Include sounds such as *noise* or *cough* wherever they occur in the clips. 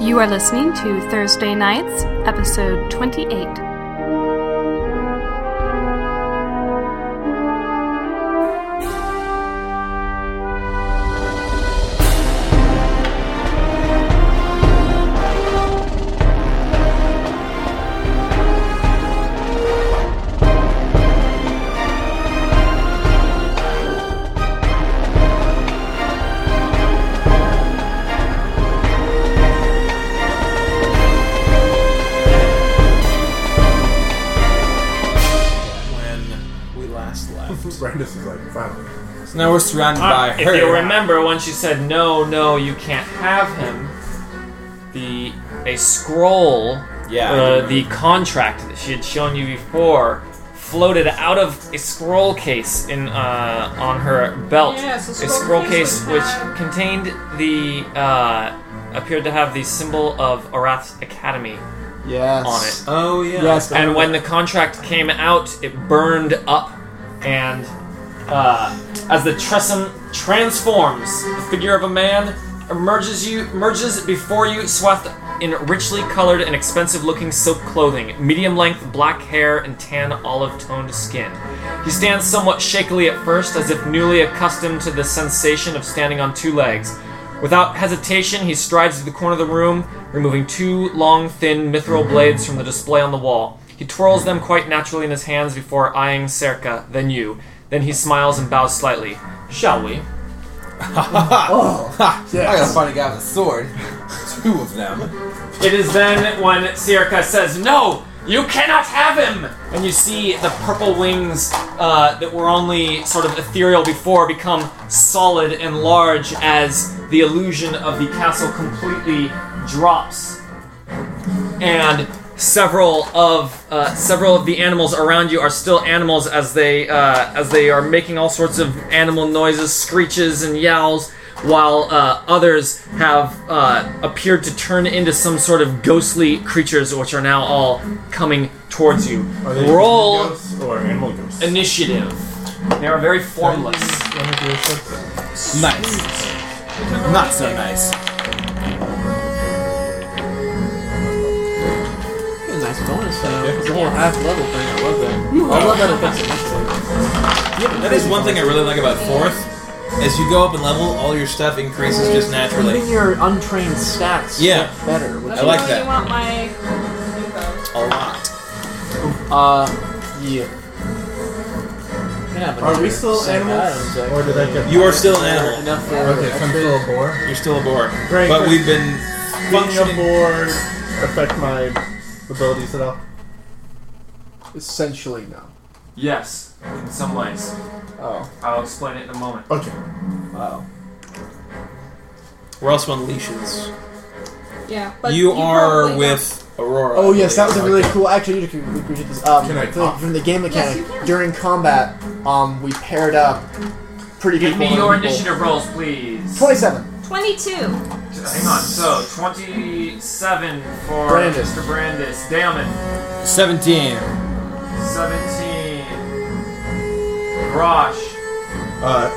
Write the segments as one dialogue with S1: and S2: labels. S1: You are listening to Thursday Nights, episode 28.
S2: when we last
S3: *laughs*
S2: left.
S4: Brandis is like, finally.
S2: so now we're surrounded by
S5: Uh, if
S2: her.
S5: you remember, when she said no, no, you can't have him, the a scroll,
S2: Yeah, I
S5: uh,
S2: remember.
S5: the contract that she had shown you before, floated out of a scroll case in uh, on her belt.
S6: Yes, a
S5: a scroll
S6: scroll case
S5: case
S6: we
S5: which
S6: had.
S5: contained the uh, appeared to have the symbol of Arath's Academy.
S6: Yes.
S5: On it.
S2: oh yeah.
S6: Yes. I
S5: and
S6: remember
S5: when the contract came out, it burned up, and uh, as the Tresson transforms, the figure of a man emerges you emerges before you, swathed in richly colored and expensive-looking silk clothing, medium-length black hair, and tan olive-toned skin. He stands somewhat shakily at first, as if newly accustomed to the sensation of standing on two legs. Without hesitation, he strides to the corner of the room, removing two long, thin mithril blades from the display on the wall. He twirls them quite naturally in his hands before eyeing Serka, then you. Then he smiles and bows slightly. Shall we?
S2: I got
S4: Yes.
S2: a funny guy with a
S3: *laughs*
S2: sword. Two of them.
S5: It is then when Circa says, No! You cannot have him! And you see the purple wings uh, that were only sort of ethereal before become solid and large as the illusion of the castle completely drops. And several of uh, several of the animals around you are still animals as they uh, as they are making all sorts of animal noises, screeches, and yowls while uh, others have uh, appeared to turn into some sort of ghostly creatures, which are now all coming towards you.
S4: Are they
S5: Roll
S4: ghosts or animal ghosts?
S5: initiative. They are very formless.
S2: Nice. Not so nice.
S6: a nice bonus though.
S4: Yeah.
S6: It's a whole half level thing. I love that. I love that offensive.
S3: That is one thing I really like about fourth. As you go up in level, all your stuff increases just
S6: Even
S3: naturally.
S6: your untrained stats
S3: Yeah.
S6: get better. Which
S3: I like
S7: Really
S3: that
S7: want my Nuvo.
S3: a lot.
S6: Uh, yeah. Yeah, but
S4: Are we still
S6: same
S4: animals?
S6: items,
S4: Or
S6: like,
S4: did I get
S3: You are still an animal.
S6: enough for
S4: Okay, so I'm still a boar.
S3: You're still a boar.
S4: Great.
S3: But we've been
S4: Being a
S3: functioning.
S4: boar affect my abilities at all?
S6: essentially no.
S5: Yes, in some ways.
S6: Oh,
S5: I'll explain it in a moment.
S4: Okay.
S6: wow.
S3: We're also on leashes.
S7: Yeah, but
S3: you are
S7: probably
S3: with Aurora.
S6: Oh yes, that was a
S3: Okay.
S6: really cool. Actually, you can we can get this. Um,
S4: Can I
S6: from-
S4: talk?
S6: from the game
S7: Yes,
S6: mechanic
S7: you can.
S6: during combat? Um, we paired up pretty good.
S5: Give me
S6: people-
S5: your initiative rolls, please.
S6: Twenty-seven.
S7: don't- 22.
S5: Hang on. So, 27 for
S6: Brandis.
S5: Mr. Brandis. Damon,
S2: 17.
S5: 17. Grosh,
S4: Uh,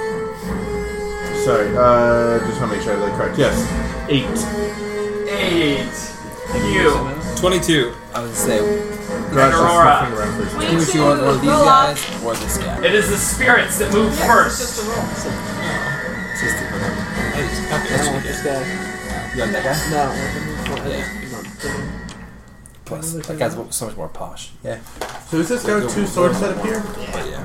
S4: sorry. Uh, just want to make sure I like correct. Yes. Eight.
S5: 8. You.
S3: 22.
S2: I would say
S4: Garage is
S5: Aurora.
S4: sniffing around for a second.
S2: we should want one of these
S7: Roll up.
S2: guys or this guy.
S5: It is the spirits that move
S7: Yes, it's
S5: first.
S7: just a roll.
S2: It's just the- I just- okay,
S6: I
S2: that's
S6: don't
S2: what
S6: want
S2: we
S6: this
S2: get.
S6: guy.
S2: You want that guy?
S6: No. I don't want this-
S2: Plus, that guy's so much more posh. Yeah.
S4: So is this guy with two swords that appear?
S2: But yeah.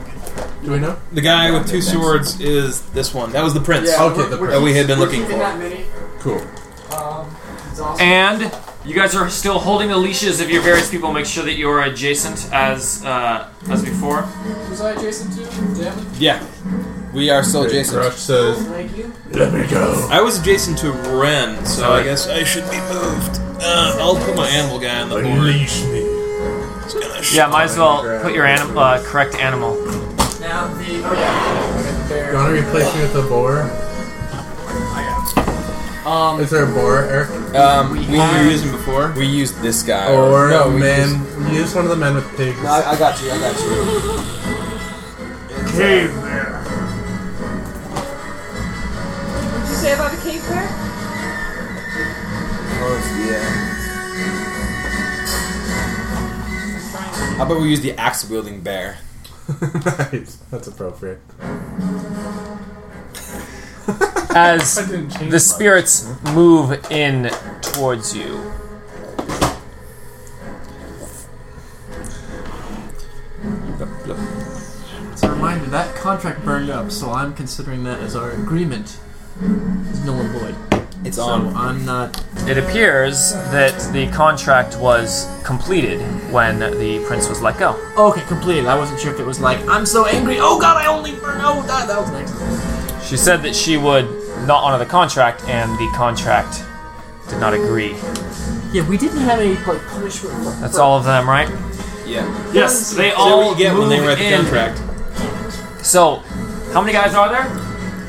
S4: Do we know?
S3: The guy with two swords is this one. That was the prince.
S6: Yeah.
S4: Okay, the
S3: That
S4: prince.
S3: we had been looking for.
S6: many.
S4: Cool.
S5: And you guys are still holding the leashes of your various people. Make sure that you are adjacent as uh, as before.
S6: Was I adjacent to? Damn.
S3: Yeah.
S2: We are still Jason.
S4: Garage says,
S6: Thank you.
S4: "Let me go."
S3: I was adjacent to Ren, so
S5: Sorry.
S3: I guess I should be moved. Uh, I'll put my animal guy on the board.
S4: Unleash me.
S3: It's gonna sh-
S5: Yeah, might as well put your anim- uh, correct animal.
S6: Now the oh yeah.
S4: You want to replace me with a boar?
S6: Um,
S4: Is there a boar, Eric?
S2: Um,
S3: We were using before.
S2: we used this guy.
S4: Or
S2: no,
S4: a
S2: we
S4: man?
S2: used-
S4: Use, one of the men with pigs.
S2: No, I, I got you. I got you.
S4: cave bear.
S7: Did you say about a cave bear?
S2: Oh,
S4: Yeah.
S3: How about we use the axe wielding bear?
S4: nice. *laughs* That's appropriate.
S5: As
S6: I didn't change
S5: the
S6: much.
S5: spirits move in towards you.
S6: It's a reminder that contract burned up, so I'm considering that as our agreement is null and void.
S3: It's
S6: So
S3: on.
S6: I'm not.
S5: It appears that the contract was completed when the prince was let go.
S6: Okay, completed. I wasn't sure if it was like I'm so angry. Oh God, I only burned. Oh, that that was nice.
S5: She said that she would not honor the contract, and the contract did not agree.
S6: Yeah, we didn't have any like punishment. for-
S5: That's all of them, right?
S3: Yeah.
S5: Yes, they
S3: Is that
S5: all
S3: what you get when they
S5: move
S3: write the
S5: in.
S3: contract?
S5: So, how many guys are there?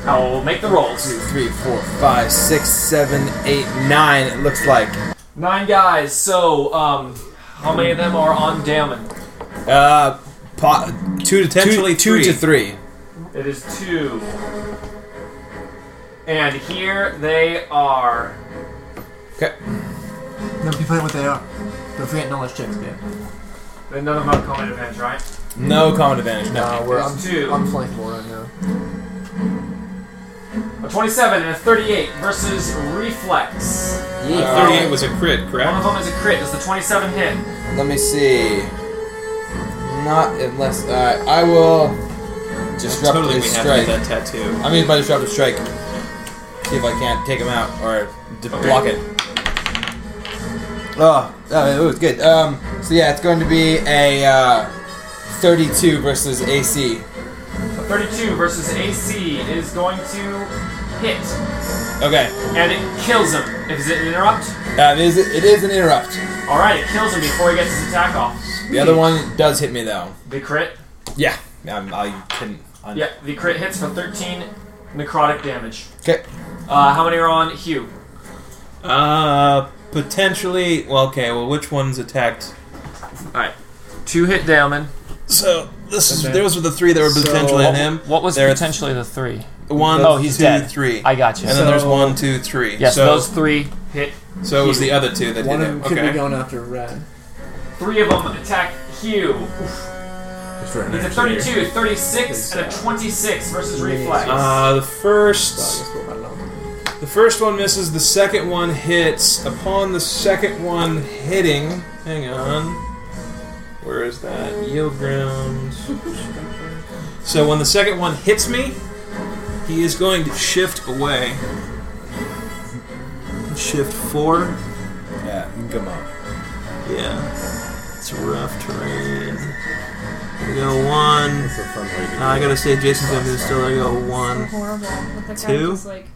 S5: I'll make the rolls.
S3: Two, three, four, five, six, seven, eight, nine. It looks like.
S5: Nine guys. So, um, how many of them are on Damon?
S3: Uh, po- two to
S5: Potentially
S3: two, two to three.
S5: It is two. And here they are.
S3: Okay.
S6: No, be playing what they are. Don't forget knowledge checks, man.
S5: None of them have common advantage, right?
S3: No common advantage. No.
S6: Uh, we're
S5: There's two.
S6: I'm flankable right now.
S5: A 27 and a 38 versus Reflex.
S3: Uh, Thirty-eight was a crit,
S5: One of
S3: correct?
S5: them is a crit. Does the 27 hit?
S3: Let me see. Not unless uh, I will disrupt
S8: totally
S3: his
S8: we have
S3: strike.
S8: that tattoo.
S3: I'm using my disruptive strike. See if I can't take him out or d- block it. Oh, uh, it was good. Um, so yeah, it's going to be a uh, 32 versus AC.
S5: A 32 versus AC is going to hit.
S3: Okay,
S5: And it kills him. Is it an interrupt?
S3: that is it is an interrupt.
S5: Alright, it kills him before he gets his attack off.
S3: The other one does hit me though.
S5: The crit?
S3: Yeah, um, I couldn't. Un-
S5: Yeah, the crit hits for 13 necrotic damage.
S3: Okay.
S5: Uh, how many are on Hugh?
S8: Uh, potentially. Well, okay. Well, which one's attacked?
S5: Alright. Two hit Damon.
S8: So this is those were the three that were potentially in him.
S5: What was
S8: There are
S5: potentially the three?
S8: One,
S5: Oh, he's
S8: two,
S5: dead.
S8: three.
S5: I got you.
S8: and then there's one, two, three.
S5: yes,
S8: so,
S5: those three hit.
S8: So it was the other two that
S6: One
S8: did
S6: of them
S8: it.
S6: could be
S8: Okay.
S6: going after Red.
S5: Three of them attack Hugh.
S4: For an
S5: It's a
S6: *laughs*
S4: action here.
S5: 32, 36, and a 26 versus reflex.
S8: Uh, the first, the first one misses. The second one hits. Upon the second one hitting, hang on. Where is that yield ground? So when the second one hits me, he is going to shift away. Shift four.
S3: Yeah, come on.
S8: Yeah, it's a rough terrain. I go one.
S4: It's a fun way to
S8: Uh, I gotta say, Jason's gonna do still. I go one.
S7: horrible. But the guy
S8: Two?
S7: was like,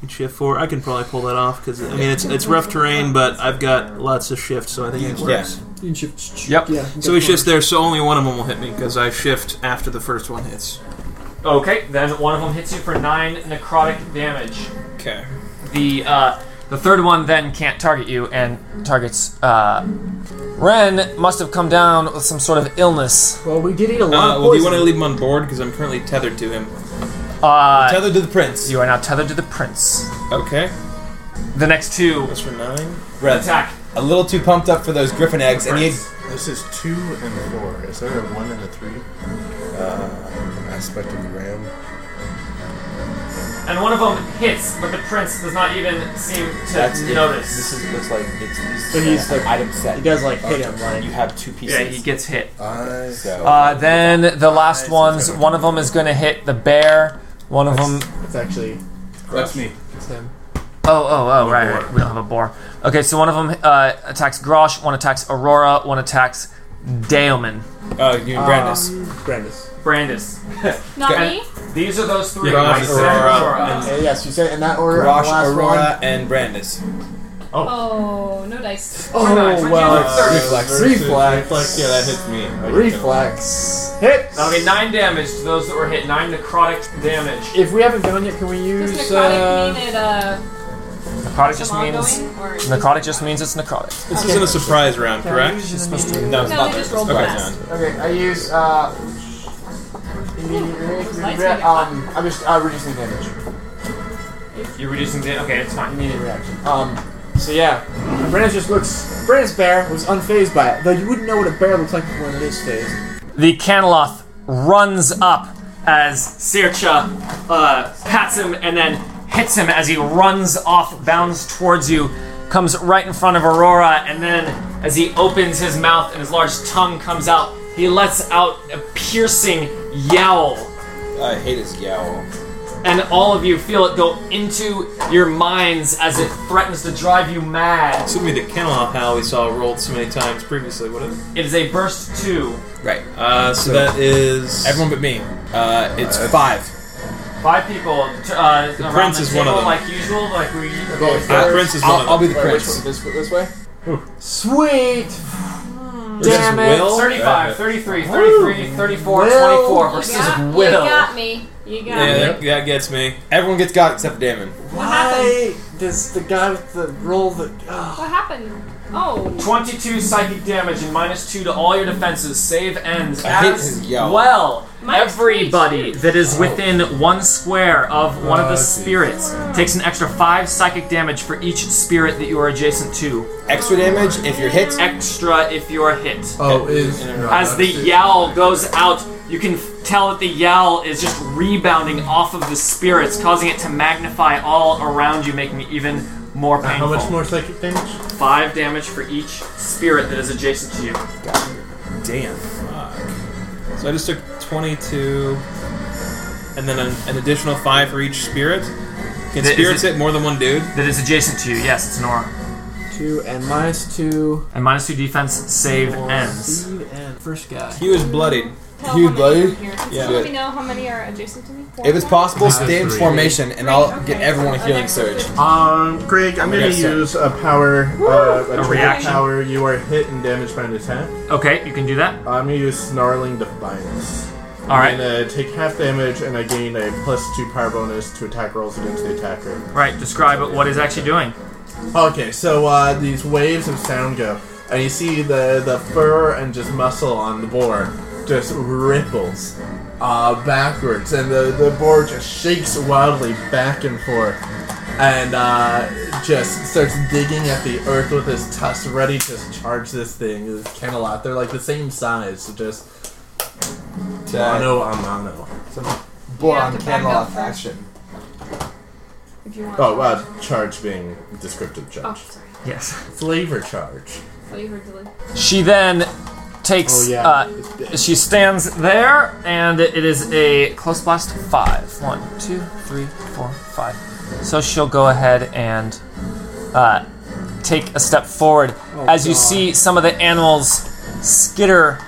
S8: And shift four. I can probably pull that off because I mean it's it's rough terrain, but I've got lots of shifts, so I think it works.
S5: Yep.
S6: Yeah.
S8: So he shifts there, so only one of them will hit me because I shift after the first one hits.
S5: Okay, then one of them hits you for nine necrotic damage.
S8: Okay.
S5: The uh, the third one then can't target you and targets. Uh, Ren must have come down with some sort of illness.
S6: Well, we did eat a lot
S8: Uh,
S6: of
S8: well, do you
S6: poison.
S8: want to leave him on board because I'm currently tethered to him?
S5: Uh,
S3: Tethered to the prince.
S5: you are now tethered to the prince.
S8: Okay.
S5: The next two
S8: That's for nine.
S3: Red,
S5: attack.
S3: a little too pumped up for those griffin eggs, and he
S4: This is two and four. Is there a one and a three? Uh, aspect of the ram.
S5: And one of them hits, but the prince does not even seem to
S3: That's it.
S5: notice.
S3: This is looks like it's this
S6: So he's
S3: uh,
S6: like-
S3: item set.
S6: He does like hit
S3: Okay.
S6: him like.
S3: You have two pieces.
S5: yeah, he gets hit.
S4: I
S3: So-
S5: Uh, then the last ones. One of them is going to hit the bear. One of them
S6: It's actually
S3: That's me.
S6: it's him.
S5: Oh, oh, oh, right, right. We don't have a boar. Okay, so one of them uh, attacks Grosh, one attacks Aurora, one attacks Daemon. Um,
S3: Uh, you and Brandis.
S6: Brandis.
S5: Brandis.
S7: not
S3: Okay.
S7: me.
S5: These are those three.
S8: Grosh,
S5: Myself,
S8: Aurora,
S5: Aurora.
S6: Uh, yes, you said in that order. and the
S3: Rosh,
S6: last
S3: Aurora, and Brandis.
S7: Oh, no dice.
S6: One.
S5: Nice.
S6: Oh well.
S3: Reflex.
S6: Reflex.
S8: Reflex. Yeah, that hits me.
S6: Reflex. Hit.
S5: That'll be nine damage to those that were hit. Nine necrotic damage.
S6: If we haven't done it, can we use?
S7: Does necrotic
S6: Uh,
S7: mean it, uh,
S5: Necrotic just means
S7: ongoing? Or
S5: necrotic just means it's necrotic.
S8: This isn't a surprise round,
S6: can I
S8: correct?
S6: use an immediate-
S3: No, it's
S7: No,
S3: not
S7: they
S3: there.
S7: just rolled
S3: Okay,
S7: blast.
S3: John.
S6: Okay, I use uh. immediate
S7: Lights
S6: re-
S7: make it
S6: Um, I'm just uh, reducing damage.
S5: You're reducing the. Okay, it's fine.
S6: Immediate reaction. Um,
S5: So yeah,
S6: Brandon just looks. Brandon's bear was unfazed by it, though you wouldn't know what a bear looks like when it is phased.
S5: the Caneloth runs up as Sircha uh, pats him and then hits him as he runs off, bounds towards you, comes right in front of Aurora, and then as he opens his mouth and his large tongue comes out, he lets out a piercing yowl,
S3: I hate his yowl.
S5: and all of you feel it go into your minds as it threatens to drive you mad.
S8: This would be the Kenloff how we saw rolled so many times previously, wouldn't it?
S5: It is a burst two.
S3: Right.
S8: Uh, so that is
S3: Everyone but me. Uh, it's five.
S5: Five people t- uh, around
S8: prince
S5: the
S8: is
S5: table,
S8: one of them.
S5: like usual, like we.
S8: Uh, Prince is one of
S3: I'll,
S8: them.
S3: I'll be the
S2: Wait, which
S3: prince.
S2: one? This, this way?
S6: Sweet!
S8: Versus
S6: Damn it.
S8: Will?
S5: 35,
S8: Yeah.
S5: 33, 33, 34,
S6: Will.
S5: 24
S7: You
S5: versus
S7: got, you
S5: Will.
S7: got me. You got
S8: Yeah,
S7: me.
S8: that, that gets me.
S3: Everyone gets got except for Damon.
S6: Why does the guy with the roll that.
S7: What happened? Oh.
S5: 22 psychic damage and minus 2 to all your defenses, save ends.
S3: I hate
S5: As
S3: his yell.
S5: well,
S7: Minus
S5: everybody
S7: three,
S5: that is within one square of one of the spirits takes an extra 5 psychic damage for each spirit that you are adjacent to.
S3: Extra damage if you're hit.
S5: Extra if you are hit.
S6: Oh, is.
S5: As the yowl goes out, you can f- tell that the yowl is just rebounding off of the spirits, causing it to magnify all around you, making it even more
S6: How
S5: painful.
S6: much more psychic damage?
S5: Five damage for each spirit that is adjacent to you.
S8: Damn. So I just took 22, and then an, an additional 5 for each spirit. Can
S5: Is it-
S8: spirits
S5: is
S8: hit more than one dude?
S5: That is adjacent to you. Yes, it's an aura.
S6: Two and minus two.
S5: And minus two defense, save ends.
S6: Speed and first guy.
S8: He was bloodied.
S7: Tell
S3: You
S7: how many
S3: bloody?
S7: are here. Can
S3: Yeah.
S7: someone Let me know how many are adjacent to me. Four
S3: If it's
S7: more?
S3: possible,
S6: Minus
S3: stay in
S6: three.
S3: formation and I'll get everyone a healing surge.
S4: Um, Greg, I'm
S3: my
S4: gonna
S3: God, sir.
S4: use a power, uh, a,
S5: A
S4: trigger
S5: reaction.
S4: power. You are hit and damaged by an attack.
S5: Okay, you can do that.
S4: I'm gonna use snarling defiance.
S5: All
S4: I'm
S5: right,
S4: gonna take half damage and I gain a plus two power bonus to attack rolls against the attacker.
S5: right. Describe it, what it's actually doing.
S4: Okay, so uh, these waves of sound go, and you see the the fur and just muscle on the boar just ripples uh, backwards, and the the boar just shakes wildly back and forth, and uh, just starts digging at the earth with his tusks, ready to charge this thing. This Camelot, they're like the same size, so just
S3: Uh,
S4: mano a mano.
S3: Boar
S7: have
S3: on
S7: to back up
S3: Camelot
S7: first.
S3: action.
S7: If you want.
S4: Oh, uh, charge being descriptive
S7: Oh,
S4: charge,
S7: sorry.
S5: Yes.
S4: flavor charge.
S7: Well, you heard Dylan.
S5: She then takes.
S4: Oh, yeah.
S5: Uh, she stands there, and it is a close blast five. One, two, three, four, five. So she'll go ahead and uh, take a step forward
S4: Oh,
S5: as you see some of the animals skitter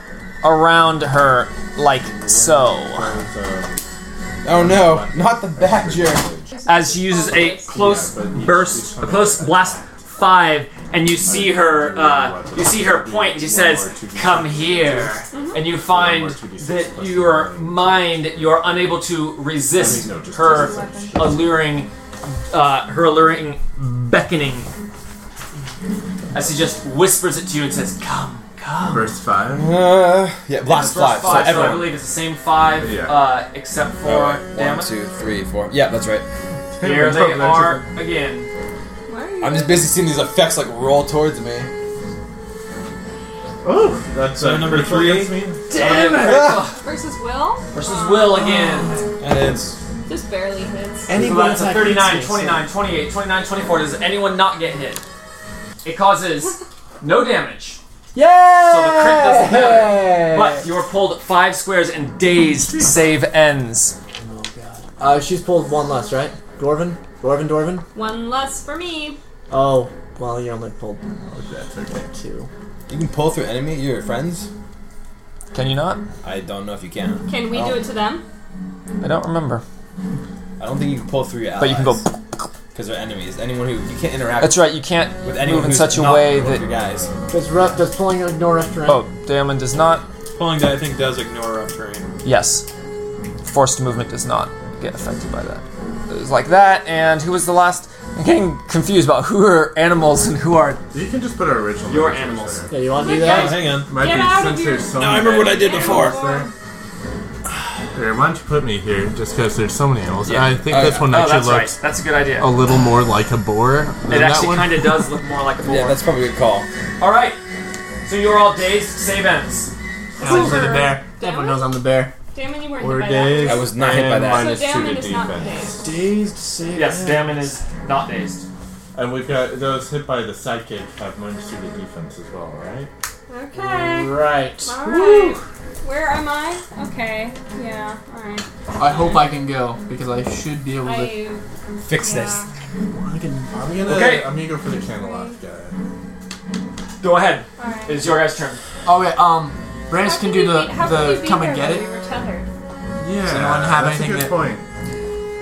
S5: around her like so.
S3: Oh no, not the badger.
S5: As she uses a close
S4: Yeah, but each-
S5: burst,
S4: each
S5: a close
S4: time-
S5: blast five, and you see her. Uh, you see her point, and she says, "Come here." and you find that your mind you're unable to resist her alluring uh, her alluring beckoning as he just whispers it to you and says come come
S4: Burst five.
S3: Uh, yeah, blast
S5: The first
S3: five. So
S5: so I
S3: everyone.
S5: believe it's the same five
S4: Yeah.
S5: uh, except for
S3: Alright,
S5: damn
S3: One,
S5: it
S3: two, three, four. Yeah, that's right.
S5: here they are again
S7: Why are you
S3: I'm just busy seeing these effects like roll towards me.
S4: Oh, that's
S8: So
S4: uh,
S8: number
S4: critical
S8: three.
S4: against me.
S5: damn
S3: Ah!
S7: versus Will?
S5: versus Will again
S3: And it's
S7: Just barely hits.
S3: Eh.
S5: so that's a 39 29 28 29 24 does anyone not get hit it causes no damage
S3: yeah.
S5: So the crit doesn't matter. But you are pulled five squares and dazed save ends.
S6: Uh, she's pulled one less, right? Dwarven? Dwarven, Dwarven?
S7: One less for me.
S6: Oh, well, you only pulled
S4: That's okay.
S6: two.
S3: You can pull through enemy, your friends.
S5: Can you not?
S3: I don't know if you can.
S7: Can we
S3: Oh.
S7: do it to them?
S5: I don't remember.
S3: I don't think you can pull through your allies.
S5: But you can go.
S3: because they're enemies. Anyone who you can't interact
S5: That's right. You can't
S3: with anyone
S5: move in
S3: who's
S5: such a
S3: not
S5: way
S3: one of your
S5: that.
S3: guys.
S6: Does, rep, does pulling ignore after round?
S5: Oh, Damon does not.
S8: Pulling die, I think, does ignore rough terrain.
S5: Yes, forced movement does not get affected by that. It was like that. And who was the last? I'm getting confused about who are animals and who are.
S4: You can just put our original.
S5: Your
S4: numbers
S5: animals.
S4: there.
S6: Yeah, you want to
S7: Oh
S6: do
S7: my
S6: that?
S8: Oh, hang on.
S4: Might
S7: Get
S4: be
S7: out of
S4: since
S7: here.
S4: there's so
S3: No, I
S4: many
S3: remember what I did
S7: Animal
S3: before.
S7: farm.
S4: Here, why don't you put me here? Just because there's so many animals.
S5: Yeah.
S4: I think
S3: Oh,
S4: this
S3: yeah.
S4: one
S5: Oh,
S4: actually
S5: that's right.
S4: looks
S5: That's a good
S4: a
S5: idea.
S4: little more like a boar than
S5: it
S4: that
S5: actually
S4: one.
S5: kind of does look more like a boar.
S3: *laughs* Yeah, that's probably a good call.
S5: All right. So you're all dazed. Save ends.
S6: Alex was the bear. Everyone
S7: Damn
S6: knows
S7: it.
S6: I'm the bear.
S7: Damon, you weren't
S4: We're
S7: hit by that.
S4: dazed.
S3: I was not hit by
S4: and
S3: that. So
S4: minus
S7: so
S4: two
S7: Damon
S4: to
S7: is not
S4: defense.
S7: dazed.
S6: Dazed, saved.
S5: Yes, Damon is not dazed.
S4: And we've got those hit by the sidekick have minus two to defense as well, right?
S7: Okay.
S6: Right.
S7: All right. Where am I? Okay. Yeah. All right.
S6: I hope I can go because I should be able to.
S7: I.
S3: Fix this.
S7: Yeah.
S6: I can.
S4: I'm gonna.
S5: Okay.
S4: I'm gonna go for the candlelight guy.
S5: Go ahead.
S7: All right.
S5: It's your guys' turn.
S6: Oh wait. Um,
S7: How
S6: Brandis can
S7: we
S6: do the
S7: beat- how can we
S6: the
S7: beat
S6: come and
S7: her
S6: get
S7: when
S6: it.
S7: We were tethered.
S4: Yeah.
S6: anyone have
S4: that's
S6: anything
S4: a good
S6: that-
S4: point.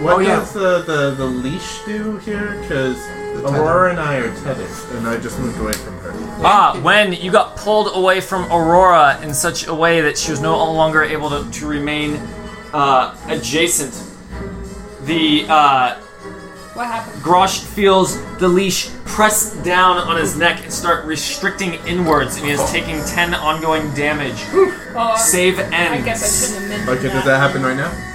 S4: What
S6: Oh, yeah.
S4: does the, the, the leash do here? Because
S6: tether.
S4: Aurora and I are tethered, and I just moved away from her.
S5: Ah, when you got pulled away from Aurora in such a way that she was no longer able to, to remain uh, adjacent, the uh,
S7: What happened?
S5: Grosh feels the leash press down on his neck and start restricting inwards, and he is taking 10 ongoing damage.
S7: Oh,
S5: Save
S7: I
S5: ends.
S7: guess I shouldn't have mentioned
S4: Okay, does that happen right now?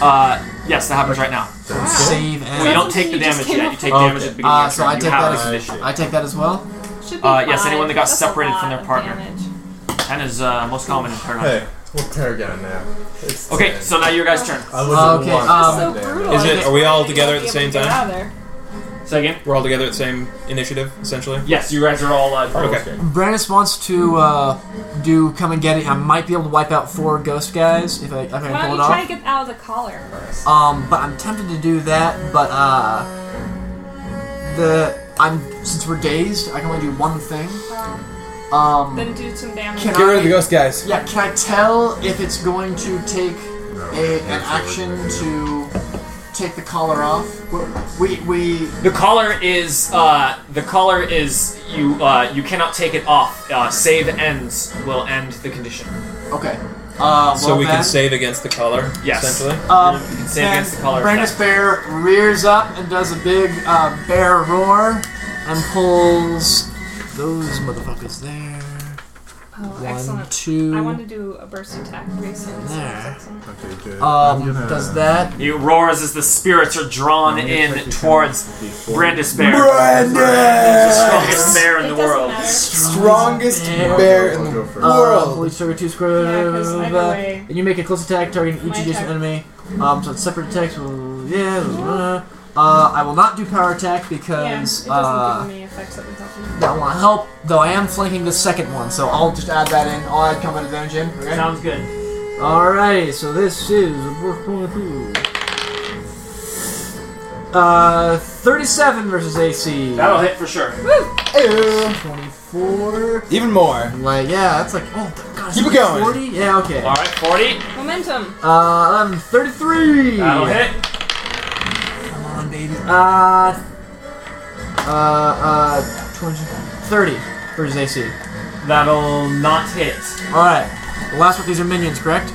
S5: Uh, yes, that happens right now.
S6: Save
S5: Well, you
S6: and.
S5: don't take the
S7: You just
S5: damage
S7: came
S5: yet.
S7: off
S5: You take
S4: the-
S5: damage at the beginning
S6: Uh,
S5: of
S6: so
S5: your
S6: I
S5: turn. you
S6: take
S5: have
S6: that
S5: this
S6: as
S5: initiative.
S6: I take that as well.
S7: Should
S5: Uh, yes, anyone that got
S7: That's a
S5: separated
S7: lot
S5: from their
S7: of
S5: partner. Um,
S7: damage.
S5: 10 is uh, most common in turn.
S4: Hey, we'll tear down now. It's
S5: Okay,
S4: ten.
S5: so now your guys' turn.
S4: I was okay,
S6: Okay, um,
S7: That's
S6: Oh,
S7: so brutal.
S3: Is it- are we all
S7: You'll
S3: together at
S7: be
S3: the same
S7: able to get
S3: time?
S7: out of there.
S5: Say again?
S3: We're all together at the same initiative, essentially.
S5: Yes, you guys are all. Uh,
S3: Okay.
S6: Brandis wants to uh, do come and get it. I might be able to wipe out four ghost guys if I, if I
S7: Why
S6: can
S7: don't
S6: pull
S7: you
S6: it
S7: try to
S6: off.
S7: get out of the collar first?
S6: Um, but I'm tempted to do that. But uh, the I'm since we're dazed, I can only do one thing.
S5: Uh,
S6: Um,
S7: Then do some damage.
S6: Can
S3: Get rid of the ghost guys.
S6: Yeah, can I tell if it's going to take a, an action to take the collar off? We, we, we
S5: The collar is uh, the collar is you uh, you cannot take it off. Uh, save ends will end the condition.
S6: okay. Uh,
S3: So
S6: well
S3: we
S6: then,
S3: can save against the collar,
S5: Yes.
S3: essentially.
S6: Um,
S5: you can save
S6: then
S5: against the collar.
S6: Brandis
S5: effect.
S6: Bear rears up and does a big uh, bear roar and pulls those motherfuckers there.
S7: Oh,
S6: One,
S7: excellent.
S6: two.
S7: I want to do a burst attack recently. So that's
S6: There.
S7: excellent.
S4: Okay, good.
S6: Um,
S4: I'm gonna-
S6: does that?
S5: He roars as the spirits are drawn in towards
S4: Before-
S5: Brandis Bear. Brandis, the strongest bear in
S7: It
S5: the
S7: doesn't
S5: world.
S7: matter.
S3: Strongest
S6: Yeah.
S3: bear in
S4: I'll
S3: the
S4: go first.
S6: Uh, police target two square.
S7: Yeah, 'cause either way-
S6: and you make a close attack targeting each
S7: My
S6: adjacent
S7: attack.
S6: enemy. Um, so it's separate attacks. Well, yeah. uh, Uh, I will not do power attack
S7: Yeah, it
S6: because
S7: doesn't
S6: uh,
S7: give me effects that would help me.
S6: that will not help. Though I am flanking the second one, so I'll just add that in. I'll add combat advantage in. Okay.
S5: Sounds good.
S6: Alrighty. So this is uh 37 versus AC.
S5: That'll hit for sure.
S6: Ew. 24.
S3: even more.
S6: Like yeah, that's like oh gosh.
S3: Keep it going.
S6: 40. Yeah. Okay.
S5: All right, forty.
S7: Momentum.
S6: Uh, I'm 33.
S5: That'll hit.
S6: Come on, baby. Uh, uh, uh, 20, 30 versus AC.
S5: That'll not hit.
S6: All right. The last one. These are minions, correct?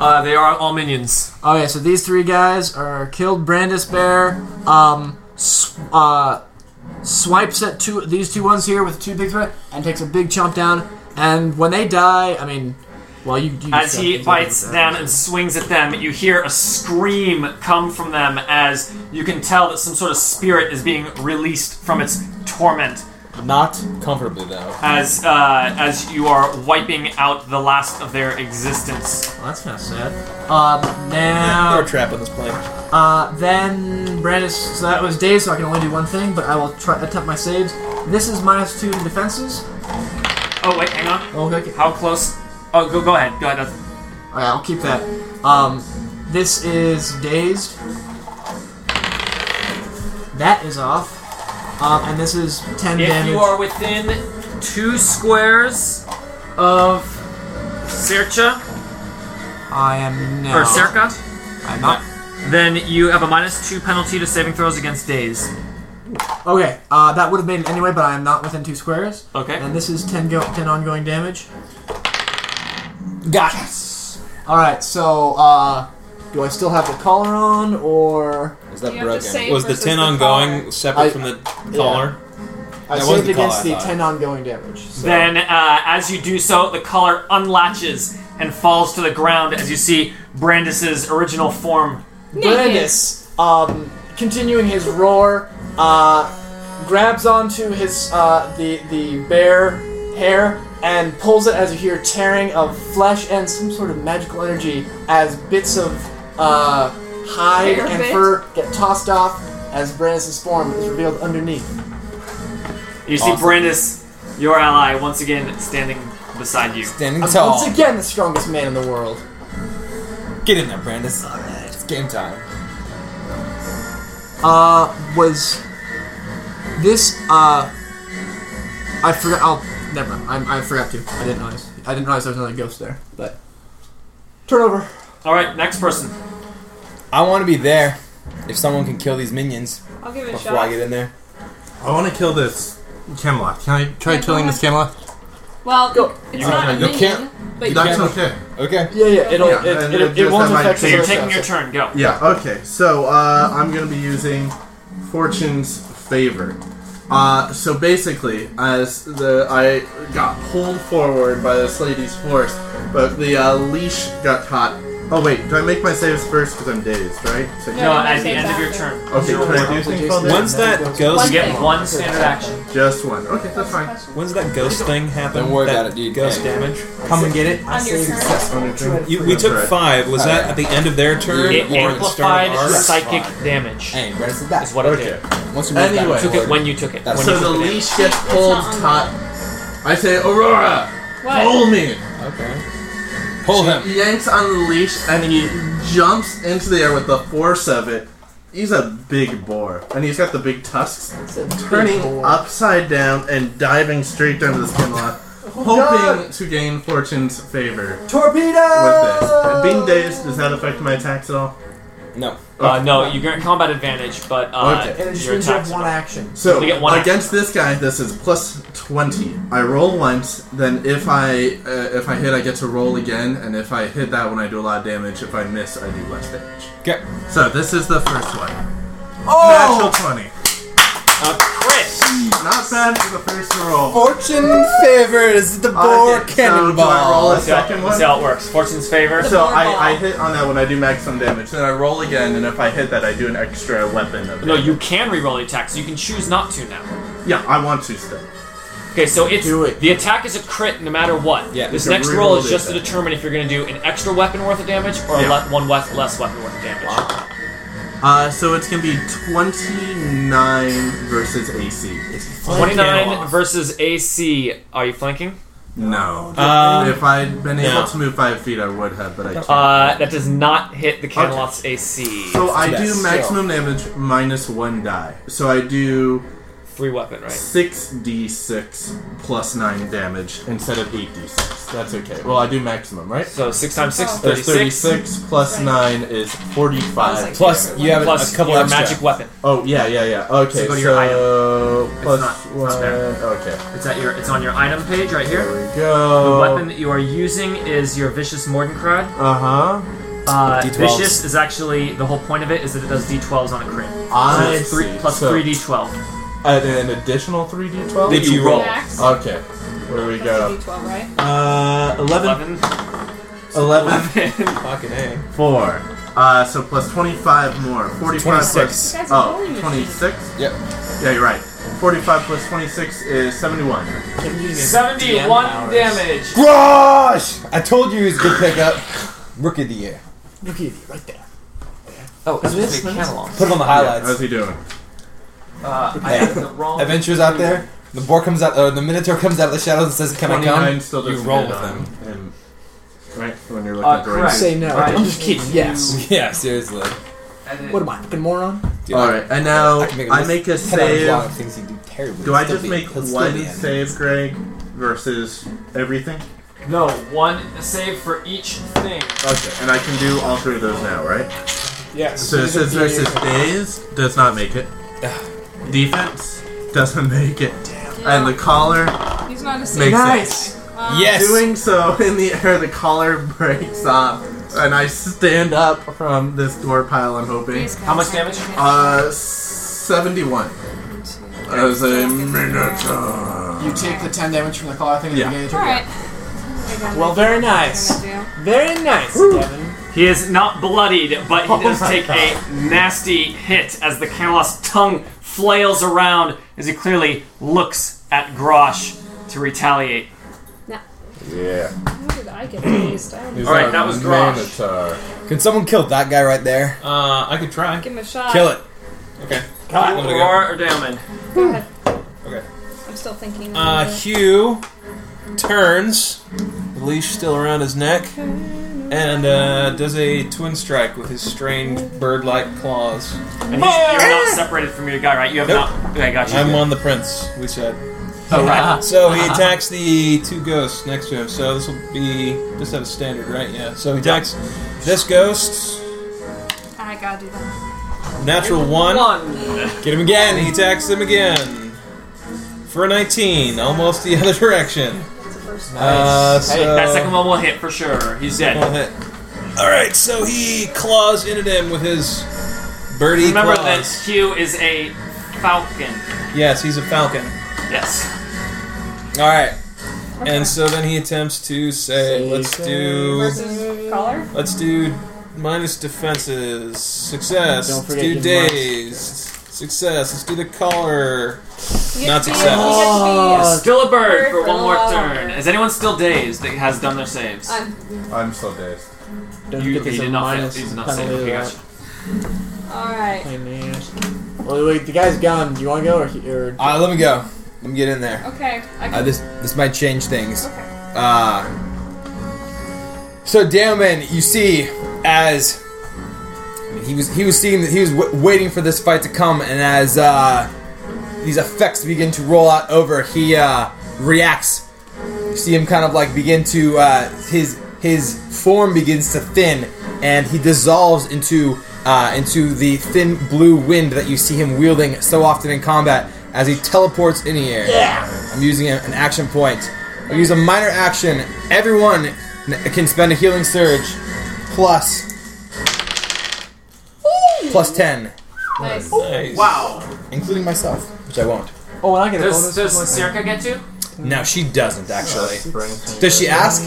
S5: Uh, they are all minions.
S6: Oh yeah. So these three guys are killed. Brandis Bear. Um, sw- uh, swipes at two these two ones here with two big threat and takes a big chomp down. And when they die, I mean, well, you. you
S5: As he
S6: you-
S5: bites down and swings at them, you hear a scream come from them as you can tell that some sort of spirit is being released from its torment.
S3: Not comfortably though.
S5: As uh, as you are wiping out the last of their existence.
S6: Well, that's kind of sad. Um, now.
S3: They're a trap on this plane.
S6: Uh, then Brandis. So that was Dave, so I can only do one thing, but I will try attempt my saves. This is minus two to defenses.
S5: Oh wait, hang on.
S6: Okay. okay.
S5: How close? Oh, go go ahead. Go ahead. That's-
S6: Alright, I'll keep that. Um, this is dazed. That is off. Um, and this is ten
S5: If
S6: damage.
S5: you are within two squares of Sercha
S6: I am no.
S5: or Circa,
S6: I'm not.
S5: then you have a minus two penalty to saving throws against days.
S6: Okay. Uh, that would have made it anyway, but I am not within two squares.
S5: Okay.
S6: And this is ten go- ten ongoing damage.
S3: Got
S6: All right. So uh, do I still have the collar on or?
S3: Is that
S7: You have to
S3: broken?
S7: save
S3: Was the
S7: versus
S3: ten
S7: the
S3: ongoing
S7: collar.
S3: separate
S6: I-
S3: from the collar?
S6: I
S3: That was
S6: saved
S3: the call,
S6: against
S3: I
S6: the
S3: thought.
S6: 10 ongoing damage. So.
S5: Then, uh, as you do so, the collar unlatches and falls to the ground as you see Brandis's original form.
S7: Naked.
S6: Brandis, um, continuing his roar, uh, grabs onto his uh, the the bear hair and pulls it as you hear tearing of flesh and some sort of magical energy as bits of uh, hide
S7: Hair
S6: and
S7: bit?
S6: fur get tossed off as Brandis's form is revealed underneath.
S5: You see Brandis, your ally, once again standing beside you.
S3: Standing
S6: I'm
S3: tall.
S6: once again the strongest man in the world.
S3: Get in there, Brandis. It's game time.
S6: uh, was this uh I forgot I'll never mind. I, I forgot to. I didn't realize I didn't realize there was another ghost there. But turnover.
S5: All right, next person.
S3: I want to be there if someone can kill these minions
S7: I'll give it a
S3: before I
S7: shot.
S3: get in there.
S9: I want to kill this Camelot. Can I try
S7: Yeah, go
S9: killing
S7: ahead.
S9: this Camelot?
S7: Well, it's not a
S9: You
S7: minion,
S9: can't-
S7: but you
S9: That's
S7: can-
S9: okay.
S3: Okay.
S6: Yeah, yeah. It'll
S4: Yeah,
S6: it,
S4: and
S6: it,
S4: it
S6: it,
S4: just-
S6: won't
S4: that might
S6: affect.
S5: So
S4: be
S6: the
S5: you're
S6: other
S5: taking your
S6: stuff.
S5: turn. Go.
S4: Yeah, okay. So uh, I'm going to be using Fortune's Favor. Uh, so basically, as the I got pulled forward by this lady's force, but the uh, leash got caught. Oh wait, do I make my saves first because I'm dazed, right? So,
S5: No,
S7: No,
S5: at
S7: you
S5: the
S7: said
S5: end of your
S7: after.
S5: turn.
S4: Okay,
S5: Your
S4: can I
S5: turn.
S4: do something
S6: Jason,
S4: called
S8: When's
S6: then
S8: that
S6: goes-
S8: ghost?
S7: One
S5: You get
S7: thing.
S5: one standard action.
S4: Just one. Okay, that's fine.
S8: When's that ghost thing happen?
S3: Don't worry
S8: that
S3: about it, dude.
S8: Ghost
S3: Hey.
S8: damage.
S3: Come and get it.
S7: On your turn.
S8: You, we
S4: That's
S8: took
S4: right.
S8: five. Was that
S3: Alright.
S8: at the end of their turn?
S5: It
S3: You
S8: or at the start
S5: amplified
S8: of ours?
S5: psychic damage.
S3: Hey, Brandis is
S5: Is
S3: back.
S5: what it did.
S3: Once you move back
S4: Anyway.
S5: Took
S3: forward-
S5: it when you took it.
S3: That's-
S5: when
S4: So
S5: you
S4: the
S5: took it in.
S4: leash gets pulled
S7: It's not
S4: taut. I say, Aurora,
S7: What?
S3: Oh,
S4: pull me.
S3: Okay. Pull him.
S4: He yanks on the leash and he jumps into the air with the force of it. He's a big boar, and he's got the big tusks. Turning
S6: uh,
S4: upside down and diving straight down to the skin lot, hoping to gain fortune's favor with this.
S6: Torpedo.
S4: And being dazed, does that affect my attacks at all?
S3: No.
S5: Uh, no, you get combat advantage, but uh,
S4: Okay.
S6: And it just
S5: your
S6: means you have
S5: attacks.
S6: one action.
S4: So
S5: We get one
S4: against this guy, this is plus twenty. I roll once, then if I uh, if I hit, I get to roll again, and if I hit that one, I do a lot of damage. If I miss, I do less damage.
S3: Okay.
S4: So this is the first one.
S6: Oh!
S4: Natural twenty.
S5: Uh, Chris,
S4: Not bad for the first roll.
S3: Fortune favors the boar
S4: Okay, So do I roll
S3: cannonball.
S4: a
S5: see how,
S4: second one?
S5: see how it works. Fortune's favor.
S4: So I, I hit on that one. I do max some damage. Then I roll again, and if I hit that, I do an extra weapon. Of
S5: no,
S4: damage.
S5: you can reroll the attack, so you can choose not to now.
S4: Yeah, I want to still.
S5: Okay, so it's
S6: Do it.
S5: the attack is a crit no matter what.
S3: Yeah,
S5: this
S4: you can
S5: next roll
S4: reroll
S5: is
S4: the
S5: just to
S4: attack.
S5: determine if you're going to do an extra weapon worth of damage or a
S4: Yeah.
S5: le- one we- less weapon worth of damage.
S4: Uh, so it's gonna be twenty nine versus AC.
S5: 29 versus AC. Are you flanking?
S4: No.
S8: Um,
S4: if I'd been
S8: no.
S4: able to move five feet, I would have, but I can't.
S5: Uh, that does not hit the Camelot's AC.
S4: so I
S3: Yes.
S4: do maximum damage minus one die. So I do
S5: Three weapon, right?
S4: six d six plus nine damage instead of eight d six. That's okay. Well, I do maximum, right?
S5: So 6 times 6 is
S7: Oh.
S4: There's
S5: 36.
S4: 36 plus 9 is 45.
S3: Plus, you have
S5: Plus
S3: a couple
S5: your
S3: extra.
S5: magic weapon.
S4: Oh, yeah, yeah, yeah. Okay,
S5: So go
S4: so,
S5: to your
S4: plus
S5: not- it's
S4: one.
S5: not there.
S4: Okay,
S5: It's at your. It's on your item page right here.
S4: there we
S5: The
S4: go.
S5: weapon that you are using is your vicious Mordenkrad.
S4: Uh huh.
S5: Uh,
S3: D12s.
S5: vicious is actually the whole point of it is that it does d12s on a crit. So
S4: I
S5: it's three
S4: see.
S5: plus
S4: So,
S5: three d12.
S3: Uh,
S4: and An additional 3d12?
S3: Did you roll?
S7: Max.
S4: Okay, where we go.
S7: That's a D12, right?
S4: Uh, 11,
S5: Eleven.
S4: 11,
S3: Fucking A.
S4: 4. Uh, so plus 25 more. 45
S3: 26.
S4: plus.
S7: That's a
S4: Oh,
S7: rolling machine.
S4: 26?
S3: Yep.
S4: Yeah, you're right. 45 plus 26 is 71.
S5: Seventy-one damage.
S3: Grosh! I told you he was a good pickup. Rook of the year.
S6: Look at you, right there.
S5: Oh, it's
S6: this
S5: this Camelot.
S3: Put it on
S4: Yeah,
S3: the
S4: how's
S3: highlights.
S4: he doing?
S5: Uh, I have the wrong.
S3: Adventures out there. The boar comes out, or Uh, the minotaur comes out of the shadows and says, "Can I
S4: 29
S3: come?"
S4: still
S3: you
S4: doesn't
S3: roll
S4: hit
S3: with
S4: on
S3: them.
S4: him, Right? When you're looking
S5: Uh,
S4: at the right
S5: correct.
S6: Say no.
S5: Right.
S6: I'm just kidding. Yes.
S3: *laughs* Yeah, seriously.
S5: Edit.
S6: What am I, fucking moron?
S3: Dude,
S4: All right, and now
S3: I can make a
S4: I
S3: list-
S4: make a
S3: 10 out of a lot
S4: save.
S3: of things you do terribly.
S4: Do I
S3: Still
S4: just
S3: be-
S4: make
S3: he'll still be
S4: one
S3: in it.
S4: save, Greg, versus everything?
S5: No, one save for each thing.
S4: Okay, and I can do all three of those now, right?
S8: Yes.
S4: So it says versus days does not make
S5: *sighs*
S4: it. Defense doesn't make it, and the collar
S7: He's not a safe.
S4: makes
S6: Nice.
S4: it.
S3: Yes.
S4: Doing so in the air, the collar breaks off, and I stand up from this door pile. I'm hoping.
S5: How much damage?
S4: Uh, 71. As a minotaur.
S6: You take the 10 damage from the claw thing. and
S4: Yeah.
S6: you get it.
S7: Alright. again.
S5: Well, very nice.
S7: Gonna
S5: Very nice, Devin. He is not bloodied, but he does take a nasty hit as the Camelot's tongue flails around as he clearly looks at Grosh to retaliate.
S4: Yeah.
S7: do. How did I get raised? I don't
S4: He's
S5: All right,
S4: a
S5: that was Grosh.
S4: Minotaur.
S3: Can someone kill that guy right there?
S8: Uh, I could try.
S7: give him a shot.
S3: Kill it.
S8: Okay.
S5: Cut,
S8: What do we got?
S5: Roar or Damon?
S7: Go ahead.
S8: Okay.
S7: I'm still thinking.
S8: Uh, Hugh turns, the leash still around his neck, and uh, does a twin strike with his strange bird-like claws.
S5: And he's, you're not separated from your guy, right? You have
S8: Nope.
S5: not. Okay, got you.
S8: I'm on the prince. We said.
S5: Oh, right.
S8: So he
S7: Uh-huh.
S8: attacks the two ghosts next to him. So this will be just at a standard, right? Yeah. So he attacks this ghost.
S7: I gotta do that.
S8: Natural one.
S5: One.
S8: Get him again. He attacks him again. For a 19, almost the *laughs* other direction.
S7: That's the first
S8: Uh, so
S5: Hey, that second one will hit for sure. He's
S8: Well
S5: dead.
S8: hit. All right, so he claws in at him with his birdie
S5: Remember that
S8: claws.
S5: Q is a falcon.
S8: Yes, he's a falcon.
S5: Yes.
S8: All right, and so then he attempts to say, "Let's do,
S7: versus
S3: Uh,
S7: collar.
S8: let's do minus defenses, success.
S6: Don't
S8: Let's
S6: forget
S8: do
S6: his
S8: dazed, success. Let's do the collar.
S7: You
S8: Not
S7: have to be-
S8: success.
S7: you have to be-
S3: Oh.
S5: Still a bird for
S7: Bird for
S5: one more
S7: the wild
S5: turn.
S7: bird.
S5: Is anyone still dazed that has done their saves?
S7: I'm,
S4: I'm so dazed.
S6: Don't
S5: You-
S6: forget
S5: he
S6: there's a
S5: did not fail.
S6: minus
S5: He did not
S6: penalty
S5: save.
S6: to
S5: Okay,
S6: that.
S5: gotcha.
S7: all right.
S6: Hey, man. Well, wait, the guy's gone. Do you want to go or? he- or
S3: All right, let me go. Let me get in there.
S7: Okay. I
S3: Uh,
S7: can.
S3: this this might change things.
S7: okay.
S3: Uh, so Damon, you see, as I mean, he was he was seeing he was w- waiting for this fight to come, and as uh, these effects begin to roll out over, he uh, reacts. You see him kind of like begin to uh, his his form begins to thin, and he dissolves into uh, into the thin blue wind that you see him wielding so often in combat as he teleports in the air. I'm using a- an action point. I use a minor action. Everyone n- can spend a healing surge plus plus ten,
S7: Nice.
S8: Nice.
S5: Wow.
S3: including myself, which I won't.
S6: oh, and I get a
S5: Does,
S6: bonus.
S5: does Circa get you?
S3: No, she doesn't actually.
S4: Bring-
S3: Does she ask?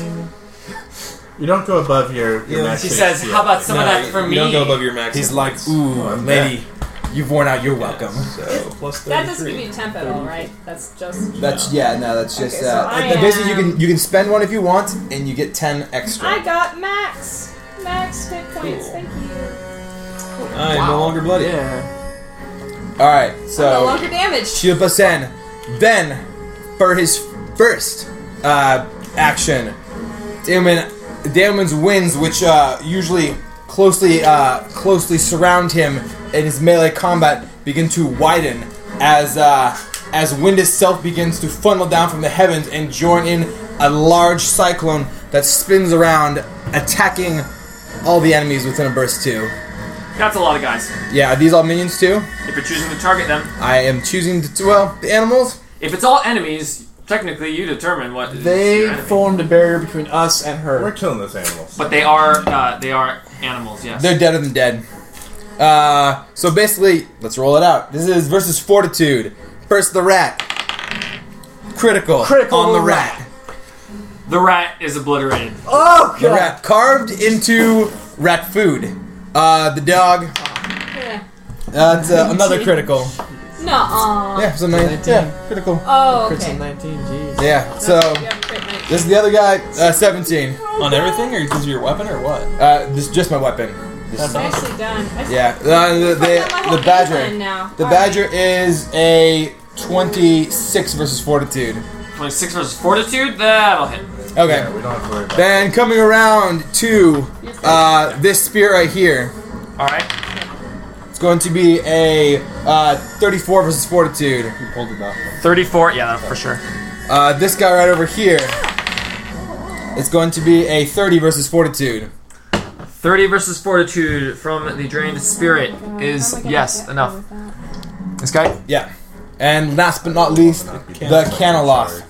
S4: You don't go above your. your
S8: Yeah,
S4: max
S5: She
S4: HP.
S5: says, "How about some
S8: No,
S5: of that for
S8: you
S5: me?"
S8: Don't go above your max.
S3: He's
S8: hit
S3: like,
S8: points.
S3: ooh,
S4: I'm
S3: lady, you've worn out. You're welcome.
S8: So plus
S7: That doesn't give
S8: 33.
S7: you temp at all, right? That's just.
S3: That's yeah. No, that's just
S7: Okay, so
S3: uh,
S7: I
S3: like, basically you
S7: am-
S3: can you can spend one if you want, and you get ten extra.
S7: I got max. Max hit points. Thank you.
S8: I'm no longer bloody.
S6: Yeah.
S3: All right, so
S7: No longer damage.
S3: Shilpa Sen then, for his first uh, action, Damon Damon's winds, which uh, usually closely uh, closely surround him in his melee combat, begin to widen as uh, as wind itself begins to funnel down from the heavens and join in a large cyclone that spins around, attacking all the enemies within a burst too.
S5: That's a lot of guys.
S3: Yeah, are these all minions too?
S5: If you're choosing to target them,
S3: I am choosing to well the animals.
S5: if it's all enemies, technically you determine what is your
S6: They
S5: enemy.
S6: formed a barrier between us and
S4: We're
S6: her.
S4: killing those animals.
S5: But they are uh, they are animals. Yes.
S3: They're deader than dead. Uh, so basically, let's roll it out. This is versus fortitude. First, the rat. Critical.
S6: Critical
S3: on the
S6: on the
S3: rat.
S5: the rat is obliterated.
S6: Oh
S3: The rat carved into rat food. Uh, the dog.
S7: Yeah.
S3: That's uh, another critical.
S7: Nuh-uh.
S3: Yeah, so nine, yeah, critical.
S7: Oh,
S6: Crits on
S7: okay.
S6: 19. Jeez.
S3: Yeah.
S7: That's
S3: So
S7: what you have to crit night.
S3: this is the other guy. Uh, Seventeen.
S5: Oh,
S8: On everything, or is it your weapon, or what?
S3: Uh, this is just my weapon. This is-
S7: Nicely done. I
S3: yeah. Uh, the, the, the badger.
S7: Now.
S3: The
S7: All
S3: badger is a twenty-six versus fortitude.
S5: Twenty six versus fortitude. That'll hit.
S3: Okay.
S4: Yeah, we don't have to worry about it.
S3: Then coming around to uh, this spear right here,
S5: All right.
S3: it's going to be a uh, 34 versus fortitude. We pulled it off.
S5: Thirty four. Yeah, for sure.
S3: Uh, this guy right over here, it's going to be a 30 versus fortitude.
S5: Thirty versus fortitude from the drained spirit is yes enough. This guy.
S3: Yeah. And last but not least, the Caneloth.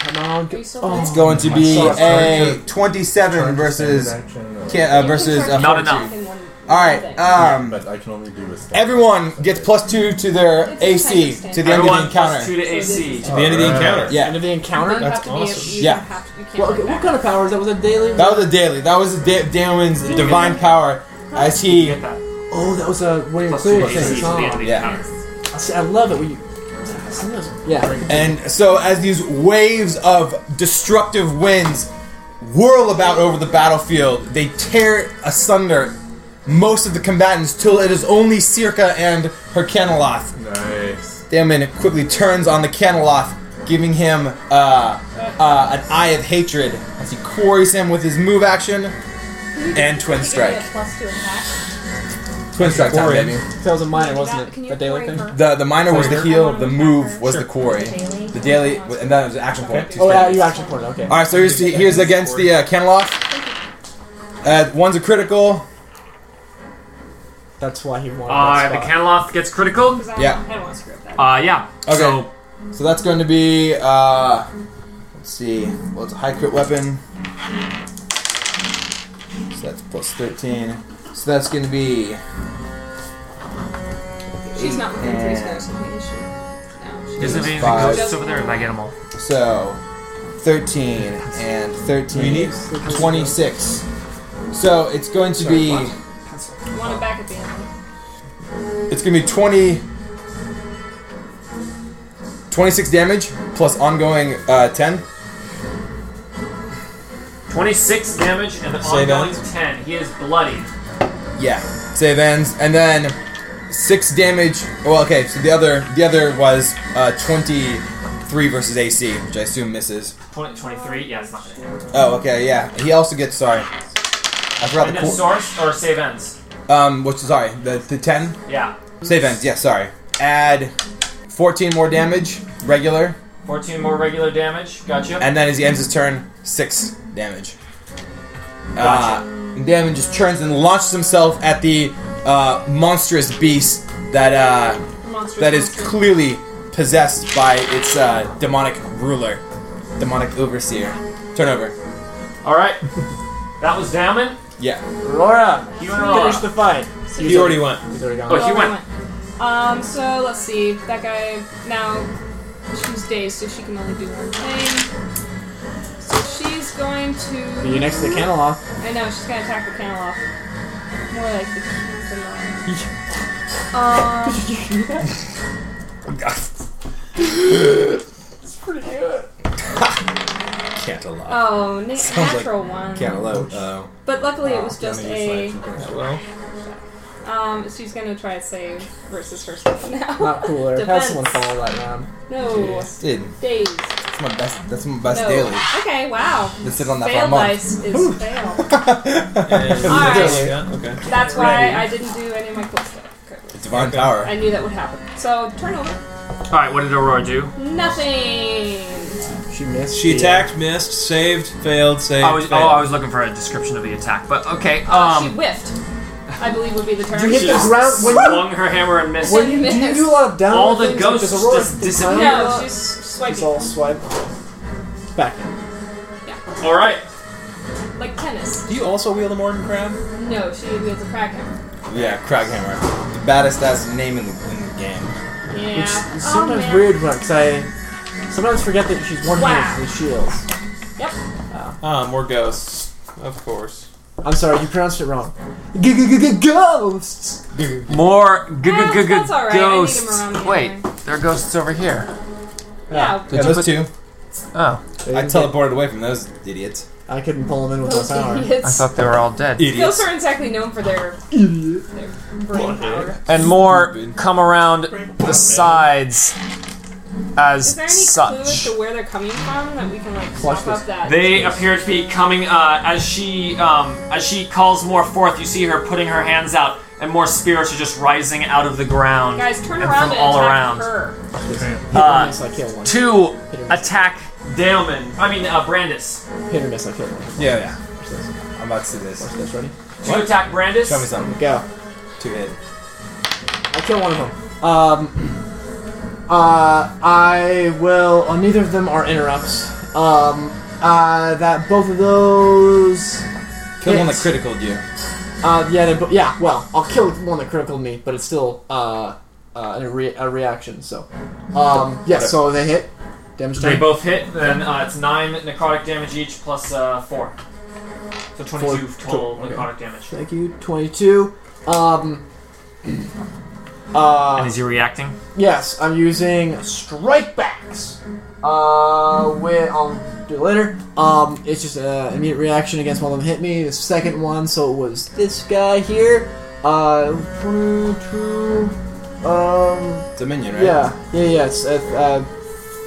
S6: Come on. Oh, Go.
S3: It's going to be a 27 versus
S4: Action, uh,
S3: can, uh, versus uh,
S5: Not enough.
S3: fortitude. All right. Um,
S4: but I can only do this.
S3: everyone gets plus two to their
S7: It's a
S3: AC
S7: type of
S3: to the end of the
S5: Everyone plus two
S3: encounter.
S5: to AC.
S8: The end of the
S9: Alright.
S8: encounter.
S3: Yeah.
S6: End of the encounter.
S7: That's
S8: That's awesome.
S7: awesome. You
S3: Yeah.
S7: yeah. Have to, you can't
S6: Well, okay,
S7: run
S6: what
S7: back.
S6: kind of power is that? Was it daily?
S3: That was a daily. That was a da- Damon's divine power. As he,
S5: Get that.
S6: oh, that was a way of
S2: Plus
S6: clearing
S2: two
S5: AC
S6: things.
S5: to the end of
S6: Oh,
S5: the
S3: Yeah.
S5: encounter.
S6: see, I love it when you. Yeah.
S3: and so as these waves of destructive winds whirl about over the battlefield, they tear asunder most of the combatants till it is only Circa and her Kenaloth
S4: Nice.
S3: Damon quickly turns on the Kenaloth, giving him uh, uh, an eye of hatred as he quarries him with his move action and twin
S7: You get
S3: strike.
S7: a plus two attack.
S3: Twin strike time,
S8: Quarry.
S3: baby.
S6: That was a minor,
S7: Can
S6: wasn't
S7: you-
S6: it?
S7: can you
S6: The daily
S7: carry
S6: thing.
S7: her?
S3: The the minor was the
S7: Quarry.
S3: heal, the move was the
S7: Sure.
S3: quarry.
S7: Daily.
S3: The daily, and that was an action point.
S6: Oh, yeah, you actually poured it. Okay.
S3: All right, so here's here's against the uh, Kenaloth. Uh, one's a critical.
S6: That's why he wanted
S5: Uh,
S6: that
S5: the
S6: spot.
S5: Canaloth gets critical.
S7: 'Cause I
S3: Yeah.
S7: don't- I don't want to screw up that.
S5: Uh, yeah.
S3: Okay.
S5: So,
S3: So that's going to be uh, let's see. Well, it's a high crit weapon. So that's plus thirteen. So that's going to be
S7: She's not within three
S3: and-
S7: squares of me, is she? No. She
S5: is there anything
S3: Five.
S5: ghosts over there? Did I get them all?
S3: so thirteen and thirteen. Twenty-six. So it's going to be
S7: You want it back at the end.
S3: it's going to be 20, 26 damage plus ongoing uh, ten.
S5: 26 damage and the
S3: Save
S5: ongoing 10. He is bloody.
S3: Yeah, save ends, and then six damage. Well, okay, so the other the other was uh, twenty three versus AC, which I assume misses.
S5: 20, 23? Yeah, it's not going to hit.
S3: Oh, okay, yeah. He also gets sorry. I forgot
S5: And then
S3: the cool.
S5: source or save ends.
S3: Um, which sorry the the ten
S5: Yeah.
S3: save ends. Yeah, sorry. Add fourteen more damage, regular,
S5: 14 more regular damage. Gotcha.
S3: and then as he ends his turn, six damage.
S5: Gotcha.
S3: Uh, Damon just turns and launches himself at the uh, monstrous beast that uh,
S7: Monster.
S3: that is clearly possessed by its uh, demonic ruler, demonic overseer. Turn over.
S5: all right. That was Damon.
S3: Yeah.
S6: Laura,
S5: You and Aurora.
S6: finish the fight.
S8: He already went.
S6: He's already gone.
S5: Oh, he went.
S7: Um, so let's see. That guy now she's dazed, so she can only do one thing. So she's going to.
S6: You're next to the Kenaloth.
S7: I know she's gonna attack the candle off. More like the candle. Um,
S3: Can't allow.
S7: oh, na-
S3: Sounds like
S7: natural one.
S3: Can't allow. Oh.
S7: But luckily, it was just a.
S8: Hello.
S7: Um, she's gonna try to save versus herself now.
S6: Not cool. Eric. Have
S7: Defense.
S6: someone follow that round.
S7: *laughs* No,
S3: Dude,
S7: dazed.
S3: that's my best. That's my best
S7: no.
S3: daily.
S7: Okay, wow.
S3: Let's sit on that for a
S7: Fail
S3: month.
S7: dice is fail.
S3: *laughs*
S8: And-
S7: Alright.
S8: Yeah, okay.
S7: That's why I didn't do any of my cool stuff. Okay.
S3: Divine power.
S7: I knew that would happen. So turn over.
S5: All right. What did Aurora do?
S7: Nothing.
S6: She missed.
S8: She
S6: the-
S8: attacked, missed, saved, failed, saved.
S5: I was, oh,
S8: failed.
S5: I was looking for a description of the attack, but okay.
S7: she
S5: Um,
S7: whiffed. I believe would be the term.
S6: You hit
S5: she
S6: the
S5: just
S6: ground when you-
S5: swung her hammer and missed.
S6: When you, do you do a lot of down
S5: All the
S6: things
S5: ghosts
S6: like this? Aurora,
S5: dis-
S6: the
S5: disappear.
S6: clown,
S7: no, she's swiping
S6: It's all swipe. Back.
S5: All right.
S7: like tennis.
S8: Do you also wield a Morgan Crab?
S7: No, she wields a crack hammer.
S3: Yeah, Craghammer. The baddest ass name in the, in the game.
S7: Yeah.
S6: It's, it's
S7: Oh,
S6: sometimes
S7: man.
S6: weird when because I sometimes forget that she's one handed
S7: Wow.
S6: with shields.
S7: Yep.
S8: Ah, more ghosts. Of course.
S6: I'm sorry, you pronounced it wrong. Ghosts.
S5: More g-
S7: Eh,
S5: g- g-
S7: that's all right. I need 'em
S5: ghosts.
S7: around the
S5: Wait,
S7: other.
S5: there are ghosts over here.
S7: Yeah.
S3: Yeah, those two.
S5: Oh,
S3: I teleported away from those idiots.
S6: I couldn't pull them in with my
S7: Those *laughs*
S6: power.
S5: I
S7: idiots.
S5: thought they were all dead.
S7: Ghosts
S3: Idiots.
S7: aren't exactly known for their their brain power.
S5: And more come around the sides as
S7: Is there any clue as
S5: such.
S7: to where they're coming from that we can like
S6: Watch
S7: stop
S6: this.
S7: up that?
S5: They appear to be coming uh, as she um, as she calls more forth. You see her putting her hands out, and more spirits are just rising out of the ground.
S7: Guys, turn
S5: and
S7: around
S5: from
S7: and
S5: all
S7: attack
S5: around.
S7: her.
S6: Hit or miss, I kill one.
S5: To attack Daemon. I mean uh, Brandis.
S6: Hit or miss, I kill one.
S3: Yeah, yeah. I'm about to do this.
S6: Watch this, ready?
S5: To attack Brandis.
S3: Show me something.
S6: Go.
S3: Two hit.
S6: I kill one of them. Um, uh, I will. Oh, neither of them are interrupts. Um, uh, that both of those.
S3: Kill the one that
S6: hits.
S3: critical you.
S6: Uh, yeah, they, bo- yeah. Well, I'll kill the one that critical me, but it's still uh, uh, a, re- a reaction. So, um, yeah. So they hit. Damage
S5: They
S6: time.
S5: both hit, then uh, it's 9 necrotic damage each plus uh, 4. So 22
S6: Four
S5: total
S6: total, okay.
S5: necrotic damage.
S6: Thank you. Twenty-two. Um. *clears throat*
S5: And
S6: Uh,
S5: is he reacting?
S6: yes, I'm using strike backs. Uh, wait, I'll do it later. Um, it's just an immediate reaction against one of them hit me. The second one, so it was this guy here. Uh, true, true. Um,
S3: It's a minion, right?
S6: Yeah, yeah, yeah. It's at uh,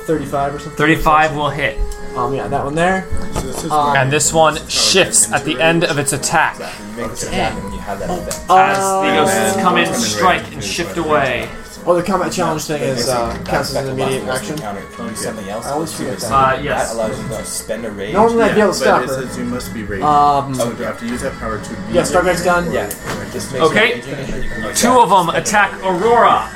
S6: 35 or something.
S5: 35 will hit.
S6: Um, yeah, that one there.
S9: So this is
S6: Um,
S5: And this one shifts at the end of its attack
S3: You make this attack and you have that effect.
S5: as the ghosts
S6: Uh,
S5: come in, strike, and shift away.
S6: oh, the combat challenge thing is
S3: Basically,
S6: uh,
S3: that
S6: counts as
S3: effect
S6: an immediate
S3: allows you
S6: action.
S3: to Counter yeah. something else.
S6: I always forget that.
S5: Uh,
S3: That
S5: yes.
S3: allows you to spend a rage.
S6: Normally I'd be able to
S9: but
S6: stop
S9: it
S6: her.
S9: says you must be raging.
S6: Um,
S9: so you have to use that power to be
S6: yeah, Starback's done.
S3: yeah. Just makes
S5: Okay.
S3: you raging and then you can use
S5: Two
S3: that.
S5: of them attack Aurora.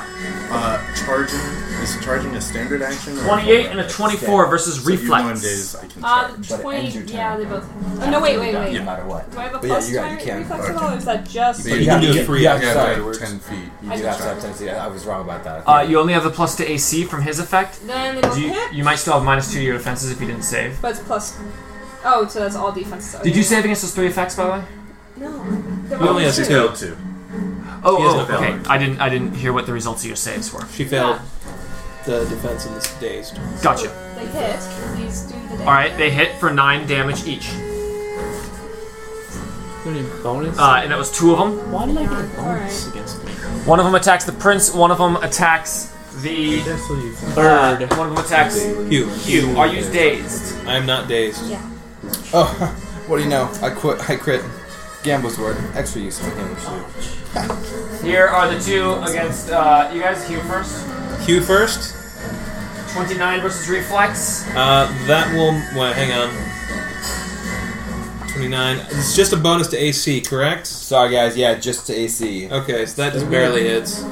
S9: Uh, charging. Is charging a standard action? or-
S5: 28 and a 24 versus
S9: So you know on
S5: reflex.
S9: days I can
S7: Uh,
S9: charge.
S3: But it ends your
S7: 20.
S3: turn.
S7: Yeah, they both. Oh, no, wait, wait, wait.
S3: No matter what.
S7: Do I have a
S3: But yeah,
S7: plus
S3: you got- you
S7: to
S3: can.
S7: my reflex at all, or is that just.
S3: But
S9: you
S3: you
S9: can
S3: have
S9: do
S3: to
S9: it
S3: get-
S9: free.
S3: you
S9: You
S3: have
S9: have
S3: to
S9: to
S3: start.
S9: ten feet.
S3: You do have to have tendency. I was wrong about that.
S5: Uh, you only have the plus to AC from his effect.
S7: Then they
S5: Do
S7: both
S5: you,
S7: hit?
S5: you might still have minus two to your defenses if you didn't save.
S7: But it's plus. Oh, so that's all defenses. Okay.
S5: Did you save against those three effects, by the way?
S7: No.
S8: He only has two.
S9: two.
S5: Oh,
S8: He has
S5: oh,
S8: no
S5: okay.
S8: valor.
S5: I didn't. I didn't hear what the results of your saves were.
S8: She failed the defense and is dazed.
S5: Gotcha.
S7: They hit. These do the damage.
S5: All right, they hit for nine damage each,
S6: Any bonus?
S5: uh, and that was two of them.
S6: Why did I get a
S7: bonus
S6: against me?
S5: One of them attacks the prince. One of them attacks the.
S6: Bird.
S5: Uh, one of them attacks
S8: Hugh,
S5: you. Are you dazed?
S8: I am not dazed.
S3: *laughs* Oh, what do you know? I quit. I crit. Gamble's word. Extra use for him.
S5: Here are the two against uh, you guys. Hugh first.
S8: Hugh first.
S5: Twenty-nine versus reflex.
S8: Uh, that will. Wait, hang on. 29. It's just a bonus to AC, correct?
S3: Sorry, guys. Yeah, just to AC.
S8: Okay, so that just barely hits.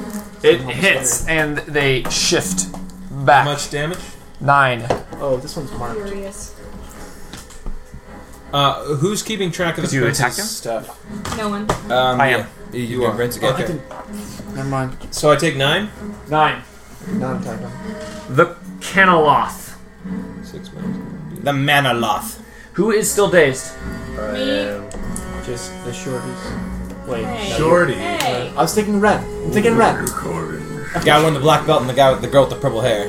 S5: It hits, and they shift
S8: How
S5: back.
S8: much damage?
S5: Nine.
S6: Oh, this one's marked.
S7: Furious.
S8: Uh, who's keeping track of the
S5: Did you attack
S8: prince's
S5: him?
S8: stuff?
S7: No one.
S3: Um,
S5: I am.
S3: yeah, You,
S8: You
S3: can
S8: are.
S3: rinse again.
S6: I can. Never mind.
S8: So I take nine.
S5: Nine.
S6: Not attacking.
S5: The Caneloth.
S8: Six minutes.
S3: The Manaloth.
S5: Who is still dazed?
S7: Me.
S6: Just the shorties. Wait.
S7: Hey.
S9: Shorty.
S7: Hey.
S6: I was thinking red. I'm thinking red.
S3: The guy with the black belt and the guy with the girl with the purple hair.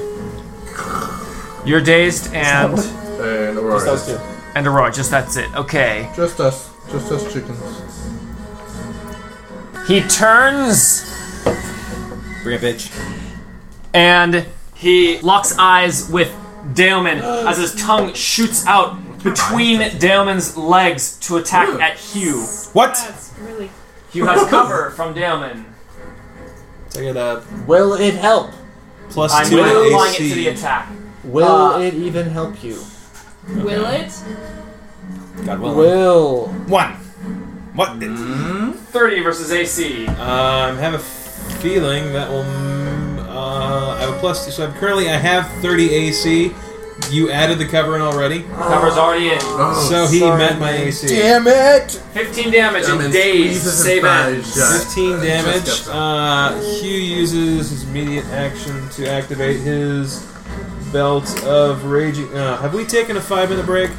S5: You're dazed and
S9: And Aurora.
S6: Those two.
S5: and Aurora. Just that's it. Okay.
S9: Just us. Just us chickens.
S5: He turns
S3: Bring a bitch.
S5: and he locks eyes with Daemon as his tongue shoots out between Daemon's legs to attack at Hugh.
S3: What?
S7: That's really.
S5: Hugh has cover from Daemon.
S8: So I get a
S6: Will it help?
S8: plus
S5: I'm
S8: two to
S5: applying it to
S8: AC.
S5: the attack.
S6: Will
S5: Uh,
S6: it even help you?
S7: Will it?
S3: God willing.
S6: Will.
S3: One. What?
S5: Thirty versus AC.
S8: Um, Mm, I have a feeling that will. mm, Uh, I have a plus two. So I'm currently I have 30 AC. You added the cover in already,
S5: Cover's already in.
S9: Oh,
S8: so he
S6: Oh, sorry,
S8: met my
S6: man.
S8: AC.
S3: Damn it!
S5: Fifteen damage and
S9: Daemon
S5: dazed.
S9: squeezes his
S5: Save
S9: thighs
S5: ends.
S9: shut.
S8: 15 damage.
S9: Just got
S8: Uh, Hugh uses his immediate action to activate his belt of raging. Uh, have we taken a five minute break?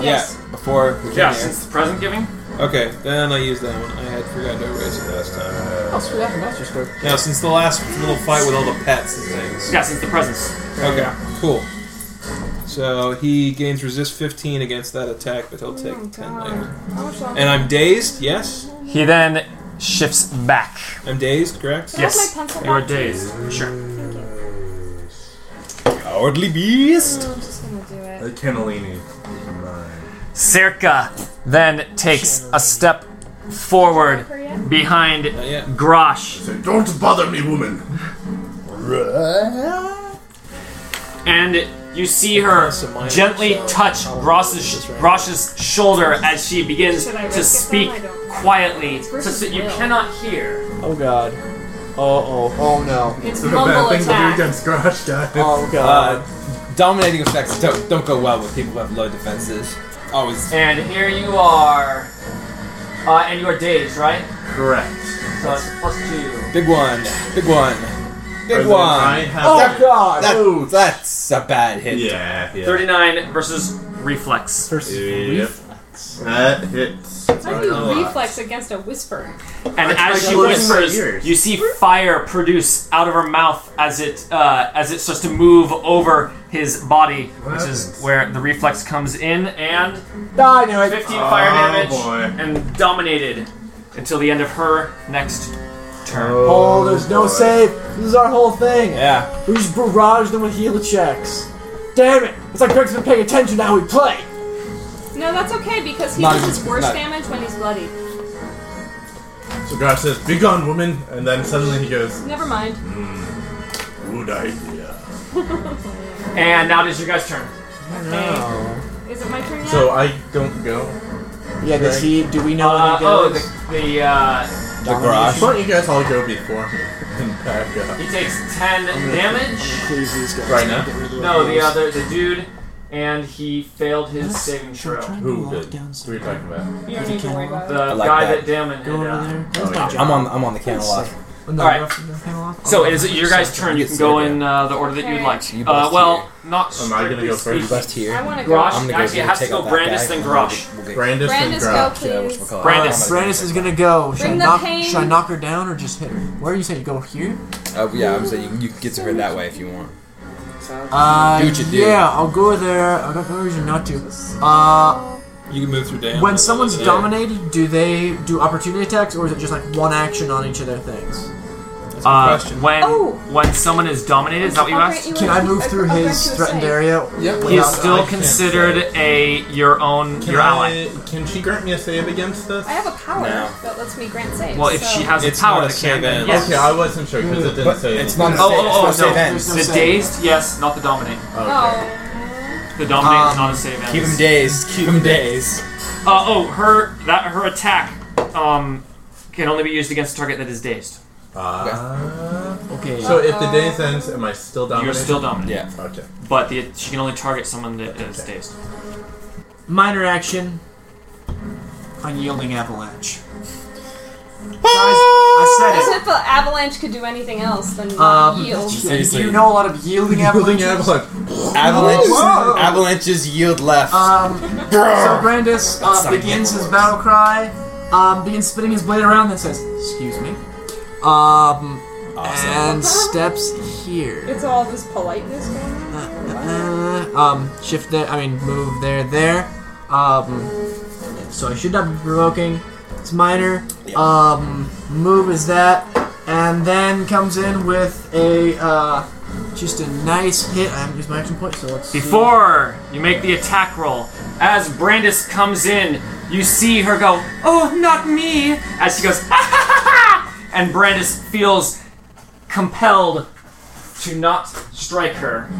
S7: Yes.
S3: Yeah, before we came
S5: Yeah,
S3: here.
S5: since the present giving.
S8: Okay, then I use that one. I had forgotten to erase it last time.
S6: Oh, screw that for Master Stroke.
S8: Now, since the last little fight with all the pets and things.
S5: Yeah, since the presence.
S8: Okay, cool. So he gains resist 15 against that attack, but
S7: Oh
S8: he'll take 10 later.
S7: How much longer?
S8: And I'm dazed, yes?
S5: He then shifts back.
S8: I'm dazed, correct?
S7: Can I have my pencil
S5: You are
S7: back, please?
S5: dazed. Sure.
S7: Thank you.
S3: Cowardly beast!
S7: No, I'm just gonna do it.
S9: The cannellini.
S5: Circa then takes a step forward
S7: Her yet?
S5: behind
S8: Not yet.
S5: Grosh
S9: Say, Don't bother me, woman.
S5: and you see her gently touch Grosh's, Grosh's shoulder as she begins
S7: Should I risk
S5: to
S7: it
S5: speak
S7: then? I don't-
S5: quietly such
S7: versus
S5: that you
S7: will.
S5: cannot hear.
S6: Oh god. Oh oh. Oh no.
S7: It's
S9: It's a bad
S7: mumble
S9: thing to do
S7: attack.
S9: against Garage guys.
S3: Um,
S6: Oh god.
S3: Uh, dominating effects don't, don't go well with people who have low defenses. Always.
S5: And here you are. Uh, and you are dazed, right?
S4: Correct.
S5: So it's plus two.
S3: Big one. Big one.
S4: Or
S3: Big
S4: then I
S3: one. Oh,
S4: have that-
S6: Oh, God!
S3: That-
S4: Ooh.
S3: that's a bad hit.
S4: Yeah, yeah.
S5: 39 versus reflex.
S4: Yep. That hits.
S7: How do you reflex against a whisper?
S5: And as
S4: tried
S5: she
S4: to listen to my
S5: whispers,
S4: ears.
S5: you see fire produce out of her mouth as it uh, as it starts to move over his body, which is where the reflex comes in. And
S6: I knew it.
S5: 15 fire
S4: Oh,
S5: damage
S4: boy.
S5: and dominated until the end of her next turn.
S6: Oh, there's no
S4: boy.
S6: save. This is our whole thing.
S3: Yeah.
S6: We just barrage them with healer checks. Damn it! It's like Greg's been paying attention now we play.
S7: No, that's okay because he
S3: Not
S7: does
S3: even-
S7: his worst
S3: not-
S7: damage when he's bloodied.
S4: So Garth says, "Be gone, woman," and then suddenly he goes,
S7: Never mind.
S4: "Good idea."
S5: And now it is your guys' turn.
S7: Is it my turn yet?
S4: So I don't go.
S6: Yeah, does he? Do we know
S5: Uh, oh,
S6: when he goes?
S5: the, the uh,
S3: The garage.
S4: Why don't you guys all go before me *laughs* and back up?
S5: he takes 10 damage.
S6: Please, these guys.
S4: Right now?
S6: Get rid of
S5: No, the
S6: heals.
S5: other the dude, and he failed his saving throw. The
S4: Who did? Who are you talking about?
S7: you don't need to worry about it.
S3: like
S5: guy
S3: that.
S5: that, Damon
S6: Go
S5: hit.
S6: over
S5: uh,
S6: there.
S4: Oh, yeah.
S3: I'm on. I'm on the can a lot.
S6: All
S5: right.
S6: Oh,
S5: So it is your guys' turn. You can go in uh, the order that you'd
S7: Okay.
S5: like.
S3: You
S5: Uh,
S3: bust
S5: well, not
S4: Am I gonna
S5: strictly
S4: go first?
S5: speaking.
S3: Bust here.
S7: I want to go.
S5: Grosh.
S3: I'm gonna
S5: Actually, it
S3: go
S5: has
S3: take
S5: to go
S3: out that
S5: Brandis,
S3: guy.
S5: then Grosh.
S3: We'll get-
S4: Brandis and
S7: Brandis, go
S4: Grosh.
S3: Yeah, what's
S7: please.
S3: it called? Oh,
S5: Brandis.
S6: Brandis uh, is gonna go. Should I,
S7: Bring the
S6: knock,
S7: pain.
S6: should I knock her down or just hit her? Where are you saying? Go here?
S3: Oh yeah, I'm saying you, you can get to her that way if you want.
S6: Uh,
S3: Do what you do.
S6: Yeah, I'll go there. I've got no reason not to. Uh,
S8: You can move through damage.
S6: when someone's dominated, do they do opportunity attacks or is it just like one action on each of their things?
S5: Uh,
S8: question.
S5: when
S7: Oh.
S5: when someone is dominated, is that what you
S7: I'll
S5: asked?
S7: grant you
S6: Can
S7: a-
S6: I move
S7: I'll
S6: through
S7: grant
S6: his
S7: you a
S6: threatened
S7: save.
S6: area?
S8: Yep.
S5: He is
S6: without-
S8: I
S5: still
S8: can't
S5: considered a your own
S4: Can
S5: your ally.
S4: I- Can she grant me a save against this?
S7: I have a power
S3: No.
S7: that lets me grant saves.
S5: Well, if
S7: so-
S5: she has the
S8: It's
S5: power,
S8: not a
S5: that can.
S8: save
S5: Then
S8: end.
S5: yes.
S4: Okay, I wasn't sure because it didn't
S3: But
S4: say.
S3: it's not. A
S5: Oh,
S3: save,
S5: oh, oh,
S3: it's not a save
S5: no.
S3: end.
S6: There's
S5: The
S6: save.
S5: dazed, yes, not the dominate.
S4: Okay.
S7: *laughs* Oh.
S5: The dominate
S6: Um,
S5: is not a save end.
S3: Keep him dazed. Keep him *laughs* dazed.
S5: Uh, oh, her that her attack um, can only be used against a target that is dazed.
S4: Uh,
S6: Okay.
S4: so if the day ends, am I still dominating?
S5: You're still dominant,
S3: Yeah.
S4: Okay.
S5: but the, she can only target someone that is dazed.
S6: Minor action. Unyielding avalanche. Guys, I said it.
S7: As if an avalanche could do anything else than
S6: Um,
S7: yield.
S6: Do you know a lot of *laughs* yielding
S4: Building
S6: avalanches?
S4: avalanche.
S3: Avalanches.
S6: Whoa.
S3: Avalanches yield left.
S6: Um, so Brandis uh,
S3: not
S6: begins
S3: yielding
S6: his
S3: avalanche.
S6: battle cry, um, begins spinning his blade around, and says, "Excuse me," um, and steps here.
S7: It's all this politeness going on.
S6: Uh, um, shift there. I mean, move there, there. Um, so I should not be provoking. It's minor. Um, move is that, and then comes in with a uh, just a nice hit. I haven't used my action point, so let's. see.
S5: Before you make the attack roll, as Brandis comes in, you see her go, "Oh, not me!" As she goes, "Ah, ha, ha, ha," and Brandis feels compelled to not strike her.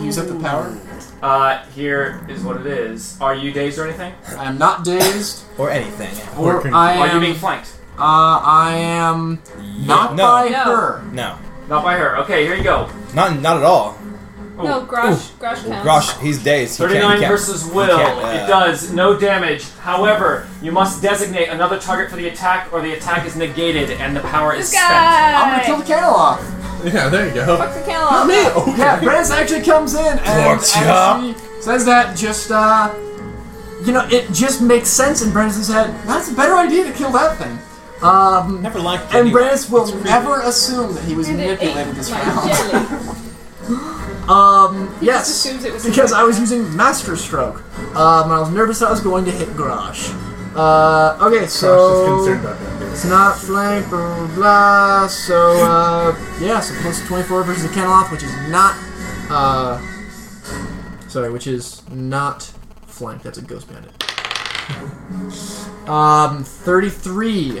S6: use up the power.
S5: Uh, here is what it is. Are you dazed or anything?
S6: I am not dazed.
S3: or anything.
S6: Or
S4: confused.
S6: I
S5: Are you
S6: am,
S5: being flanked?
S6: uh, I am not
S3: No.
S6: by
S7: No.
S6: her.
S3: No.
S5: Not by her. Okay, here you go.
S3: Not not at all.
S5: Oh.
S7: No, Grosh, Grosh counts.
S3: Gosh, he's dazed. He can't- he
S5: 39
S3: can't-
S5: versus
S3: he
S5: Will.
S3: can't, uh,
S5: It does no damage. However, you must designate another target for the attack, or the attack is negated and the power is
S7: This
S5: spent.
S7: guy.
S6: I'm gonna kill the candle off.
S4: Yeah, there you go.
S7: Fuck the candle
S8: *laughs*
S7: off.
S6: Yeah, Brandis actually comes in and
S3: Fuck
S6: as
S3: ya.
S6: she says that just uh, you know, it just makes sense in Brandis' head. That's a better idea to kill that thing. Um,
S8: Never liked
S6: and
S8: anyone.
S6: Brandis will
S8: It's creepy.
S6: never assume that he was
S7: And it
S6: manipulated
S7: ate
S6: this
S7: my
S6: round.
S7: jelly.
S6: Um,
S7: He
S6: yes,
S7: just assumes it was
S6: because
S7: something
S6: I was
S7: like
S6: using Master Stroke. Um, I was nervous I was going to hit Garage. Uh, okay, so
S4: Gosh, just concerned about that.
S6: It's not blank, blah, blah, blah. So, uh, yeah, so plus 24 versus the Kenloth, which is not, uh, sorry, which is not flank. That's a ghost bandit. Um, 33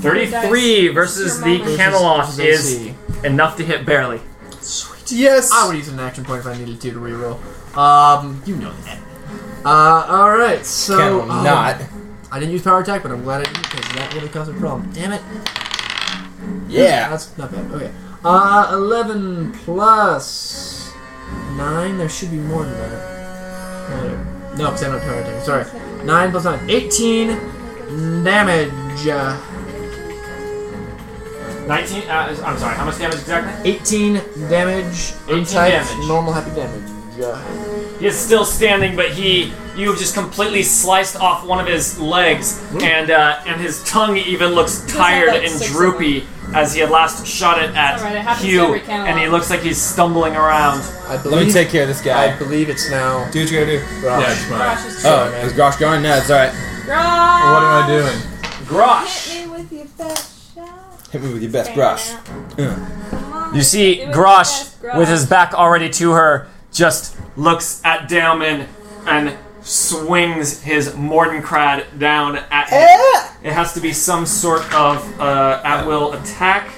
S5: 33 versus
S7: Your
S5: the
S7: moment.
S5: Camelot
S6: versus
S5: is
S6: AC.
S5: enough to hit barely.
S3: Yes.
S6: I would use an action point if I needed to to reroll. Um, you know that. Uh, alright, so.
S3: Can
S6: um,
S3: not.
S6: I didn't use power attack, but I'm glad I didn't because that would have caused a problem. Damn it.
S3: Yeah.
S6: That's not bad. Okay. Uh, 11 plus 9. There should be more than that. Uh, No, because I don't have power attack. Sorry. 9 plus 9. 18 damage. Uh,
S5: 19. Uh, I'm sorry. How much damage exactly?
S6: 18 damage.
S5: 18
S6: type
S5: damage.
S6: Normal happy damage. Uh,
S5: He is still standing, but he you have just completely sliced off one of his legs, and uh, and his tongue even looks
S7: have, like,
S5: tired and
S7: six of
S5: droopy as he had last shot it at
S7: It's alright, it happens to
S5: Hugh,
S7: every
S5: and he
S7: Camelot.
S5: looks like he's stumbling around.
S6: I believe.
S3: Let me take care of this
S6: I
S3: guy.
S6: believe it's now.
S3: Do what you gotta do.
S4: Yeah, it's mine.
S7: Grosh is
S3: Oh, is Grosh gone? No, it's alright.
S4: What am I doing?
S5: Grosh.
S7: Hit me with your best shot.
S3: Hit me with your best Grosh.
S7: Come on,
S5: You see,
S7: do it with your
S5: Grosh,
S7: best, Grosh.
S5: with his back already to her, just looks at Dalman and swings his Mordenkrad down at him.
S3: Eh?
S5: It has to be some sort of uh, at will attack.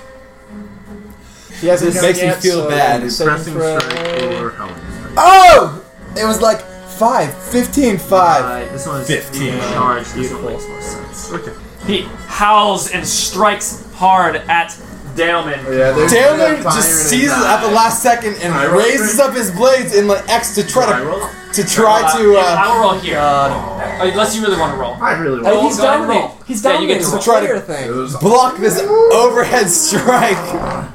S6: He hasn't
S3: Makes
S6: done
S3: me
S6: yet,
S3: feel
S6: so
S3: bad.
S6: he's saving
S4: Pressing
S6: throw.
S4: strike or helmet.
S3: Oh! It was like 5, 15, 5.
S5: Uh, this one's
S3: 15.
S5: charged. This one makes more sense.
S4: Okay.
S5: He howls and strikes hard at Dalman.
S4: Yeah, there's
S3: Taylor just seizes at the last second and
S4: I roll
S3: raises
S4: straight.
S3: up his blades in like X to try to
S4: roll.
S3: to try
S5: Uh,
S3: to uh,
S5: I'll roll here. Uh, Unless you really want to roll.
S4: I really
S6: Oh,
S4: want.
S6: he's
S5: go ahead and
S6: dominating.
S5: roll.
S6: He's
S5: Yeah, you
S6: dominating.
S5: get to
S6: It's a
S3: roll.
S6: player
S4: It
S6: thing.
S4: was
S3: block this overhead strike.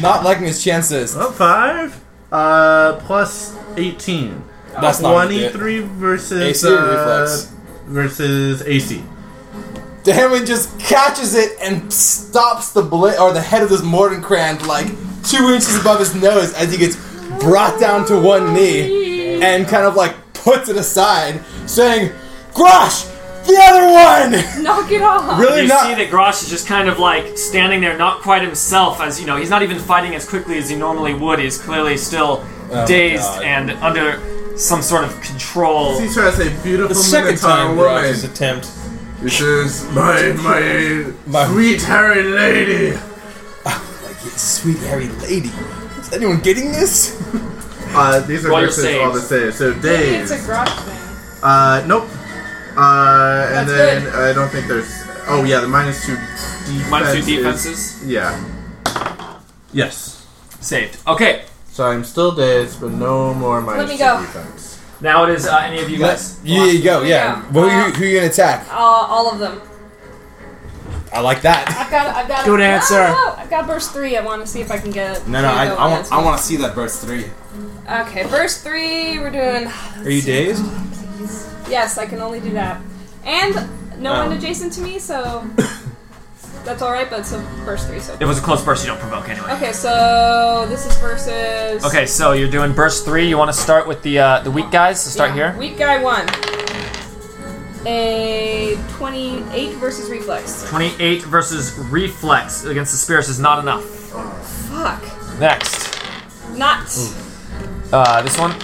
S3: *laughs* Not liking his chances.
S4: oh, five. Uh, plus eighteen.
S3: That's not gonna do it.
S4: Twenty-three versus
S3: AC or
S4: uh,
S3: reflex?
S4: versus AC.
S3: Damon just catches it and stops the bla or the head of this Mordenkrant like two inches above his nose as he gets brought down to one knee and kind of like puts it aside, saying, "Grosh, the *laughs* other one."
S7: *laughs* Knock it off.
S3: Really
S5: You
S3: not.
S5: see that Grosh is just kind of like standing there, not quite himself, as you know, he's not even fighting as quickly as he normally would. He's clearly still dazed
S3: Oh, God.
S5: and under some sort of control.
S4: He tries a beautiful
S3: the second
S4: Minotaur
S3: time
S4: woman.
S3: Grosh's attempt.
S4: This is my my,
S3: *laughs* My-
S4: sweet hairy lady.
S3: Like, sweet hairy lady. Is anyone getting this?
S4: Uh, these are
S5: Roll your
S4: versus all the saves.
S5: saves.
S4: So
S7: Maybe it's
S4: days.
S7: a Grosh thing.
S4: Uh, nope. Uh, and
S7: That's
S4: then
S7: good.
S4: I don't think there's. Oh yeah, the minus two defense.
S5: Minus two
S4: is-
S5: defenses.
S4: yeah. Yes.
S5: Saved. Okay,
S4: So I'm still dazed, but no more minus
S7: me
S4: two
S7: go.
S4: defense.
S5: now it is uh, any of you guys.
S3: Yeah, you go, yeah.
S7: Yeah.
S3: Who, you, who you gonna attack?
S7: Uh, all of them.
S3: I like that.
S7: I've got. I've got.
S6: Good
S7: no,
S6: answer.
S7: No, no, I've got burst three. I want to see if I can get. it.
S3: No, no, I, I, want, I want to see that burst three.
S7: Okay, burst three. We're doing.
S3: Are you dazed?
S7: Yes, I can only do that. And no
S3: Oh.
S7: one adjacent to me, so that's all right. But so burst three. So
S5: It was a close burst, you don't provoke anyway.
S7: okay, so this is versus.
S5: Okay, so you're doing burst three. You want to start with the uh, the weak guys. So start
S7: Yeah,
S5: here.
S7: Weak guy one. A twenty-eight versus reflex.
S5: Twenty-eight versus reflex against the spirits is not enough.
S7: Fuck.
S5: Next,
S7: Not.
S5: uh, this one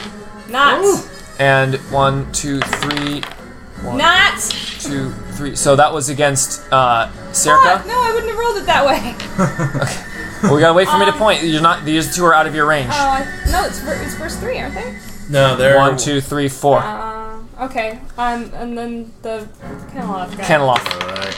S7: Not.
S5: and one, two, three,
S7: Not.
S5: two, three. So that was against uh, Circa.
S7: Fuck. No, I wouldn't have rolled it that way.
S5: We gotta wait for me to
S7: Um,
S5: point. You're not. These two are out of your range.
S7: Oh, I- no, it's ver- it's verse three, aren't they?
S3: No, there.
S5: One, two, three, four.
S7: Uh, okay. Um, and then the Kenilworth guy.
S5: Kenloff.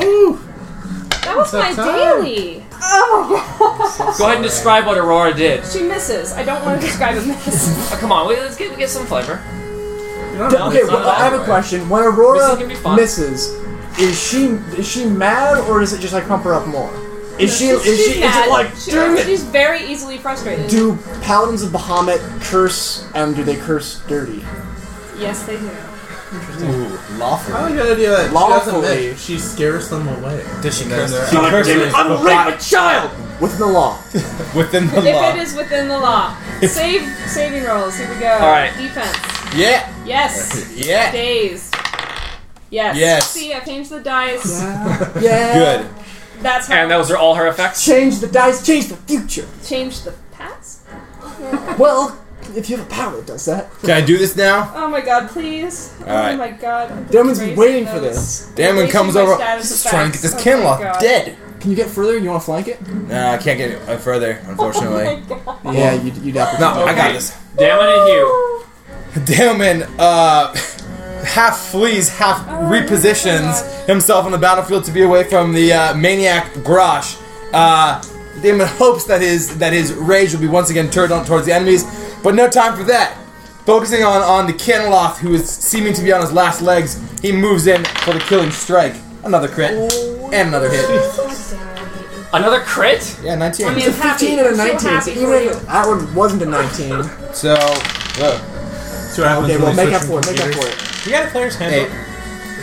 S7: That was my
S4: time.
S7: daily. Oh.
S5: Go ahead and describe what Aurora did.
S7: she misses. I don't want to describe a miss.
S5: Oh, come on, wait, let's get we get some flavor.
S6: okay,
S5: it's not
S6: well, I have a
S5: right.
S6: question. When
S5: Missing
S6: Aurora
S5: can be fun.
S6: misses, is she is she mad or is it just like pump her up more? Is
S7: *laughs*
S6: she is
S7: she's
S6: she is
S7: mad.
S6: it like
S7: She-
S6: damn it?
S7: She's very easily frustrated.
S6: Do paladins of Bahamut curse and do they curse dirty?
S7: yes, they do.
S3: Lawful.
S4: I like the idea that
S6: Lawfully.
S4: she doesn't miss. She scares them away.
S3: Does she curse?
S4: they're
S3: She curses
S5: I'm rape a child.
S6: Within the law.
S3: within *laughs* the
S7: If
S3: law.
S7: it is within the law, save saving rolls. Here we go. All
S5: right.
S7: Defense.
S3: Yeah,
S7: Yes.
S3: yeah.
S7: Dazed. Yes.
S3: Yes.
S7: See, I've changed the dice.
S6: yeah.
S3: Good.
S7: That's how.
S5: And those are all her effects.
S6: Change the dice, change the future.
S7: Change the past.
S6: Well, if you have a power that does that.
S3: Can I do this now?
S7: Oh my god, please.
S3: All right.
S7: Oh my god. I'm
S6: Damon's
S7: erasing
S6: waiting for
S7: those.
S6: this.
S3: Damon
S7: Erasing
S3: comes
S7: my
S3: over.
S7: status
S3: Just
S7: effects.
S3: trying to get this
S7: Oh my
S3: Kenloff
S7: God.
S3: dead.
S6: Can you get further? You want to flank it?
S3: Nah, I can't get it further,
S7: *laughs* Oh
S3: unfortunately.
S7: my god.
S6: Yeah, you you definitely.
S3: no, I got
S5: Okay.
S3: this.
S5: Damon and Hugh.
S3: Damon, uh, *laughs* half flees, half
S7: Oh my
S3: repositions himself on the battlefield to be away from the uh, maniac Grosh. Uh, Damon hopes that his that his rage will be once again turned on towards the enemies, but no time for that. Focusing on, on the Caniloth, who is seeming to be on his last legs, he moves in for the killing strike. Another crit.
S7: Oh.
S3: And another hit.
S7: *laughs*
S5: Another crit?
S3: Yeah, 19.
S7: I mean,
S6: It's a 15 and a 19, so even if that one wasn't a 19,
S3: so, whoa.
S4: So what happens
S6: okay,
S4: when
S6: well,
S4: they
S6: make up
S4: switch
S6: for it,
S4: from
S6: make up
S4: computers?
S6: for it.
S8: You got a player's handbook.
S3: Eight.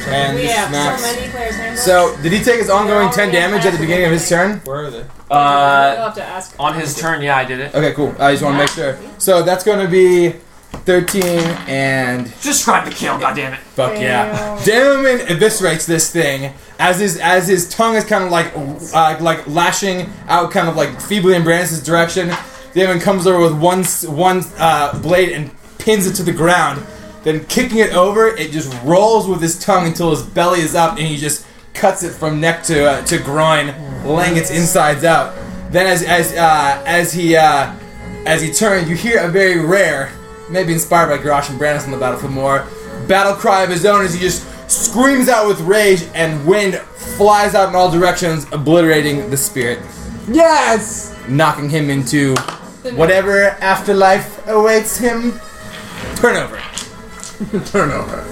S3: And
S7: We have
S3: smacks.
S7: so many players. handbooks.
S3: So, did he take his ongoing
S7: Yeah,
S3: 10 damage at the beginning of his turn?
S8: Where are they?
S7: You'll
S5: Uh,
S7: have to ask.
S5: on his turn, yeah, I did it.
S3: Okay, cool. I just want to make sure. So, that's going to be 13 and.
S5: Just try to kill, goddammit.
S3: Fuck yeah. Damon eviscerates this thing as his as his tongue is kind of like uh, like lashing out, kind of like feebly in Brandis' direction. Damon comes over with one s- one uh, blade and pins it to the ground. Then kicking it over, it just rolls with his tongue until his belly is up, and he just cuts it from neck to uh, to groin, laying its insides out. Then as as uh, as he uh, as he turns, you hear a very rare, maybe inspired by Grosh and Brandis on the battlefield more, battle cry of his own as he just screams out with rage and wind flies out in all directions, obliterating the spirit,
S6: Yes!
S3: knocking him into whatever afterlife awaits him. Turnover.
S4: Turnover.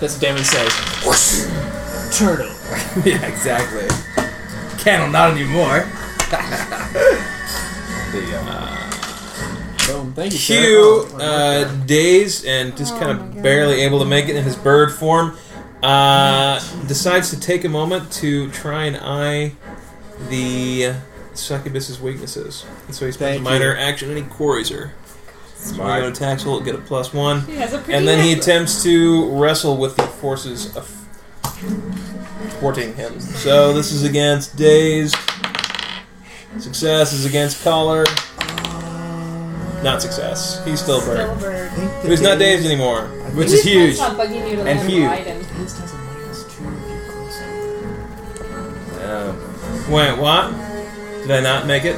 S5: That's what Damon says.
S6: Turtle.
S3: *laughs* yeah, exactly. Candle, not anymore. there you go.
S6: Boom, thank you, sir.
S8: Q,
S6: Oh,
S8: uh, dazed and just kind of barely able to make it in his bird form, uh, decides to take a moment to try and eye the succubus's weaknesses. And so he spends
S6: Thank
S8: a minor action and he quarries her. Smart. So attacks will get a plus one.
S7: He has a pretty
S8: And then he
S7: necklace.
S8: attempts to wrestle with the forces of thwarting him. So this is against Days. Success is against Collar. Not success. He's still
S7: Still
S8: burned.
S7: bird.
S6: I think the
S8: He's not
S6: days-
S8: Days anymore.
S3: Which is
S7: Maybe it's
S3: huge.
S7: not bugging you to let
S3: And
S7: him
S3: huge.
S7: ride him.
S6: Days has a minus two if you close it.
S8: Wait, what? Did I not make it?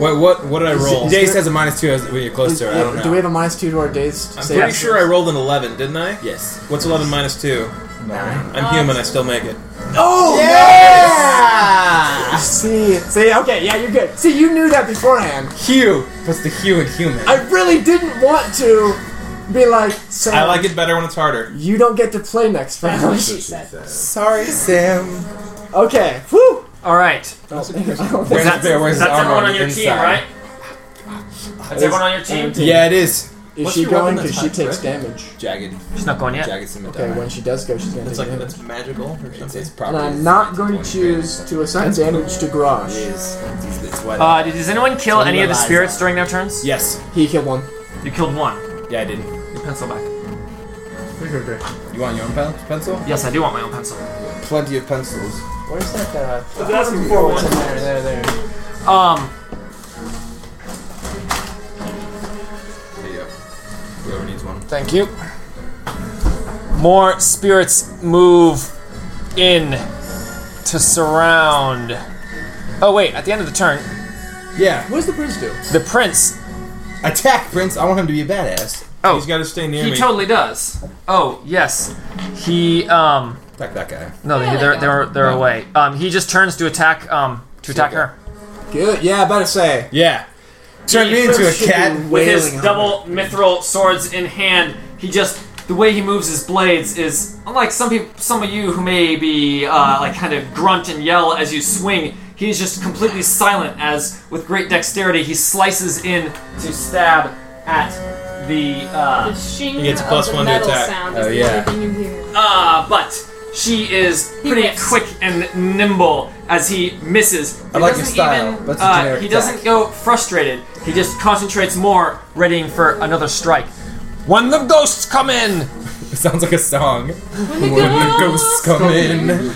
S8: Wait, what? What did I roll?
S3: Jace has a minus two as- when you're close to her. I don't know.
S6: Do we have a minus two to our days?
S8: I'm pretty sure I rolled an eleven, didn't I?
S3: yes.
S8: What's eleven minus two? I'm human. I still make it.
S6: Oh,
S3: Yeah!
S6: See, see, okay, yeah, you're good. See, you knew that beforehand.
S3: *laughs* Hugh. What's the hue in human?
S6: I really didn't want to be like, Sam,
S8: I like it better when it's harder.
S6: you don't get to play next
S8: *laughs*
S7: That's what
S6: round.
S3: *laughs*
S7: she said.
S3: Sorry, Sam.
S6: *laughs* okay, whew!
S5: Alright.
S6: *laughs*
S3: Where's
S5: That's,
S3: his bear? Where's his
S5: that's
S3: armor
S5: everyone
S3: on
S5: on
S3: the
S5: your team,
S3: inside?
S5: right? That's everyone on your team.
S3: Yeah, it is.
S6: Is
S8: What's
S6: she
S8: your weapon
S6: going? Because she
S8: attack,
S6: takes
S8: right?
S6: damage.
S3: Jagged.
S5: She's not going yet.
S3: Jagged scimitar.
S6: Okay, when she does go, she's gonna
S8: That's
S6: take
S8: like
S6: damage.
S8: that's magical. Or
S3: It's,
S8: something.
S3: it's probably
S6: And I'm not going to choose to assign damage to
S3: It
S6: Grosh.
S3: is. It's, it's what-
S5: Uh, did, does anyone kill
S3: So
S5: any of the
S3: relies
S5: spirits
S3: on-
S5: during their turns?
S3: yes.
S6: He killed one.
S5: You killed one.
S3: Yeah, I didn't.
S5: Your pencil back.
S3: You want your own pen- pencil?
S5: Yes, I do want my own pencil.
S3: Plenty of pencils.
S6: Where's that? Uh,
S5: That's before one.
S6: there, there, there.
S5: Um,
S3: There you go. Whoever needs one.
S5: Thank you. More spirits move in to surround. Oh wait, at the end of the turn,
S3: Yeah.
S6: What does the prince do?
S5: the prince.
S3: Attack, Prince. I want him to be a badass.
S5: Oh,
S8: He's got to stay near
S5: he
S8: me.
S5: totally does. Oh yes, he um
S3: Attack that guy.
S5: no
S7: Yeah,
S5: they're
S7: like
S5: they're they're
S3: No.
S5: away. Um he just turns to attack um to attack
S3: Okay.
S5: her
S6: Good. Yeah, I better say.
S3: Yeah. Turn me into a
S6: should
S3: cat.
S6: be
S5: with his
S6: wailing on
S5: double mithril swords in hand. He just the way he moves his blades is unlike some people some of you who may be uh, like kind of grunt and yell as you swing. He is just completely silent as with great dexterity he slices in to stab at the uh,
S7: The shing
S8: He gets
S7: of
S8: plus
S7: the
S8: one to
S7: metal
S8: attack.
S7: sound is
S3: Oh,
S7: the
S3: yeah.
S7: only thing you hear.
S5: Uh, but she is
S7: He
S5: pretty
S7: whiffs.
S5: quick and nimble as he misses. He
S3: like your
S5: doesn't
S3: style.
S5: Even,
S3: That's a
S5: uh,
S3: generic
S5: he doesn't
S3: attack.
S5: go frustrated. He just concentrates more, readying for another strike. When the ghosts come in,
S3: *laughs* It sounds like a song.
S7: When the
S3: When the ghosts
S7: ghosts
S3: come in.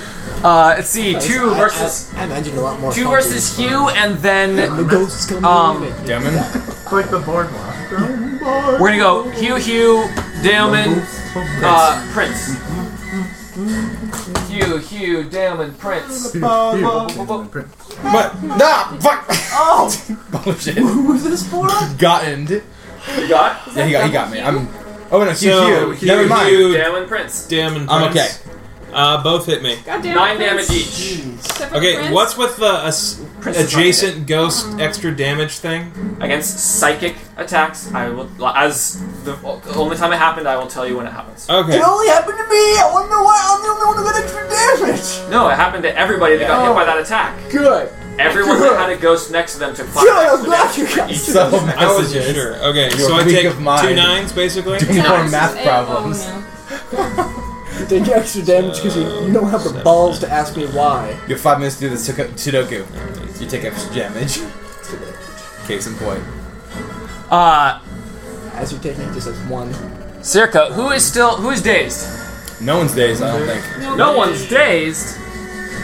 S5: uh, let's see, two
S6: I-
S5: versus
S6: I, I imagine a lot more.
S5: two
S6: funky.
S5: versus Hugh, and then
S6: The ghosts come
S5: Um,
S6: in.
S3: Demon.
S6: Click the boardwalk.
S5: we're gonna go Hugh, Hugh, Dalman, uh, Prince. Hugh, Hugh, Dalman, Prince.
S3: But nah, fuck. *laughs* Oh, bullshit.
S6: Who was this for?
S3: Gotten.
S5: You got
S3: Yeah, he got, he got me. I'm. Oh no, Hugh.
S8: So,
S3: Hugh. Never
S8: Hugh,
S3: mind.
S8: Hugh.
S5: Dalman, Prince.
S8: Damn and
S3: I'm
S8: Prince.
S3: okay.
S8: Uh, both hit me.
S7: God damn it,
S5: Nine
S7: Prince.
S5: damage each.
S7: Except for
S8: Okay,
S7: Prince.
S8: what's with the as-
S5: Prince is not
S8: adjacent ghost extra damage thing?
S5: Against psychic attacks, I will. As the the only time it happened, I will tell you when it happens.
S8: Okay.
S6: only happened to me. I wonder why I'm the only one who got extra damage.
S5: No, it happened to everybody that got hit by that attack.
S6: Good.
S5: Everyone that had a ghost next to them took five.
S6: Good. I'm
S5: extra
S6: glad
S5: damage.
S6: you got
S3: So
S8: I wasn't
S3: messages.
S8: sure. Okay,
S3: Your
S8: so I
S3: weak
S8: take
S3: of mind.
S8: two nines basically.
S3: Doing more
S7: Nine.
S3: math
S7: Eh,
S3: problems.
S7: Oh,
S6: You take extra damage because you, you don't have the balls to ask me why.
S3: You have five minutes to do this Sudoku- Sudoku. You take extra damage. Case in point.
S5: Uh,
S6: As you're taking it, just as one.
S5: Circa, who is still who is dazed?
S3: No one's days, I don't think.
S7: no.
S5: No one's dazed.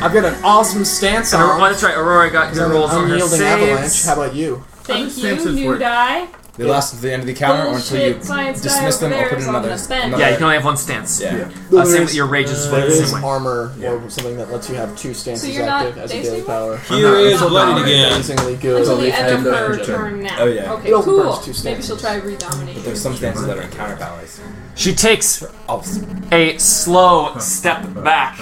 S6: I've got an awesome stance
S5: And,
S6: on.
S5: Aurora- oh, that's right. Aurora got good
S6: I'm
S5: rolls on her
S6: unyielding avalanche.
S5: saves.
S6: How about you?
S7: Thank
S4: How does
S7: you,
S4: Samson's
S7: new
S4: work?
S7: die.
S3: They last until the end of the counter or until you
S7: Bullshit science guy
S3: dismiss
S7: over
S3: them or
S7: there
S3: put in
S7: is on
S3: another.
S7: the fence.
S3: another-
S5: Yeah, you can only have one stance.
S3: Yeah.
S5: Uh, same with your rage is
S6: There
S5: the
S6: is
S5: same way.
S6: armor or something that lets you have two stances
S7: you're not
S6: active as a
S7: dazed
S6: daily
S7: anymore?
S6: power.
S8: Here is bloodied
S5: Alright,
S8: again.
S6: Amazingly
S7: Until
S6: good.
S7: the end of
S4: Relief
S7: her
S4: and
S7: turn now.
S3: Oh, yeah.
S7: Okay,
S6: It also
S7: cool.
S6: burns two
S7: Maybe
S6: stances.
S7: she'll try redominate.
S3: There's some stances that are counter allies.
S5: She takes
S3: Oh,
S5: a slow step back.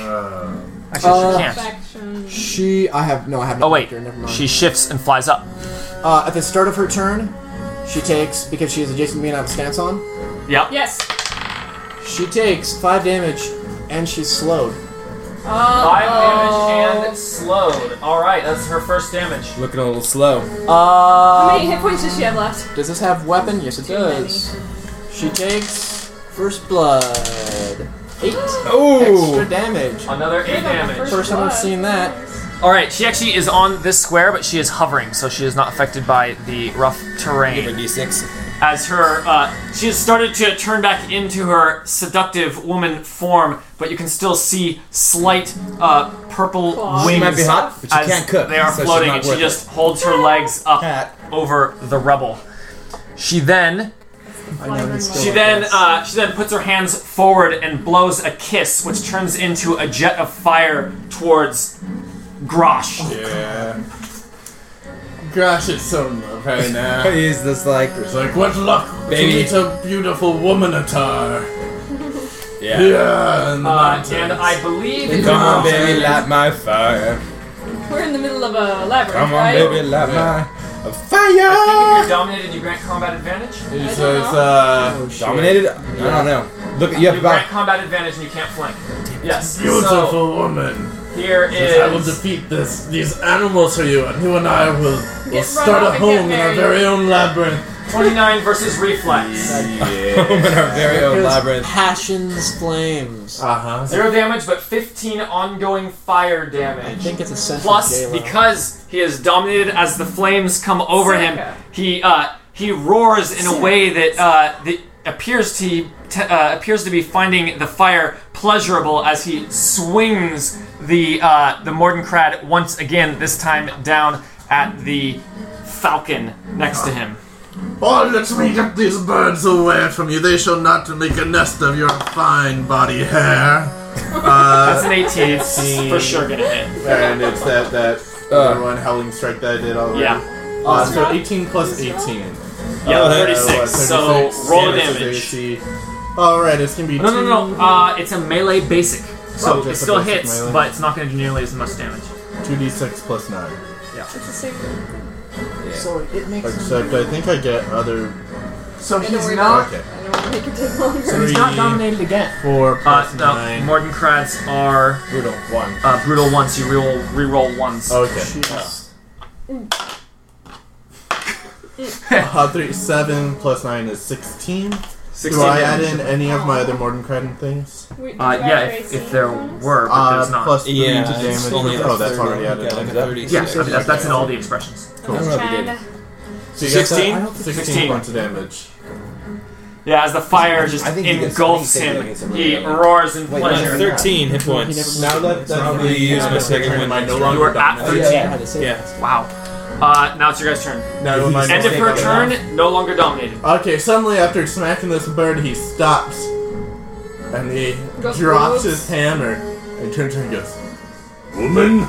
S5: Actually,
S6: Uh,
S5: she can't.
S7: Faction.
S6: She, I have no, I have.
S5: Oh
S6: not
S5: wait,
S6: marked her, never mind.
S5: she shifts and flies up.
S6: uh, at the start of her turn, she takes because she is adjacent to me and I have a stance on.
S5: Yep.
S7: Yes.
S6: She takes five damage, and she's slowed.
S5: Five
S7: Oh.
S5: damage and slowed. All right, that's her first damage.
S3: looking a little slow.
S7: How
S6: Uh,
S7: many hit points does she have left?
S6: does this have weapon? Yes, it
S7: Too many.
S6: does. She takes first blood, eight
S3: Oh,
S6: extra damage.
S5: Another eight damage.
S6: First time I've seen that.
S5: All right, she actually is on this square, but she is hovering, so she is not affected by the rough terrain.
S3: d6.
S5: As her, uh, she has started to turn back into her seductive woman form, but you can still see slight uh, purple
S7: Claws.
S5: wings.
S3: She might be hot, but she
S5: as
S3: can't cook.
S5: They are
S3: so she's
S5: floating,
S3: not
S5: and she
S3: worth *laughs* it.
S5: just holds her
S3: *laughs*
S5: legs up
S3: Cat.
S5: over the rubble. She then she then uh, she then puts her hands forward and blows a kiss, which turns into a jet of fire towards Grosh.
S4: Yeah. Gosh, it's so love
S3: *laughs*
S4: right now.
S3: He's just like,
S4: It's like, what luck to
S3: Baby.
S4: meet a beautiful womanatar.
S3: yeah.
S4: Yeah, in the
S5: Uh,
S4: mountains.
S5: and I believe it
S3: Come on,
S5: was-
S3: baby, light my fire.
S7: We're in the middle of a labyrinth,
S3: Come on,
S7: right?
S3: baby, light my a
S5: I think if
S3: fire.
S5: you're dominated, you grant combat advantage.
S4: It's,
S7: I don't
S4: it's,
S7: know.
S4: uh,
S3: Dominated? I don't know. Look, you have
S5: You grant
S3: about.
S5: combat advantage and you can't flank. Yes.
S4: beautiful
S5: So
S4: woman.
S5: here
S4: Yes, I will
S5: is
S4: defeat this these animals for you, and you and I will, will
S7: run
S4: start a
S7: off and
S4: home in
S7: get
S4: our
S7: married.
S4: very own labyrinth.
S5: 29 versus reflex.
S3: *laughs* Home in our very own
S6: Here's
S3: labyrinth.
S6: Passion's flames.
S4: Uh huh.
S5: Zero damage, but 15 ongoing fire
S6: I
S5: damage.
S6: think it's essential.
S5: Plus,
S6: J-Lo.
S5: because he is dominated as the flames come over him,
S7: Saka.
S5: he uh, he roars in a way that uh, that appears to t- uh, appears to be finding the fire pleasurable as he swings the uh, the Mordenkrad once again. This time down at the falcon next to him.
S4: Oh, let's me get these birds away from you. They shall not make a nest of your fine body hair.
S5: That's an 18. It's for sure gonna hit.
S4: and it's that that
S3: Uh.
S4: other one howling strike that I did already.
S5: Yeah.
S4: Uh, so 18 plus 18.
S5: Yeah,
S4: Uh, what,
S5: 36. So
S4: 36?
S5: roll
S4: Yeah, this is
S5: damage.
S4: AC. All right, it's gonna be
S5: No, no, no, no. Uh, it's a melee basic. So
S4: Oh,
S5: it
S4: just a
S5: still
S4: basic
S5: hits,
S4: melee.
S5: but it's not going to do nearly as much damage.
S4: two d6 plus nine.
S7: It's the same.
S6: so it makes.
S4: Except I think I get other
S6: So
S7: I don't
S6: he's
S7: worry
S6: not.
S7: about
S4: Okay.
S7: it. Oh. I don't want to make it take longer.
S6: He's not dominated again.
S4: four
S5: Uh,
S4: plus
S5: no,
S4: nine.
S5: Mordenkrats are
S4: brutal one.
S5: uh, brutal once. You re-roll, re-roll once.
S6: *laughs*
S4: Okay. Uh, three, seven plus nine is 16. Do
S5: 16
S4: I add
S5: damage.
S4: in any of my other Mordenkreden things?
S7: Wait, do
S5: Uh,
S7: you have
S5: yeah,
S7: your
S5: if,
S7: AC
S5: if there
S7: bonus? *laughs*
S5: were, but
S4: Uh,
S5: there's not.
S4: plus three
S8: Yeah,
S4: to
S8: it's
S4: damage.
S8: only a
S4: Oh, that's
S8: 30.
S4: already added.
S8: Yeah, like
S4: Okay.
S8: a 36.
S5: yeah, so that's, that's in all the expressions.
S3: I don't know if you
S7: Trying
S3: did.
S7: to-
S4: So you got that-
S8: 16?
S4: I don't think
S5: 16.
S4: 16 points of damage.
S5: Yeah, as the fire just
S3: I think he gets-
S5: engulfs
S3: I think
S5: him,
S3: he gets it really
S5: he
S3: early.
S5: roars in
S3: Wait,
S5: pleasure.
S3: no,
S8: 13 hit points.
S4: Now that that's
S8: Probably use my second
S4: turn, am I
S8: wind.
S4: no
S5: you
S4: longer
S5: were at
S4: dominated?
S5: 13.
S6: Yeah, I had to say
S8: Yeah.
S6: that.
S5: Wow. Uh, now it's your guys' turn.
S4: Now am I no
S5: End of
S4: longer
S5: her
S4: dominated?
S5: turn, no longer dominated.
S4: Okay, suddenly after smacking this bird, he stops. And he
S7: Goes
S4: drops
S7: rogue.
S4: his hammer and turns around and goes, Woman?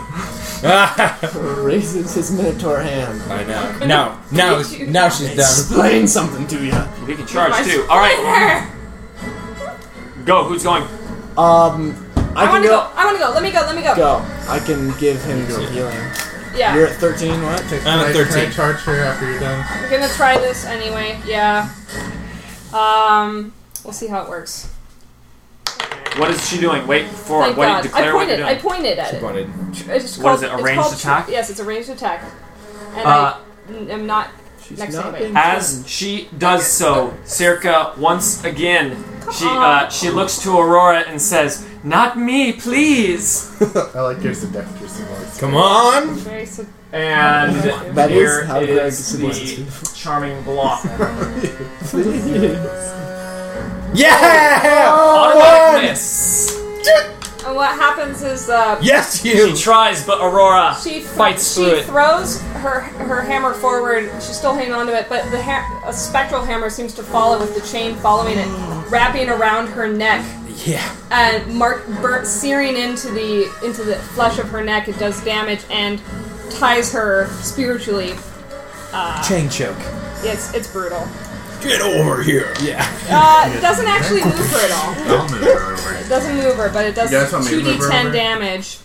S6: Raises his minotaur hand.
S3: I know. Now, now,
S7: Did you-
S3: now
S7: *laughs*
S3: she's done.
S6: Explain something to you.
S5: You can charge
S7: My
S5: too. All right,
S7: splitter!
S5: go. Who's going?
S6: Um, I can
S7: wanna
S6: go.
S7: I wanna go. Let me go. Let me go.
S6: Go. I can give him some healing.
S7: Yeah.
S6: You're at 13, *laughs* what?
S10: Take-
S8: I'm at
S10: can I-
S8: 13.
S10: Can I charge here after you're done?
S7: We're gonna try this anyway. Yeah. Um. We'll see how it works.
S5: What is she doing? Wait for
S7: Thank
S5: what do you
S7: God. I
S5: declare what you're
S7: pointed.
S5: doing?
S7: I pointed at it.
S3: Wanted-
S7: It's
S5: What is
S7: called-
S5: it, a
S7: it's
S5: ranged
S7: called-
S5: attack?
S7: Yes, it's a ranged attack. And
S5: Uh,
S7: I n- am not next to
S6: not
S7: anybody.
S6: being-
S5: As she does so, Circa once again she uh,
S7: on.
S5: she looks to Aurora and says, "Not me, please."
S10: I like your seductress voice.
S3: Come on.
S7: Very sub-
S5: And
S6: That is
S5: here
S6: how Greg
S5: is
S6: seduces
S5: the charming
S6: *laughs*
S5: block. Oh.
S3: Yeah.
S5: Automatic
S3: One.
S5: miss.
S7: and what happens is uh,
S3: Yes,
S5: She
S3: you.
S5: tries, but Aurora
S7: she th-
S5: fights
S7: she
S5: through it.
S7: throws her her hammer forward. She's still hanging on to it, but the ha- a spectral hammer seems to follow with the chain following it, wrapping around her neck
S3: Yeah.
S7: and mark bur- searing into the into the flesh of her neck. It does damage and ties her spiritually. uh,
S3: Chain choke.
S7: It's it's brutal.
S3: Get over here. Yeah.
S7: Uh, it doesn't actually move her at all.
S4: I'll move her over.
S7: It doesn't move her, but it does
S4: You guys want me to
S7: two d
S4: move her
S7: ten
S4: over?
S7: damage.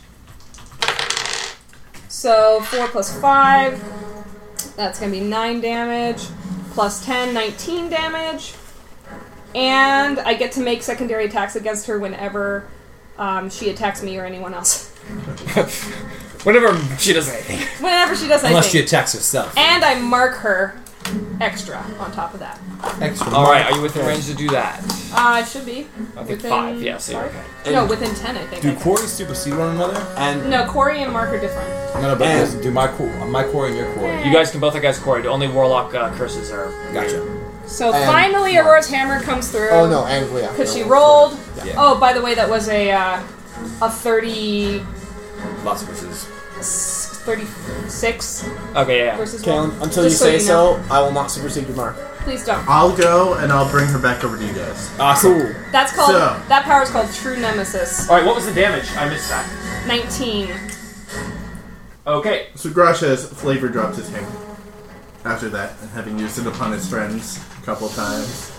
S7: So four plus five, that's gonna be nine damage. Plus 10, 19 damage. And I get to make secondary attacks against her whenever um, she attacks me or anyone else. *laughs*
S3: Whenever she does anything.
S7: Whenever she does
S3: Unless she
S7: anything.
S3: attacks herself.
S7: and I mark her extra on top of that.
S3: Extra.
S5: All right, are you within range to do that?
S7: Uh, it should be.
S5: I think
S7: Within
S5: five. Yeah, so you're okay.
S7: No, within ten, I think. I
S3: Do
S7: can.
S3: quarries supersede one another?
S6: And
S7: no, Corey and Mark are different.
S3: No, no, but
S6: And-
S3: yes, do my quarry, my quarry and your quarry.
S5: You guys can both, I guys, quarried. Only warlock uh, curses are.
S3: Gotcha.
S7: So
S11: And-
S7: finally, Aurora's hammer comes through.
S11: Oh no, and yeah.
S7: Because she rolled.
S3: Yeah.
S7: Oh, by the way, that was a uh, a 30,
S3: Lots of verses.
S7: 36
S5: Okay, yeah.
S7: versus one.
S6: Kalen, until you
S7: Just so
S6: say
S7: you know.
S6: so, I will not supersede your mark.
S7: Please don't.
S4: I'll go and I'll bring her back over to you guys.
S3: Awesome.
S7: That's called
S4: So-
S7: that power is called true nemesis.
S5: All right, what was the damage? I missed that.
S7: Nineteen.
S5: Okay,
S4: So Grasha's flavor dropped his hammer after that, and having used it upon his friends a couple times.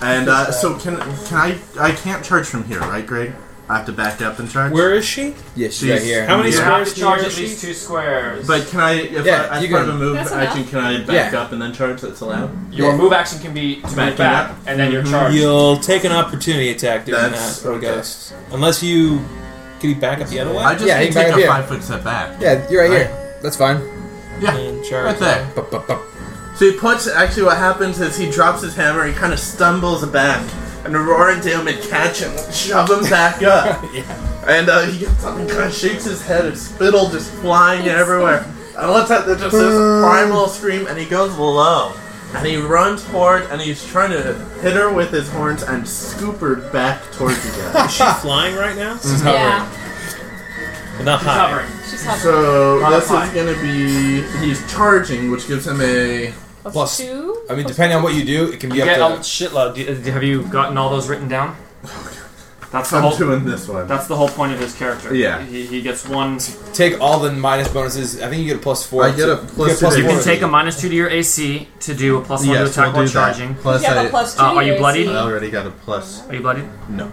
S4: And uh, so can can I? I can't charge from here, right, Greg? I have to back up and charge.
S8: Where is she?
S3: Yeah, she's
S4: She's-
S3: right here.
S8: How many
S4: Yeah.
S5: you
S8: squares
S5: have to
S8: do you
S5: charge
S8: have?
S5: at least two squares.
S4: But can I? If
S3: Yeah,
S4: I, I
S3: you
S4: start
S3: can-
S4: a move
S7: That's
S4: action,
S7: enough.
S4: can I back
S3: Yeah.
S4: up and then charge? That's allowed.
S5: your
S3: Yeah.
S5: move action can be to move
S4: Backing
S5: back,
S4: up?
S5: and then your
S4: Mhm.
S8: *laughs*
S5: charge.
S8: You'll take an opportunity attack doing
S4: That's
S8: that for a
S4: okay.
S8: ghost. Unless you can you back up the other way
S4: I just
S3: Yeah,
S4: need to
S3: you can back
S4: take
S3: up
S4: a
S3: here.
S4: five foot step back.
S3: Yeah, you're right here. That's fine.
S4: Yeah,
S8: and charge.
S4: right there.
S3: Bup, bup, bup.
S4: So he puts. Actually, what happens is he drops his hammer. He kind of stumbles back, and Aurora and Damon catch him, shove him back
S3: *laughs*
S4: up. And uh, he gets up and kind of shakes his head. His spittle just flying everywhere. And lets out the- just this
S3: *laughs*
S4: primal scream, and he goes low. And he runs forward, and he's trying to hit her with his horns and scoop her back towards you guys.
S8: Is she flying right now?
S7: *laughs* Yeah,
S8: Not high.
S5: Covering.
S7: she's hovering.
S4: so this is
S5: Modified.
S4: gonna be he's charging, which gives him a
S7: Plus,
S3: Plus-
S7: two.
S3: I mean, depending on what you do, it can be
S5: You get a
S3: up to.
S5: shitload. Do- uh, Have you gotten all those written down? That's the
S4: I'm
S5: whole.
S4: doing this one.
S5: That's the whole point of his character.
S4: Yeah.
S5: he, he gets one.
S3: Take all the minus bonuses. I think you get a plus four.
S4: I get a
S3: to- you
S4: plus
S3: four.
S4: two.
S5: You can
S4: Or-
S5: take a minus two to your AC to do a plus one to attack while charging.
S4: Plus,
S7: Yeah,
S4: I,
S7: but plus two.
S5: Uh, are
S7: to
S5: you
S7: your
S5: bloodied?
S4: I
S7: AC.
S4: already got a plus.
S5: Are you bloodied?
S4: No.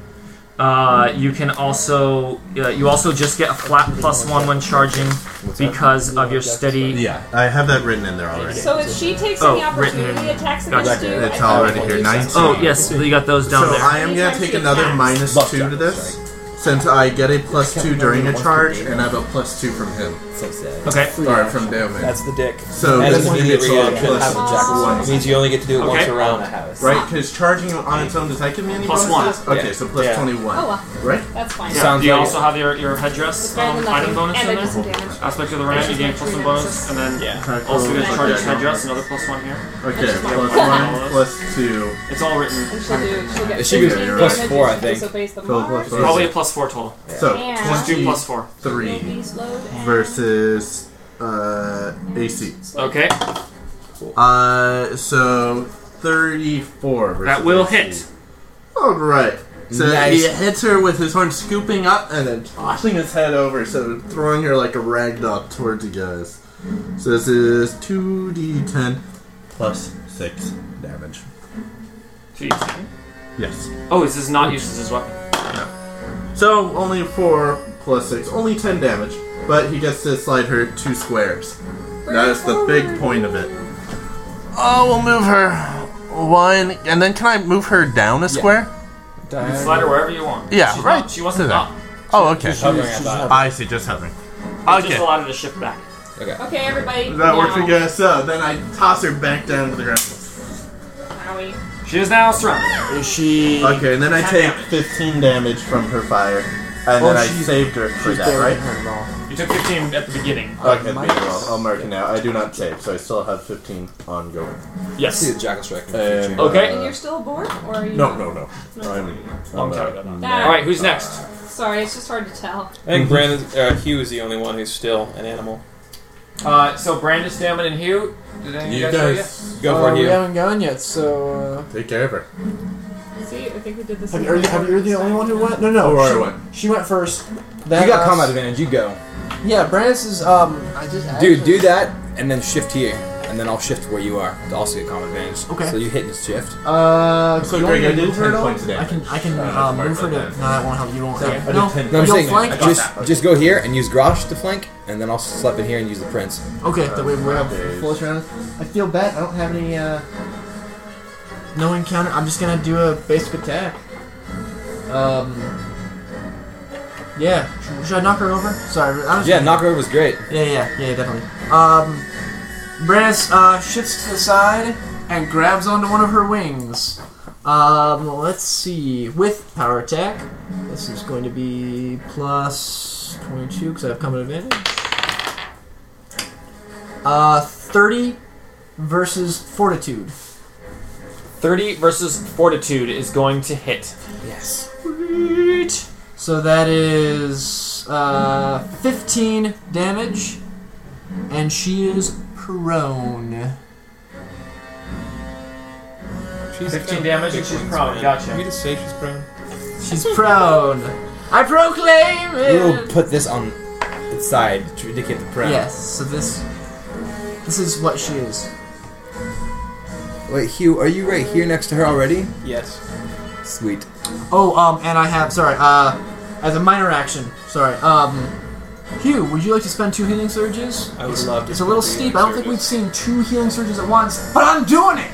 S5: Uh, you can also uh, you also just get a flat plus one when charging because of your steady.
S4: Yeah, I have that written in there already.
S7: So if she takes
S5: Oh,
S7: any
S5: written
S7: opportunity
S5: in.
S7: attacks
S5: Gotcha.
S7: against you,
S4: It's
S7: I-
S4: already here. 19.
S5: Oh yes, you got those
S4: So
S5: down there.
S4: I am gonna
S7: Anytime
S4: take
S7: she
S4: another
S7: attacks.
S4: minus two to this, since I get a plus two during a charge, and I have a plus two from him
S5: Okay.
S4: or from Damon.
S8: That's the dick.
S4: So
S8: That
S4: this
S8: doesn't
S4: is gonna
S8: mean
S4: be a
S8: that you're
S4: total
S8: gonna
S4: plus
S8: have a jack It
S4: one,
S8: means you only get to do it once
S5: Okay.
S8: a round.
S4: right? Because charging on its own does that give me any
S5: Plus
S4: bonuses?
S5: one.
S4: Okay, so plus
S8: Yeah.
S4: twenty-one.
S7: Oh well,
S4: Right?
S7: that's fine.
S5: Yeah.
S3: Sounds
S5: Do you
S3: like
S5: also
S3: it.
S5: have your, your headdress
S7: Better
S5: um,
S7: than
S5: item
S7: nothing.
S5: bonus in
S7: and I
S5: there?
S7: did some damage.
S5: Aspect of the ram, you gain plus one bonus, and then
S8: Yeah.
S5: also gonna
S7: Okay.
S5: charge his headdress, another plus one here.
S4: Okay,
S7: just
S4: plus
S5: want-
S4: one, plus two.
S5: It's all written.
S7: And she'll do. She'll get
S3: It should be
S7: 15
S3: plus
S7: damage
S3: four,
S7: if
S3: I
S7: she
S3: think.
S7: disobeys the
S4: So
S7: mark.
S4: plus
S5: Probably a
S4: one.
S5: plus four total.
S4: So
S7: Yeah.
S5: Just do plus four.
S4: twenty-three
S7: Movies load and-
S4: versus uh, AC.
S5: Okay,
S4: Uh, so thirty-four. Versus
S5: that will
S4: AC.
S5: hit.
S4: All right. So
S3: Nice.
S4: he hits her with his horn, scooping up and then tossing his head over, so throwing her like a rag doll towards you guys. So this is two d ten plus six damage.
S5: Two d10.
S4: Yes.
S5: Oh, this is not used as his weapon.
S4: So only four plus six, only ten damage. But he gets to slide her two squares.
S9: That
S7: Bring
S9: is the
S7: forward.
S9: big point of it. Oh, we'll move her one, and then can I move her down a square?
S5: Slide her wherever you want.
S9: Yeah,
S5: She's
S9: right.
S5: Not, she wasn't
S9: To
S5: up.
S9: Oh, okay.
S5: Hovering at that.
S9: I see, just hovering.
S5: I just
S9: Okay.
S5: allowed her to shift back.
S7: Okay, everybody.
S4: That
S7: now.
S4: works again.
S9: So then I toss her back down to the ground.
S7: Owie.
S5: She is now surrounded.
S4: Is she okay? And then I take fifteen damage Oh, from her fire, and then I saved her for that, right?
S5: You took 15 at the beginning.
S4: Okay, well, I'll mark it now. I do not save, so I still have 15 ongoing. Oh,
S3: See
S5: Yes.
S3: the jackal strike. in the
S4: And,
S3: future.
S5: Okay.
S7: And you're still aboard, or are you?
S4: No, no, no. I'm,
S5: Long
S4: I'm,
S5: time
S4: uh,
S5: ago.
S7: That-
S5: All right, who's next?
S7: Sorry, it's just hard to tell.
S8: I
S4: Mm-hmm.
S8: think Brandon uh, Hugh is the only one who's still an animal.
S5: Uh, so Brandis, Damon, and Hugh. Did any of
S4: You
S5: you guys, go yet?
S4: guys
S3: Go for it,
S6: Uh, we
S3: Hugh.
S6: haven't gone yet, so.
S4: take care of her.
S7: See, I think we did this.
S6: Uh,
S7: in
S6: have you, are, you, are you the only one who went? No, no.
S4: Oh, I
S6: she,
S4: went.
S6: she went first.
S3: You
S6: Then
S3: got
S6: us.
S3: combat advantage. You go,
S6: Yeah, Brandis is um. I just
S3: dude. Do that, and then shift here, and then I'll shift where you are to also get combat advantage.
S6: Okay.
S3: So you hit and shift.
S6: Uh,
S4: So,
S6: you want
S4: Greg,
S6: me to
S4: I did
S6: move her
S4: 10
S6: at all?
S4: points of
S6: I
S4: damage.
S6: can I can
S4: Uh,
S6: uh,
S4: mark
S6: move her
S4: that
S6: to.
S4: down.
S6: No, that won't help. You won't.
S4: Sorry, I
S6: help.
S4: did
S6: no,
S4: 10.
S3: No, I'm
S6: you'll
S3: saying
S6: flank.
S4: got
S3: just
S4: that. Okay.
S3: just go here and use Grosh to flank, and then I'll slap in here and use the prince.
S6: Okay, that way we're
S4: Days.
S6: full round. I feel bad. I don't have any. uh... No encounter. I'm just gonna do a basic attack. Um. Yeah. Should, should I knock her over? Sorry. I'm just
S3: Yeah, knock over was great.
S6: Yeah, yeah, yeah, definitely. Um, Brandis uh, shifts to the side and grabs onto one of her wings. Um, let's see. With power attack, this is going to be plus 22 because I have combat advantage. Uh, 30 versus fortitude.
S5: 30 versus Fortitude is going to hit.
S3: Yes.
S6: Sweet. So that is uh, 15 damage, and she is prone.
S8: She's
S5: 15 damage and she's prone. Gotcha.
S8: Can we just say she's prone?
S6: She's prone. I proclaim it.
S3: We'll put this on its side to indicate the print.
S6: Yes. So this, this is what she is.
S3: Wait, Hugh, are you right here next to her already?
S8: Yes.
S3: Sweet.
S6: Oh, um, and I have sorry. Uh, as a minor action, sorry. Um, Hugh, would you like to spend two healing surges?
S8: I would
S6: it's,
S8: love to
S6: It's a
S8: spend
S6: little
S8: two
S6: steep.
S8: healing
S6: I don't think we've seen two healing surges at once, but I'm doing it.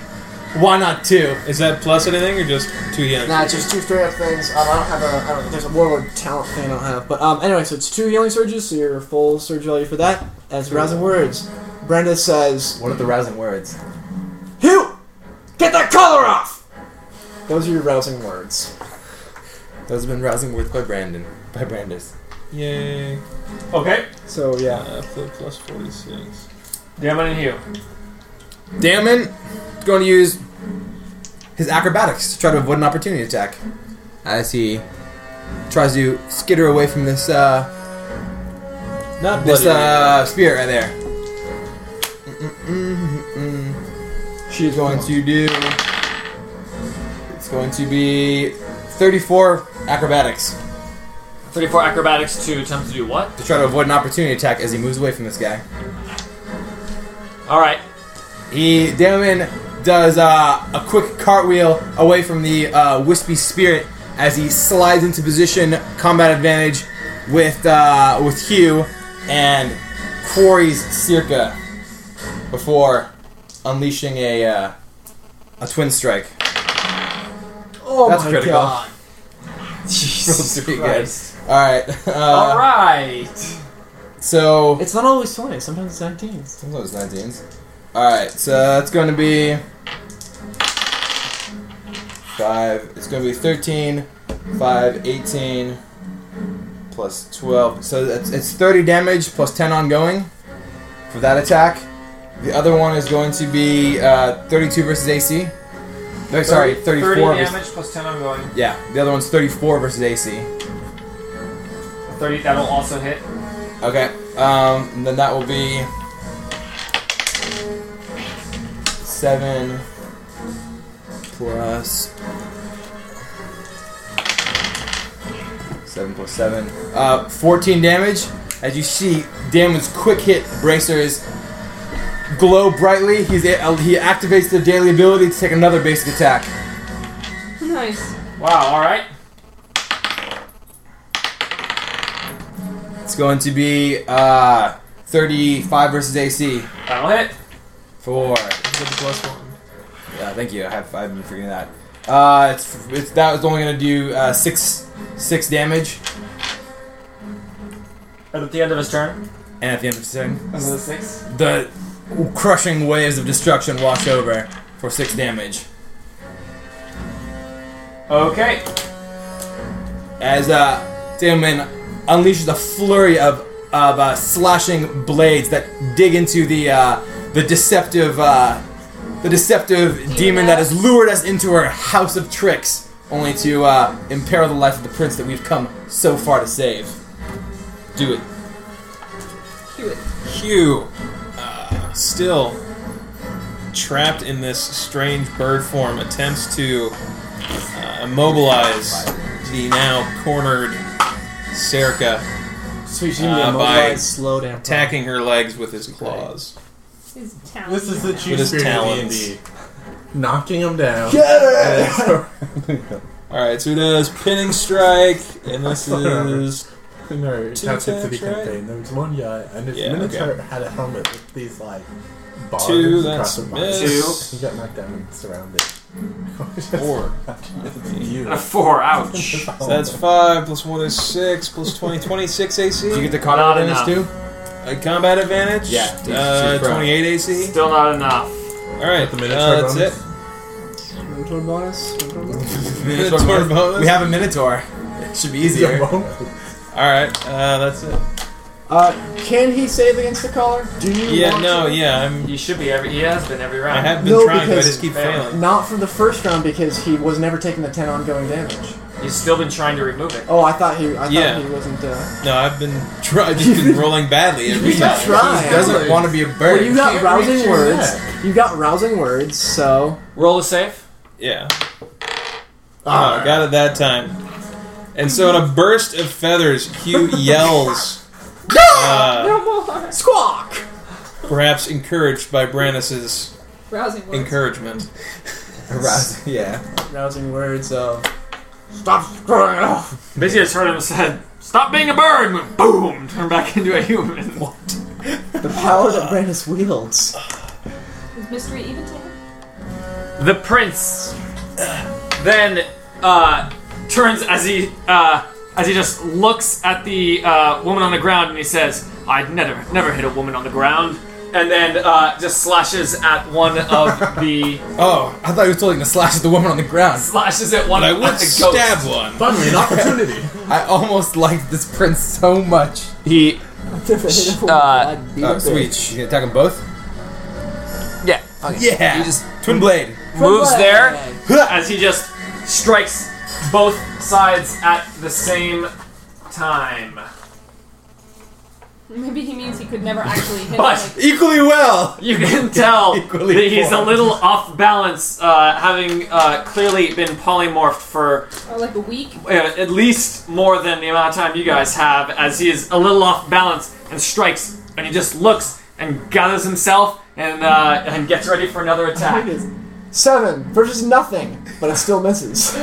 S3: Why not two?
S8: Is that plus anything or just two healing?
S6: Nah, it's just two straight up things. Um, I don't have a. I don't, there's a warlord talent thing I don't have. But um, anyway, so it's two healing surges, so your full surge value for that. As rousing words, Brenda says,
S3: What are the rousing words?
S6: "Hugh, get that collar off." Those are your rousing words.
S3: Those have been rousing words by Brandon. By Brandis.
S8: Yay.
S5: Okay.
S6: So yeah.
S8: Uh, flip plus 46.
S5: Damon and Hugh.
S3: Damon is going to use his acrobatics to try to avoid an opportunity attack as he tries to skitter away from this uh,
S8: Not
S3: this
S8: bloody.
S3: uh, spear right there. Mm-mm-mm-mm-mm. She's going to do. It's going to be 34 acrobatics
S5: 34 acrobatics to attempt to do what?
S3: to try to avoid an opportunity attack as he moves away from this guy.
S5: All right.
S3: He Damon does uh, a quick cartwheel away from the uh, wispy spirit as he slides into position, combat advantage with uh, with Hugh, and quarries Circa before unleashing a uh, a twin strike. *laughs*
S6: Oh
S3: That's
S6: my
S3: critical.
S6: god.
S3: Rolled three good.
S5: Christ.
S3: All right. *laughs* Uh,
S5: All right.
S3: So
S6: It's not always 20, sometimes it's 19.
S3: Sometimes 19s. Alright, so that's going to be. 5. It's going to be 13, 5, 18, plus 12. So that's, it's 30 damage plus 10 ongoing for that attack. The other one is going to be uh, 32 versus AC. No, sorry, 34
S5: 30
S3: versus.
S5: damage plus 10 ongoing.
S3: Yeah, the other one's 34 versus AC.
S5: 30, that'll also hit.
S3: Okay. Um, and then that will be seven plus seven plus seven. Uh, fourteen damage. As you see, Damon's quick hit bracers glow brightly. He's a- uh, he activates the daily ability to take another basic attack.
S7: *laughs* Nice.
S5: Wow, all right.
S3: It's going to be uh, 35 versus AC
S5: That'll hit.
S3: for.
S8: With the plus one.
S3: Yeah, Uh, thank you. I have I've been forgetting that. Uh, it's, it's that was only gonna do uh, six six damage,
S5: And at the end of his turn,
S3: and at the end of the turn,
S5: this is a six.
S3: the crushing waves of destruction wash over for six damage.
S5: Okay.
S3: as uh, Damon unleashes a flurry of, of uh, slashing blades that dig into the uh, the deceptive uh, the deceptive demon, that has lured us into her house of tricks, only to uh, imperil the life of the prince that we've come so far to save. Do it,
S7: Do it.
S3: Hugh.
S8: Uh, Still trapped in this strange bird form, attempts to uh, immobilize the now cornered Serica,
S6: So you should
S8: Uh,
S6: be
S8: by
S6: immobilized, slow down.
S8: attacking her legs with his claws.
S7: His talent.
S4: This
S7: *laughs*
S4: is the
S8: With
S4: cheese
S8: his
S4: spirit of
S8: talons.
S4: D&D. Knocking him down.
S8: All right, so it does pinning strike, and
S3: *laughs*
S8: this is
S4: *laughs* No,
S8: Two
S4: that's it to the
S8: attacks, right?
S4: campaign. There was one guy, and his
S8: Yeah,
S4: minotaur had a helmet with these like bars
S8: Two, that's
S4: across the bottom.
S8: miss.
S4: He got knocked down and surrounded.
S8: four.
S4: you.
S5: And a four. Ouch.
S8: So that's
S3: Oh.
S8: five plus one is six plus 20, 26 AC.
S3: Did *laughs* you get the combat
S5: Not
S3: advantage
S5: enough.
S3: too?
S8: A combat advantage?
S3: Yeah, she's-
S8: Uh,
S3: she's prone.
S8: 28 AC.
S5: Still not enough.
S8: Alright,
S4: The
S8: uh,
S4: Minotaur
S8: that's
S4: bonus.
S8: it.
S6: Minotaur bonus? Minotaur bonus?
S8: *laughs* Minotaur
S3: bonus.
S8: bonus.
S3: We have a minotaur. It should be
S4: He's a *laughs*
S3: easier.
S4: monk.
S8: Alright, uh, that's it.
S6: Uh, can he save against the collar? Do you
S8: Yeah,
S6: want
S8: no,
S6: to?
S8: yeah, I'm.
S5: You should be every. He has been every
S8: I
S5: round.
S8: have been
S6: No,
S8: trying, but I
S6: because-
S8: just keep failing.
S6: Not from the first round because he was never taking the 10 ongoing damage.
S5: He's still been trying to remove it.
S6: Oh, I thought he I
S8: Yeah.
S6: thought he wasn't uh
S8: No, I've been *laughs* try- just been rolling badly
S6: *laughs*
S8: every time.
S6: trying.
S3: Doesn't want to be a bird.
S6: Well, you got
S4: can't reach
S6: rousing
S4: your
S6: words.
S4: neck.
S6: You got rousing words, so
S5: Roll a save.
S8: Yeah. Oh, got it that time. And so, in a burst of feathers, Hugh yells. uh,
S6: squawk.
S8: perhaps encouraged by Brandis's
S7: Rousing words.
S8: encouragement.
S3: Rousing- Yeah.
S6: Rousing words of stop screwing it up.
S5: Busy just heard him said, "Stop being a bird." And went, boom, turn back into a human.
S6: The power that Brandis wields.
S7: Is mystery even to him?
S5: The prince then uh, turns as he uh, as he just looks at the uh, woman on the ground and he says, "I'd never never hit a woman on the ground." And then uh, just slashes at one of the
S3: Oh, I thought he was totally gonna slash at the woman on the
S5: *laughs*
S3: ground.
S5: slashes at one
S8: But I
S5: of
S3: *laughs*
S5: the
S8: would
S5: ghost.
S8: stab one.
S4: Finally, an opportunity.
S3: I almost liked this prince so much.
S5: *laughs* He Uh,
S3: Oh, sweet. You gonna attack them both?
S5: yeah
S3: Yeah.
S5: You just-
S3: twin blade.
S5: moves there as he just strikes both sides at the same time.
S7: Maybe he means he
S5: *laughs*
S7: could never actually hit.
S5: But-
S7: like,
S3: Equally well.
S5: You
S3: *laughs*
S5: can tell
S3: Equally
S5: that he's a
S3: formed.
S5: little off balance, uh, having uh, clearly been polymorphed for
S7: or oh, like a week.
S5: uh, at least more than the amount of time you guys have, as he is a little off balance and strikes, and he just looks and gathers himself and uh, and gets ready for another
S6: *laughs*
S5: attack.
S6: Seven versus nothing, but it still misses.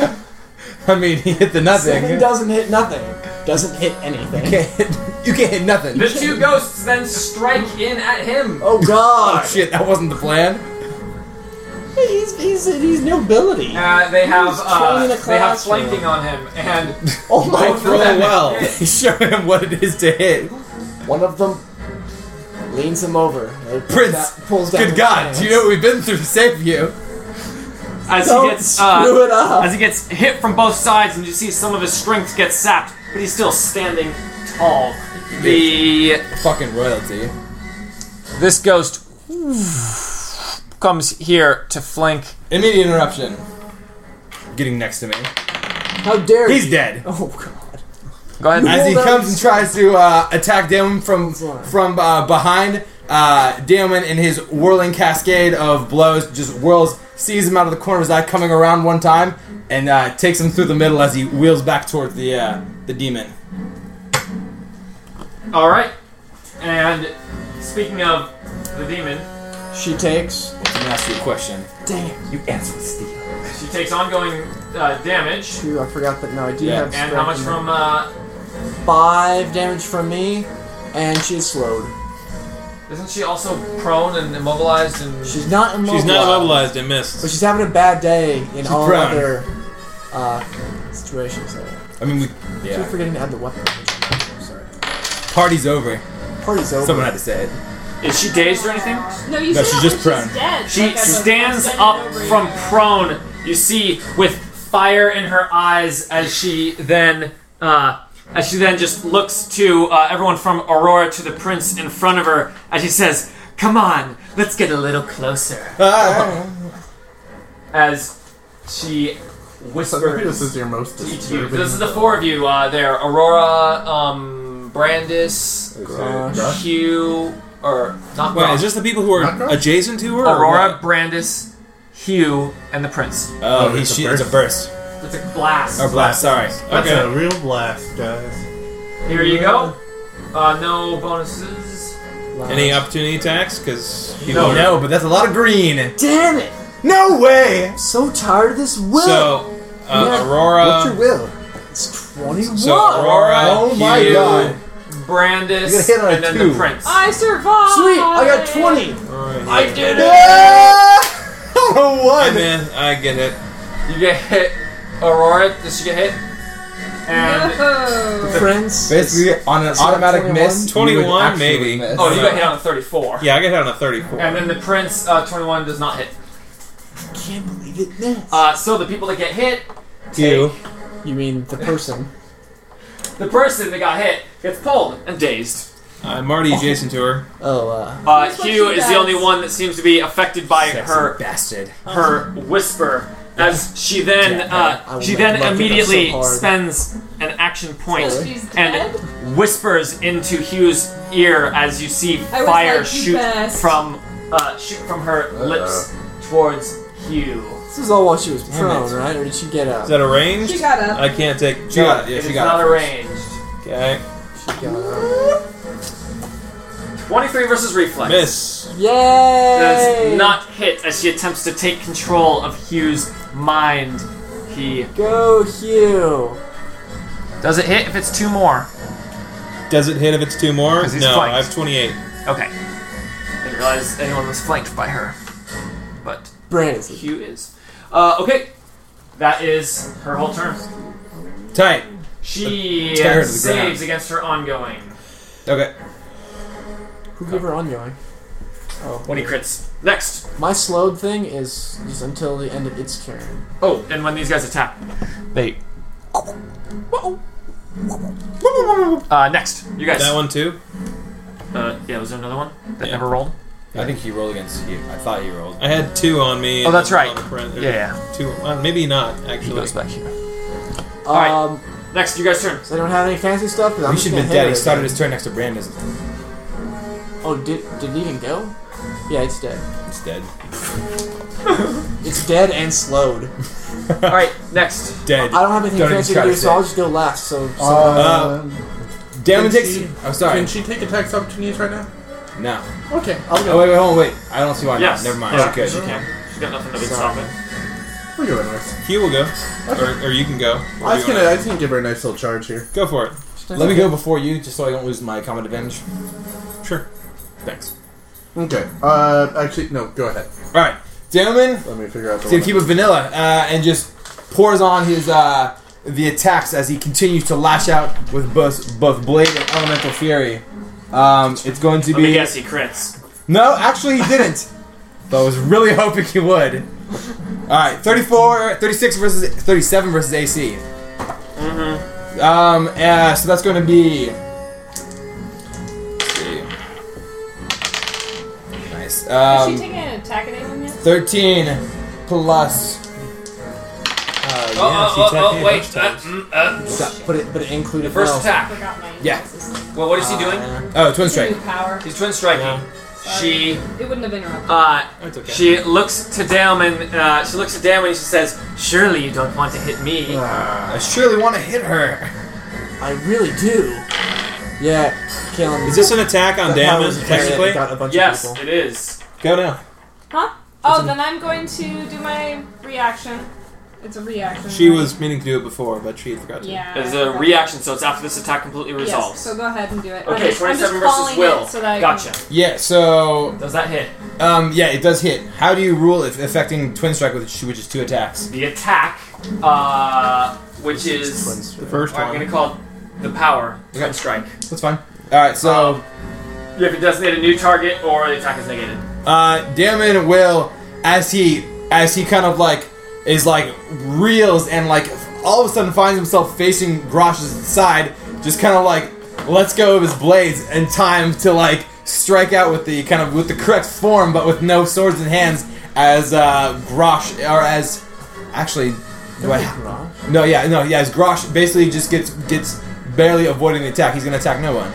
S3: I mean, he hit the nothing.
S6: Seven doesn't hit nothing. Doesn't hit anything.
S3: Can't hit- you can't hit nothing.
S5: The two ghosts then strike in at him.
S6: Oh
S3: Oh
S6: god.
S3: shit, that wasn't the plan.
S6: he's he's he's nobility.
S5: Uh, they have
S6: He's
S5: uh,
S6: training a
S5: they have
S6: classroom.
S5: flanking on him,
S3: *laughs*
S5: and
S6: Oh my
S5: Both
S6: god.
S5: roll
S3: Roll well. *laughs*
S5: well.
S3: Show him what it is to hit.
S6: One of them leans him over. They pull
S3: Prince,
S6: that- pulls down
S3: Good
S6: his
S3: God,
S6: pants.
S3: do you know what we've been through to save you?
S5: as
S6: Don't
S5: he gets uh,
S6: screw it up.
S5: as he gets hit from both sides, and you see some of his strength get sapped, but he's still standing tall. The
S3: Fucking royalty.
S5: this ghost comes here to flank.
S3: Immediate interruption. Getting next to me.
S6: How dare
S3: He's
S6: you?
S3: dead.
S6: Oh god.
S5: Go ahead.
S3: As he
S6: Hold on.
S3: comes and tries to uh, attack Damon from
S6: Sorry.
S3: from uh, behind, uh, Damon in his whirling cascade of blows just whirls, sees him out of the corner of his eye, coming around one time, and uh, takes him through the middle as he wheels back toward the uh, the demon.
S5: All right. And speaking of the demon,
S6: She takes.
S3: Let me ask you a question.
S6: Dang it.
S2: You answer with steel.
S5: she takes ongoing uh, damage,
S6: Two, I forgot that. No, I do
S3: Yeah.
S6: have.
S5: and how much
S6: strength in
S5: from uh,
S6: five damage from me, and she's slowed.
S5: Isn't she also prone and immobilized and
S6: She's not immobilized.
S8: She's not immobilized and missed.
S6: But she's having a bad day in all
S3: prone.
S6: other uh, situations.
S3: I mean, we,
S6: I keep
S3: yeah.
S6: forgetting to add the weapon. Sorry.
S3: Party's over.
S6: Party's over.
S3: Someone had to say it.
S5: is she dazed or anything?
S7: No, you
S3: No,
S7: said
S3: she's
S7: that
S3: just
S7: when
S3: prone.
S7: She's dead.
S5: She
S7: Like, I was-
S5: stands
S7: I'm
S5: up
S7: over
S5: from
S7: you.
S5: prone, you see, with fire in her eyes as she then uh, as she then just looks to uh, everyone from Aurora to the prince in front of her as she says, "Come on, let's get a little *laughs* closer." as she
S4: So maybe
S5: whispers
S4: this is your most
S5: to each of you.
S4: disturbing.
S5: This is the four of you uh, there: Aurora, um, Brandis,
S4: Rush?
S5: Hugh, or not
S8: Wait,
S5: Ross.
S8: is this the people who are adjacent to her? or
S5: Aurora,
S8: what?
S5: Brandis, Hugh, and the prince.
S3: Oh,
S4: it's
S3: he's
S4: a
S3: she, it's a burst.
S5: It's a blast.
S2: Oh,
S3: Or blast, sorry.
S4: That's
S8: Okay.
S4: a real blast, guys.
S5: Here you go. Uh, no bonuses.
S8: Any opportunity attacks? Because
S3: No, no, but that's a lot of green.
S6: Damn it!
S3: No way!
S6: I'm so tired of this will.
S8: So, uh,
S6: Yeah.
S8: Aurora.
S6: What's your will? It's twenty-one.
S8: So Aurora,
S3: Oh my
S8: you,
S3: God.
S2: You're
S5: Brandis,
S2: gonna hit on a
S5: and then
S2: two.
S5: the prince.
S7: I survived.
S6: Sweet! I got
S7: *laughs*
S6: twenty.
S8: Alright.
S5: did
S6: *laughs*
S3: Ah!
S8: And
S3: One.
S8: then I get hit.
S5: You get hit. Aurora, did she get hit?
S7: *laughs*
S5: And
S7: No.
S6: Prince.
S3: Basically, on an
S6: that
S3: automatic
S6: 21?
S3: miss.
S8: 21
S3: you would actually
S8: maybe.
S3: miss.
S5: oh, you got hit on a 34.
S8: Yeah, I get hit on a 34.
S5: And then the prince, uh, 21, does not hit.
S6: can't believe it. Missed.
S5: Uh, so the people that get hit,
S3: Two.
S6: you mean the person?
S5: the person that got hit gets pulled and dazed.
S8: I'm already adjacent to her.
S6: Oh, uh,
S5: Uh,
S7: Here's what
S5: Hugh
S7: she
S5: is the
S7: does.
S5: only one that seems to be affected by
S3: Sexy
S5: her
S3: bastard.
S5: her whisper as she then
S6: Yeah, I
S5: uh,
S6: would
S5: she
S6: like
S5: then
S6: to look at this
S5: immediately
S6: so hard.
S5: spends an action point
S7: So she's dead?
S5: and whispers into Hugh's ear as you see
S7: I was
S5: fire
S7: like, you
S5: shoot
S7: best.
S5: from uh, shoot from her lips towards Hugh.
S6: this is all while she was prone, right? Or did she get up?
S8: Is that a range?
S7: She got up.
S8: I can't take. She
S3: got it, yeah,
S8: Yeah,
S5: It
S8: she
S5: is
S8: got
S5: not
S8: it.
S5: arranged.
S8: Okay.
S6: She got up.
S5: Twenty-three versus reflex.
S8: Miss.
S6: Yay!
S5: Does not hit as she attempts to take control of Hugh's mind. He
S6: Go, Hugh.
S5: does it hit if it's two more.
S8: Does it hit if it's two more? No,
S5: he's flanked.
S8: I have 28.
S5: Okay. I didn't realize anyone was flanked by her. But
S6: Brandis.
S5: Q is. Uh, okay. That is her whole turn.
S3: Tight.
S5: She
S3: Tear her to the
S5: saves
S3: ground.
S5: against her ongoing.
S3: Okay.
S6: Who gave her ongoing?
S5: When he crits. Next.
S6: Oh. My slowed thing is just until the end of its turn.
S5: Oh, and when these guys attack. They. Uh, next. You guys.
S8: That one too?
S5: Uh, yeah, was there another one that
S8: Yeah.
S5: never rolled?
S3: I think he rolled against you. I thought he rolled.
S8: I had two on me.
S5: Oh, that's
S8: and
S5: right.
S8: on the print. There's
S5: Yeah, yeah.
S8: Two. uh, maybe not, actually.
S5: He goes back here.
S6: Um,
S5: right. Next, you guys turn.
S6: so I don't have any fancy stuff. 'cause I'm
S3: He
S6: just
S3: should
S6: gonna
S3: have been
S6: hit
S3: dead.
S6: her
S3: He started
S6: again.
S3: his turn next to Brandon.
S6: Oh, did did it even go? Yeah, it's dead.
S3: He's dead.
S6: It's dead and slowed.
S5: All right, next.
S3: Dead.
S6: I don't have anything
S3: Don't even
S6: fancy to
S3: try
S6: do,
S3: to
S6: so I'll
S3: say.
S6: just go last. So, so
S3: Uh, Damon
S4: Can
S3: takes.
S4: she-
S3: Oh, sorry.
S4: Can she take attacks opportunities right now?
S3: No.
S4: Okay.
S6: I'll
S3: Oh,
S6: go.
S3: wait, wait, hold on, wait. I don't see why
S5: Yes.
S3: not. Never mind.
S5: Yeah,
S3: she could.
S5: She can. She's got nothing that can stop it.
S4: We'll give her a nice.
S8: Q will go. Or, or you can go.
S4: I was
S8: Whatever you
S4: gonna.
S8: want.
S4: I was gonna give her a nice little charge here.
S8: Go for it.
S3: Let me go before you, just so I don't lose my combat advantage.
S8: Sure.
S3: Thanks.
S4: Okay. Uh, actually, no. Go ahead.
S3: Alright. Damon
S4: Let me figure out the.
S3: He's gonna
S4: one
S3: keep it vanilla uh, and just pours on his uh, the attacks as he continues to lash out with both both blade and elemental fury. Um, it's going to
S5: Let me
S3: be
S5: guess, he crits.
S3: no, actually he didn't. but I was really *laughs* hoping he would. All right, 34, 36 versus 37 versus AC. Mm-hmm.
S5: Mm-hmm.
S3: Um, uh, so that's going to be. let's see. Nice. Um,
S7: Is she taking an attack at anyone yet?
S3: 13 plus.
S8: Uh,
S5: Oh, oh, oh, oh, wait. Uh, mm, uh,
S6: Stop. But it but it included
S5: first
S6: no.
S7: I
S5: attack.
S7: forgot my.
S3: Yeah.
S5: Well, what is he doing?
S6: Uh,
S3: Oh, twin
S7: New
S3: strike.
S7: power.
S5: He's twin striking. She
S7: It wouldn't have interrupted.
S5: uh,
S8: That's okay.
S5: she looks to Dalman. Uh, she looks at Dalman and she says, "Surely you don't want to hit me."
S3: I surely want to hit her.
S6: I really do. Yeah, kill him.
S8: Is this an attack on
S6: That
S8: Damon,
S6: was an area that
S8: technically?
S6: Got a bunch
S5: yes,
S6: of people.
S5: it is.
S3: Go now.
S7: huh? Oh, then I'm going to do my reaction. It's a reaction.
S8: She
S7: right?
S8: was meaning to do it before, but she had forgot to.
S7: Yeah.
S5: It's a reaction, so it's after this attack completely
S7: Yes,
S5: resolves.
S7: so go ahead and do it. I'm
S5: okay,
S7: just- I'm just
S5: 27 versus
S7: calling
S5: Will.
S7: it So that I
S5: gotcha.
S7: Can,
S3: Yeah, so
S5: Does that hit?
S3: um, yeah, it does hit. How do you rule if affecting twin strike with which is two attacks?
S5: The attack, uh, which is.
S8: The first
S5: I'm
S8: one.
S5: gonna call it the power.
S3: Okay.
S5: Twin strike.
S3: That's fine. All right,
S5: Uh,
S3: so
S5: If it designate a new target or the attack is negated.
S3: uh, Damon will as he as he kind of like is like reels and like all of a sudden finds himself facing Grosh's side, just kind of like lets go of his blades in time to like strike out with the kind of with the correct form, but with no swords in hands as uh, Grosh or as actually. Do I, No, yeah, no, yeah. As Grosh basically just gets gets barely avoiding the attack. He's gonna attack no one.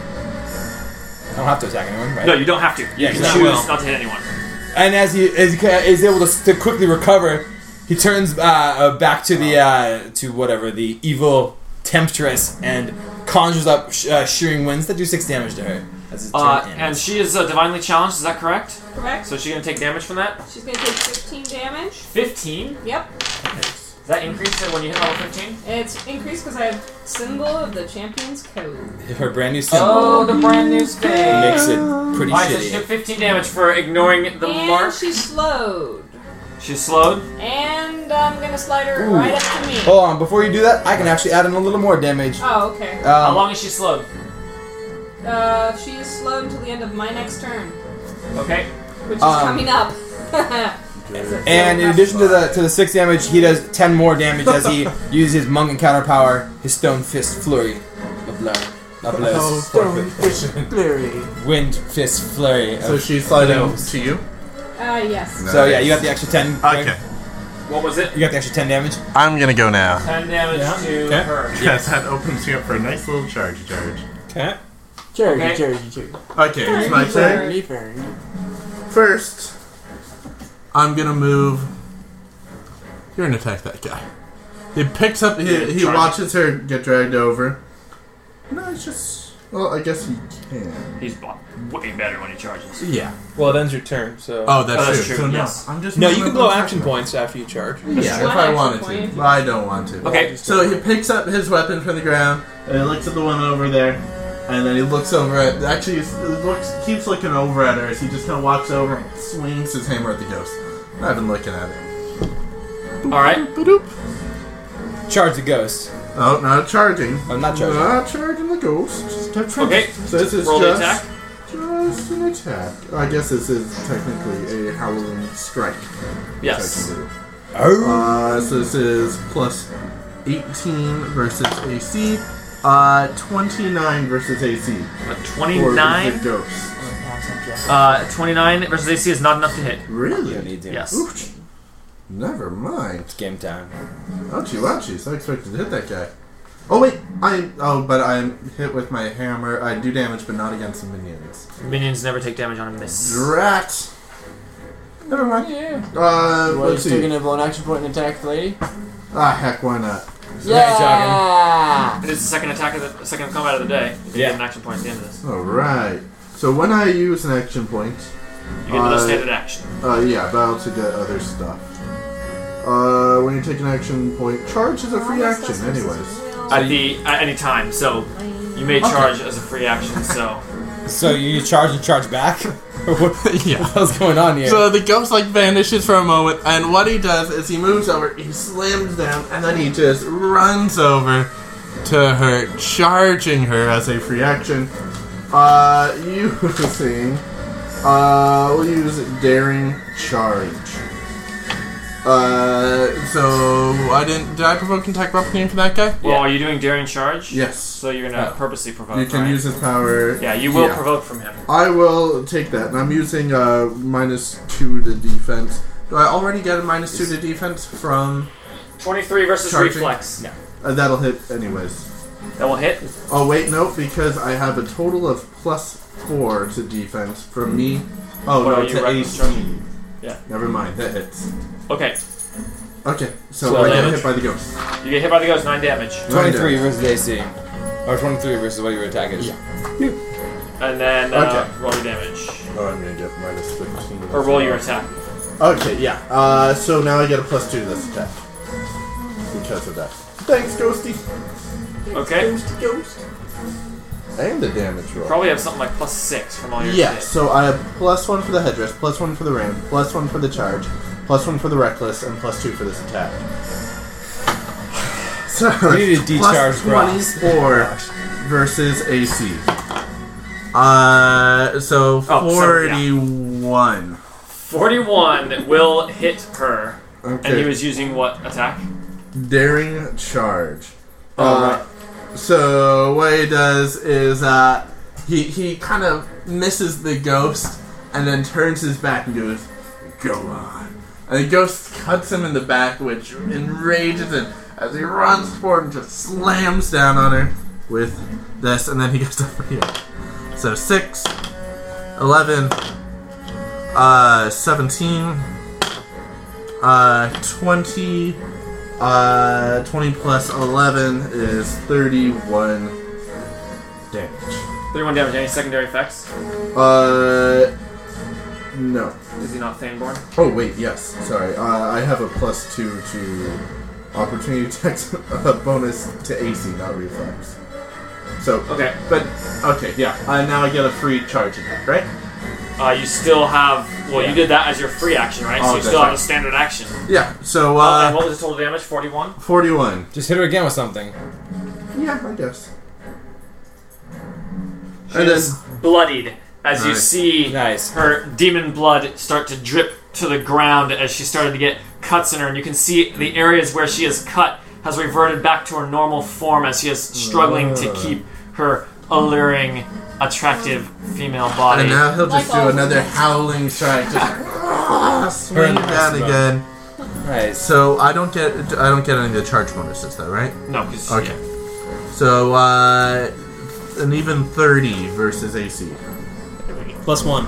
S3: I don't have to attack anyone, right?
S5: No, you don't have to.
S3: Yeah,
S5: you
S3: he's
S5: can
S3: not
S5: choose
S3: Will.
S5: not to hit anyone.
S3: And as he is, is able to, to quickly recover, he turns uh, uh, back to the uh, to whatever the evil temptress and conjures up sh- uh, shearing winds that do six damage to her. As his turn
S5: Uh, and
S3: ends.
S5: she is uh, divinely challenged, is that correct?
S7: correct?
S5: So she's gonna take damage from that?
S7: She's going to take 15 damage.
S5: 15?
S7: Yep.
S5: Does that increase it when you hit level 15?
S7: It's increased because I have symbol of the champion's code.
S3: her brand new symbol
S5: Oh, the brand new space.
S3: makes it pretty
S5: Alright, so she took
S3: shitty.
S5: 15 damage for ignoring the
S7: and
S5: mark.
S7: she's slowed.
S5: She's slowed.
S7: And I'm going to slide her
S3: Ooh. Oh.
S7: right up to me.
S3: Hold on, before you do that, I can actually add in a little more damage.
S7: Oh, okay.
S5: How
S3: Um,
S5: long is she slowed?
S7: Uh, she is slowed until the end of my next turn,
S5: Okay.
S7: which is
S3: Um,
S7: coming up. *laughs* Uh, It's a-
S3: and in addition to the to the six damage, he does ten more damage as
S5: *laughs*
S3: he uses his monk encounter power, his stone fist flurry, a blow, a blow,
S4: Oh,
S5: Oh.
S3: wind fist flurry. of
S12: So she's sliding to you.
S7: Uh, yes.
S3: So yeah, you got the extra ten.
S4: Okay.
S5: What was it?
S3: You got the extra ten damage.
S4: I'm gonna go now.
S5: 10 damage to
S8: Okay.
S5: her.
S4: Yes, that opens you up for a nice little charge charge.
S8: Okay.
S6: Charity,
S5: Okay.
S6: charity, charity.
S4: Okay, it's my turn.
S6: Charity, charity.
S4: First,
S12: I'm gonna move. You're gonna attack that guy. He picks up.
S4: he,
S12: He,
S4: he
S12: he watches.
S4: watches her get dragged over. No, it's just. Well, I guess he can.
S5: He's blo- way better when he charges.
S12: Yeah.
S8: Well, it ends your turn,
S12: Oh,
S8: so.
S5: Oh,
S12: that's
S5: that's
S12: true.
S5: true.
S4: So no,
S5: Yes.
S4: I'm just.
S8: No, you
S4: moving
S8: can
S4: up on
S8: blow
S4: the
S8: action
S4: second one.
S8: points after you charge.
S4: Yeah,
S7: One
S4: if I
S7: action
S4: wanted
S7: point.
S4: to, but I don't want to.
S5: Okay.
S4: So he picks up his weapon from the ground and he looks at the one over there, and then he looks over at. Actually, he looks keeps looking over at her as he just kind of walks over and swings his hammer at the ghost. I've been looking at it.
S5: Alright.
S4: Boop.
S3: Charge the ghost.
S4: Oh, not charging.
S3: I'm not charging.
S4: Not charging the ghost.
S5: Okay.
S4: So this is
S5: Roll the
S4: just
S5: attack.
S4: just an attack. I guess this is technically a Halloween strike.
S5: Yes.
S4: technically.
S3: Oh.
S4: Uh, so this is plus 18 versus AC. Uh, 29 versus AC.
S5: A
S4: For
S5: 29.
S4: the ghost.
S5: Uh, 29 versus AC is not enough to hit.
S3: You
S4: Really?
S3: need to.
S5: Yes.
S4: Oof. Never mind.
S3: It's game time.
S4: Ouchie, ouchie. So I expected to hit that guy. Oh wait, I oh, but I'm hit with my hammer. I do damage, but not against the minions.
S5: Minions never take damage on a miss.
S4: Drat. Never mind. Uh,
S6: Well, you
S4: let's
S6: still
S4: see.
S6: gonna blow an action point and attack the lady?
S4: Ah, heck, why not?
S6: Yeah!
S5: It is the second attack of the second combat of the day. If you
S3: Yeah.
S5: get an action point at the end of this.
S4: All right. So when I use an action point,
S5: You get another
S4: Uh,
S5: standard action.
S4: Uh, yeah, battle to get other stuff. Uh, when you take an action point, charge is a free action, anyways.
S5: At the at any time, so you may charge as a free action. So
S3: So you need to charge and charge back. *laughs* what
S12: yeah.
S3: the hell's going on here?
S12: So the ghost like vanishes for a moment,
S4: And what he does is he moves over, he slams down, and then he just runs over.
S12: to her, charging her as a free
S4: Free action. Uh, using. Uh, we'll use daring charge.
S12: Uh, so I didn't. Did I provoke an attack of opportunity for that guy?
S5: well, are you doing daring charge?
S4: Yes.
S5: So you're gonna purposely provoke.
S4: You can
S5: right?
S4: use his power.
S5: Yeah, you will
S4: Yeah.
S5: provoke from him.
S4: I will take that, and I'm using uh minus two to defense. Do I already get a minus two to defense from?
S5: Twenty-three versus
S4: Charging.
S5: reflex. No.
S4: Uh, that'll hit anyways.
S5: That will hit.
S4: Oh wait, no, because I have a total of plus four to defense from me. Oh
S5: Well,
S4: no,
S5: you
S4: to
S5: right-
S4: AC.
S5: Yeah.
S4: Never mind, that hits.
S5: Okay,
S4: Okay, so,
S5: So
S4: I get
S5: damage.
S4: hit by the ghost.
S5: you get hit by the ghost. Nine damage,
S3: twenty-three versus AC, or twenty-three versus what your attack is. Yeah.
S5: and then uh,
S4: Okay.
S5: roll your damage
S4: Oh, I'm gonna get minus fifteen.
S5: or roll your attack.
S4: Okay, yeah. Uh, so now I get a plus two to this attack. because of that. Thanks, Ghosty.
S5: Okay.
S4: And the damage roll.
S5: Probably have something like plus six from all your
S4: Yeah,
S5: shit.
S4: so I have plus one for the headdress, plus one for the ram, plus one for the charge, plus one for the reckless, and plus two for this attack. *sighs* So
S3: We need to decharge
S4: plus
S3: Brock.
S4: 24 versus AC. Uh, so
S5: Oh, so, yeah.
S4: 41.
S5: Forty-one will hit her, and he
S4: Okay.
S5: was using what attack?
S4: Daring charge.
S5: Oh,
S4: Uh, So what he does is uh, he he kind of misses the ghost and then turns his back and goes, "Go on." And the ghost cuts him in the back, which enrages him as he runs forward and just slams down on her with this, and then he *laughs* goes up for you. So six, eleven, uh, seventeen, uh, twenty. Uh, 20 plus 11 is 31 damage.
S5: Thirty-one damage. Any secondary effects?
S4: Uh, no.
S5: Is he not Thanborn?
S4: Oh, wait, yes. Sorry. Uh, I have a plus 2 to opportunity *laughs* attacks, a bonus to AC, not reflex. So,
S5: Okay.
S4: but, okay, yeah. Uh, now I get a free charge attack, right?
S5: Uh, you still have. Well, you did that as your free action, right?
S4: Oh,
S5: so you
S4: that's
S5: still have
S4: right.
S5: a standard action.
S4: Yeah, so,
S5: Uh, and
S4: uh,
S5: what was the total damage? Forty-one.
S4: 41.
S3: Just hit her again with something.
S4: Yeah, I guess.
S5: She
S4: And then,
S5: is bloodied as you
S4: Nice.
S5: see
S3: Nice.
S5: her demon blood start to drip to the ground as she started to get cuts in her, and you can see the areas where she is cut has reverted back to her normal form as she is struggling to keep her alluring, attractive female body.
S4: and now he'll just
S7: Like all-
S4: do another howling strike. Just swing down
S3: Nice.
S4: again.
S3: Nice.
S4: So I don't get I don't get any of the charge bonuses though, right?
S5: No, because
S4: Okay. So uh, an even thirty versus AC.
S8: Plus one.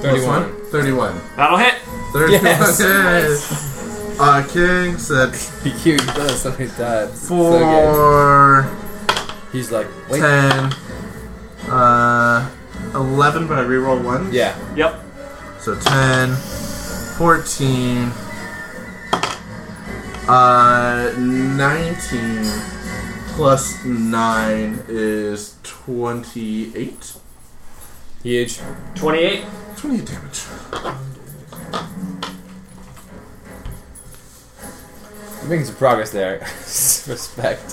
S4: Plus
S3: 31.
S4: one? Thirty-one.
S5: that'll hit.
S4: Thirty-one.
S3: Yes.
S4: Yes. *laughs* Okay, Uh, so that's
S3: Be cute. You've done it so many times. It's so good.
S4: four,
S3: He's like, wait.
S4: ten, uh, eleven. But I reroll one.
S3: Yeah.
S5: Yep.
S4: So 10, 14, uh, 19 plus 9 is 28.
S3: Huge.
S5: Twenty-eight.
S4: 28 damage.
S3: You're making some progress there. *laughs* Respect.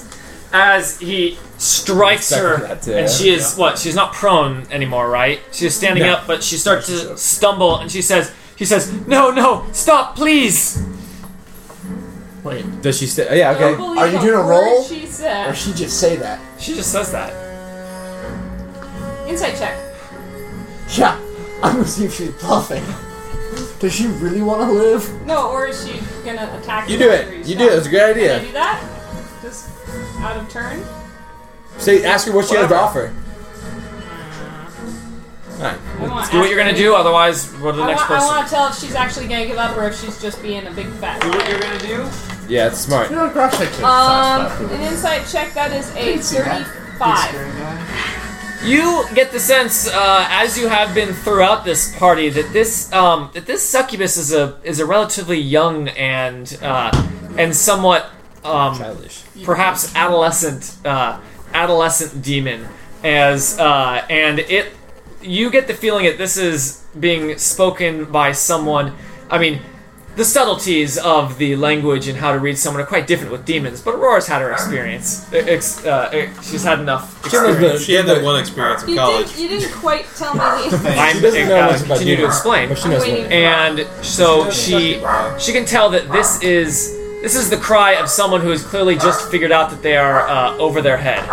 S5: as he strikes
S3: Second
S5: her,
S3: that, too.
S5: and she is what? She's not prone anymore, right? She is standing up, but she starts to stumble, and she says, "She says, no, no, stop, please."
S6: Wait,
S3: Does she stay? Yeah,
S7: Don't
S3: okay.
S7: believe
S2: Are you doing a
S7: word
S2: roll?
S7: She
S6: or
S7: said.
S6: she just say that?
S5: She just says that.
S7: Insight check.
S6: Yeah, I'm gonna see if she's bluffing. Does she really want to live?
S7: No, or is she gonna attack?
S3: You do it. You do it. It's a great
S7: Can I
S3: idea.
S7: do that? Just out of turn.
S3: Say, ask her what she has to offer.
S7: I wanna
S5: Do what you're gonna
S7: ask
S5: do,
S7: her-
S5: otherwise, go to the
S7: I,
S5: next
S7: want, I
S5: person.
S7: want to tell if she's actually gonna give up or if she's just being a big fat.
S5: Do what
S7: liar.
S5: you're gonna do.
S3: Yeah, it's smart.
S4: You know, cross check it.
S7: Um, an insight check that is a
S6: see that.
S7: thirty-five.
S5: You get the sense, uh, as you have been throughout this party, that this um, that this succubus is a is a relatively young and uh, and somewhat um,
S3: Childish.
S5: perhaps adolescent uh, adolescent demon as uh, and it you get the feeling that this is being spoken by someone i mean the subtleties of the language and how to read someone are quite different with demons but aurora's had her experience Ex- uh, ex- she's had enough experience
S8: She had that one experience in
S7: You
S8: college.
S7: didn't, you didn't quite tell me the
S5: i'm
S3: She doesn't know
S5: uh,
S3: much about
S5: continue to
S3: demons,
S5: explain
S3: But *laughs* she knows what.
S5: and so she she can tell that this is this is the cry of someone who has clearly just figured out that they are uh, over their head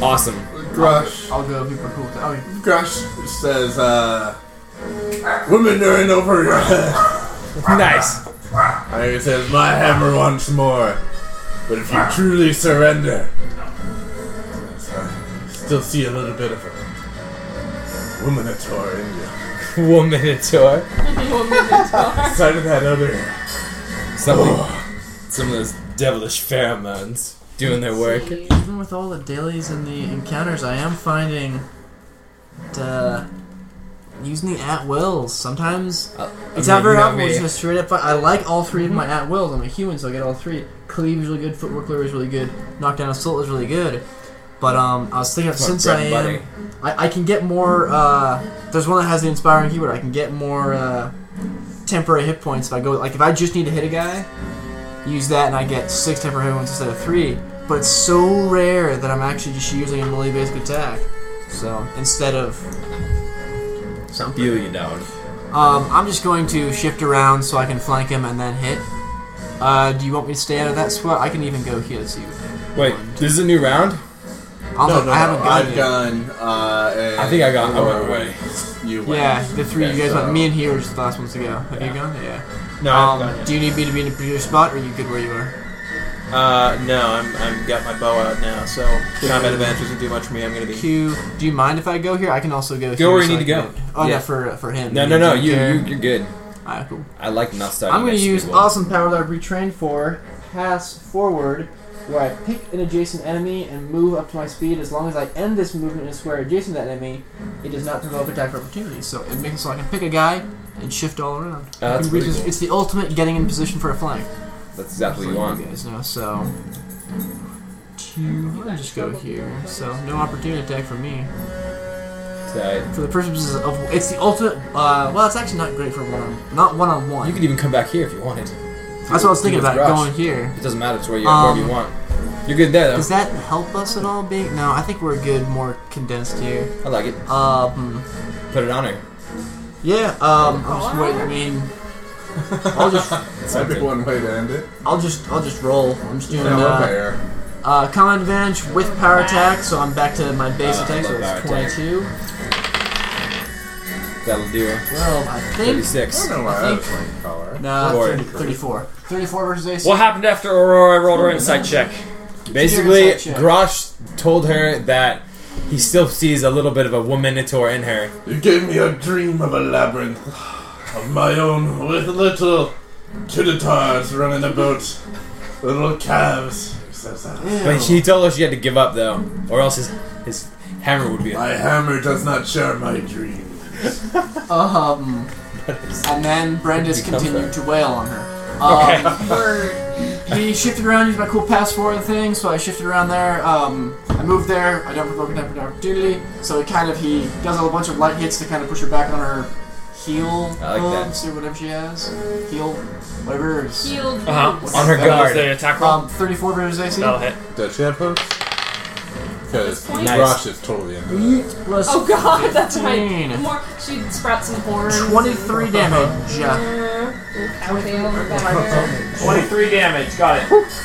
S3: Awesome.
S4: Grush,
S6: I'll go if you're cool. with that. Oh, yeah.
S4: Grush says, uh, Women are in over your head.
S3: Nice.
S4: And he says, My hammer wants more. But if you truly surrender, I still see a little bit of a womanator
S3: *laughs*
S4: in you.
S3: One minute tour.
S7: woman.
S4: Side of that other.
S3: Something. Some of those devilish pheromones doing their work.
S6: Even with all the dailies and the encounters, I am finding the using the at wills. Sometimes it's
S3: I mean,
S6: not very
S3: Uh, you know
S6: often.
S3: me. Mm-hmm.
S6: It's just straight up. fi- I like all three of my at wills. I'm a human, so I get all three. Cleave is really good. Footwork clear is really good. Knockdown assault is really good. But um, I was thinking of
S3: my
S6: since
S3: bread
S6: I am,
S3: and butter.
S6: I, I can get more. Uh, there's one that has the inspiring keyword. I can get more uh, temporary hit points if I go. Like if I just need to hit a guy, use that and I get six temporary hit points instead of three. But it's so rare that I'm actually just using a melee basic attack. So instead of something,
S3: You, you don't.
S6: um, I'm just going to shift around so I can flank him and then hit. Uh, do you want me to stay out of that spot? I can even go here too.
S3: Wait, this is a new round?
S6: I'll,
S4: No, no,
S6: I
S4: I
S6: haven't
S4: no,
S6: gone
S4: I've
S6: yet.
S4: gone. Uh, and
S3: I think I
S8: Oh,
S3: got I went away.
S4: You went.
S6: Yeah, the three
S4: Okay,
S6: you guys
S4: so-
S6: went. Me and he were just the last ones to go. Have you gone? Yeah.
S8: No,
S6: um,
S8: I haven't
S6: do you need me to be in a particular spot, or are you good where you are?
S8: gone yet. Uh, no, I'm I'm got my bow out now, so combat advantage isn't do much for me. I'm gonna be.
S6: Q. Do you mind if I go here? I can also go.
S3: Go
S6: here
S3: where you
S6: so
S3: need
S6: I
S3: to
S6: can-
S3: go.
S6: Oh yeah,
S3: Yeah.
S6: for for him.
S3: No, no, no.
S6: don't
S3: You,
S6: care?
S3: you, you're good.
S6: Alright, cool.
S3: I like not starting.
S6: I'm going to
S3: next
S6: use
S3: to people.
S6: awesome power that I've retrained for pass forward, where I pick an adjacent enemy and move up to my speed. As long as I end this movement in a square adjacent to that enemy, it does not provoke attack or opportunity. So it makes it so I can pick a guy and shift all around.
S3: Uh, that's
S6: You can
S3: pretty
S6: reach-
S3: cool.
S6: It's the ultimate getting in position for a flank.
S3: That's exactly what you
S6: You
S3: want.
S6: guys know, so. Two. I'll just go here. So no opportunity attack for me.
S3: So,
S6: For the purposes of it's the ultimate. Uh, well, it's actually not great for one on not one on
S3: you
S6: one.
S3: could even come back here if you wanted.
S6: That's what I was thinking
S3: you
S6: about
S3: could rush.
S6: going here.
S3: It doesn't matter. It's where you
S6: Um,
S3: wherever you want. You're good there
S6: Does
S3: though.
S6: that help us at all? Being no, I think we're good. More condensed here.
S3: I like it.
S6: Um,
S3: Put it on her.
S6: yeah. Um, I'm just waiting. I mean,
S4: *laughs*
S6: I'll just,
S4: That'd be one way to end it.
S6: I'll just, I'll just roll. I'm just doing
S4: No, we're
S6: uh,
S4: there.
S6: uh, combat advantage with power attack, so I'm back to my base
S3: Uh, I
S6: attack. So
S3: love
S6: it's
S3: power attack.
S6: 22.
S3: That'll do. her.
S6: Well, I think.
S4: I
S3: 36.
S4: don't know why I was like color.
S6: No,
S3: Forward.
S6: 30, 34. 34 versus AC.
S5: What happened after Aurora rolled her insight check?
S3: Basically,
S6: Inside check.
S3: Grosh told her that he still sees a little bit of a womanitor in her.
S9: You gave me a dream of a labyrinth of my own with little tutors running about, little calves.
S3: But he told her she had to give up though, or else his his hammer would be.
S9: My hammer does not share my dream.
S6: Um, and then Brandis
S3: Becomes
S6: continued
S3: that.
S6: to wail on her. Um, he shifted around, used my cool pass forward thing, so I shifted around there. Um, I moved there. I don't provoke an opportunity, so it kind of he does a bunch of light hits to kind of push her back on her heel
S3: I like that.
S6: bumps or whatever she has, heel, whatever. it is.
S7: Healed
S5: Uh
S7: boots.
S5: huh.
S3: Uh-huh. On her
S5: That was
S3: guard.
S5: the attack roll.
S6: Um, 34 versus AC.
S5: That'll hit.
S4: Does she have hooks? Because
S7: Nice.
S4: Grosh is totally in.
S6: Plus
S7: Oh god, that's right.
S6: 15.
S7: More. She sprouts some horns.
S6: 23
S3: *laughs*
S6: damage.
S7: Uh,
S5: *laughs*
S7: cowtail and feather.
S5: 23 damage. Got it.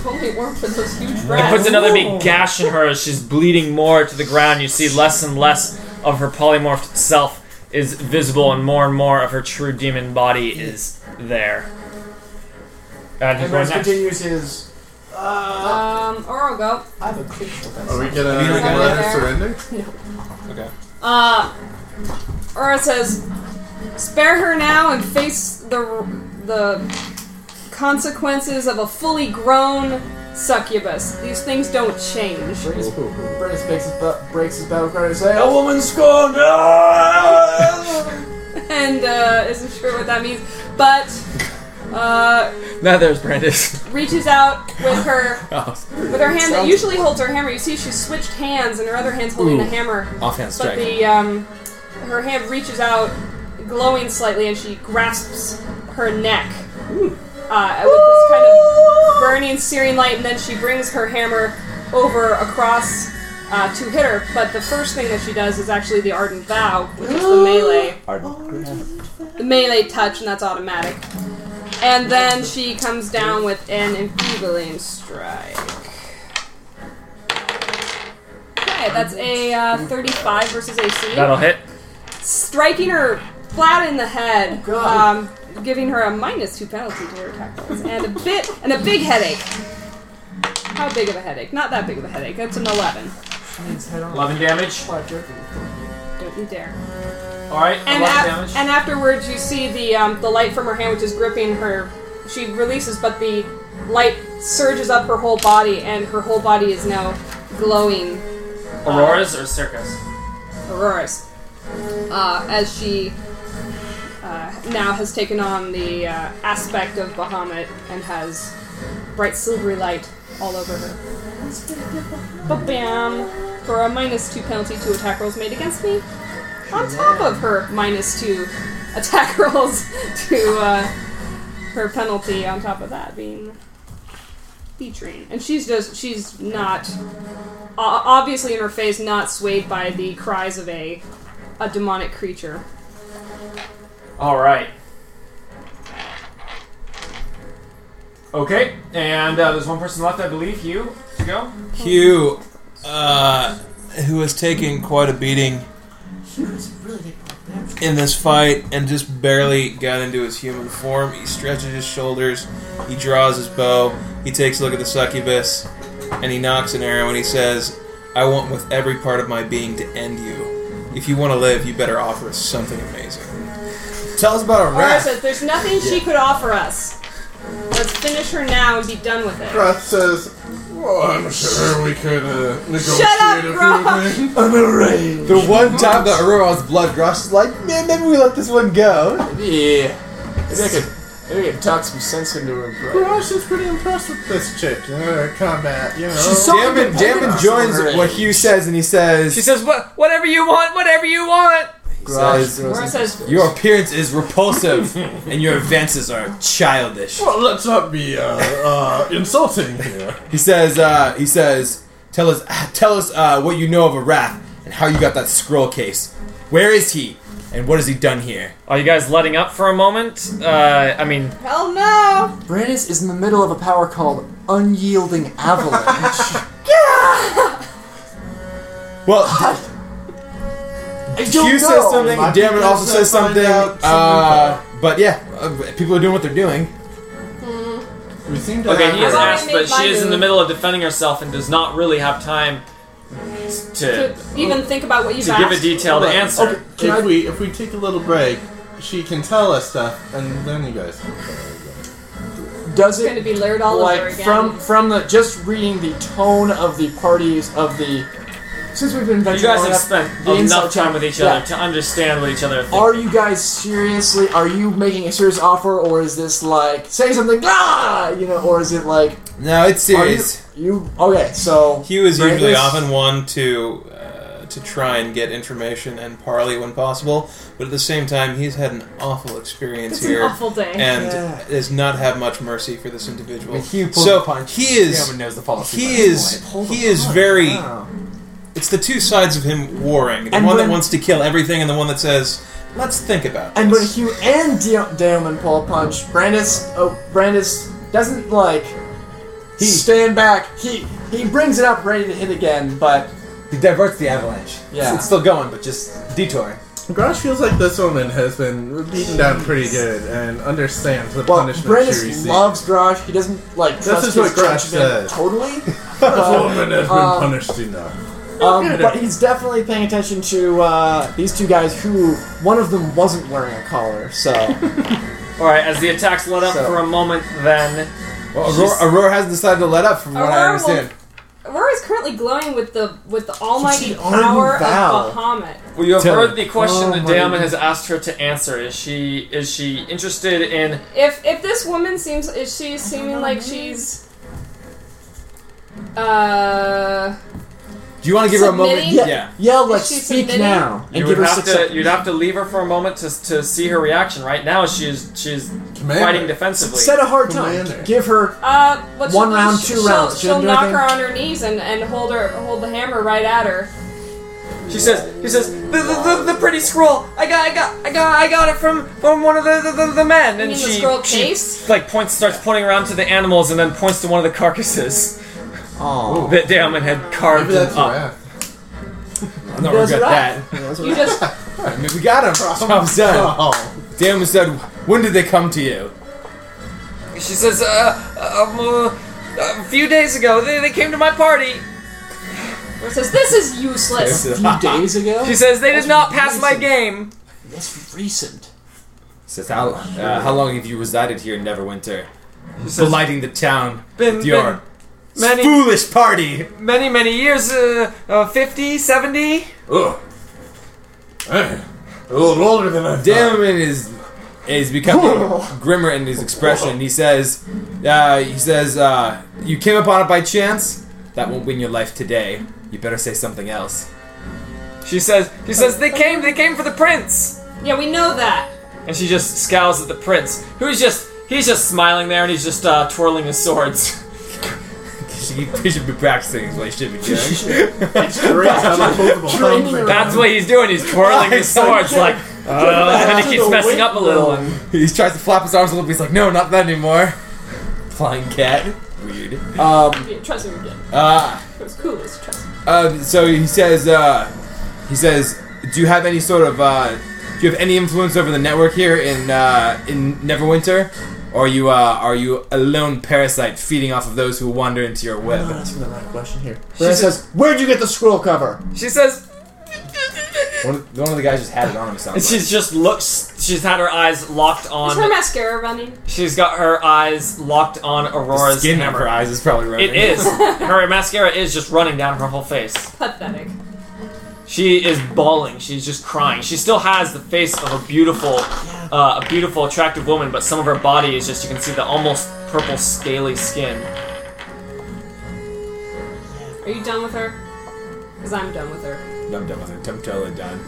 S7: Totally warm for those huge
S5: It
S7: rats.
S5: puts another big gash in her as she's bleeding more to the ground. You see less and less of her polymorphed self is visible, and more and more of her true demon body is there. And who's going
S6: And Brandis
S5: next?
S6: continues his.
S7: Um, or I'll go.
S6: I have a critical pass.
S4: Are we gonna
S3: you
S4: let
S3: look at
S4: her
S7: it?
S4: surrender?
S7: Uh, Aura says, "Spare her now and face the the consequences of a fully grown succubus. These things don't change."
S6: Brandis, Brandis breaks his, bu- breaks his battle card and say, "A
S3: Oh,
S6: woman scorned!"
S7: And uh, isn't sure what that means, but uh,
S5: *laughs*
S3: Now there's Brandis.
S7: reaches out with her
S3: Offhand
S7: with her hand that usually holds her hammer. You see, she switched hands, and her other hand's holding the hammer. But
S3: strike.
S7: the um, her hand reaches out, glowing slightly, and she grasps her neck uh, with this kind of burning, searing light, and then she brings her hammer over across uh, to hit her. But the first thing that she does is actually the ardent vow, which is the melee, the melee touch, and that's automatic. And then she comes down with an enfeebling strike. Okay, that's a uh, 35 versus AC
S5: That'll hit.
S7: striking her flat in the head,
S6: God.
S7: um, giving her a minus two penalty to her attack rolls, and a bit and a big headache. How big of a headache? Not that big of a headache. That's an eleven.
S5: 11 damage.
S7: Don't you dare.
S5: Alright, 11
S7: And, af-
S5: damage.
S7: and afterwards, you see the um, the light from her hand, which is gripping her. She releases, but the light surges up her whole body, and her whole body is now glowing
S5: Aurora's or Circus?
S7: auroras. uh, as she uh, now has taken on the uh, aspect of Bahamut and has bright silvery light all over her. Ba-bam! For a minus two penalty to attack rolls made against me, on top of her minus two attack *laughs* rolls to uh, her penalty on top of that being featuring. And she's just, she's not, o- obviously in her face, not swayed by the cries of a, a demonic creature.
S5: All right. Okay, and uh, there's one person left, I believe. You to go.
S8: Hugh, uh, who has taken quite a beating in this fight and just barely got into his human form, he stretches his shoulders, he draws his bow, he takes a look at the succubus, and he knocks an arrow and he says, I want with every part of my being to end you. If you want to live, you better offer us something amazing.
S3: Tell us about a
S7: Laura
S3: rat.
S7: says, there's nothing she could offer us. Let's finish her now and be done with it.
S4: Roth says, well, I'm sure we could uh, negotiate
S7: Shut up,
S4: a few
S7: Roth!
S4: things. I'm arranged.
S3: The one time that Auror's blood rushed is like, man, maybe we let this one go.
S2: Yeah. Maybe I could, maybe I could talk some sense into him. bro.
S4: Roth is pretty impressed with this chick in her combat, you know.
S3: Oh. Damon, Damon joins
S2: Great.
S3: what Hugh says and he says,
S5: She says, "What? Whatever you want, whatever you want."
S3: he says,
S7: Laura says,
S3: Your appearance is repulsive and your advances are childish.
S4: well, let's not be uh, uh, insulting here.
S3: He says, uh, he says, tell us, *laughs* tell us uh, what you know of a wrath and how you got that scroll case. Where is he? And what has he done here?
S5: Are you guys letting up for a moment? Uh, I mean,
S7: hell no!
S6: Brandis is in the middle of a power called Unyielding
S7: *laughs*
S6: Avalanche.
S3: Well,
S6: don't
S3: Hugh says
S6: know.
S3: something,
S4: Might be
S3: Damon also
S4: best to
S3: says
S4: find
S3: something.
S4: out
S3: uh, but yeah, uh, people are doing what they're doing.
S4: We seem to
S5: okay,
S4: have
S5: he is
S7: I've already
S5: asked,
S7: Uh, made
S5: but
S7: my
S5: she is in the
S7: move.
S5: middle of defending herself and does not really have time to
S7: To even think about what you've
S5: to give
S7: asked.
S5: a detailed answer.
S4: Okay, if we if we take a little break, she can tell us stuff, and then you guys.
S6: Does
S7: It's going
S6: it
S7: to be Laird all over
S6: like
S7: again.
S6: from from the just reading the tone of the parties of the since we've been
S5: You
S6: venturing
S5: guys
S6: long
S5: have
S6: enough,
S5: spent
S6: the
S5: enough
S6: inside
S5: time
S6: check-
S5: with each
S6: yeah.
S5: other to understand what each other thinks.
S6: Are you guys seriously? Are you making a serious offer, or is this like say something? Ah, you know, or is it like
S3: No, it's
S6: are you,
S3: serious.
S6: you okay? So
S8: Hugh is usually
S6: Brandis-
S8: often one to uh, to try and get information and parley when possible, but at the same time, he's had an awful experience
S7: It's an
S8: here
S7: awful day.
S8: and
S6: Yeah.
S8: does not have much mercy for this individual.
S3: But Hugh pulled
S8: so
S3: the punch.
S8: he is
S2: Damon knows the policy. by
S8: he
S2: this
S8: is
S2: point.
S8: he is very. It's the two sides of him warring: the
S6: And
S8: one
S6: when-
S8: that wants to kill everything, and the one that says, "Let's think about."
S6: And when
S8: this."
S6: Hugh and Dion- Damon pull a punch, Brandis, oh, Brandis doesn't like he stand back. He he brings it up ready to hit again, but
S3: He diverts the avalanche.
S6: Yeah.
S3: It's still going, but just detouring.
S4: Grosh feels like this woman has been beaten down pretty good and understands the
S6: well,
S4: punishment she
S6: Brandis
S4: received.
S6: loves Grosh. He doesn't like trust
S4: is
S6: his
S4: what Grosh
S6: judgment
S4: said.
S6: totally.
S4: this woman has been
S6: um,
S4: punished enough.
S6: Um, but he's definitely paying attention to uh, these two guys who one of them wasn't wearing a collar,
S7: *laughs*
S6: so
S5: All right, as the attacks let up
S6: So-
S5: for a moment, then
S3: Well, Aurora, Aurora hasn't decided to let up, from what I
S7: Aurora
S3: understand.
S7: Aurora is currently glowing with the with the almighty
S6: She's already
S7: power of
S6: vowed.
S7: Bahamut.
S5: well, you have
S3: Tell
S5: heard
S3: me.
S5: the question
S6: Oh
S5: that
S6: my
S5: Damon has
S6: goodness.
S5: asked her to answer. Is she is she interested in?
S7: If if this woman seems is she seeming like she's uh
S3: Do you want to give her a moment?
S7: Submitting? Yeah.
S6: yell, let's
S7: she
S6: speak
S7: submitting?
S6: now and
S5: You
S6: give
S5: would
S6: her
S5: have
S6: six
S5: to
S6: seconds.
S5: you'd have to leave her for a moment to, to see her reaction. Right now, she's she's
S4: Commander.
S5: fighting defensively.
S6: Set a hard time.
S4: Commander.
S6: Give her
S7: uh what she'll
S6: One
S7: do,
S6: round, two
S7: she- she'll,
S6: rounds. She
S7: She'll
S6: didn't do
S7: knock
S6: anything.
S7: her on her knees and, and hold her hold the hammer right at her.
S5: She says, she says, the, the, the, the pretty scroll. I got, I got, I got, I got it from from one of the the, the, the men. And
S7: mean the
S5: she,
S7: scroll
S5: she,
S7: case?
S5: like points, starts pointing around to the animals, and then points to one of the carcasses
S6: Oh,
S5: that Damon had carved
S4: Maybe that's
S5: up.
S4: wrath.
S3: I don't regret that.
S7: You just
S3: I mean, we got him.
S6: *laughs*
S3: Problem solved.
S4: Oh,
S3: Damon said, "When did they come to you?"
S5: She says, uh, um, uh, a few days ago, they, they came to my party.
S7: says this is useless.
S6: a few days ago.
S5: She says they did not pass my
S6: amazing.
S5: game.
S6: That's recent.
S3: *laughs* Says how uh, how long have you resided here in Neverwinter,
S5: says-
S3: blighting the town
S5: Been-
S3: with your
S5: been many-
S3: foolish party?
S5: Many, many years, uh, uh 50, 70.
S3: Ugh.
S9: A little older than I
S3: Damon is is
S5: *laughs*
S3: becoming grimmer in his expression. He says, uh, he says, uh, you came upon it by chance. That won't win your life today. You better say something else.
S5: She says, she says, they came, they came for the prince.
S7: Yeah, we know that.
S5: And she just scowls at the prince, who's just, he's just smiling there and he's just uh, twirling his swords.
S3: He, he should be practicing. Is what he should
S8: *laughs*
S3: be doing.
S4: Great, I'm unmovable.
S5: That's what he's doing. He's twirling his swords like, uh, and he keeps messing up a little. And
S3: he tries to flap his arms a little. bit. He's like, no, not that anymore. Flying cat. Weird.
S7: Yeah, trust him again.
S3: Uh,
S7: It was cool. It's trust him.
S3: Uh, so he says, uh, he says, do you have any sort of, uh, do you have any influence over the network here in uh, in Neverwinter, or are you uh, are you a lone parasite feeding off of those who wander into your
S2: I'm
S8: *sighs*
S3: web?
S2: asking the right question here.
S6: Brandis says, "Where'd you get the scroll cover?"
S5: she says,
S3: One of, one of the guys just had it on him. it
S5: and
S3: sounds like.
S5: she's just looks. She's had her eyes locked
S7: Is her
S5: on.
S7: mascara running?
S5: She's got her eyes locked on
S3: The
S5: Aurora's
S3: skin of her
S5: hammer.
S3: eyes is probably running.
S5: It is. Her mascara is just running down her whole face.
S7: Pathetic.
S5: She is bawling. She's just crying. She still has the face of a beautiful, uh, a beautiful, attractive woman, but some of her body is just—you can see the almost purple, scaly skin.
S7: Are you done with her? Because I'm done with her.
S3: I'm done with it. I'm totally done.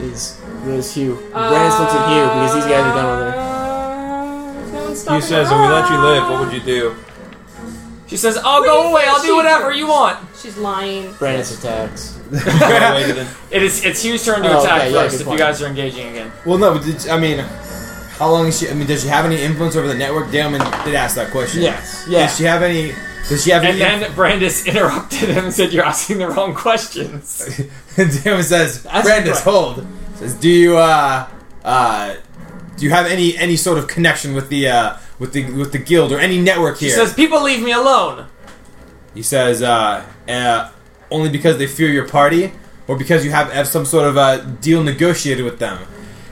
S6: Is where's Hugh?
S7: Uh,
S6: Brandis looks at Hugh because these guys are done with it.
S7: with
S8: He says, if we let you live,
S7: Ah!
S8: what would you
S3: *laughs*
S8: do?
S5: She says, "I'll
S7: What do
S5: go
S7: you
S5: away.
S7: think
S5: I'll do
S7: she-
S5: whatever you want."
S7: She's lying.
S6: Brandis attacks.
S5: It is—it's Hugh's turn to
S6: Oh,
S5: attack
S6: okay, yeah,
S5: first.
S6: good
S5: if you
S6: point.
S5: guys are engaging again,
S3: Well, no, but did, I mean, how long is she? I mean, does she have any influence over the network? Damon did ask that question.
S6: Yes. Yeah.
S3: Does she have any? Does she have
S5: and
S3: any?
S5: then Brandis *laughs* interrupted him and said, "You're asking the wrong questions."
S3: *laughs* And Damon says,
S6: That's
S3: Brandis,
S6: correct.
S3: hold. Says, do you uh uh do you have any any sort of connection with the uh with the with the guild or any network
S5: She
S3: here?
S5: says, "People leave me alone."
S3: he says uh, uh only because they fear your party or because you have, have some sort of uh, deal negotiated with them.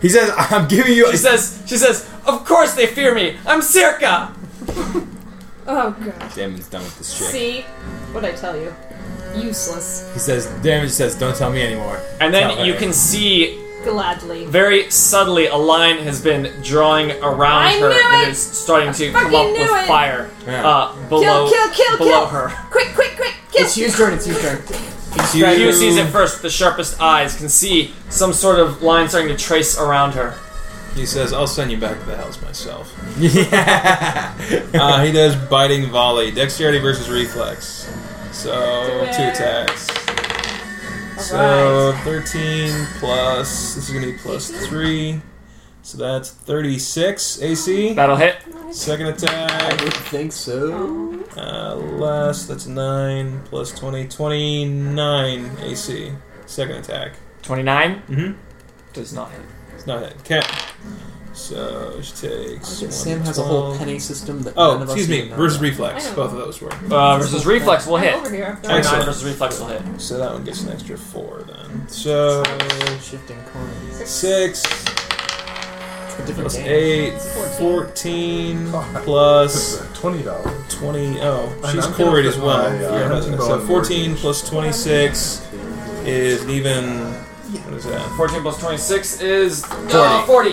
S3: He says, *laughs* I'm giving you
S5: She says, "She says, of course they fear me. I'm Circa."
S7: Oh god.
S3: Damon's done with this shit.
S7: See what I tell you? Useless.
S3: He says Damon just says, Don't tell me anymore. *laughs*
S5: And
S3: Tell
S5: then you
S3: her.
S5: can see
S7: Gladly.
S5: very subtly a line has been drawing around
S7: I
S5: her
S7: knew
S5: that
S7: it!
S5: is starting to come
S7: fucking
S5: up
S7: knew
S5: with
S7: it!
S5: fire
S3: Yeah.
S5: uh, below
S7: Kill! Kill! Kill!
S5: below
S7: Kill!
S5: her.
S7: Quick! Quick! Quick! Kill!
S6: It's Hugh's turn. It's Hugh's turn.
S5: Hugh sees it first. The sharpest eyes can see some sort of line starting to trace around her.
S8: He says, I'll send you back to the house myself.
S3: yeah.
S8: *laughs* Uh, he does biting volley. Dexterity versus reflex. So,
S7: Do
S8: two
S7: it.
S8: attacks.
S7: All
S8: So, 13 plus, this is going to be plus 3. So that's 36 AC.
S5: That'll hit.
S8: Second
S6: I
S8: attack.
S6: don't think so.
S8: Uh, less, that's 9 plus 20. 29 AC. Second attack.
S5: Twenty-nine
S8: Mm-hmm.
S5: does not hit.
S8: It's not hit. Okay. So she takes. one
S6: Sam
S8: to
S6: has a whole
S8: 12.
S6: penny system that
S8: Oh,
S6: none of us
S8: excuse me.
S6: even know
S8: Versus
S6: about.
S8: reflex.
S7: I know.
S8: Both of those were.
S5: Uh, versus reflex will
S7: I'm
S5: hit.
S7: over here. Don't worry.
S5: Twenty-nine
S8: Excellent.
S5: versus reflex will hit.
S8: So that one gets an extra four then. So
S6: Shifting coins.
S8: six
S6: It's a different
S8: plus
S6: game.
S8: eight, fourteen
S3: *laughs*
S8: plus
S4: Twenty dollars.
S8: twenty. Oh,
S4: I
S8: she's
S4: know.
S8: quarried as well.
S3: uh,
S4: Yeah, yeah,
S8: Yeah,
S4: yeah.
S8: So fourteen plus twenty-six is an even. What is that?
S5: Fourteen plus twenty-six is uh, forty.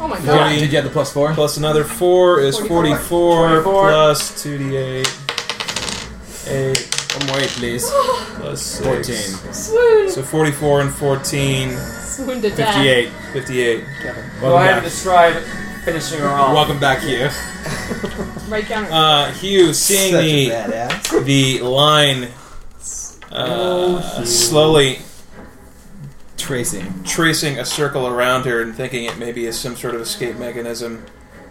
S7: Oh my god.
S8: Forty.
S3: Did you have the plus four?
S8: Plus another four is 44,
S5: 44.
S8: plus 2d8. 8
S3: One more eight, please.
S8: plus 6.
S3: Fourteen.
S7: Swoon.
S8: So 44 and 14,
S7: Swoon to death.
S3: 58.
S8: 58.
S5: Go ahead
S3: Welcome
S5: and
S3: back.
S5: describe finishing her off.
S3: Welcome back here.
S7: Right down. her-
S8: Uh, Hugh, seeing
S3: Such a
S8: the,
S3: badass.
S8: the line uh, slowly
S3: Tracing.
S8: tracing a circle around her and thinking it maybe is some sort of escape mechanism,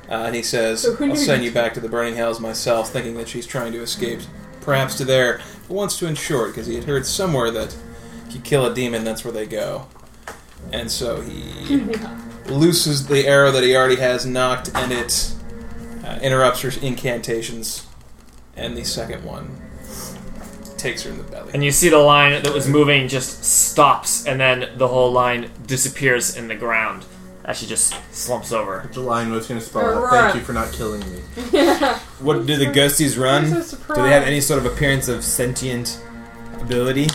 S8: uh, and he says,
S7: So who
S8: I'll
S7: knew
S8: send
S7: you-
S8: you back to the burning hells myself, thinking that she's trying to escape, perhaps to there. But wants to ensure it, because he had heard somewhere that if you kill a demon, that's where they go. And so
S7: *laughs*
S8: he looses the arrow that he already has knocked, and it uh, interrupts her incantations, and the second one takes her in the belly.
S5: And you see the line that was moving just stops, and then the whole line disappears in the ground as she just slumps over.
S4: The line was gonna spell
S7: Aurora.
S4: out, Thank you for not killing me.
S3: What do the ghosties run?
S7: I'm so
S3: do they have
S7: surprised.
S3: any sort of appearance of sentient ability?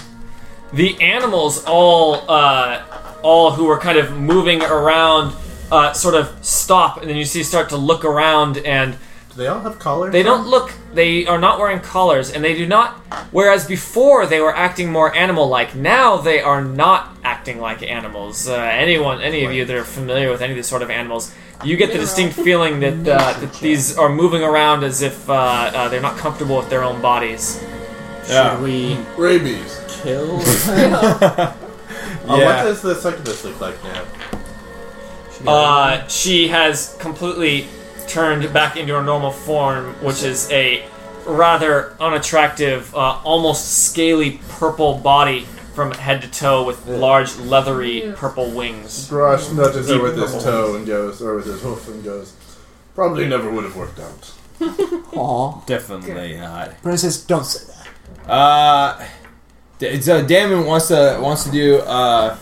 S5: The animals all uh, all who are kind of moving around uh, sort of stop, and then you see start to look around, and
S4: Do they all have collars?
S5: they don't look. They are not wearing collars, and they do not. Whereas before they were acting more animal-like, now they are not acting like animals. Uh, anyone, any of you that are familiar with any of these sort of animals, you get the distinct feeling that uh, that these are moving around as if uh, uh, they're not comfortable with their own bodies.
S6: Should we
S4: Rabies.
S6: kill?
S4: Uh,
S3: Yeah.
S4: What does the succubus look like now?
S5: Uh, she has completely turned back into her normal form, which is a rather unattractive, uh, almost scaly purple body from head to toe with large leathery purple wings.
S4: Rush nudges her with his
S5: Deep
S4: toe and goes, or with his hoof and goes, probably never would have worked out.
S6: Aw.
S3: Definitely not.
S6: Brenna says, don't say that.
S3: Uh, d- so Damon wants to wants to do uh,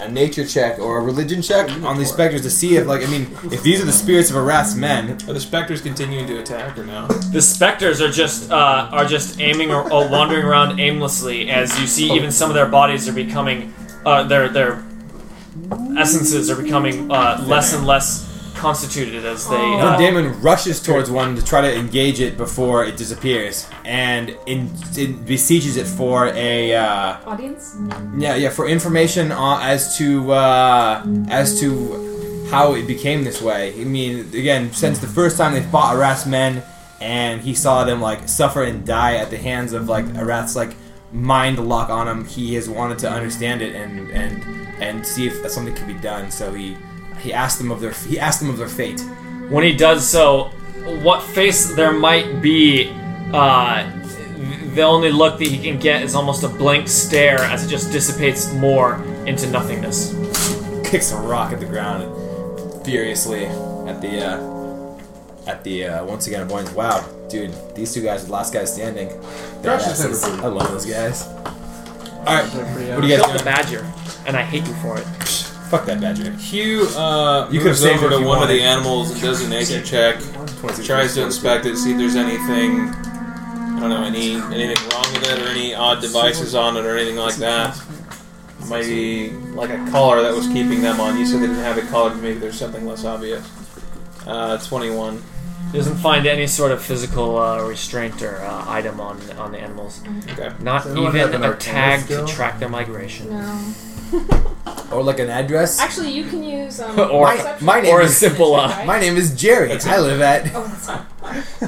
S3: a nature check or a religion check on these specters to see if, like, I mean, if these are the spirits of harassed men.
S8: Are the specters continuing to attack or no?
S5: The specters are just uh, are just aiming or, or wandering around aimlessly as you see even some of their bodies are becoming uh, their their essences are becoming uh, less and less constituted as they uh,
S3: Damon rushes towards one to try to engage it before it disappears, and in, it besieges it for a uh,
S7: Audience?
S3: yeah yeah for information on, as to uh, as to how it became this way. I mean, again, since the first time they fought harassed men, and he saw them like suffer and die at the hands of like Arath's like mind lock on him, he has wanted to understand it and and and see if something could be done. So he he asked them of their he asked them of their fate.
S5: when he does so, what face there might be, uh, the only look that he can get is almost a blank stare as it just dissipates more into nothingness.
S3: kicks a rock at the ground furiously at the uh, at the uh, once again avoidance. Wow, dude, these two guys are the last guys standing. They're
S4: Josh is
S3: asses.
S4: never
S3: I love those guys. All right, what do you
S5: Kill
S3: guys
S5: the
S3: doing?
S5: badger, and I hate you for it.
S3: Fuck that badger.
S8: Hugh uh,
S3: You
S8: you
S3: could've
S8: moves
S3: saved
S8: over
S3: it if
S8: to
S3: you
S8: one of the
S3: wanted.
S8: animals and does a nature check. Tries to inspect it, see if there's anything. I don't know, any anything wrong with it or any odd devices on it or anything like that. Maybe like a collar that was keeping them on. You said they didn't have a collar, but maybe there's something less obvious. Uh, 21.
S5: He doesn't find any sort of physical uh, restraint or uh, item on on the animals.
S8: Okay.
S5: Not
S4: anyone have
S5: even
S4: an
S5: a
S4: arcana
S5: tag to
S4: skill?
S5: track their migration.
S7: No.
S3: Or like an address.
S7: Actually, you can use. Um,
S5: *laughs* Or-
S7: perception.
S3: my name
S5: Or a
S3: is
S5: simple uh,
S7: Right?
S3: my name is Jerry. I live at.
S7: Oh, that's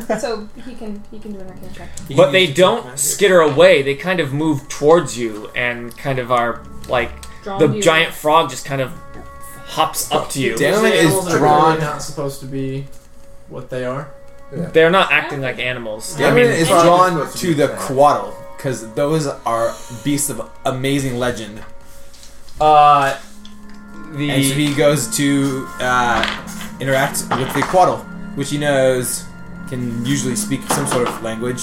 S7: fine. so he can he can do an arcane check.
S8: You
S5: But
S8: can
S5: they
S8: use the
S5: don't
S8: magic.
S5: skitter away. They kind of move towards you and kind of are like
S7: Drawn
S5: the
S7: you.
S5: giant frog just kind of hops up to you.
S3: Damon
S6: The
S3: is
S6: animals are
S3: drawn.
S6: really not supposed to be what they are.
S5: They're not acting like animals. I
S3: Damon
S5: mean,
S3: is
S7: Frog is
S3: drawn
S4: supposed to
S3: to
S4: be
S3: the
S4: fat.
S3: quaddle because those are beasts of amazing legend.
S5: uh,
S3: And so
S5: the
S3: he goes to uh, interact with the Quaddle, which he knows can usually speak some sort of language.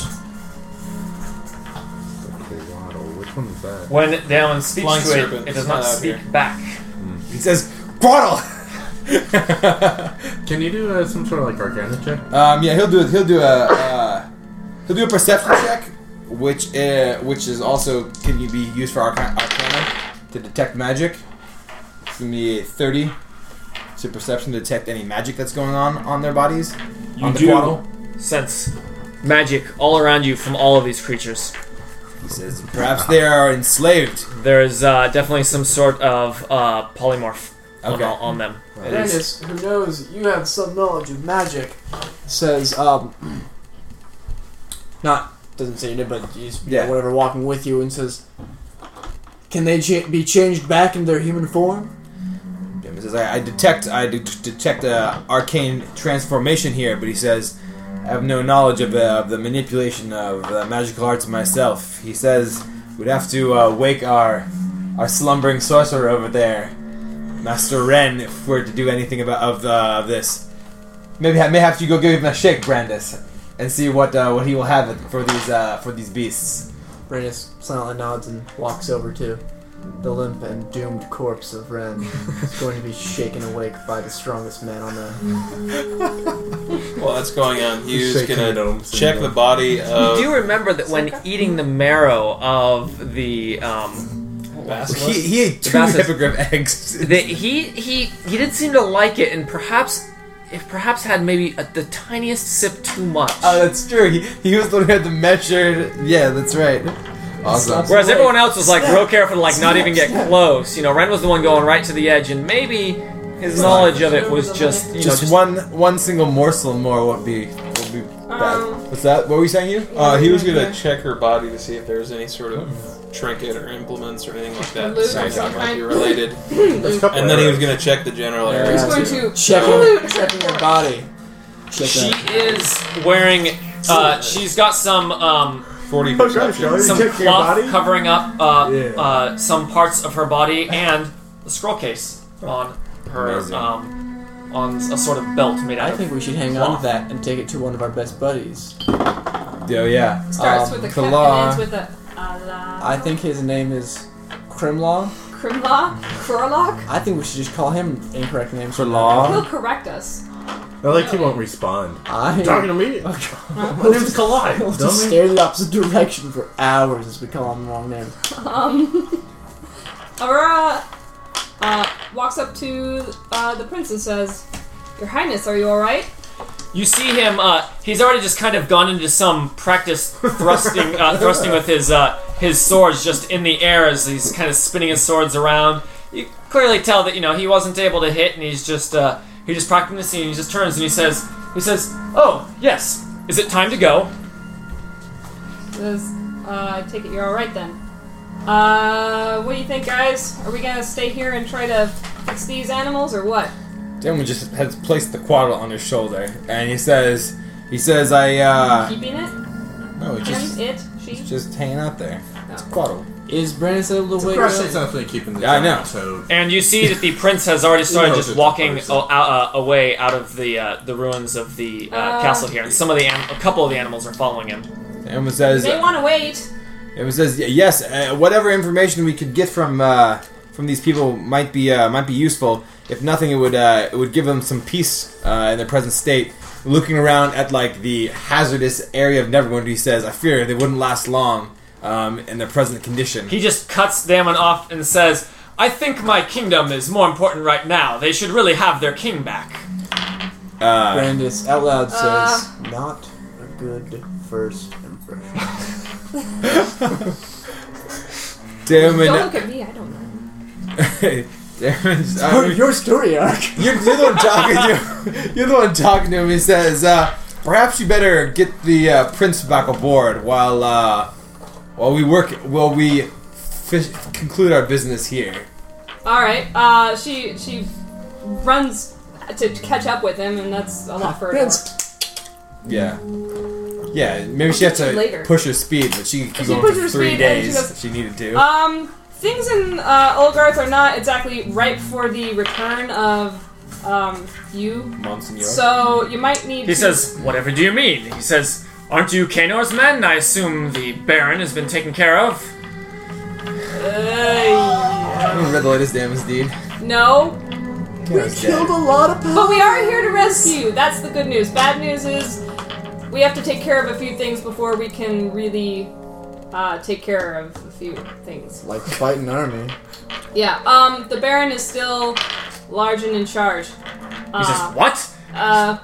S4: Which one is that?
S5: when Damon speaks
S8: Flying
S5: to it,
S8: serpent.
S5: it
S8: It's
S5: does not
S8: not out
S5: speak
S8: here.
S5: back.
S3: He says, "Quaddle." *laughs*
S4: Can you do uh, some sort of like organic check?
S3: um, yeah, he'll do. He'll do a. Uh, he'll do a perception check, which uh, which is also can you be used for arca- arcana to detect magic. It's gonna be a thirty. To perception to detect any magic that's going on on their bodies.
S5: You
S3: on the
S5: do
S3: Quaddle.
S5: sense magic all around you from all of these creatures.
S3: He says, "Perhaps they are enslaved."
S5: There is uh, definitely some sort of uh, polymorph on,
S3: Okay.
S5: on them.
S6: Brandis, who knows you have some knowledge of magic, says, um, not, doesn't say you did, but he's,
S3: Yeah.
S6: whatever, walking with you and says, can they cha- be changed back into their human form?
S3: Jim says, I, I detect, I de- detect a arcane transformation here, but he says, I have no knowledge of, uh, of the manipulation of uh, magical arts myself. He says, we'd have to uh, wake our our slumbering sorcerer over there, Master Ren, if we're to do anything about of, uh, of this. Maybe I may have to go give him a shake, Brandis, and see what uh, what he will have for these uh, for these beasts.
S6: Brandis silently nods and walks over to the limp and doomed corpse of Ren. He's going to be shaken awake by the strongest man on the.
S8: While that's going on, Hugh's
S4: shaking
S8: gonna
S4: it over.
S8: check the body
S5: You
S8: of.
S5: do remember that when eating the marrow of the um,
S3: He, he ate two
S5: That's it.
S3: hippogriff eggs.
S5: The, he he he did seem to like it, and perhaps if perhaps had maybe a, the tiniest sip too much.
S3: *laughs* Oh, that's true. He, he was the one who had the measured. Yeah, that's right. Awesome.
S5: Whereas everyone else was like real careful to like not even get close. You know, Ren was the one going right to the edge, and maybe his knowledge of it was just you know
S3: just,
S5: just
S3: one one single morsel more would be would be bad.
S7: Um,
S3: What's that? What were you saying, you?
S8: Uh, he was gonna check her body to see if there was any sort of trinket or implements or anything like that. to see if that might be related. And then he was gonna check the general area.
S7: He's going to
S6: Checking,
S7: Salute.
S6: checking her body. Check
S5: She
S6: that.
S5: is wearing. Uh, she's got some um,
S8: Forty
S4: Oh, gosh,
S8: perception.
S4: Joey.
S5: some
S4: Check your
S5: cloth
S4: body?
S5: covering up uh,
S4: Yeah.
S5: uh, some parts of her body and a scroll case on her
S3: Amazing.
S5: um, on a sort of belt made out
S6: I
S5: of.
S6: think we should hang on to that and take it to one of our best buddies.
S3: Oh yeah.
S7: starts
S6: Um,
S7: with a cut
S3: Kala.
S7: and ends with a Allah.
S6: I think his name is Krimlaw.
S7: Krimla? Kurlock?
S6: I think we should just call him incorrect names.
S3: For law.
S7: He'll correct us.
S4: I like he won't respond.
S6: I
S4: Talking to me. My name's Kalai.
S6: *laughs* We'll just
S4: Dummy.
S6: stare the opposite direction for hours as we call him the wrong name.
S7: Um, *laughs* Aurora uh, walks up to uh, the prince and says, Your Highness, are you alright?
S5: You see him. Uh, he's already just kind of gone into some practice thrusting, uh, thrusting with his uh, his swords just in the air as he's kind of spinning his swords around. You clearly tell that you know he wasn't able to hit, and he's just uh, he just practicing. And he just turns and he says he says, "Oh yes, is it time to go?"
S7: Says, uh, I take it you're alright then. Uh, what do you think, guys? Are we gonna stay here and try to fix these animals or what?
S3: Damon just has placed the quadra on his shoulder, and he says, he says, I uh,
S7: Keeping it?
S3: no, it's just
S7: Him? It? She?
S3: just hanging out there. It's quadra.
S6: Is Brandon still able to wake
S4: Crush is
S6: up?
S4: definitely keeping the
S3: Yeah, I know.
S4: giant toad.
S5: And you see that the prince has already started
S4: knows
S5: just
S4: it's
S5: walking
S4: a
S5: uh, uh, away out of the uh, the ruins of the uh,
S7: Uh.
S5: castle here, and some of the anim- a couple of the animals are following him.
S3: Damon says,
S7: They wanna wait.
S3: It was says yes. Uh, whatever information we could get from uh, from these people might be uh, might be useful. If nothing, it would uh, it would give them some peace uh, in their present state. Looking around at like the hazardous area of Neverwinter, he says, "I fear they wouldn't last long um, in their present condition."
S5: He just cuts Damon off and says, I think my kingdom is more important right now. They should really have their king back.
S3: Uh,
S6: Brandis out loud says,
S7: Uh.
S6: "Not a good first impression."
S4: *laughs*
S7: Don't
S3: *laughs* Damon,
S7: look at me, I don't know.
S3: Damon's- I
S6: Your,
S3: mean,
S6: your story arc.
S3: you're, you're the one talking to him. You're the one talking to him. He says, uh, "Perhaps you better get the uh, prince back aboard while uh, while we work while we fish, conclude our business here."
S7: Alright, uh, she, she runs to catch up with him and that's a lot further.
S6: Prince.
S3: Yeah, yeah. Maybe she has to
S7: Later.
S3: push her speed, but she could keep
S7: She
S3: going
S7: pushed
S3: for
S7: her
S3: three
S7: speed and she
S3: days
S7: goes-
S3: if she needed to.
S7: Um, things in uh, Olgarth are not exactly ripe for the return of um, you.
S3: Monsignor.
S7: So you might need
S5: He
S7: to.
S5: says, Whatever do you mean? He says, Aren't you Kanor's men? I assume the Baron has been taken care of.
S7: Uh,
S3: I read the latest Damon's deed.
S7: no.
S3: Kano's dead.
S6: a lot of
S7: But we are here to rescue you. That's the good news. Bad news is we have to take care of a few things before we can really uh, take care of a few things.
S6: Like fighting army.
S7: Yeah. Um, the Baron is still large and in charge.
S5: He
S7: Uh,
S5: says, What?
S7: uh,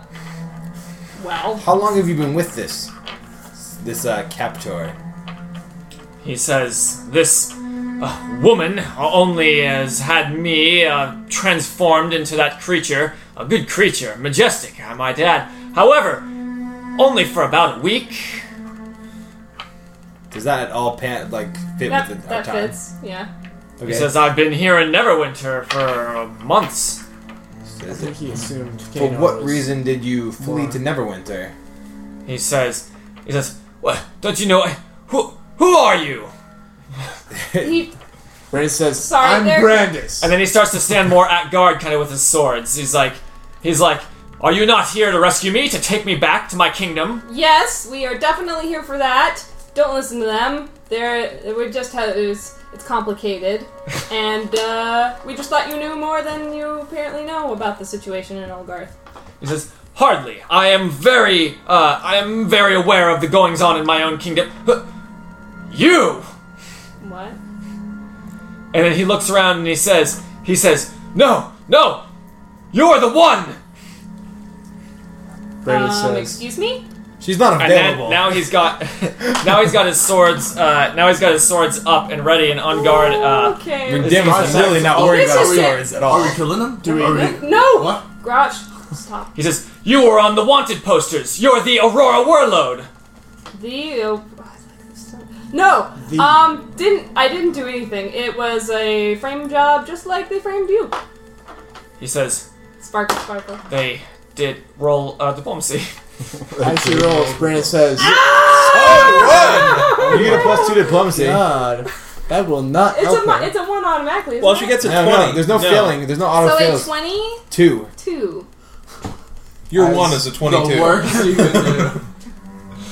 S7: well,
S3: How long have you been with this this uh, captor?
S5: He says, This uh, woman only has had me uh, transformed into that creature. A good creature, majestic, I might add. However, only for about a week.
S3: Does that at all pan, like fit
S7: that,
S3: with the, our
S7: that
S3: time?
S7: fits. Yeah.
S3: Okay.
S5: He says, I've been here in Neverwinter for uh, months.
S6: I
S3: Says it.
S6: think he assumed.
S3: For
S6: Kano
S3: what
S6: was-
S3: reason did you flee
S6: more-
S3: to Neverwinter?
S5: He says, he says, what? Don't you know? Who, who are you?
S7: He,
S6: Brandis says,
S7: Sorry, Um,
S6: "I'm
S7: there-
S6: Brandis."
S5: And then he starts to stand more at guard, kind of with his swords. He's like, he's like, are you not here to rescue me, to take me back to my kingdom?
S7: Yes, we are definitely here for that. Don't listen to them. They're we just have it's, it's complicated, and uh, we just thought you knew more than you apparently know about the situation in Olgarth.
S5: He says, hardly. I am very, uh, I am very aware of the goings on in my own kingdom. Huh, You!
S7: What?
S5: And then he looks around and he says, he says, no, no, you're the one.
S8: Brandon
S7: Um,
S8: says.
S7: excuse me?
S3: She's not
S5: And then
S3: available.
S5: now he's got, *laughs* now he's got his swords, uh, now he's got his swords up and ready and on guard. Uh,
S7: okay.
S3: Damn, I'm really not worried
S7: This
S3: about
S7: is it.
S3: swords at
S2: Are
S3: all.
S2: we killing him?
S4: Do we?
S7: No!
S4: What?
S7: Garage, stop.
S5: he says, you were on the wanted posters. You're the Aurora Warlord.
S7: The oh, I like this so- no, um, didn't I didn't do anything. It was a frame job, just like they framed you.
S5: He says,
S7: Sparkle, sparkle.
S5: they did roll uh, diplomacy.
S6: *laughs*
S4: As she rolls, Brandon says,
S3: You get a plus two diplomacy.
S6: *laughs* God, that will not
S7: It's
S6: help
S7: a mo-
S6: her.
S7: it's a one automatically.
S8: *laughs*
S7: Isn't
S8: Well, if she
S7: it?
S8: gets a
S3: No,
S8: twenty,
S3: no, there's no, failing. There's no auto
S7: so
S3: fails.
S7: a twenty-two.
S3: Two.
S8: Your one is a twenty-two.
S4: the
S7: *laughs*
S4: worst you could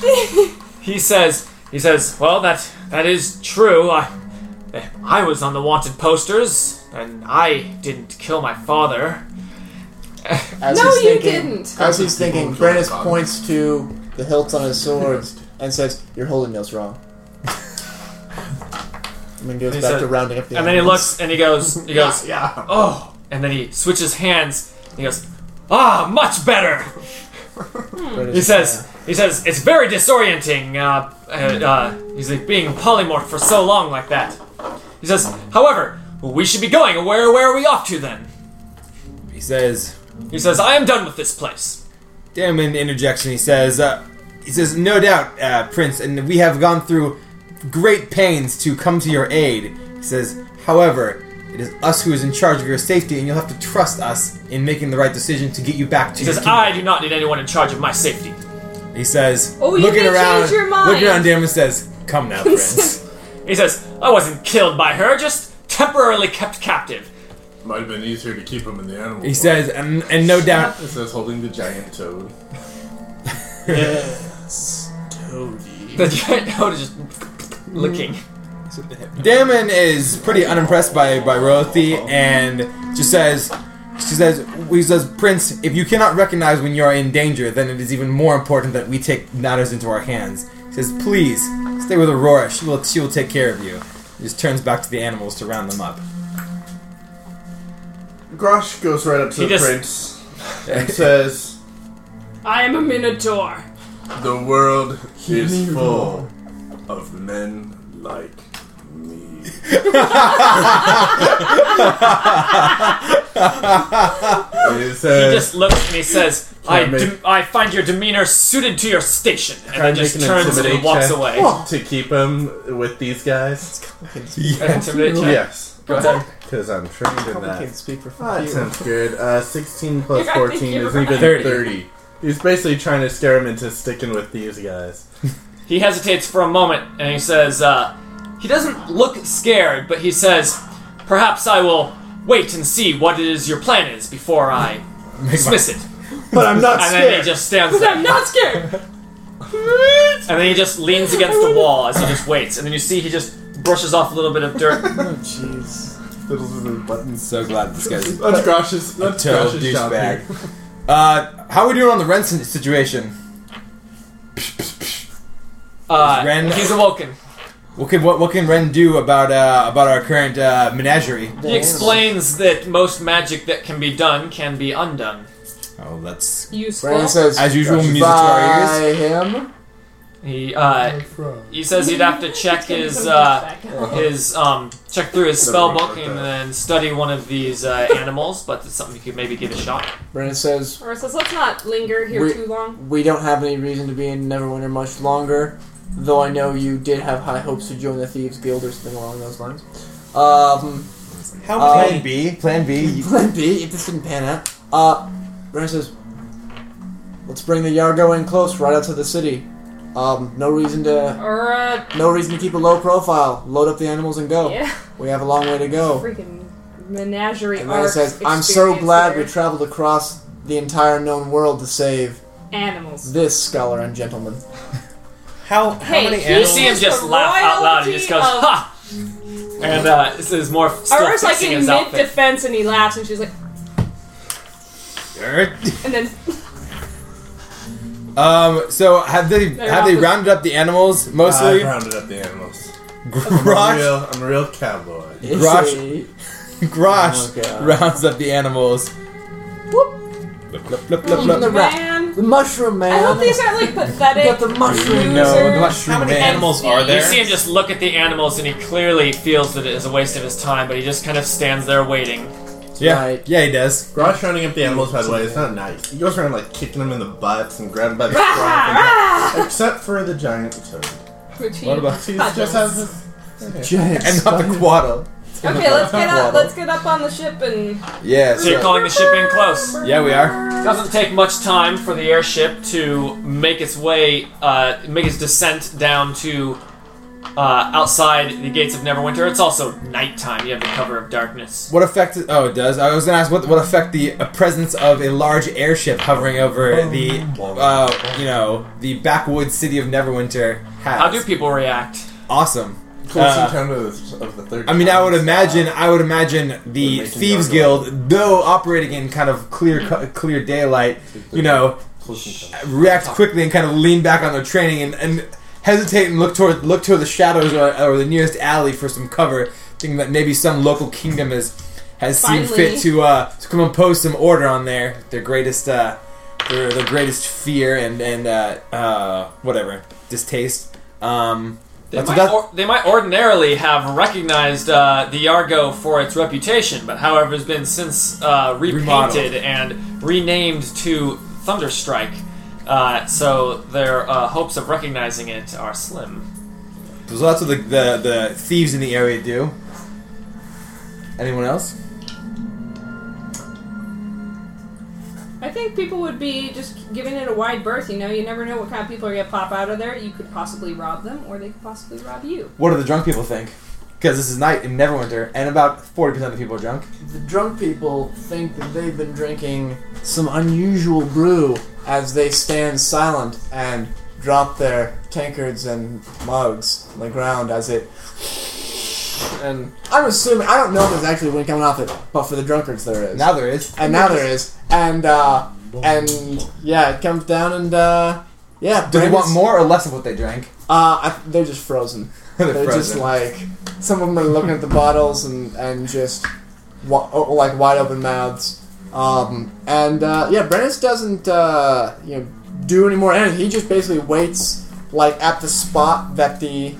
S6: *laughs*
S4: do.
S5: he says he says well that that is true i i was on the wanted posters and i didn't kill my father
S6: As
S7: No,
S6: he's
S7: you
S6: thinking-
S7: didn't.
S6: As he's thinking, Brandon
S4: God.
S6: points to the hilts on his swords and says, "You're holding those
S3: *laughs*
S6: wrong." and then goes
S5: He
S6: back
S5: said-
S6: to rounding up the.
S5: and then he
S6: animals.
S5: looks and he goes he goes
S4: Yeah.
S5: oh and then he switches hands and he goes ah much better
S6: Brandon's
S5: he
S6: just,
S5: says he says it's very disorienting uh, uh, uh, he's like being polymorph for so long like that he says however we should be going where where are we off to then
S3: He says,
S5: he says i am done with this place
S3: damn an interjection. He says, uh, he says, no doubt, uh, Prince, and we have gone through great pains to come to your aid. He says, however, it is us who is in charge of your safety, and you'll have to trust us in making the right decision to get you back to.
S5: he
S3: your
S5: says
S3: kingdom."
S5: i do not need anyone in charge of my safety
S3: He says,
S7: Oh, you
S3: looking
S7: may
S3: around,
S7: change your mind.
S3: looking around, Damon says, "Come
S7: *laughs*
S3: now, Prince."
S5: He says, I wasn't killed by her, just temporarily kept captive.
S4: Might have been easier to keep him in the animal.
S3: he says, and, and no doubt,
S4: It says holding the giant toad.
S5: The *laughs* giant toad is just licking.
S3: Damon is pretty unimpressed by by Rothi and just says, she says, he says, Prince, if you cannot recognize when you are in danger, then it is even more important that we take matters into our hands. He says, please stay with Aurora. She will she will take care of you. He just turns back to the animals to round them up.
S4: Grosh goes right up to
S5: He
S4: the
S5: just-
S4: prince and says,
S7: I am a minotaur.
S4: The world is full of men like me. It
S5: He
S4: says,
S3: Uh,
S5: just looks and he says, I,
S4: Can I make-
S5: dem- I find your demeanor suited to your station. And
S4: Can I
S5: then just
S4: make an
S5: turns and
S4: intimidate
S5: walks
S4: check?
S5: away.
S4: to keep him with these guys?
S5: An intimidate check.
S4: Yes.
S5: Go ahead.
S4: Because I'm trained in
S6: I can
S4: that.
S6: speak for
S4: Ah,
S6: fuck
S4: that
S6: you.
S4: sounds good. Uh,
S3: *laughs*
S4: 16 plus
S7: Yeah, I think
S4: 14
S7: you're
S4: is even
S7: right.
S3: 30.
S4: 30. He's basically trying to scare him into sticking with these guys. *laughs*
S5: He hesitates for a moment and he says, uh, he doesn't look scared, but he says, perhaps I will wait and see what it is your plan is before I dismiss it.
S6: But I'm
S3: *laughs*
S6: not
S5: And then he just stands there.
S7: I'm not scared.
S5: And then he just leans against the wall as he just waits. And then you see he just brushes off a little bit
S4: *laughs*
S5: of dirt.
S6: Jeez.
S4: Fiddles with his buttons.
S3: So glad this guy's
S4: *laughs*
S3: a
S4: Let's Grosh his, let's
S3: total
S4: Grosh his job
S3: douchebag.
S4: here.
S3: Uh, how are we doing on the Ren sin- situation?
S5: Uh,
S3: Ren-
S5: he's awoken.
S3: What can what, what can Ren do about uh, about our current uh, menagerie?
S5: He explains that most magic that can be done can be undone.
S3: Oh, that's
S7: Useful.
S6: Brandon says,
S3: as usual music to our ears.
S6: "Buy him."
S5: He uh, he says he'd have to check his uh,
S6: Oh.
S5: his um check through his spell book and then study one of these uh, animals, but it's something you could maybe give a shot.
S6: Brandon says,
S7: Or says, let's not linger here
S6: We-
S7: too long.
S6: "We don't have any reason to be in Neverwinter much longer, though I know you did have high hopes to join the Thieves Guild or something along those lines." Um, *laughs*
S3: How
S6: Um,
S3: plan B? Plan B.
S6: *laughs*
S3: you-
S6: Plan B, if this didn't pan out. Uh, Brandon says, "Let's bring the Yargo in close, right outside the city. Um, no reason to,
S7: Or uh,
S6: no reason to keep a low profile. Load up the animals and go.
S7: yeah,
S6: We have a long way to go."
S7: freaking menagerie.
S6: And Brandon
S7: arc
S6: says, "I'm so
S7: experience
S6: glad
S7: here.
S6: we traveled across the entire known world to save
S7: animals.
S6: this scholar and gentleman."
S3: How how
S7: Hey,
S3: many
S7: he-
S5: You
S3: animals?
S5: see him
S7: He's
S5: just
S7: the
S5: laugh out loud and he just goes
S7: royalty of-
S5: ha. And uh, this is more still
S7: Or it's like
S5: fixing
S7: in
S5: his
S7: mid
S5: outfit.
S7: defense and he laughs and she's like,
S3: Dirt.
S7: and then *laughs*
S3: Um. So have they have they
S7: rounded-
S3: rounded up the animals
S4: Uh,
S3: mostly?
S6: Uh,
S3: *laughs*
S4: rounded up the animals.
S6: *laughs*
S4: I'm
S3: Grosh,
S4: real, I'm a real cowboy.
S3: Grosh.
S6: It's
S3: Grosh
S6: Oh, God.
S3: rounds up the animals. Blip, blip, blip, blip, blip.
S6: the rat.
S7: Man,
S6: The mushroom man.
S7: I hope these aren't like pathetic.
S6: got the mushroom.
S3: No, the
S7: losers.
S3: mushroom man.
S8: animals are
S5: You
S8: there?
S7: *laughs*
S5: see him just look at the animals, and he clearly feels that it is a waste of his time, but he just kind of stands there waiting.
S3: Yeah,
S6: Right.
S3: yeah, he does.
S4: Grosh rounding up the animals, by the way, is not nice. He goes around like kicking them in the butts and grabbing by
S3: *laughs*
S4: the
S7: Ah!
S4: scruff. and- Except for the giant toad.
S7: Routine.
S3: What about-
S4: He just has this.
S6: Giant
S3: And not the
S6: spider.
S3: quaddle.
S7: Okay, let's get up.
S3: Waddle.
S7: Let's get up on the ship and
S3: Yeah,
S5: So you're
S3: so,
S5: calling the ship in close.
S3: yeah, we are.
S5: Doesn't take much time for the airship to make its way, uh, make its descent down to uh, outside the gates of Neverwinter. It's also nighttime. You have the cover of darkness.
S3: What effect? Oh, it does. I was gonna ask what what effect the uh, presence of a large airship hovering over
S6: Oh.
S3: the uh, you know the backwoods city of Neverwinter has.
S5: How do people react?
S3: awesome.
S4: Close
S3: Uh,
S4: encounter of the, of the third.
S3: I mean, I would
S4: kind.
S3: imagine, I would imagine the
S4: They're making
S3: thieves
S4: dark
S3: guild, though operating in kind of clear, cu- clear daylight, you know,
S4: Close encounter.
S3: react quickly and kind of lean back on their training and, and hesitate and look toward, look toward the shadows or, or the nearest alley for some cover, thinking that maybe some local kingdom has has seen
S7: Finally.
S3: fit to uh, to come impose some order on their their greatest uh, their, their greatest fear and and uh, uh, whatever distaste. Um,
S5: They
S3: that's-
S5: might,
S3: that's-
S5: or, they might ordinarily have recognized uh, the Yargo for its reputation, but however, has been since uh, repainted
S3: Remodeled.
S5: and renamed to Thunderstrike. Uh, so their uh, hopes of recognizing it are slim.
S3: There's lots of the, the, the thieves in the area do. Anyone else?
S7: I think people would be just giving it a wide berth. You know, you never know what kind of people are gonna pop out of there. You could possibly rob them, or they could possibly rob you.
S3: What do the drunk people think? Because this is night in Neverwinter, and about 40% of the people are drunk.
S6: The drunk people think that they've been drinking some unusual brew as they stand silent and drop their tankards and mugs on the ground as it. And I'm assuming I don't know if there's actually wind coming off it, but for the drunkards there is.
S3: Now there is.
S6: and now there is. And uh, and yeah, it comes down and uh, yeah.
S3: Do they want
S6: Brandon's-
S3: more or less of what they drank? *laughs*
S6: Uh, I, they're just frozen. *laughs*
S3: They're
S6: They're just
S3: frozen.
S6: like some of them are looking at the bottles and and just wa- oh, like wide open mouths. Um, and uh, yeah, Brennus doesn't uh, you know do any more anything. He just basically waits like at the spot that the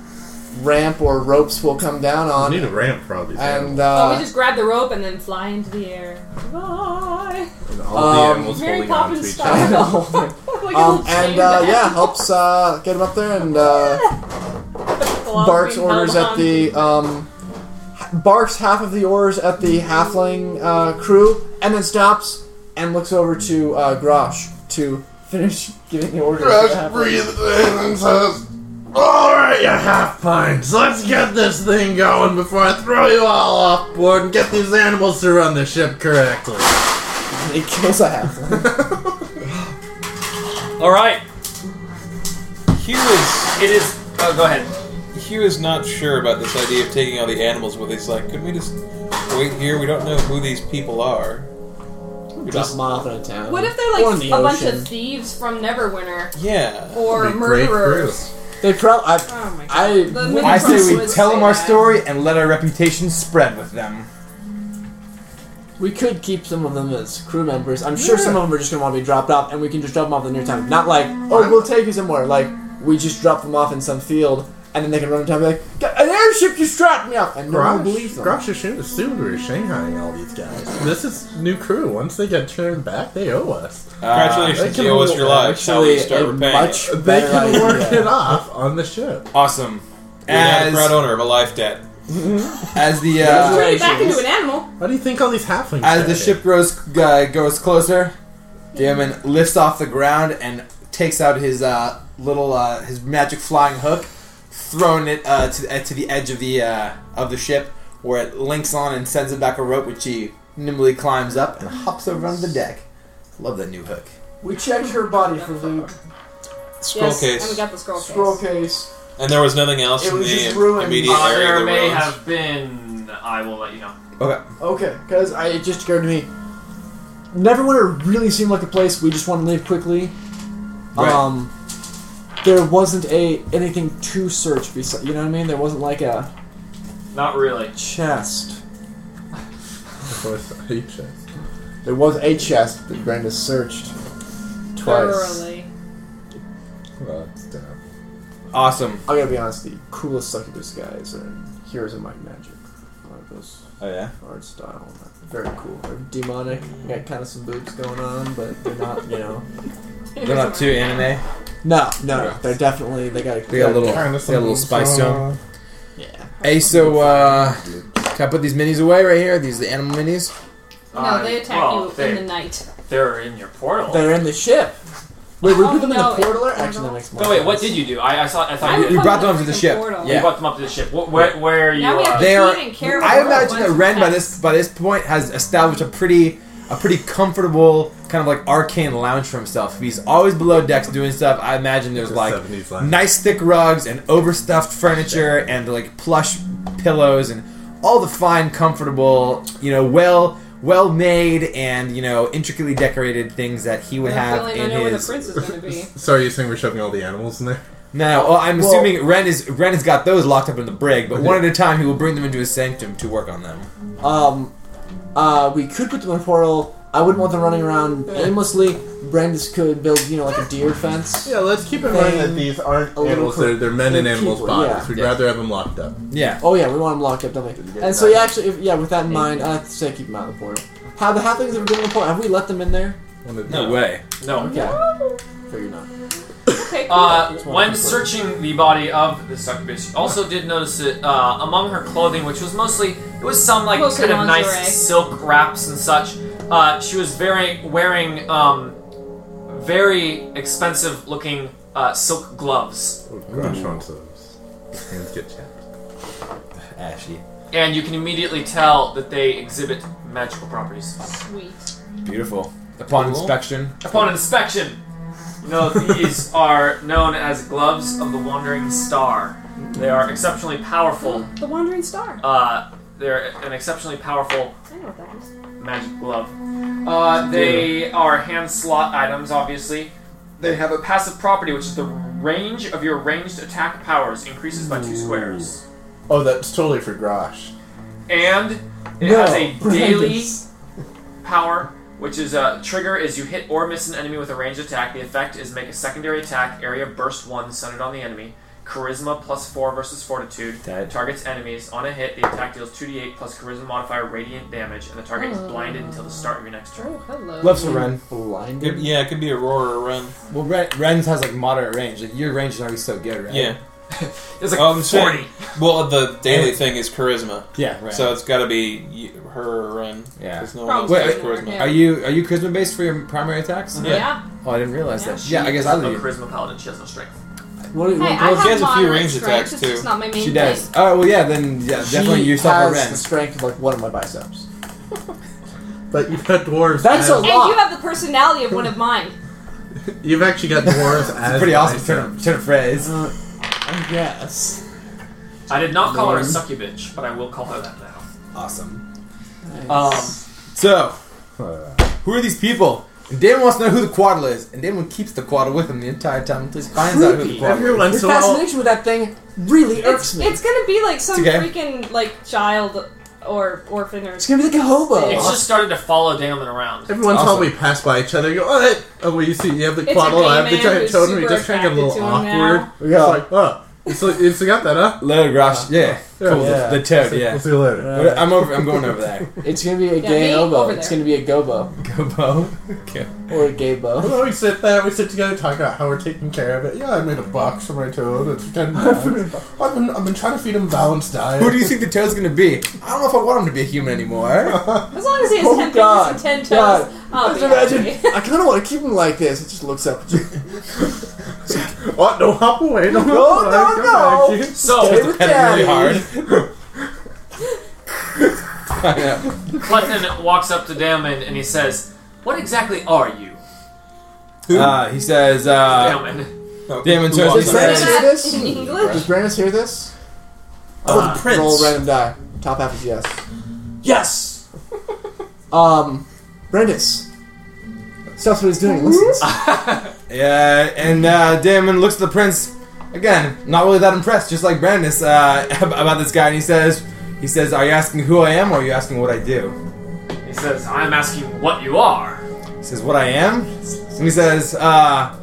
S6: ramp or ropes will come down
S4: I
S6: on.
S4: need a ramp for all these animals.
S6: And
S7: Oh, we
S6: uh,
S7: just *laughs* grab the rope and then fly into the air. Bye.
S4: And all the
S6: um,
S4: animals
S7: Mary
S4: holding on to
S7: Poppins
S4: each
S7: style.
S4: other.
S7: *laughs* like a little
S6: um, and
S7: chain
S6: uh,
S7: man.
S6: yeah, helps uh, get him up there and. Uh,
S7: While
S6: barks
S7: being
S6: orders
S7: held
S6: at
S7: on.
S6: the um, h- barks half of the orders at the halfling uh, crew, and then stops and looks over to uh, Grosh to finish *laughs* giving the orders. to the
S4: Crash
S6: halfling.
S4: breathes in and says, Alright, you half pints, let's get this thing going before I throw you all off board and get these animals to run the ship correctly.
S6: He kills a halfling.
S5: All right,
S8: Hugh is
S5: it is. Oh, go ahead.
S8: Hugh is not sure about this idea of taking all the animals with. us. He's like, could we just wait here? We don't know who these people are. We
S6: Drop
S8: just-
S6: him off in a town.
S7: What if they're
S6: Or
S7: like
S6: in
S7: a
S6: the
S7: bunch
S6: ocean.
S7: of thieves from Neverwinter
S8: yeah.
S7: or
S4: Be great
S7: murderers?
S6: they probably? I,
S7: Oh my god!
S6: I-
S7: The
S6: I
S3: I
S7: Midnight
S3: say we
S7: Cross
S3: tell
S7: was
S3: them our
S7: bad.
S3: story and let our reputation spread with them.
S6: we could keep some of them as crew members. I'm sure some of them are just gonna want to be dropped off, and we can just drop them off in the near town. Not like oh, we'll take you somewhere. Like we just drop them off in some field. And then they can run into town and be like, an airship just dropped me off! And no one will believe
S4: Grosh,
S6: them.
S4: Grosh assumed, assumed we were Shanghaiing all these guys. This is new crew. Once they get turned back, they owe us.
S8: Congratulations,
S4: they
S8: you owe us
S4: can
S8: your lives. Shall we start
S6: a
S8: repaying?
S6: much
S8: it?
S4: They
S6: better
S4: can work
S6: idea.
S4: it off on the ship.
S3: Awesome.
S8: We have a proud
S3: As,
S8: owner of a life debt.
S3: as the
S6: Yeah.
S3: uh,
S7: Turn it back into an animal.
S4: How do you think all these halflings
S3: as the
S4: did?
S3: ship grows uh, goes closer, Damon lifts off the ground and takes out his uh, little uh, his magic flying hook, throwing it uh, to, uh, to the edge of the uh, of the ship, where it links on and sends him back a rope, which he nimbly climbs up and hops over onto the deck. Love that new hook.
S6: We checked her body for loot.
S8: Scroll
S7: yes, and we
S8: case.
S7: got the scroll,
S6: Scroll
S7: case.
S6: case.
S8: And there was nothing else
S6: It
S8: in
S6: was
S8: the
S6: just ruined.
S8: immediate
S5: Uh,
S8: area.
S5: there
S8: of the
S5: may
S8: ruins.
S5: have been. I will let you know.
S3: Okay.
S6: Okay, because I it just occurred to me. Neverwinter really seemed like a place we just want to leave quickly.
S3: Right.
S6: Um, there wasn't a anything to search. Besides, you know what I mean? There wasn't like a
S5: Not really.
S6: chest.
S4: Of *laughs* course, I hate chest.
S13: There was a chest that Brandis searched twice.
S7: Thoroughly.
S4: Well, it's down.
S3: Awesome.
S13: I gotta be honest, the coolest succubus guys are in Heroes of Might and Magic. I like those
S3: Oh yeah.
S13: art style. Very cool. They're demonic. Got kind of some boobs going on, but they're not, you
S7: *laughs*
S13: know.
S3: They're not too anime.
S13: No, no, no. They're definitely they got.
S3: They got a little,
S4: Kinda
S3: they got a little
S4: something's
S3: spice to
S4: going
S3: 'em.
S4: on.
S3: Hey, so uh, can I put these minis away right here? These are the animal minis.
S7: No, they
S5: Uh,
S7: attack
S5: well,
S7: you
S5: they,
S7: in the night.
S5: They're in your portal.
S13: They're in the ship. Wait, were you
S7: Oh,
S13: putting them
S7: no,
S13: in the portal?
S7: it's
S13: Or
S7: portal.
S13: actually, that makes more.
S5: no, wait. What
S13: sense.
S5: did you do? I, I saw. I thought
S7: I
S5: you,
S7: would
S3: You
S5: you
S7: put
S3: brought
S7: them
S3: them to the
S7: in
S3: ship.
S7: portal.
S3: Yeah.
S5: brought them up to the ship. Wh- where, where are you?
S7: Now we
S5: uh,
S7: have
S3: They
S7: to
S3: are-
S7: feed and care
S3: I
S7: for it
S3: imagine that
S7: once
S3: Ren by
S7: it's
S3: this by this point has established a pretty a pretty comfortable kind of like arcane lounge for himself. If he's always below decks doing stuff, I imagine there's
S4: The
S3: like
S4: 70s line.
S3: nice thick rugs and overstuffed furniture and like plush pillows and all the fine comfortable, you know, well well made and you know intricately decorated things that he would
S7: I have a
S3: have in
S7: feeling I know where the
S3: his
S7: prince is going to be.
S4: So are you saying we're shoving all the animals in there?
S3: No, well, I'm
S13: Well-
S3: assuming Ren is Ren has got those locked up in the brig, but one at a time he will bring them into his sanctum to work on them.
S6: Um, uh, we could put them in a portal. I wouldn't want them running around aimlessly. Brandis could build, you know, like a
S7: *laughs*
S6: deer fence.
S4: Yeah, let's keep in mind that these aren't
S6: little
S4: animals.
S6: cor-
S4: They're, they're men in
S6: little
S4: animals'
S6: people,
S4: bodies.
S6: yeah.
S4: We'd
S3: Yeah.
S4: rather have them locked up.
S3: Yeah.
S6: Oh yeah, we want them locked up, don't we? And so yeah, actually, if, yeah, with that in mind, I say keep them out of the portal. Have the halflings ever been in the portal? Have we let them in there?
S3: No way.
S7: *laughs*
S5: no.
S6: Okay. Figure not.
S7: Okay, cool.
S5: Uh,
S6: It's one
S5: when
S6: of the
S5: searching the body of the succubus, you also did notice that uh, among her clothing, which was mostly it was some like
S7: Mostly
S5: kind of
S7: lingerie.
S5: nice silk wraps and such, uh, she was very wearing um, very expensive looking uh, silk gloves,
S4: Crush onto those. Hands get chapped.
S3: Ashy.
S5: and you can immediately tell that they exhibit magical properties.
S7: Sweet.
S3: Beautiful. Upon
S8: Cool.
S3: inspection.
S5: Upon inspection, you know that
S6: *laughs*
S5: these are known as gloves of the wandering star. They are exceptionally powerful.
S7: The Wandering Star.
S5: Uh, they're an exceptionally powerful
S7: I know what that is.
S5: magic glove. Uh, they are hand slot items, obviously. They have a passive property, which is the range of your ranged attack powers increases by two squares.
S13: Oh, that's totally for Grosh.
S5: And it
S6: No,
S5: has a daily
S6: Brandis.
S5: power, which is a trigger is you hit or miss an enemy with a ranged attack. The effect is make a secondary attack area burst one centered on the enemy. Charisma plus four versus fortitude.
S3: Dead.
S5: Targets enemies. On a hit, the attack deals 2d8 plus charisma modifier radiant damage, and the target is
S7: Oh.
S5: blinded until the start of your next turn.
S7: Oh, hello.
S3: Gloves for Ren.
S6: Blinded.
S8: Could- yeah, it could be Aurora or Ren.
S3: Well, Ren, Ren's has like moderate range. Like your range is already so good, right?
S8: Yeah.
S5: It's like
S8: Oh, I'm
S5: 40.
S8: saying- Well, the daily thing is charisma,
S3: Yeah. Right.
S8: so it's got to be y- her or Ren.
S3: Yeah.
S8: 'cause no one
S7: Probably
S8: else has
S7: Ren or
S8: charisma.
S7: him.
S3: are you are you charisma based for your primary attacks?
S7: yeah.
S3: Oh, I didn't realize
S7: Yeah,
S3: that. Yeah, I guess I
S5: a
S3: do.
S5: charisma paladin. She has no strength.
S6: What,
S7: Hey, I
S6: what
S7: have
S8: she has a few
S7: moderate
S8: ranged
S7: strength,
S8: attacks,
S7: it's
S8: too.
S7: just not my main
S3: She does. Oh well, yeah. Then yeah, definitely
S6: she
S3: you stop
S6: has
S3: for Ren.
S6: the strength of like one of my biceps.
S4: But you've got dwarves.
S6: That's
S4: as,
S6: a-
S7: Thing. And you have the personality of one of mine.
S4: You've actually got
S3: *laughs*
S4: dwarves as.
S3: Pretty awesome turn
S4: biceps.
S3: of, turn of phrase.
S6: I guess.
S5: I did not call her a sucky bitch, but I will call her that now.
S3: Awesome.
S5: Um,
S3: So, who are these people? And Damon wants to know who the quaddle is, and Damon keeps the quaddle with him the entire time until he finds out who the
S6: Creepy.
S3: quaddle
S9: Every
S3: is.
S9: once
S6: Your
S9: in a while,
S6: fascination with that thing really irks
S7: It's,
S6: me.
S7: it's gonna be like some
S3: It's okay.
S7: freaking like child or orphan or
S6: It's gonna be like a hobo.
S3: uh-huh.
S5: it's just started to follow Damon around.
S4: Every once in a while
S3: Awesome.
S4: we pass by each other. You go, oh, hey. oh well, you see, you have the
S7: It's a
S4: quaddle.
S7: gay
S4: I have the
S7: man
S4: giant
S7: who's
S4: toad. and We
S7: super
S4: just kind of get a little
S7: attracted to him
S4: awkward.
S7: now.
S4: It's like, oh, you still, you still got that, huh?
S3: Little Grosh, yeah.
S4: Yeah.
S3: Cool, the-
S6: Yeah.
S3: The, toad, yeah.
S4: We'll see you later.
S3: What- I'm over. I'm going over there.
S6: It's gonna be a
S7: Yeah,
S6: gay
S7: me
S6: oboe.
S7: over
S6: It's
S7: there.
S6: gonna be a gobo
S3: Gobo. Okay.
S6: or a gay
S4: *laughs*
S6: bo. *laughs*
S4: Well, we sit there, we sit together, talk about how we're taking care of it. Yeah, I made a box for my toad. It's *laughs* ten pounds. I've been, I've been trying to feed him balanced diet.
S3: Who do you think the toad's gonna be? I don't know if I want him to be a human *laughs* anymore.
S7: As long as he has
S6: Oh,
S7: ten
S6: God.
S7: fingers and ten
S6: God.
S7: toes, I'll be
S13: Imagine,
S7: *laughs* happy.
S13: I kind of want to keep him like this. It just looks up at you.
S4: Oh, no, hop away. *laughs* No,
S13: No,
S4: hop
S13: no,
S4: away.
S13: no.
S4: Come back.
S13: Stay
S5: So,
S13: with
S3: Pet him
S13: daddy.
S3: really hard. *laughs* I know.
S5: Clutton walks up to Damon and he says, What exactly are you,
S3: Uh, he says, uh,
S5: Damon?
S8: No,
S3: Damon
S8: who
S3: turns
S8: wants
S3: to
S8: that?
S3: Ren.
S13: Brandis hear this?
S7: In English?
S13: Does Brandis hear this?
S3: Oh, the
S13: Roll random die. Top half is yes.
S6: Yes. *laughs* um,
S13: Brandis,
S6: Stops what he's doing. and Listens.
S3: Yeah, and uh, Damon looks at the prince again, not really that impressed, just like Brandis uh, *laughs* about this guy, and he says, "He says, are you asking who I am, or are you asking what I do?"
S5: He says, I'm asking what you are.
S3: He says, "What I am," and he says, uh,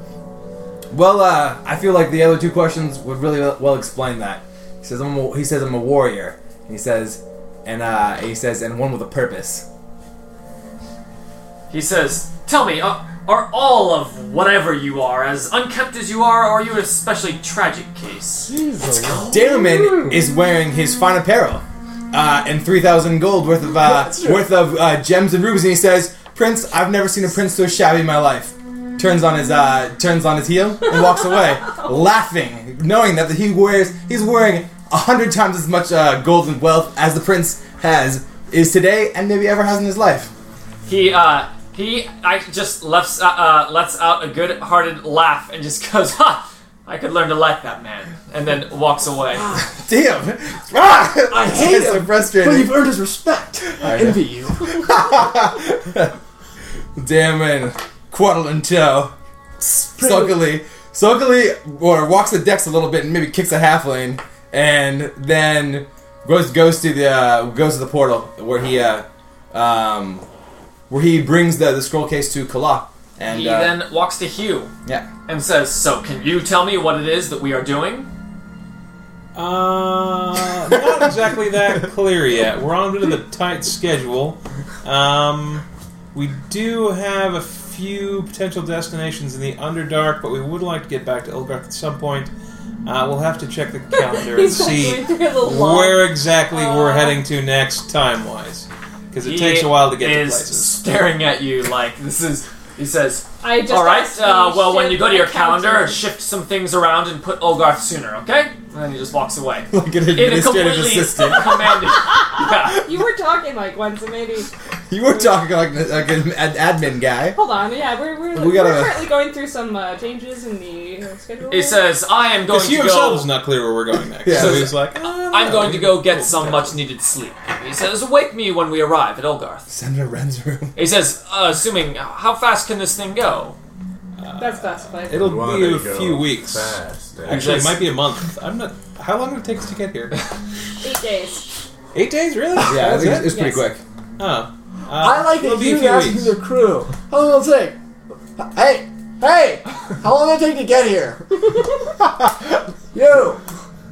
S3: "Well, uh, I feel like the other two questions would really well explain that." He says, "I'm a, he says I'm a warrior," and he says, and uh, he says, "and one with a purpose."
S5: He says, Tell me, uh, are all of whatever you are as unkempt as you are, or are you an especially tragic case?
S3: Damon is wearing his fine apparel uh, and 3,000 gold worth
S6: *laughs*
S3: of uh, worth of uh, gems and rubies, and he says, "Prince, I've never seen a prince so shabby in my life." Turns on his uh, turns on his heel and
S6: *laughs*
S3: walks away, laughing, knowing that he wears he's wearing a hundred times as much uh, gold and wealth as the prince has is today and maybe ever has in his life.
S5: He, uh, he I just lets, uh, uh, lets out a good hearted laugh and just *laughs* goes, Ha! I could learn to like that man. And then walks away.
S3: Damn! *laughs* Ah! *laughs*
S6: I hate
S3: so
S6: him,
S3: frustrating.
S6: but you've earned his respect. I envy you.
S3: Damon, Quaddle and Toe, sulkily, sulkily, or walks the decks a little bit and maybe kicks a halfling, and then goes goes to the uh, goes to the portal where he uh, um, where he brings the, the scroll case to Kala, and
S5: He
S3: uh,
S5: then walks to Hugh
S3: yeah, *laughs*
S5: and says, So, can you tell me what it is that we are doing?
S8: Uh, *laughs* not exactly that clear yet. We're on a bit of a tight schedule. Um, we do have a few potential destinations in the Underdark, but we would like to get back to Ilgarth at some point. Uh, we'll have to check the calendar and
S7: He's
S8: see
S7: going through the long-
S8: where exactly we're
S7: Uh.
S8: heading to next, time wise, because it
S5: He
S8: takes a while to get to
S5: is
S8: places.
S5: staring at you like this is. He says,
S7: I just
S5: "All right,
S7: asked
S5: uh,
S7: you
S5: well, when
S7: shift
S5: you go to your
S7: my
S5: calendar, uh,
S7: calendar.
S5: shift some things around and put Olgarth sooner, okay?" And then he just walks away.
S3: like an
S5: In a
S3: administrative
S5: completely
S3: assistant.
S5: *laughs* commanding. Yeah.
S7: You were talking like once, so maybe.
S3: You were talking like, like an ad- admin guy.
S7: Hold on, yeah, we're, we're,
S3: We gotta-
S7: we're currently going through some uh, changes in the schedule.
S5: He says, "I am going
S8: Because
S5: to
S8: Hugh himself is
S5: go.
S8: not clear where we're going next,
S3: Yeah.
S8: so he's like,
S5: I'm going to go get some much-needed sleep." He says, "Wake me when we arrive at Olgarth."
S3: Send him to Ren's room.
S5: He says, uh, "Assuming how fast can this thing go?"
S7: That's classified.
S8: it'll
S4: Wanna
S8: be a
S4: go
S8: few weeks.
S4: Fast. eh?
S8: Actually, it might be a month. I'm not. How long did it take us to get here?
S7: Eight days.
S8: Eight days, really?
S3: Yeah, I
S8: That's
S3: think it's,
S8: it.
S3: it's pretty quick.
S8: Oh. Uh,
S6: I like
S8: it'll
S6: that
S8: be a
S6: you
S8: few
S6: asking
S8: weeks.
S6: the crew. How long will it take? Hey, hey! How long did it take to get here? *laughs* you.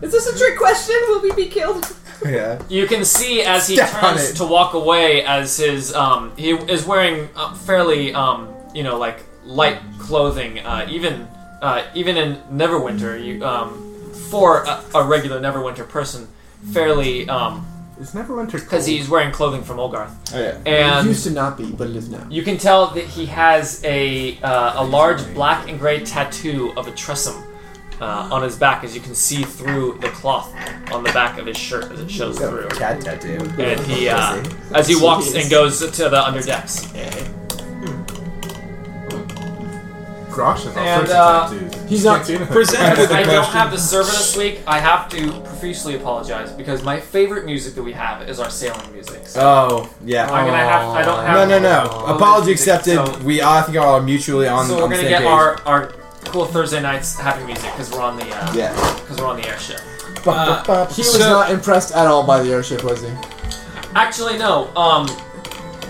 S7: Is this a trick question? Will we be killed?
S3: Yeah,
S5: You can see as he
S3: Step on
S5: turns
S3: it.
S5: to walk away, as his um, he is wearing uh, fairly um, you know, like light clothing. Uh, even uh, even in Neverwinter, you um, for a, a regular Neverwinter person, fairly um,
S4: It's Neverwinter
S5: because he's wearing clothing from Olgarth,
S3: oh yeah.
S6: It
S5: and
S6: used to not be, but it is now.
S5: you can tell that he has a uh, a large black and gray tattoo of a tressum. Uh, on his back, as you can see through the cloth on the back of his shirt as it shows through.
S3: Cat tattoo.
S5: And he, uh, as he walks and goes to the under decks.
S4: Grosh is all
S5: And,
S4: sorts
S5: uh,
S4: of tattoos.
S6: He's not-
S4: Can't see
S8: Presented with
S5: I
S8: the
S5: don't
S8: question.
S5: have the server this week. I have to profusely apologize because my favorite music that we have is our sailing music. So
S3: Oh yeah.
S5: I'm gonna have. I don't
S3: No,
S5: have.
S3: no, no.
S5: Oh,
S3: Apology
S5: there's music.
S3: accepted. we, I think, are mutually
S5: So,
S3: on,
S5: so
S3: on
S5: we're
S3: the
S5: gonna
S3: same
S5: get
S3: page.
S5: our our cool Thursday nights happy music because we're on the because
S3: yeah.
S5: we're on the airship.
S8: Uh,
S6: He
S8: So-
S6: was not impressed at all by the airship, was he?
S5: Actually, no. Um,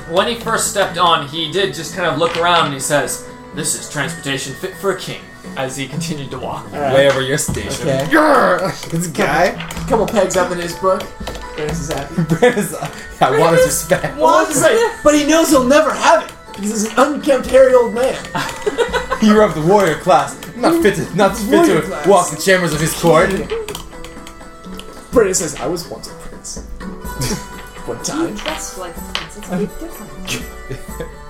S5: when he first stepped on, he did just kind of look around and he says, "This is transportation fit for a king." As he *laughs* continued to walk.
S3: Way over your station.
S6: Okay.
S3: Grr! This guy.
S6: couple pegs up in his book. Brandis is happy.
S3: Brandon's- I want his respect.
S6: Well, that's
S7: *laughs*
S6: right. But he knows he'll never have it because he's an unkempt, hairy old man.
S3: You're of the warrior class. Not fit to, not fit
S6: Warrior
S3: to
S6: class.
S3: walk the chambers of his court.
S6: Brandis says, "I was once a prince." One time.
S7: That's like it's a bit different.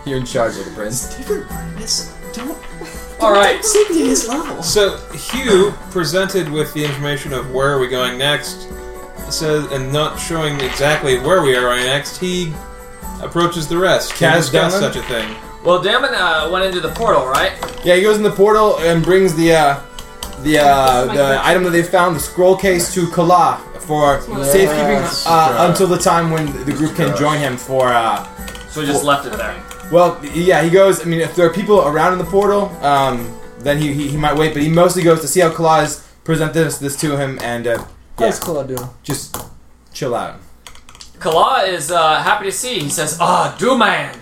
S3: You're in charge of the prince.
S6: Different Brandis. Don't
S5: All right.
S6: sink to his level.
S8: So Hugh, presented with the information of where are we going next, says, and not showing exactly where we are right next, he approaches the rest.
S3: Kaz
S8: Kaz does
S3: Gunlan?
S8: such a thing.
S5: Well, Damon uh, went into the portal, right?
S3: Yeah, he goes in the portal and brings the uh, the uh, the item that they found, the scroll case, to Kala for safekeeping uh, until the time when the group can join him for. Uh,
S5: So we just left it there.
S3: Well, yeah, he goes. I mean, if there are people around in the portal, um, then he, he, he might wait. But he mostly goes to see how Claus present this this to him, and uh, yeah,
S13: How's Claude doing?
S3: just chill out.
S5: Kala is uh, happy to see. He says, "Ah, do man."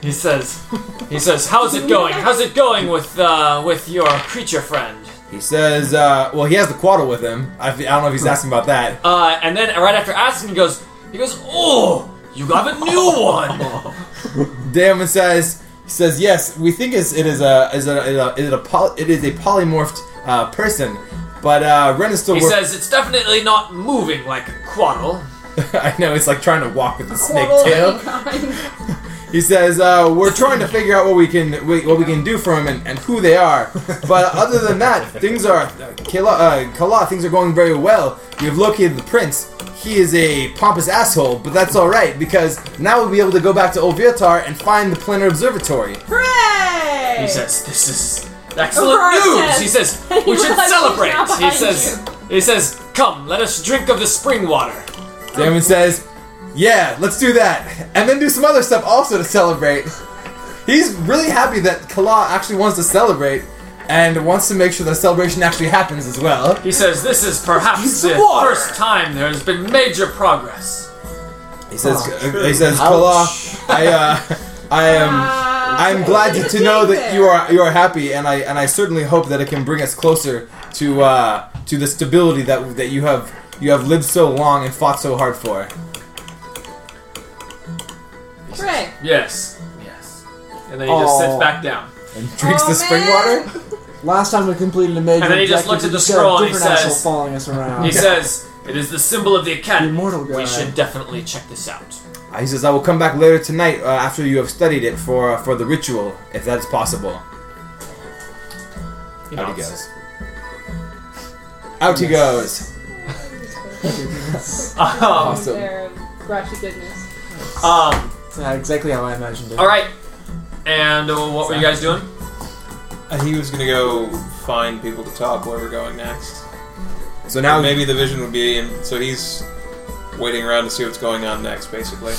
S5: He says, "He says, how's
S7: *laughs*
S5: it going? How's it going with uh, with your creature friend?"
S3: He says, uh, "Well, he has the quaddle with him. I, f- I don't know if he's asking about that."
S5: Uh, and then right after asking, he goes, "He goes, oh, you have a new one."
S3: Damon says, "He says yes. We think it's, it is a is a, is a, is it a poly, it is a polymorphed uh, person, but uh, Ren is still."
S5: He
S3: work-
S5: says, "It's definitely not moving like Quaddle."
S3: *laughs* I know it's like trying to walk with a *laughs* snake
S7: Quaddle
S3: tail.
S7: mankind.
S3: He says, uh, "We're trying to figure out what we can what we can do for him and, and who they are, but other than that, things are Kala, uh, Kala things are going very well. We've located the prince. He is a pompous asshole, but that's all right because now we'll be able to go back to Olviatar and find the planar observatory.
S7: Hooray!
S5: He says, "This is excellent
S7: Aurora
S5: news."
S7: says-
S5: He
S7: *laughs*
S5: says,
S7: He
S5: "We should
S7: realizes he's
S5: celebrate."
S7: not
S5: He
S7: behind
S5: says, "He says, come, let us drink of the spring water."
S3: Damon says, "Yeah, let's do that, and then do some other stuff also to celebrate." He's really happy that Kala actually wants to celebrate and wants to make sure the celebration actually happens as well.
S5: He says, "This is perhaps the
S3: water."
S5: first time there has been major progress."
S3: He says, uh, "He says, Kala, I, uh, I
S7: *laughs*
S3: am."
S7: Uh,
S5: "Mm."
S3: I'm glad to, to know that you are you are happy, and I and I certainly hope that it can bring us closer to uh, to the stability that that you have you have lived so long and fought so hard for.
S7: Hooray!
S5: Yes, yes. And then he just sits
S13: Aw.
S5: back down.
S3: And drinks
S7: Oh,
S3: the spring
S7: man.
S3: water.
S13: Last time we completed a major
S5: And then he just
S13: objective,
S5: looked at
S13: we
S5: the
S13: just got a
S5: scroll and he
S13: different asshole
S5: says-
S13: following us around.
S5: He says, "It is the symbol of the academy.
S13: The immortal guy.
S5: We should definitely check this out."
S3: Uh, He says, "I will come back later tonight uh, after you have studied it for uh, for the ritual, if that's possible."
S5: He
S3: Out he
S5: nods.
S3: goes. Out he goes.
S5: *laughs* Um,
S3: Awesome.
S7: There, grouchy goodness.
S5: um,
S13: That's not exactly how I imagined it.
S5: all right. And uh, what were you guys doing?
S8: Uh, he was gonna go find people to talk where we're going next.
S3: So
S8: Now
S3: now
S8: maybe the vision would be, and so he's waiting around to see what's going on next, basically.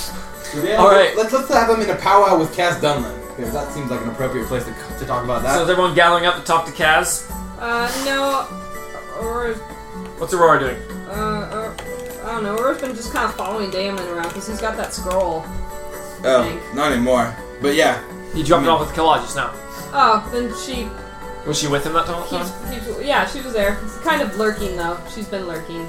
S5: All right.
S3: Let's let's have him in a powwow with Cass Dunlap because that seems like an appropriate place to, to talk about
S5: So
S3: that.
S5: is everyone gathering up to talk to Kaz?
S7: Uh, no. Or,
S5: What's Aurora doing?
S7: uh, uh, I don't know. Urban's been just kind of following Damon around because he's got that scroll.
S3: oh, not anymore. But yeah,
S5: You jumped off with Kala just now.
S7: Oh, then she
S5: Was she with him that whole time?
S7: keeps, keeps. Yeah, she was there. It's kind of lurking though. She's been lurking.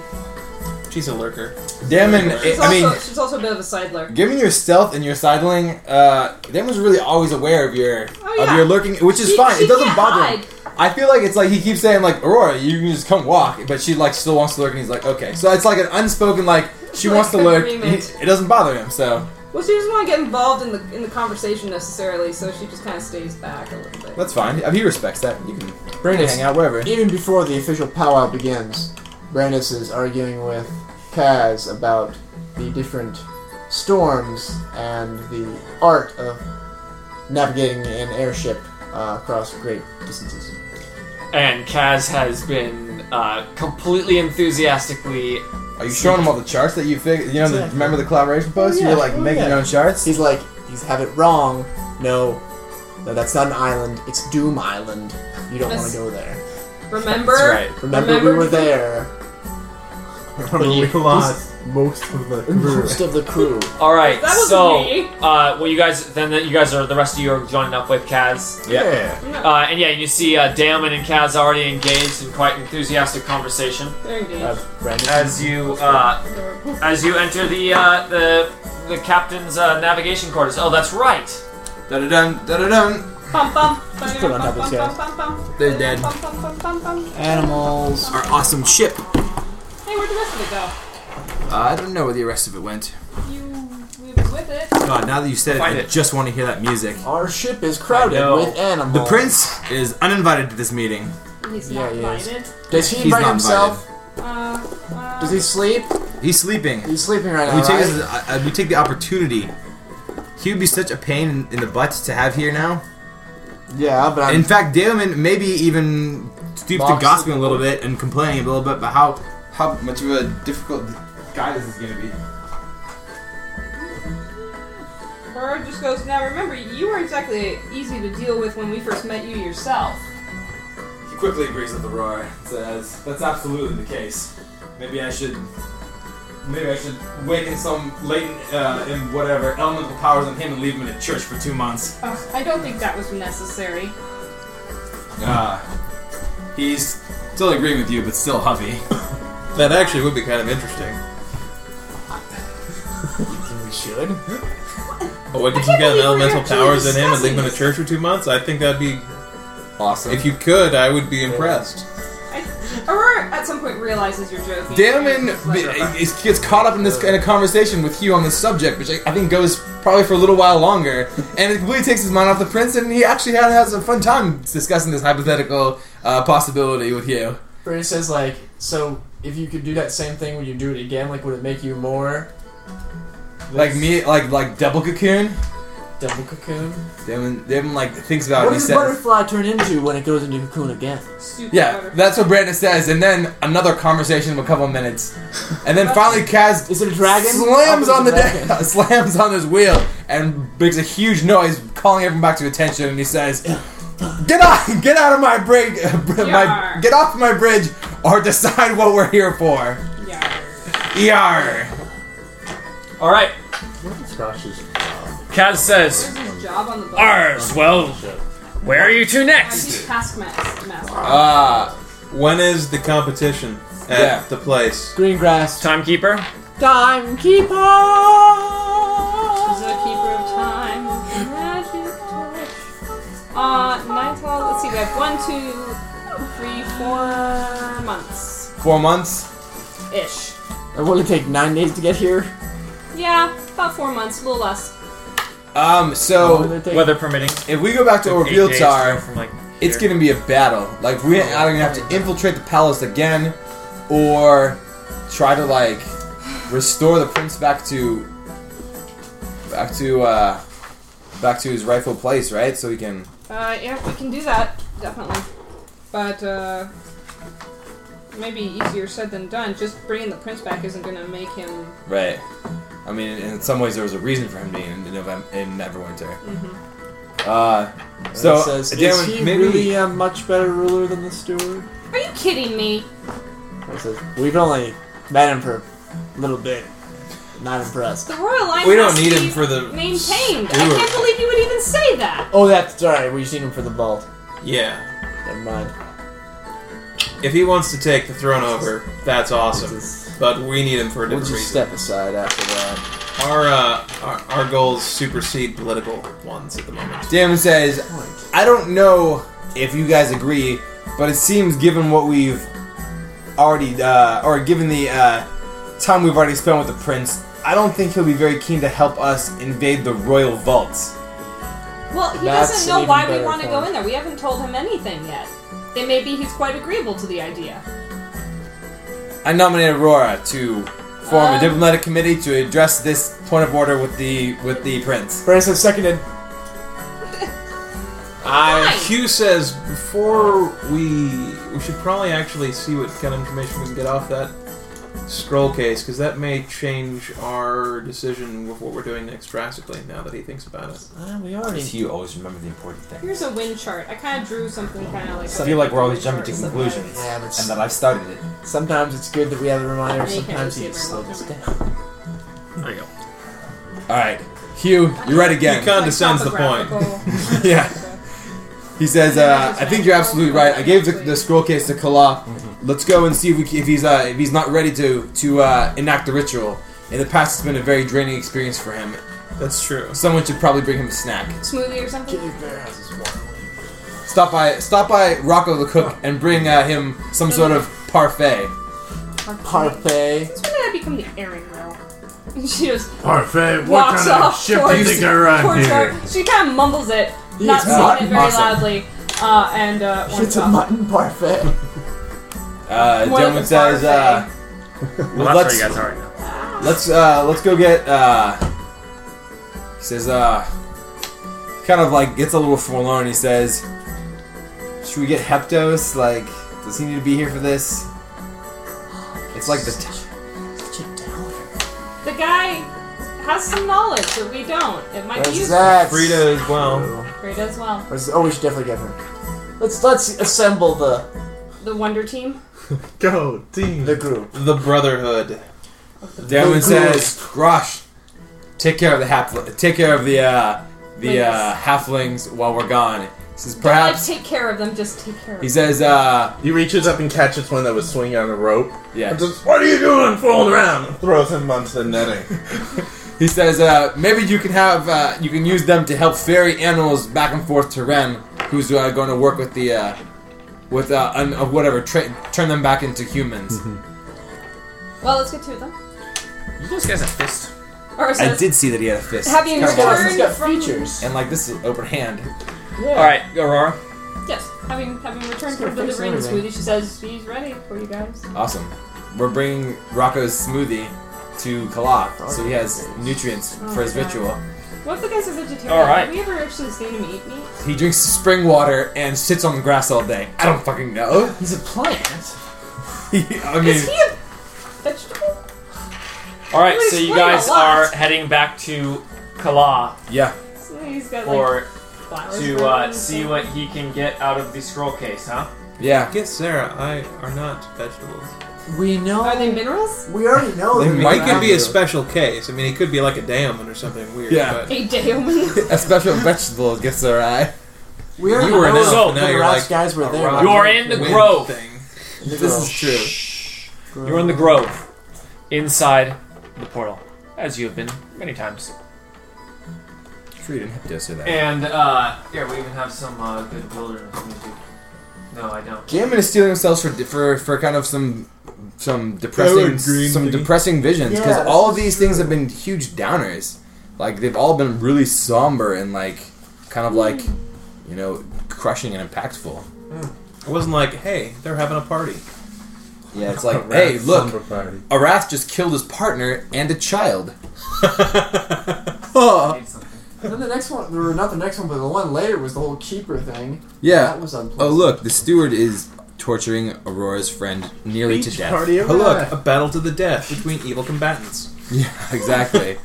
S8: She's a lurker.
S3: Damon.
S7: She's,
S3: I-
S7: also,
S3: I mean,
S7: she's also a bit of a sidler.
S3: given your stealth and your sidling, uh, Damon's really always aware of your
S7: Oh, yeah.
S3: of your lurking, which is
S7: She-
S3: fine.
S7: she
S3: it doesn't
S7: can't
S3: bother him.
S7: hide.
S3: I feel like it's like he keeps saying like Aurora, you can just come walk, but she like still wants to lurk, and he's like, okay. So it's like an unspoken like she
S7: Like
S3: wants to
S7: an
S3: lurk. and
S7: agreement.
S3: he- it doesn't bother him. So
S7: Well, she doesn't want to get involved in the in the conversation necessarily, so she just kind of stays back a little bit.
S3: that's fine. He respects that. You can
S13: Brandis,
S3: hang out wherever.
S13: even before the official powwow begins, Brandis is arguing with Kaz about the different storms and the art of navigating an airship uh, across great distances.
S5: And Kaz has been uh, completely enthusiastically.
S3: Are you showing him all the charts that you fig- You know, the,
S13: Exactly.
S3: remember the collaboration post?
S13: yeah,
S3: You were like
S13: oh,
S3: making
S13: yeah.
S3: your own charts.
S13: He's like, he's have it wrong. No, no, that's not an island. It's Doom Island. You don't want
S7: That's-
S13: to go there.
S7: Remember?
S5: That's
S13: Remember, we
S7: Remember-
S13: were there.
S4: *laughs* Remember, we lost most of the crew.
S13: Most of the crew.
S5: All right.
S7: That was
S5: so,
S7: me.
S5: uh, well, you guys then you guys are the rest of you are joining up with Kaz,
S4: Yeah.
S5: uh, and yeah, you see uh, Damon and Kaz already engaged in quite enthusiastic conversation
S7: They're engaged.
S13: Uh, Brandis.
S5: as you uh,
S7: Adorable.
S5: as you enter the uh, the the captain's uh, navigation quarters. Oh, that's right.
S3: Da da dun da da dun.
S7: Bum, bum. Just
S13: put it on top of his head.
S3: They're dead.
S7: Bum, bum, bum, bum, bum.
S13: Animals.
S3: Our awesome ship. Uh,
S7: Hey, where'd the rest of it go?
S3: I don't know where the rest of it went.
S7: You, we was with it.
S3: God, now that you said it,
S5: Find
S3: I
S5: it.
S3: just want to hear that music.
S13: Our ship is
S5: I
S13: crowded
S5: know.
S13: with animals.
S3: The prince is uninvited to this meeting.
S7: He's
S13: Yeah,
S7: not
S13: he is.
S7: invited.
S13: Does he
S3: He's
S13: invite
S3: not
S13: himself?
S7: Uh, uh,
S13: Does he sleep?
S3: He's sleeping.
S13: He's sleeping right now.
S3: we take
S13: right?
S3: this, as- I- I- we take the opportunity. He would be such a pain in, in the butt to have here now.
S13: yeah, but I'm,
S3: In fact, Damon maybe even stoops to
S13: Box-
S3: gossiping a little bit and complaining a little bit about how how much of a difficult guy this is going to be.
S7: Her just goes, Now remember, you were exactly easy to deal with when we first met you yourself.
S14: He quickly agrees with the roar and says, That's absolutely the case. Maybe I should. Maybe I should waken some latent uh, in whatever elemental powers in him and leave him in a church for two months.
S7: Ugh, I don't think that was necessary.
S14: Uh, he's still agreeing with you, but still huffy.
S8: That actually would be kind of interesting.
S6: We should.
S8: But what
S7: I
S8: if you
S7: can't
S8: get
S7: believe we're
S8: elemental
S7: actually
S8: powers in him and leave him in a
S7: discussing
S8: church for two months? I think that'd be.
S3: Awesome.
S8: If you could, I would be impressed.
S7: I, Aurora at some point realizes you're joking.
S3: Damon
S7: She's like,
S3: b- is- gets caught up in this kind of conversation with Hugh on this subject, which I, I think goes probably for a little while longer, and it completely takes his mind off the prince, and he actually had, has a fun time discussing this hypothetical uh, possibility with Hugh.
S6: Brandon says like, so if you could do that same thing, would you do it again? Like, would it make you more
S3: Like me, like like double cocoon.
S6: double cocoon?
S3: Damon, Damon like thinks about
S6: What
S3: it. Uh, He
S6: does
S3: says,
S6: butterfly turn into when it goes into cocoon again?
S7: stupid
S3: "Yeah,
S7: butterfly.
S3: that's what Brandon says." And then another conversation of a couple minutes, and then finally Kaz
S6: Is it a dragon?
S3: slams
S6: Up
S3: on
S6: into
S3: the
S6: dragon.
S3: deck, *laughs* slams on his wheel, and makes a huge noise, calling everyone back to attention. And he says, "Get out! Get out of my bridge! *laughs* My,
S7: Yar.
S3: get off my bridge, or decide what we're here for." E
S7: Yeah.
S3: Yar!
S5: All right.
S13: Scotch's
S5: Kaz says,
S7: There's his job on the boat.
S5: "Ours. Well, where are you two
S7: Uh,
S5: next?"
S7: he's taskmaster. master.
S3: Ah,
S8: When is the competition at
S3: Yeah.
S8: the place?
S6: Green grass.
S5: Timekeeper.
S6: Time keeper.
S7: He's a keeper of time. Magic touch. Uh, nine, twelve. Let's see. We have one, two, three, four months
S3: four months.
S7: ish.
S6: It will take nine days to get here.
S7: Yeah, about four months, a little less.
S3: Um, so
S6: It'll take-
S5: Weather permitting.
S3: if we go back to
S5: Eight days
S3: Orviltar.
S5: from like
S3: it's
S5: here.
S3: gonna be a battle. Like we're either gonna have to infiltrate the palace again, or try to like restore the prince back to back to uh back to his rightful place, right? So he can.
S7: Uh, yeah, we can do that definitely, but uh, maybe easier said than done. Just bringing the prince back isn't gonna make him.
S3: Right. I mean, in some ways, there was a reason for him being in, November, in Neverwinter. Uh,
S6: It
S3: so
S6: says,
S3: Damon,
S6: is he
S3: maybe
S6: really a much better ruler than the steward?
S7: Are you kidding me?
S6: It says, we've only met him for a little bit. Not impressed.
S7: The royal line.
S8: We don't
S7: has to
S8: need him
S7: be
S8: for the
S7: maintained. I
S8: steward.
S7: can't believe you would even say that.
S6: Oh, that's sorry. We've seen him for the bald.
S8: Yeah.
S6: Never mind.
S8: If he wants to take the throne over, that's awesome.
S6: Just-
S8: But we need him for a
S3: we'll
S8: different
S3: just
S8: reason.
S3: step aside after that.
S8: Our, uh, our our goals supersede political ones at the moment.
S3: Damon says, I don't know if you guys agree, but it seems given what we've already, uh, or given the uh, time we've already spent with the prince, I don't think he'll be very keen to help us invade the royal vaults.
S7: Well, he
S6: That's an
S7: doesn't know
S6: even
S7: why we
S6: better
S7: want to go
S6: point.
S7: in there. We haven't told him anything yet. It may be he's quite agreeable to the idea.
S3: I nominate Aurora to form
S6: Um,
S7: Uh.
S3: a diplomatic committee to address this point of order with the with the prince.
S6: Brandon says, seconded.
S8: I
S7: Fine.
S8: Q says before we we should probably actually see what kind of information we can get off that scroll case because that may change our decision with what we're doing next drastically. Now that he thinks about it,
S6: Ah, we already.
S2: You always remember the important thing.
S7: Here's a wind chart. I kind of drew something kind of like.
S2: I feel like we're always jumping to conclusions,
S6: Yeah, but
S2: and that I've started it.
S6: sometimes it's good that we have a reminder.
S7: Yeah, you can't
S6: Sometimes
S7: see
S6: you
S7: it
S6: just
S7: very
S6: slow this
S7: well.
S6: down. *laughs*
S5: There you go.
S3: All right, Hugh, you're right again.
S8: You Condescends the point.
S3: *laughs* Yeah. He says, uh, "I think you're absolutely right. I gave the, the scroll case to Kala. Let's go and see if, we, c- if he's uh, if he's not ready to to uh, enact the ritual. In the past, it's been a very draining experience for him.
S8: that's true.
S3: Someone should probably bring him a snack.
S7: Smoothie or something.
S6: *laughs* Dave Bear has his one.
S3: Stop by stop by Rocco the cook and bring uh, him some sort of parfait.
S6: Parfait.
S7: That's when did I become the errand girl? she just
S4: Parfait. What
S7: walks
S4: kind
S7: off
S4: of ship do you
S7: towards-
S4: think I run
S7: towards
S4: here?
S7: her. She kind of mumbles it, not
S6: It's
S7: saying
S6: mutton.
S7: it very
S3: Awesome.
S7: loudly, uh, and uh,
S6: It's
S7: wanders
S6: a
S7: off.
S6: mutton parfait.
S3: Uh,
S7: More like
S3: Dylan
S7: a
S3: says, uh,
S5: Well, that's
S3: let's
S5: where you guys are right now.
S3: let's uh, let's go get." Uh, he says, uh, kind of like gets a little forlorn. He says, "Should we get Heptos? Like, does he need to be here for this?" It's like the
S7: The guy has some knowledge that we don't. It might be
S6: Where's
S7: useful.
S6: that?
S8: Frida as well.
S7: Great as well.
S6: Where's- oh, we should definitely get her. Let's let's assemble the
S7: The Wonder Team.
S4: Go, team.
S6: the group.
S8: The Brotherhood.
S3: Damon says, "Grosh, take care of the half, take care of the uh, the uh, halflings while we're gone." He says,
S7: Like,
S3: "Perhaps."
S7: take care of them. Just take care of
S3: He
S7: them.
S3: says, uh,
S4: He reaches up and catches one that was swinging on a rope.
S3: "Yeah."
S4: And just, what are you doing fooling around? And throws him onto the netting.
S3: He says, uh, "Maybe you can have uh, you can use them to help ferry animals back and forth to Ren, who's uh, going to work with the uh, with uh, un- uh, whatever tra- turn them back into humans."
S15: Mm-hmm.
S7: Well, let's get two of them.
S5: You guys got a fist.
S7: Or it
S3: I
S7: says,
S3: did see that he had a fist,
S7: Have you
S3: It's kinda
S7: returned-
S3: wild.
S6: It's got
S7: from-
S6: features.
S3: And like this is open hand.
S5: All right, Aurora.
S7: yes, having having returned from
S6: gonna
S7: the
S6: fix
S7: rain
S6: everything.
S7: smoothie, she says she's ready for you guys.
S3: Awesome. We're bringing Rocco's smoothie to Kalat, so he has nutrients for his
S7: Okay.
S3: ritual.
S7: What if the guys are vegetarian?
S5: All right.
S7: Have we ever actually seen him eat meat?
S3: He drinks spring water and sits on the grass all day. I don't fucking know.
S15: He's a plant.
S3: *laughs* I mean,
S7: Is he a vegetable?
S5: All right,
S7: You
S5: so you
S7: explain
S5: guys
S7: a lot.
S5: are heading back to Kala
S3: yeah.
S7: So he's got
S5: for
S7: like flowers
S5: to
S7: growing
S5: uh,
S7: and
S5: see
S7: stuff.
S5: what he can get out of the scroll case, huh?
S3: Yeah.
S8: Get Sarah. I are not vegetables.
S15: We know.
S7: Are they minerals?
S6: We already know
S3: They
S6: that
S3: might
S8: Mike
S3: could
S8: could be
S3: be
S8: a special case. I mean, he could be like a daemon or something weird.
S3: Yeah.
S8: But
S7: A *laughs* daemon.
S3: A special vegetable gets their eye.
S6: we already
S3: You were
S6: know
S3: an elf,
S6: that
S5: and now
S6: the
S3: you're
S6: Rouse
S3: like
S6: guys were there.
S3: rock.
S5: You are in the
S8: Wind
S5: grove.
S8: thing.
S6: The
S3: This
S6: girl.
S3: is true.
S5: You're in the grove, inside the portal, as you have been many times.
S3: Tree didn't have to say that.
S5: And uh, here we even have some uh, good wilderness music. No, I don't.
S3: Gammon is stealing themselves for, for for kind of some some
S8: Sour
S3: depressing
S8: green
S3: some
S8: thingy.
S3: depressing visions because
S6: Yeah, this
S3: all
S6: is
S3: these things have been huge downers. Like they've all been really somber and like kind of like you know crushing and impactful.
S8: It wasn't like, hey, they're having a party. *laughs*
S3: Yeah, it's like hey, look, Arath just killed his partner and a child.
S5: I
S3: Huh.
S5: need something.
S6: *laughs* And then the next one, or not the next one, but the one later was the whole keeper thing. That
S3: yeah.
S6: was unpleasant.
S3: Oh look, the steward is torturing Aurora's friend nearly to death.
S8: Oh look, a battle to the death between evil combatants.
S3: Yeah, *laughs* exactly.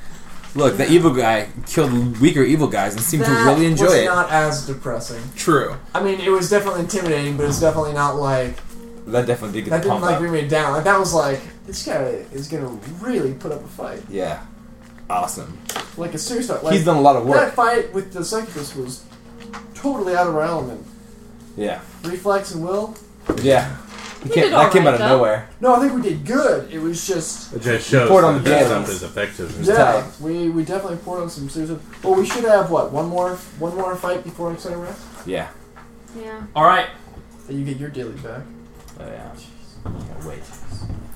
S3: Look, the evil guy killed weaker evil guys and seemed
S6: That
S3: to really enjoy
S6: was
S3: it.
S6: not as depressing.
S8: True.
S6: I mean, it was definitely intimidating, but it's definitely not like
S3: That definitely did
S6: that
S3: get
S6: didn't
S3: the pump
S6: like
S3: up.
S6: bring me down. Like that was like this guy is gonna really put up a fight.
S3: Yeah, awesome.
S6: Like a serious fight. Like,
S3: He's done a lot of
S6: That
S3: work.
S6: fight with the psychicus was totally out of our element.
S3: Yeah,
S6: Reflex and will?
S3: yeah. He
S7: did
S3: can't- that
S7: all
S3: came out
S7: right,
S3: of
S7: though.
S3: nowhere.
S6: No, I think we did good. It was just
S4: It just shows
S3: Report on
S4: that
S3: the
S4: that stuff
S3: damage.
S4: is effective.
S6: yeah.
S3: tight.
S6: We we definitely poured on some serious. Well, we should have what one more one more fight before next time rest.
S3: Yeah.
S7: yeah.
S5: All right,
S6: Then you get your daily back.
S3: Oh, yeah. Wait.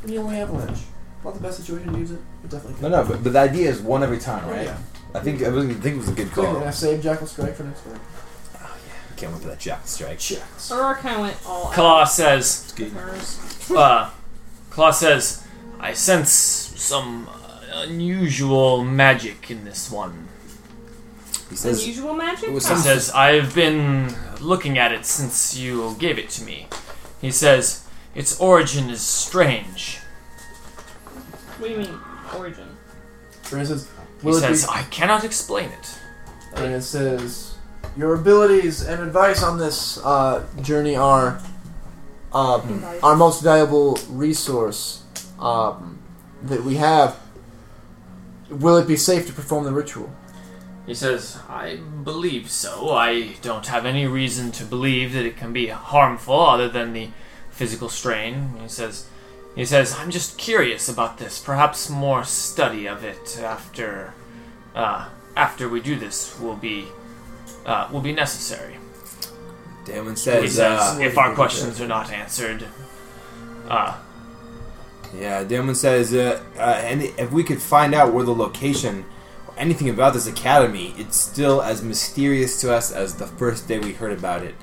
S6: You only have lunch. Not the best situation to use it, but definitely.
S3: No,
S6: Good.
S3: no, but, but the idea is one every time, right?
S6: Yeah.
S3: I think I, was, I think it was a good
S6: Cool.
S3: call.
S6: And I saved Jackal Strike for next week.
S3: Can't wait for that jack strike.
S6: Checks.
S7: Aurora kind of went all out.
S5: Kala says.
S7: with hers.
S5: uh, Claw says, I sense some uh, unusual magic in this one.
S3: He says,
S7: Unusual magic?
S3: it was
S5: He
S7: Huh.
S3: some-
S5: says, I've been looking at it since you gave it to me. He says, Its origin is strange.
S7: What do you mean? Origin.
S6: For instance,
S5: He
S6: will it
S5: says,
S6: be,
S5: I cannot explain it.
S6: and it says, your abilities and advice on this uh, journey are um,
S7: Invaluable.
S6: our most valuable resource um, that we have. Will it be safe to perform the ritual?
S5: He says, I believe so. I don't have any reason to believe that it can be harmful other than the physical strain. He says, he says, I'm just curious about this. Perhaps more study of it after, uh, after we do this will be, uh, will be necessary.
S3: Damon
S5: He
S3: says,
S5: says,
S3: uh,
S5: if our questions are not answered, uh,
S3: Yeah, Damon says, uh, uh, and if we could find out where the location or anything about this academy, it's still as mysterious to us as the first day we heard about it.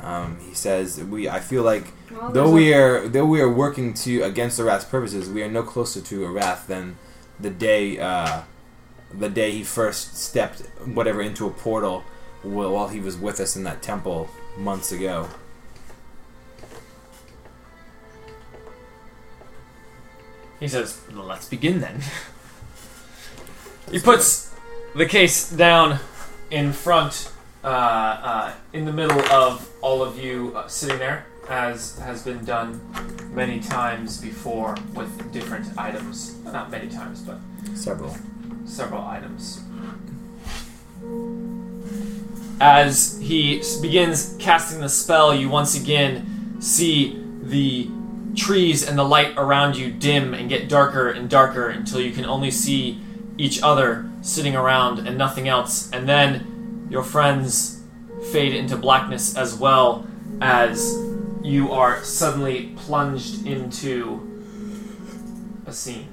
S3: Um, he says, "We, I feel like
S7: Well,
S3: though
S7: there's
S3: we are though we are working to against Arath's purposes, we are no closer to Arath than the day uh, the day he first stepped whatever into a portal wh- while he was with us in that temple months ago."
S5: he says, let's begin then. He puts the case down in front, uh, uh, in the middle of all of you uh, sitting there, as has been done many times before with different items. Not many times, but
S2: Several.
S5: several items. As he s- begins casting the spell, you once again see the trees and the light around you dim and get darker and darker until you can only see each other sitting around and nothing else. And then your friends fade into blackness as well as you are suddenly plunged into a scene.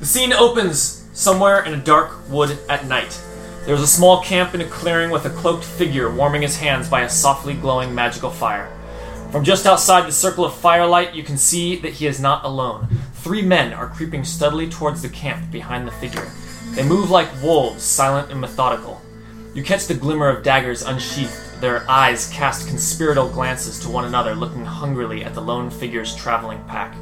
S5: The scene opens somewhere in a dark wood at night. There's a small camp in a clearing with a cloaked figure warming his hands by a softly glowing magical fire. From just outside the circle of firelight, you can see that he is not alone. Three men are creeping steadily towards the camp behind the figure. They move like wolves, silent and methodical. You catch the glimmer of daggers unsheathed, their eyes cast conspiratorial glances to one another, looking hungrily at the lone figure's traveling pack.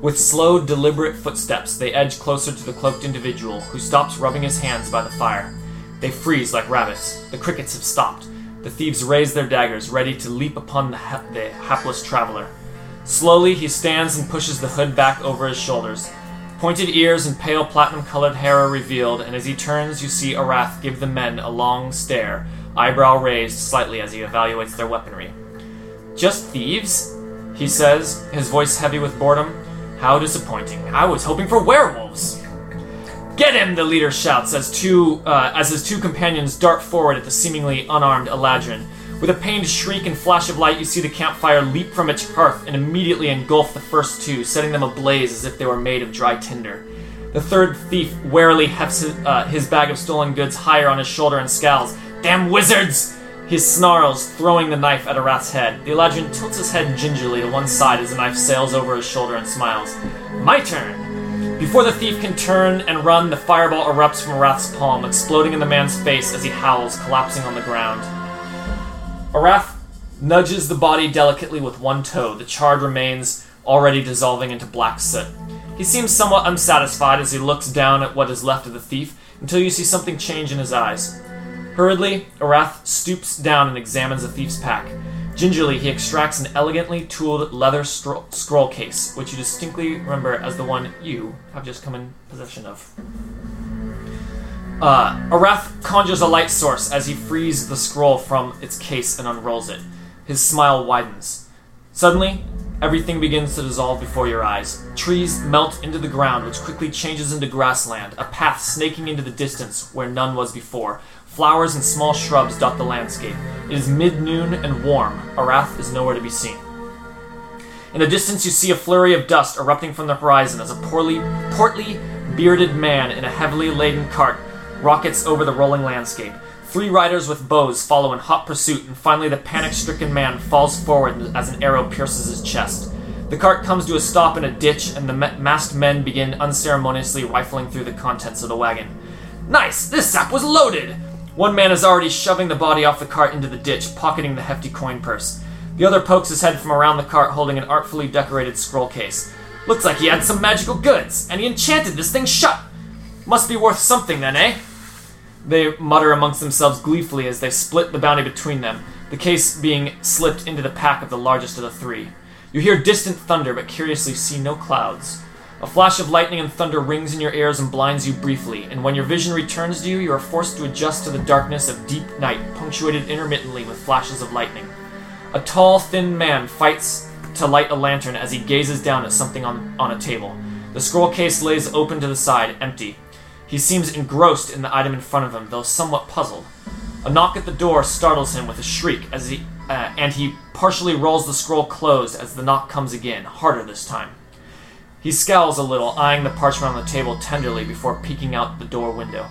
S5: With slow, deliberate footsteps, they edge closer to the cloaked individual, who stops rubbing his hands by the fire. They freeze like rabbits. The crickets have stopped. The thieves raise their daggers, ready to leap upon the, ha- the hapless traveler. Slowly, he stands and pushes the hood back over his shoulders. Pointed ears and pale platinum colored hair are revealed, and as he turns, you see Arath give the men a long stare, eyebrow raised slightly as he evaluates their weaponry. Just thieves? He says, his voice heavy with boredom. How disappointing. I was hoping for werewolves. Get him, the leader shouts as two uh, as his two companions dart forward at the seemingly unarmed Eladrin. With a pained shriek and flash of light, you see the campfire leap from its hearth and immediately engulf the first two, setting them ablaze as if they were made of dry tinder. The third thief warily hefts his, uh, his bag of stolen goods higher on his shoulder and scowls. Damn wizards! He snarls, throwing the knife at Arath's head. The Eladrin tilts his head gingerly to one side as the knife sails over his shoulder and smiles. My turn! Before the thief can turn and run, the fireball erupts from Arath's palm, exploding in the man's face as he howls, collapsing on the ground. Arath nudges the body delicately with one toe. The charred remains already dissolving into black soot. He seems somewhat unsatisfied as he looks down at what is left of the thief until you see something change in his eyes. Hurriedly, Arath stoops down and examines the thief's pack. Gingerly, he extracts an elegantly tooled leather stro- scroll case, which you distinctly remember as the one you have just come in possession of. Uh, Arath conjures a light source as he frees the scroll from its case and unrolls it. His smile widens. Suddenly, everything begins to dissolve before your eyes. Trees melt into the ground, which quickly changes into grassland, a path snaking into the distance where none was before. Flowers and small shrubs dot the landscape. It is mid noon and warm. Arath is nowhere to be seen. In the distance, you see a flurry of dust erupting from the horizon as a poorly, portly, bearded man in a heavily laden cart rockets over the rolling landscape. Three riders with bows follow in hot pursuit, and finally, the panic stricken man falls forward as an arrow pierces his chest. The cart comes to a stop in a ditch, and the ma- masked men begin unceremoniously rifling through the contents of the wagon. Nice! This sap was loaded! One man is already shoving the body off the cart into the ditch, pocketing the hefty coin purse. The other pokes his head from around the cart, holding an artfully decorated scroll case. Looks like he had some magical goods, and he enchanted this thing shut! Must be worth something then, eh? They mutter amongst themselves gleefully as they split the bounty between them, the case being slipped into the pack of the largest of the three. You hear distant thunder, but curiously see no clouds. A flash of lightning and thunder rings in your ears and blinds you briefly, and when your vision returns to you, you are forced to adjust to the darkness of deep night, punctuated intermittently with flashes of lightning. A tall, thin man fights to light a lantern as he gazes down at something on, on a table. The scroll case lays open to the side, empty. He seems engrossed in the item in front of him, though somewhat puzzled. A knock at the door startles him with a shriek as he uh, and he partially rolls the scroll closed as the knock comes again, harder this time. He scowls a little, eyeing the parchment on the table tenderly before peeking out the door window.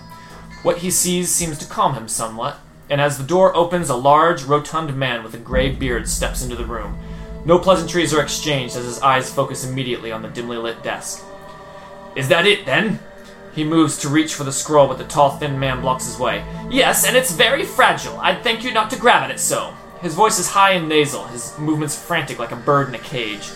S5: What he sees seems to calm him somewhat, and as the door opens, a large, rotund man with a gray beard steps into the room. No pleasantries are exchanged as his eyes focus immediately on the dimly lit desk. Is that it, then? He moves to reach for the scroll, but the tall, thin man blocks his way. Yes, and it's very fragile. I'd thank you not to grab at it so. His voice is high and nasal, his movements frantic like a bird in a cage.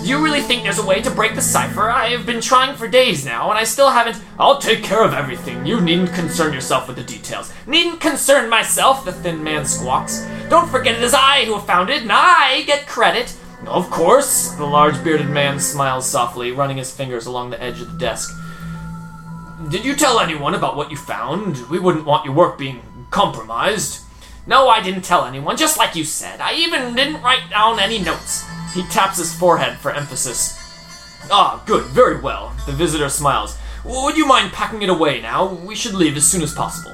S5: You really think there's a way to break the cipher? I have been trying for days now, and I still haven't. I'll take care of everything. You needn't concern yourself with the details. Needn't concern myself, the thin man squawks. Don't forget it is I who have found it, and I get credit. Of course, the large bearded man smiles softly, running his fingers along the edge of the desk. Did you tell anyone about what you found? We wouldn't want your work being compromised. No, I didn't tell anyone, just like you said. I even didn't write down any notes. He taps his forehead for emphasis. Ah, good, very well. The visitor smiles. Would you mind packing it away now? We should leave as soon as possible.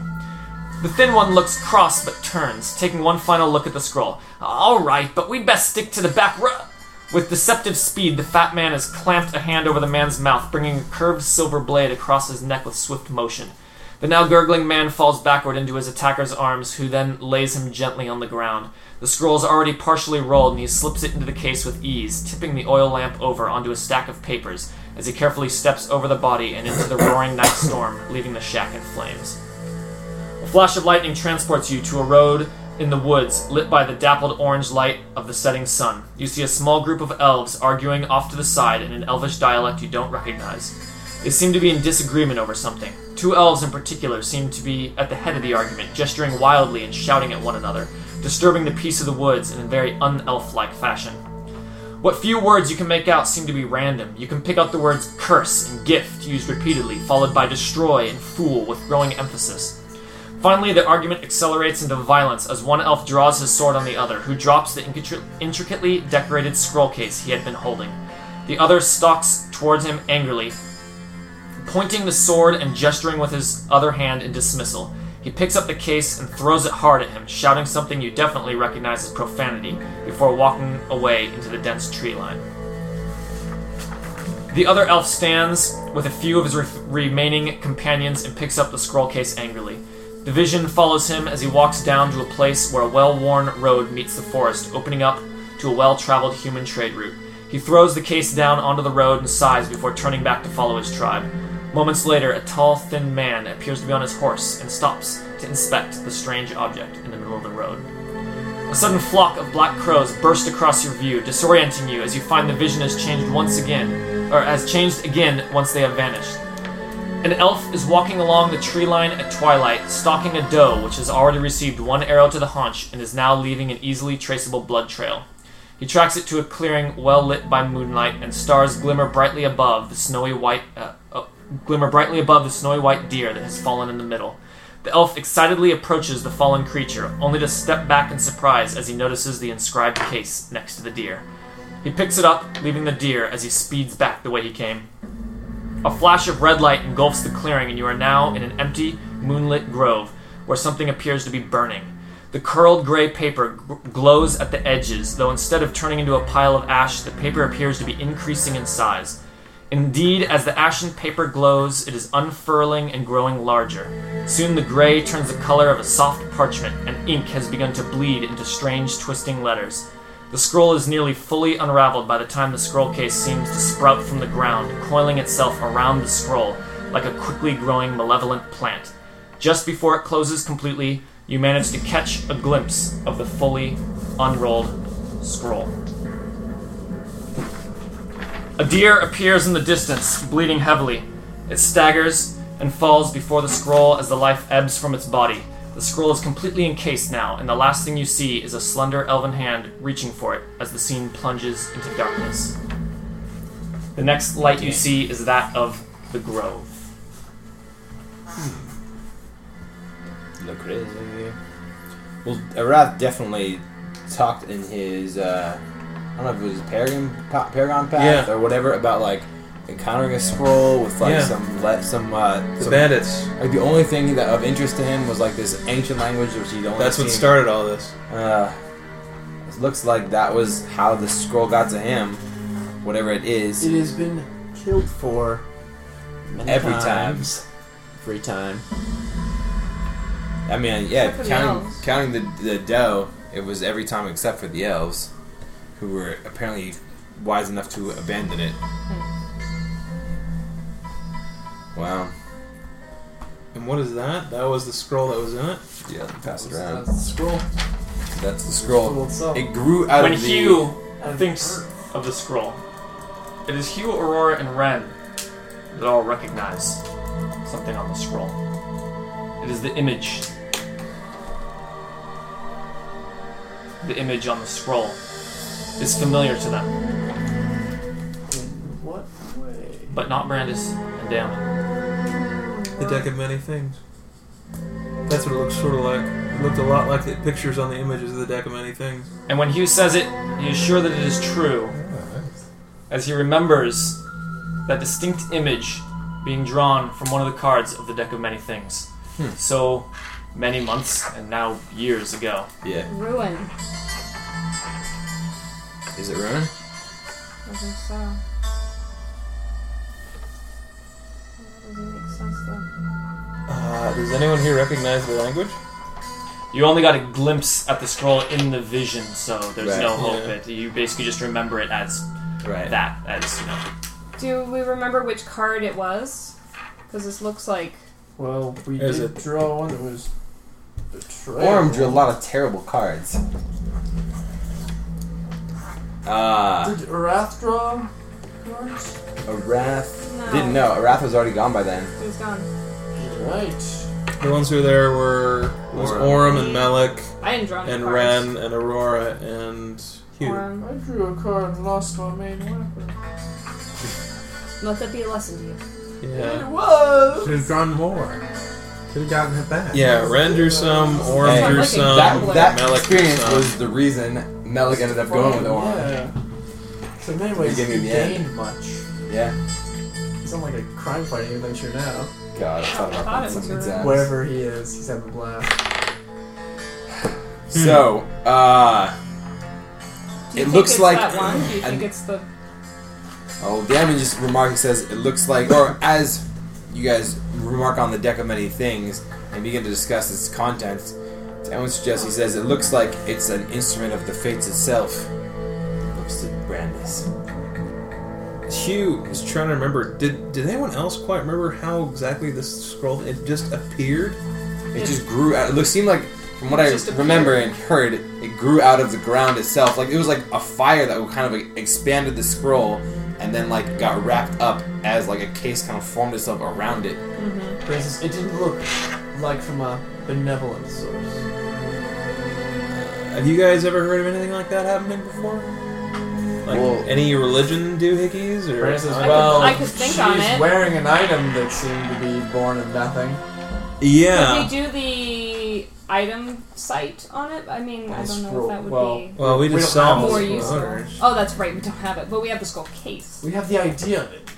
S5: The thin one looks cross but turns, taking one final look at the scroll. All right, but we'd best stick to the back row. With deceptive speed, the fat man has clamped a hand over the man's mouth, bringing a curved silver blade across his neck with swift motion. The now gurgling man falls backward into his attacker's arms, who then lays him gently on the ground. The scroll is already partially rolled, and he slips it into the case with ease, tipping the oil lamp over onto a stack of papers as he carefully steps over the body and into the roaring night storm, leaving the shack in flames. A flash of lightning transports you to a road in the woods, lit by the dappled orange light of the setting sun. You see a small group of elves arguing off to the side in an elvish dialect you don't recognize. They seem to be in disagreement over something. Two elves in particular seem to be at the head of the argument, gesturing wildly and shouting at one another, disturbing the peace of the woods in a very un elf like fashion. What few words you can make out seem to be random. You can pick out the words curse and gift used repeatedly, followed by destroy and fool with growing emphasis. Finally, the argument accelerates into violence as one elf draws his sword on the other, who drops the incatri- intricately decorated scroll case he had been holding. The other stalks towards him angrily, pointing the sword and gesturing with his other hand in dismissal. He picks up the case and throws it hard at him, shouting something you definitely recognize as profanity, before walking away into the dense tree line. The other elf stands with a few of his re- remaining companions and picks up the scroll case angrily. The vision follows him as he walks down to a place where a well worn road meets the forest, opening up to a well traveled human trade route. He throws the case down onto the road and sighs before turning back to follow his tribe. Moments later, a tall, thin man appears to be on his horse and stops to inspect the strange object in the middle of the road. A sudden flock of black crows burst across your view, disorienting you as you find the vision has changed once again, or has changed again once they have vanished. An elf is walking along the tree line at twilight, stalking a doe which has already received one arrow to the haunch and is now leaving an easily traceable blood trail. He tracks it to a clearing well lit by moonlight, and stars glimmer brightly above the snowy white uh, uh, glimmer brightly above the snowy white deer that has fallen in the middle. The elf excitedly approaches the fallen creature, only to step back in surprise as he notices the inscribed case next to the deer. He picks it up, leaving the deer as he speeds back the way he came. A flash of red light engulfs the clearing, and you are now in an empty, moonlit grove where something appears to be burning. The curled gray paper g- glows at the edges, though instead of turning into a pile of ash, the paper appears to be increasing in size. Indeed, as the ashen paper glows, it is unfurling and growing larger. Soon the gray turns the color of a soft parchment, and ink has begun to bleed into strange, twisting letters. The scroll is nearly fully unraveled by the time the scroll case seems to sprout from the ground, coiling itself around the scroll like a quickly growing malevolent plant. Just before it closes completely, you manage to catch a glimpse of the fully unrolled scroll. A deer appears in the distance, bleeding heavily. It staggers and falls before the scroll as the life ebbs from its body. The scroll is completely encased now, and the last thing you see is a slender elven hand reaching for it as the scene plunges into darkness. The next light you see is that of the grove.
S3: Look crazy. Well, Arath definitely talked in his, uh, I don't know if it was Paragon, pa- Paragon Path
S8: Yeah.
S3: or whatever about like encountering a scroll with like
S8: Yeah.
S3: some let some uh,
S8: The
S3: some-
S8: bandits.
S3: Like the only thing that of interest to him was like this ancient language which he'd only
S8: That's what
S3: seen.
S8: started all this.
S3: Uh, it looks like that was how the scroll got to him, whatever it is.
S6: It has been killed for many
S3: Every
S6: times. Every time.
S3: I mean, yeah,
S7: Except for the
S3: counting
S7: elves.
S3: counting the the dough, it was every time except for the elves, who were apparently wise enough to abandon it. Wow.
S8: And what is that? That was the scroll that was in it.
S3: Yeah, pass it
S14: That's
S3: around.
S14: the scroll.
S3: That's the
S14: Scroll
S3: scroll.
S14: itself.
S3: It grew out
S5: when
S3: of the.
S5: Hugh thinks of the scroll, It is Hugh, Aurora, and Ren that all recognize something on the scroll. It is the image. The image on the scroll is familiar to them.
S13: What way?
S5: but not Brandis and Damon.
S8: The deck of many things. That's what it looks sort of like. It looked a lot like the pictures on the images of the deck of many things.
S5: And when Hugh says it, he is sure that it is true, as he remembers that distinct image being drawn from one of the cards of the deck of many things. So many months and now years ago.
S3: Yeah.
S7: Ruin.
S3: Is it ruin?
S7: I think so. That doesn't make sense though.
S8: Uh, does anyone here recognize the language?
S5: You only got a glimpse at the scroll in the vision, so there's
S3: Right.
S5: no hope.
S8: Yeah.
S5: It, you basically just remember it as
S3: Right.
S5: that, as you know.
S7: Do we remember which card it was? Because this looks like.
S6: Well, we
S8: Is
S6: did
S8: it-
S6: draw one that was betrayal.
S3: Orm drew a lot of terrible cards. Uh,
S6: Did Wrath draw cards?
S3: Arath.
S7: No.
S3: Didn't know. Arath was already gone by then.
S7: It was gone.
S6: Right.
S8: The ones who were there were was
S3: Orem.
S8: Orem and Melek
S7: I didn't draw any
S8: and
S7: cards.
S8: Ren and Aurora and Hugh.
S7: Orm.
S6: I drew a card and lost my main weapon.
S7: Let that be a lesson to you.
S8: Yeah.
S4: Should have drawn more. Could have gotten it back.
S8: Yeah, Ren drew some, Orem
S3: Hey,
S8: drew
S7: like a
S8: some,
S3: that that
S8: Um, Melek drew
S3: experience
S8: some.
S3: was the reason Melek ended up going with Orm.
S6: Yeah. So in many ways,
S3: You
S6: you
S3: gave me the end.
S6: gained much.
S3: Yeah.
S6: It's not like a crime-fighting adventure now.
S3: God, I thought
S7: I
S3: about
S7: thought
S3: that
S7: it
S3: so
S7: was
S3: many
S7: ruin.
S3: times.
S6: Wherever he is, he's having a blast.
S3: So, uh,
S7: Do you
S3: It
S7: think
S3: looks
S7: it's
S3: like-
S7: that one. Do you
S3: and-
S7: think it's the?
S3: Oh, Damon just remarks, he says, it looks like, or as you guys remark on the deck of many things and begin to discuss its contents, Damon suggests, he says, it looks like it's an instrument of the fates itself. Looks to Brandis.
S8: Hugh is trying to remember. Did did anyone else quite remember how exactly this scroll? It just appeared.
S3: It just grew out, it looked, seemed like, from what
S7: It
S3: I
S7: just appeared.
S3: remember and heard, it grew out of the ground itself. Like, it was like a fire that kind of like, expanded the scroll and then, like, got wrapped up as, like, a case kind of formed itself around it.
S6: For instance, it didn't look like from a benevolent source.
S8: Have you guys ever heard of anything like that happening before? Like
S3: Well-
S8: any religion doohickeys or?
S6: Brandis says,
S7: I could-
S6: well,
S7: I could think
S6: she's
S7: on it."
S6: wearing an item that seemed to be born of nothing.
S8: yeah.
S7: Did they do the item site on it? I mean, I don't know if that would
S6: Well-
S7: be.
S8: Well, we
S6: We
S8: just
S6: don't
S8: saw
S6: have
S8: them.
S7: More
S6: this
S7: useful.
S6: one.
S7: Oh, that's right. We don't have it, but we have the skull case.
S6: We have the idea of it.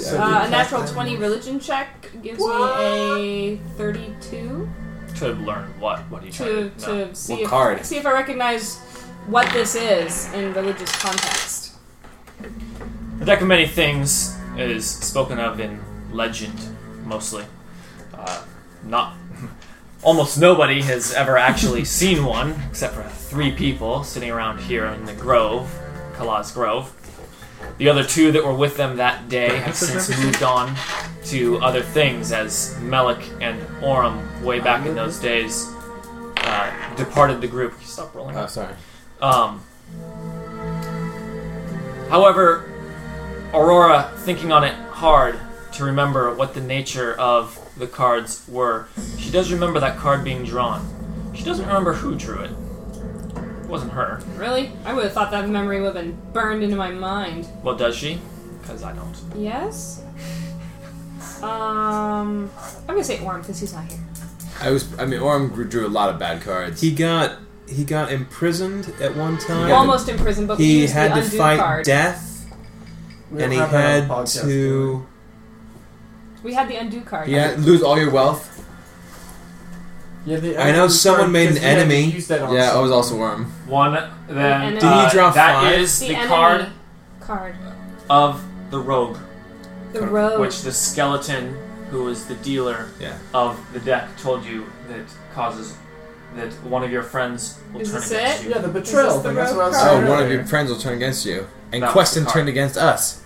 S6: So
S7: Uh, a
S6: the-
S7: natural 20 religion check gives me a 32
S5: To learn what, what he tried
S7: to,
S5: to, know.
S7: to see,
S3: What
S7: if,
S3: card?
S7: see if I recognize what this is in religious context.
S5: The deck of many things is spoken of in legend, mostly. Uh, not *laughs* almost nobody has ever actually seen one, except for three people sitting around here in the Grove, Kalas Grove. The other two that were with them that day have since moved on to other things, as Melek and Orem, way back in those days, uh, departed the group. Can you Stop rolling.
S3: Oh, sorry.
S5: Um, however, Aurora, thinking on it hard to remember what the nature of the cards were, she does remember that card being drawn. She doesn't remember who drew it. It wasn't her.
S7: Really? I would have thought that memory would have been burned into my mind.
S5: Well, does she? Because I don't.
S7: Yes? *laughs* Um, I'm gonna say Orm because he's not here.
S3: I was. I mean, Orm grew- drew a lot of bad cards.
S8: He got he got imprisoned at one time.
S7: Almost in prison, but we
S8: he
S7: used
S8: had
S7: the
S8: to
S7: undo
S8: fight
S7: card.
S8: death,
S6: We
S8: and he
S6: don't have that on the
S8: had
S6: podcast, do we?
S8: to.
S7: we had the undo card.
S3: yeah, lose all your wealth.
S6: Yeah, the
S8: I know
S6: item
S8: someone made an
S6: because we had to
S8: enemy.
S6: use that on
S3: Yeah, I was
S6: someone.
S3: also Worm.
S5: One, then.
S7: Did he
S5: uh,
S8: draw
S5: that
S8: five?
S5: is
S7: The,
S5: the,
S7: enemy
S5: card
S7: card.
S5: of the rogue,
S7: The road.
S5: which the skeleton, who was the dealer
S8: Yeah.
S5: of the deck, told you that causes that one of your friends will
S7: Is
S5: turn
S7: this
S5: against
S7: it?
S5: you.
S6: Yeah, the betrayal
S7: the
S6: thing. That's
S7: rogue
S6: what I was
S7: card?
S8: Oh,
S6: saying.
S3: So one of
S6: earlier.
S3: your friends will turn against you, and
S5: That was
S3: Queston
S5: the card.
S3: turned against us.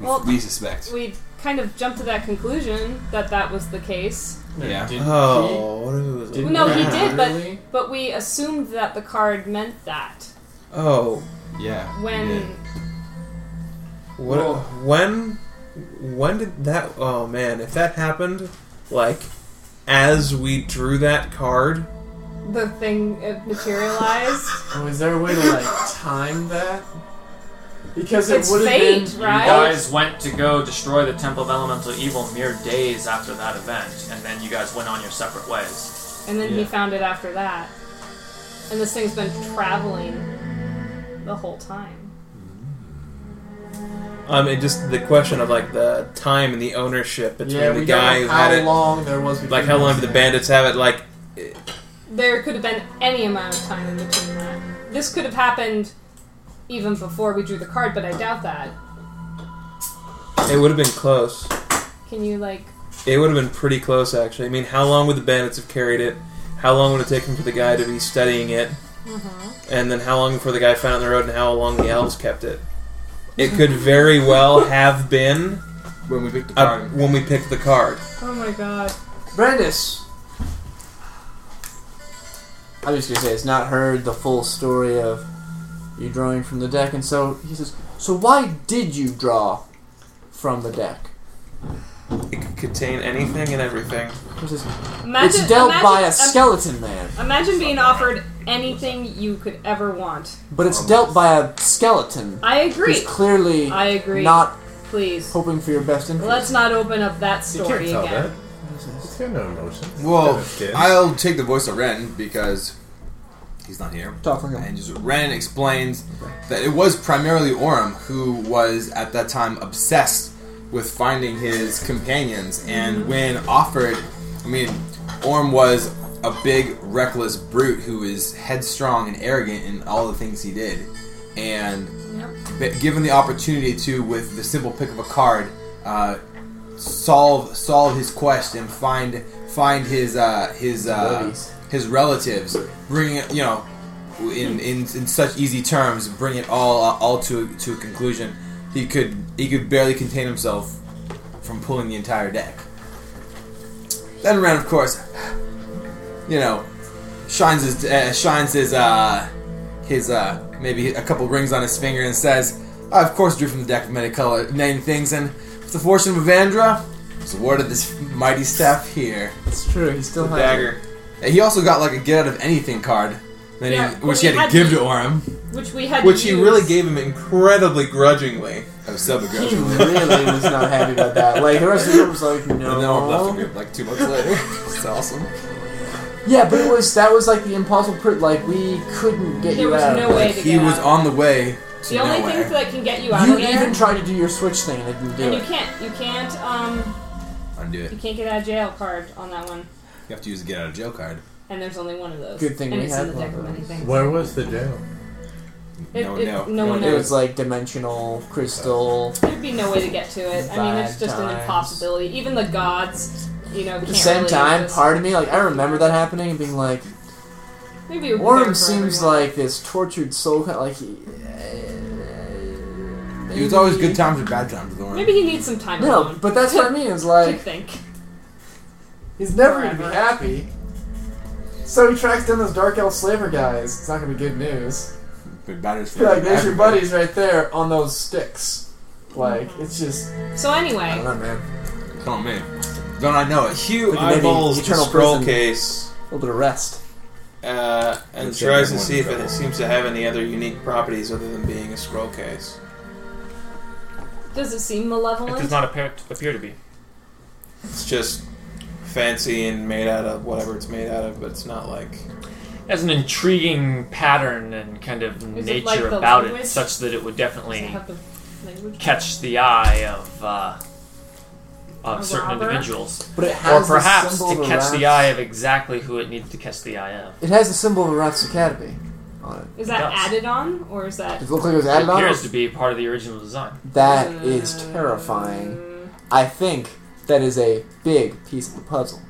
S7: Well-
S3: we suspect.
S7: we kind of jumped to that conclusion that that was the case.
S3: Yeah.
S8: Oh, what was it?
S6: Didn't
S7: No, he
S6: Yeah.
S7: did, but
S6: Really?
S7: but we assumed that the card meant that
S8: Oh,
S3: Yeah.
S7: when
S8: What, when when did that oh man, if that happened like as we drew that card,
S7: The thing it materialized.
S16: Oh, is there a way to like time that? Because it
S7: it's
S16: would have been.
S7: fate,
S5: You
S7: right?
S5: guys went to go destroy the Temple of Elemental Evil mere days after that event, and then you guys went on your separate ways.
S7: And then he
S5: Yeah.
S7: found it after that. And this thing's been traveling the whole time.
S8: um it just the question of like the time and the ownership between
S16: Yeah,
S8: the
S16: we
S8: guy
S16: don't
S8: who
S16: know how
S8: had it
S16: long there was.
S8: like
S16: between
S8: how long
S16: those
S8: did the
S16: things.
S8: bandits have it like
S7: There could have been any amount of time in between that. This could have happened even before we drew the card, but I doubt that.
S8: it would have been close.
S7: Can you like
S8: It would have been pretty close, actually. I mean, how long would the bandits have carried it? How long would it take for the guy to be studying it?
S16: Mm-hmm.
S8: And then how long before the guy found it on the road, and how long the elves kept it? It could very well have been
S3: When we picked the
S8: uh,
S3: card.
S8: when we picked the card.
S7: Oh my god.
S16: Brandis.
S6: I'm just gonna say it's not heard the full story of you drawing from the deck, and so he says, "So why did you draw from the deck?"
S8: It could contain anything and everything.
S6: He says,
S7: Imagine
S6: "It's dealt
S7: imagine,
S6: by a
S7: im-
S6: skeleton man,
S7: Imagine being offered anything you could ever want.
S6: but it's dealt by a skeleton
S7: I agree.
S6: who's clearly
S7: I agree.
S6: not
S7: Please.
S6: hoping for your best interest."
S7: Let's not open up that story again.
S4: It's got no emotion.
S3: Well,
S4: Kid.
S3: I'll take the voice of Ren because he's not here.
S6: Talk for him.
S3: And just Ren explains that it was primarily Orm who was at that time obsessed with finding his companions, and when offered, I mean, Orm was a big reckless brute who is headstrong and arrogant in all the things he did, and but given the opportunity to, with the simple pick of a card, uh, solve solve his quest and find find his uh, his uh,
S6: Abilities.
S3: his relatives, bring it you know in, in in such easy terms, bring it all uh, all to to a conclusion. He could he could barely contain himself from pulling the entire deck. Then Ren, of course, you know, shines his uh, shines his uh, his uh, maybe a couple rings on his finger and says, I of course drew from the deck of many color name things, and with the fortune of Evandra, was awarded this mighty staff here.
S6: It's true. He still has
S8: Dagger.
S3: And he also got like a get out of anything card, then he-
S7: Yeah,
S3: which he
S7: well,
S3: had,
S7: he
S3: to give
S7: had-
S3: to Orem.
S7: Which we had
S8: Which
S7: to
S8: he
S7: use.
S8: really gave him incredibly grudgingly.
S3: That was so
S6: He
S3: begrudging.
S6: really was not happy about that. Like the rest of the group was like,
S3: And then Orem left the
S6: "No."
S3: group like two months later. *laughs* it's awesome.
S6: Yeah, but it was that was like the impossible. Pr- like we couldn't get
S7: There
S6: you
S7: was
S6: out.
S7: no way to
S3: He
S7: get
S3: was
S7: out.
S3: on the way to
S7: The only
S3: nowhere.
S7: things that can get you out
S6: you
S7: of there,
S6: even tried to do your switch thing and it didn't do
S7: and
S6: it.
S7: you can't, you can't, um,
S3: Undo it.
S7: you can't get out of jail card on that one.
S3: You have to use a get out of jail card.
S7: And there's only one of those.
S6: Good thing
S7: and
S6: we
S7: it's
S6: had
S7: in the
S6: one
S7: deck
S6: of
S7: of many
S6: those.
S7: things.
S4: Where was the jail?
S7: It,
S3: No,
S7: it,
S3: no,
S7: no one
S6: It
S7: knows.
S6: was like dimensional, crystal.
S7: There'd be no way to get to it. I mean, it's
S6: Five
S7: just an
S6: times.
S7: impossibility. Even the gods, you know,
S6: At
S7: can't
S6: the same
S7: really
S6: time,
S7: just-
S6: part of me, like, I remember that happening and being like,
S7: Maybe it would be there
S6: Orm
S7: for
S6: seems
S7: everyone.
S6: like this tortured soul, kind of like he.
S3: It was always good times or bad times with Orem.
S7: Maybe he needs some time
S6: No,
S7: alone.
S6: but that's what I mean. It's
S7: to
S6: like
S7: think.
S6: he's never gonna be
S7: Forever.
S6: happy. So he tracks down those dark elf slaver guys. It's not gonna be good news.
S3: But batters for
S6: Be like, there's your
S3: everybody.
S6: buddies right there on those sticks. Like
S3: Oh,
S6: it's just,
S7: So
S6: I don't
S7: anyway,
S6: know, man.
S3: Tell me. Don't I know it? *laughs*
S8: Hugh
S6: Think of maybe
S8: eyeballs the
S6: eternal
S8: scroll
S6: prison.
S8: case
S6: A little bit of rest.
S8: uh, and tries
S3: It's
S8: to
S3: everyone's
S8: see if it
S3: trouble.
S8: seems to have any other unique properties other than being a scroll case.
S7: does it seem
S5: It
S7: malevolent?
S5: does not appear, appear to be.
S8: It's just fancy and made out of whatever it's made out of, but it's not like
S5: It has an intriguing pattern and kind of
S7: it
S5: nature
S7: like the
S5: about
S7: language?
S5: it, such that it would
S7: Does it
S5: definitely
S7: have the language?
S5: catch the eye of uh,
S7: A
S5: of certain
S7: robber?
S5: individuals,
S6: But it
S5: or
S6: has the
S5: perhaps
S6: symbol
S5: to
S6: of a
S5: catch the
S6: rat's-
S5: eye of exactly who it needs to catch the eye of.
S6: It has the symbol of a Rats Academy on it.
S7: Is that
S5: Yes.
S7: added on, or is that?
S6: Does it look like it was
S5: It
S6: added on?
S5: appears to be part of the original design.
S6: That is terrifying. I think that is a big piece of the puzzle.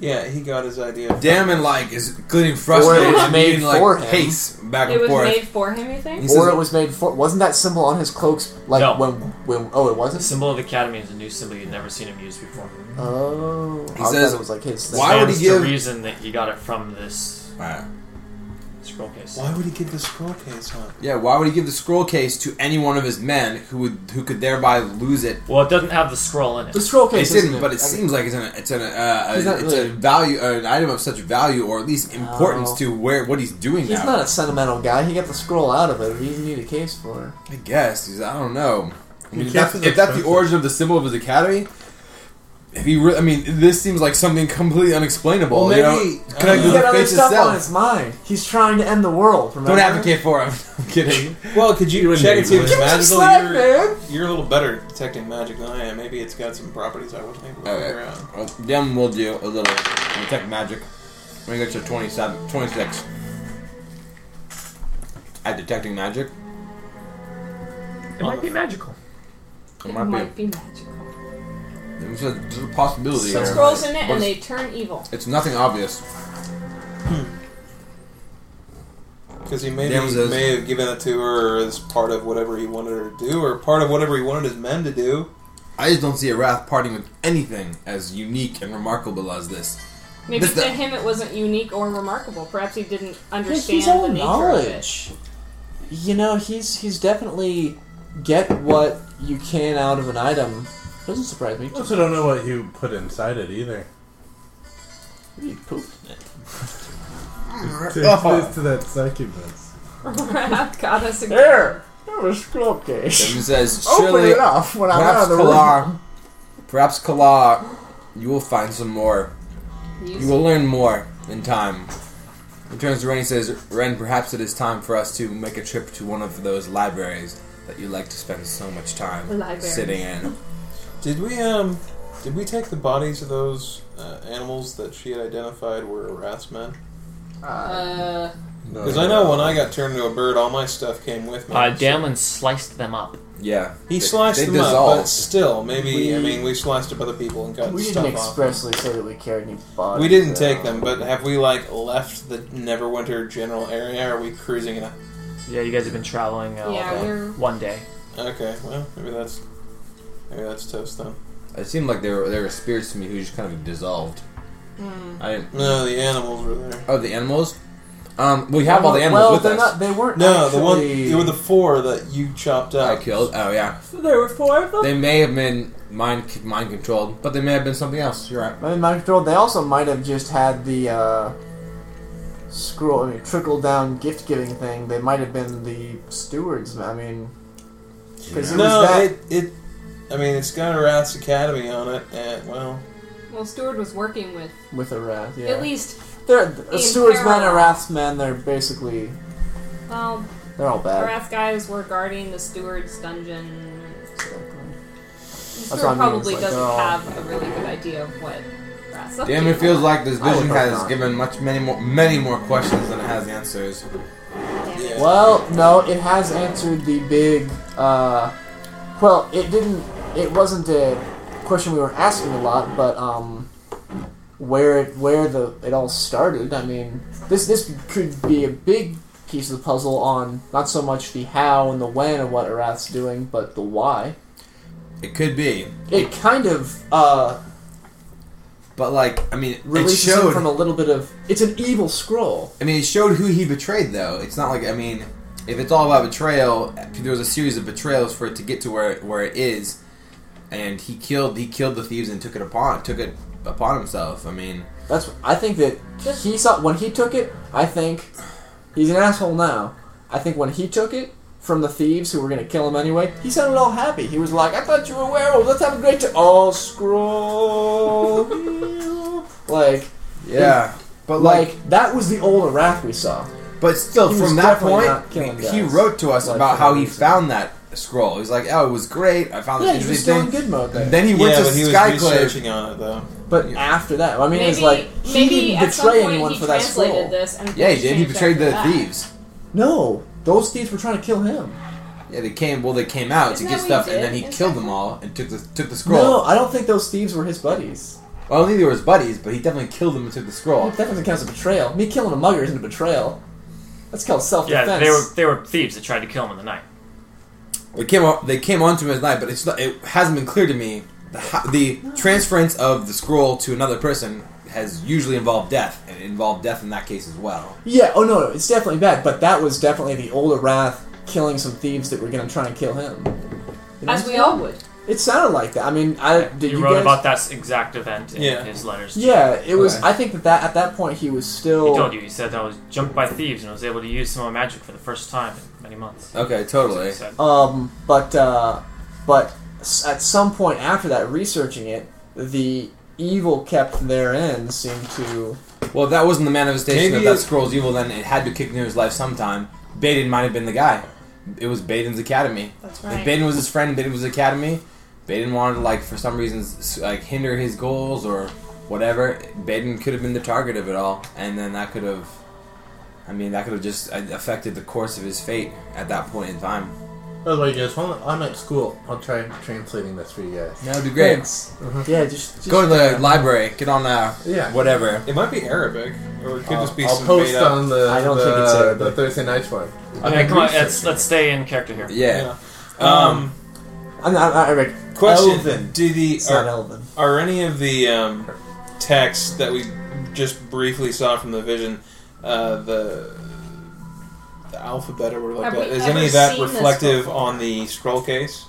S8: yeah, he got his idea.
S3: Damn and like is getting frustrated.
S6: Or it was
S3: and
S6: made
S3: being, like,
S6: for him.
S3: pace back
S7: It
S3: and
S7: was
S3: forth.
S7: made for him, you think?
S3: He
S6: or
S3: says-
S6: it was made for. Wasn't that symbol on his cloaks like
S5: No.
S6: when when? Oh, it
S5: The
S6: wasn't.
S5: symbol of the academy is a new symbol you'd never seen him use before.
S6: Oh, I
S3: says,
S6: thought it was like his. Thing.
S3: Why would he
S5: Stands to
S3: give-
S5: reason that you got it from this
S3: Alright.
S5: scroll case.
S8: Why would he give the scroll case up?
S3: Yeah, why would he give the scroll case to any one of his men who would who could thereby lose it?
S5: Well, it doesn't have the scroll in it.
S17: The scroll case
S3: It's
S17: isn't
S3: in, but it
S17: I mean,
S3: seems like it's in a, it's in a, uh,
S6: He's not
S3: it's a
S6: really-
S3: value uh, an item of such value or at least importance
S6: No.
S3: to where what he's doing
S6: He's
S3: now.
S6: not a sentimental guy. He got the scroll out of it. He doesn't need a case for it.
S3: I guess he's I don't know. I mean,
S4: You
S3: if,
S4: can't
S3: that's,
S4: do
S3: if that's the
S4: expensive.
S3: origin of the symbol of his academy, if he re- I mean this seems like something completely unexplainable. Well, you maybe- know? I Connected don't
S6: uh, He's
S3: to
S6: got other
S3: fates
S6: stuff
S3: itself.
S6: on his mind. He's trying to end the world. Remember?
S3: Don't advocate for him. *laughs* I'm kidding.
S8: Well, could you,
S4: wouldn't
S8: check
S4: be
S8: and see if
S4: able
S8: it's
S6: Give him some
S8: magical?
S6: slack,
S8: you're,
S6: man.
S8: you're a little better at detecting magic than I am. Maybe it's got some properties I wasn't able to
S3: Okay.
S8: figure out.
S3: Well, Dem will do a little detect magic. When he gets to 27, 26. At detecting magic,
S5: It might be magical.
S3: it might,
S7: might be magical.
S3: be. There's a, there's a possibility.
S7: Put
S3: here.
S7: scrolls in it
S3: But
S7: and they turn evil.
S3: It's nothing obvious.
S8: Because he maybe
S3: Damn, those-
S8: may have given it to her as part of whatever he wanted her to do, or part of whatever he wanted his men to do.
S3: I just don't see a Wrath parting with anything as unique and remarkable as this.
S7: Maybe
S3: This-
S7: to him it wasn't unique or remarkable. Perhaps he didn't
S6: He's-
S7: understand
S6: He's all
S7: the nature of it.
S6: knowledge. You know, he's he's definitely get what you can out of an item. Doesn't surprise me.
S4: I also don't know what you put inside it either.
S6: He pooped in it.
S4: It's,
S3: Oh.
S6: Oh.
S4: it's *laughs* to that succubus.
S7: *laughs* Perhaps God has a
S6: There, that was scroll case.
S3: Demon says,
S6: Open
S3: surely,
S6: it up when I'm out
S3: perhaps
S6: of the room.
S3: Kalar, perhaps Kalar, you will find some more. You will learn more in time. He turns to Ren and says, Ren, perhaps it is time for us to make a trip to one of those libraries that you like to spend so much time
S7: Libraries.
S3: sitting in.
S8: Did we um? Did we take the bodies of those uh, animals that she had identified were wrath's men?
S7: Uh,
S4: No,
S8: Because I know when I got turned into a bird, all my stuff came with me.
S5: Uh,
S8: So-
S5: Damlin sliced them up.
S3: Yeah.
S8: He
S3: They-
S8: sliced
S3: they
S8: them up, but
S3: dissolved.
S8: still, maybe I
S6: We-
S8: mean we sliced up other people and got *laughs*
S6: We
S8: stuff
S6: didn't expressly say that we carried any
S8: off.
S6: bodies.
S8: We didn't
S6: though.
S8: take them, but have we like left the Neverwinter general area? Are we cruising in a?
S5: Yeah, you guys have been traveling uh, all
S7: Yeah,
S5: day.
S7: we're-
S5: one day.
S8: Okay, well maybe that's maybe that's toast then.
S3: It seemed like there were, there were spirits to me who just kind of dissolved. I didn't.
S8: No, the animals were there.
S3: Oh, the animals? Um, we have all the animals
S6: well,
S3: with
S6: they're
S3: us.
S6: Not, they weren't.
S8: No, the one
S6: actually-
S8: you were the four that you chopped
S3: I
S8: up.
S3: killed. Oh yeah.
S6: There were four of them.
S3: They may have been mind mind controlled, but they may have been something else. You're right.
S6: I mean, mind control. They also might have just had the uh, scroll. I mean, trickle down gift giving thing. They might have been the stewards. I mean, because it
S8: No,
S6: was that.
S8: it it. I mean, it's got a Wrath's Academy on it, and well,
S7: well, Steward was working with
S6: With a wrath, yeah.
S7: at least.
S6: they're the
S7: in
S6: stewards men
S7: parallel.
S6: and wraths men. They're basically
S7: Well,
S6: they're all
S7: the
S6: bad.
S7: Wrath guys were guarding the Steward's dungeon.
S6: what
S7: Steward
S6: I mean,
S7: probably
S6: it's like
S7: doesn't
S6: they're all-
S7: have a really good idea of what Wrath's up
S3: Damn,
S7: to.
S3: it feels like this
S6: I would
S3: vision
S6: hope
S3: has
S6: not.
S3: given much many more many more questions than it has answers.
S7: Damn it.
S8: yeah.
S6: Well, no, it has answered the big. Uh, well, it didn't. It wasn't a question we were asking a lot, but um, where it where the it all started. I mean, this this could be a big piece of the puzzle on not so much the how and the when of what Arath's doing, but the why.
S3: It could be,
S6: It kind of uh,
S3: but like I mean, it
S6: releases him
S3: showed.
S6: from a little bit of. It's an evil scroll.
S3: I mean, it showed who he betrayed, though. It's not like I mean, if it's all about betrayal, there was a series of betrayals for it to get to where where it is, and he killed he killed the thieves and took it upon took it upon himself. I mean,
S6: That's. I think that he saw when he took it. I think he's an asshole now. I think when he took it from the thieves who were gonna kill him anyway, he sounded all happy. He was like, "I thought you were werewolves. Let's have a great time." All scroll. like,
S3: yeah, but like,
S6: like that was the old Wrath we saw.
S3: but still,
S6: he was
S3: from that
S6: definitely not
S3: point,
S6: killing
S3: he, he
S6: guys,
S3: wrote to us
S6: like,
S3: about
S6: for no
S3: how he
S6: reason.
S3: found that scroll. He's like, oh, it was great. I found this
S6: Yeah, he was
S3: interesting
S6: still
S3: thing.
S6: in good mode there.
S3: Then he went
S8: yeah,
S3: to
S8: but he was
S3: Skyclave.
S8: researching on it though.
S6: but
S3: Yeah.
S6: after that, I mean,
S7: maybe,
S6: it's like he
S7: maybe
S6: didn't
S7: at some
S6: betray
S7: point
S6: anyone
S7: he
S6: for that
S7: translated
S6: scroll.
S7: This and
S3: Yeah, he did. He
S7: changed
S3: betrayed
S7: after
S3: the
S7: that.
S3: thieves.
S6: No, those thieves were trying to kill him.
S3: Yeah, they came. Well, they came out
S7: Isn't
S3: to
S7: that
S3: get
S7: what he
S3: stuff, and
S7: did
S3: then he
S7: in
S3: killed
S7: Skyclave?
S3: them all and took the took the scroll.
S6: No, I don't think those thieves were his buddies.
S3: Well, I don't think they were his buddies, but he definitely killed them and took the scroll.
S6: Well, that doesn't count as a betrayal. Me killing a mugger isn't a betrayal. That's called
S5: Yeah,
S6: self-defense.
S5: they were they were thieves that tried to kill him in the night.
S3: They came on, they came onto him as night, but it's not, it hasn't been clear to me the, ho- the transference of the scroll to another person has usually involved death, and it involved death in that case as well.
S6: Yeah, oh no, it's definitely bad, but that was definitely the older Wrath killing some thieves that were going to try and kill him. You know?
S7: As we all would.
S6: It sounded like that. I mean, I Uh, did
S5: you,
S6: you,
S5: wrote
S6: guys-
S5: about that exact event in
S8: Yeah.
S5: his letters.
S6: Yeah, it was.
S3: Okay.
S6: I think that, that at that point he was
S5: He
S6: still.
S5: told you. He said that I was jumped by thieves and was able to use some of my magic for the first time in many months.
S3: Okay, totally.
S5: He said.
S6: Um, but uh, but s- at some point after that, researching it, the evil kept therein seemed to.
S3: Well, if that wasn't the manifestation
S8: Maybe
S3: of that
S8: it-
S3: scroll's evil, then it had to kick into his life sometime. Baden might have been the guy. It was Baden's academy.
S7: That's
S3: If Baden was his friend, Baden was his academy. Baden wanted to, like, for some reasons, s- like hinder his goals or whatever. Baden could have been the target of it all, and then that could have, I mean, that could have just uh, affected the course of his fate at that point in time.
S4: By the way, guys, while I'm at school, I'll try translating this for you guys.
S3: That would be great.
S6: Thanks. Yeah, just, just
S3: Go to the
S6: uh,
S3: library. Get on uh,
S4: Yeah.
S3: whatever.
S8: It might be Arabic, or it could
S4: I'll,
S8: just be
S4: I'll
S8: some
S4: post
S8: made up.
S4: on the,
S6: I don't
S4: the,
S6: think it's Arabic.
S4: the Thursday night one.
S5: Okay, come on. Let's let's stay in character here.
S3: Yeah.
S8: Yeah. Um,
S6: I'm not, I'm not Eric.
S8: question:
S6: Elven.
S8: Do the
S6: It's not
S8: are,
S6: Elven.
S8: are any of the um, texts that we just briefly saw from the vision uh, the the alphabet or whatever like
S7: Have
S8: that?
S7: we
S8: Is
S7: ever
S8: any of that
S7: seen this
S8: reflective
S7: before?
S8: on the scroll case?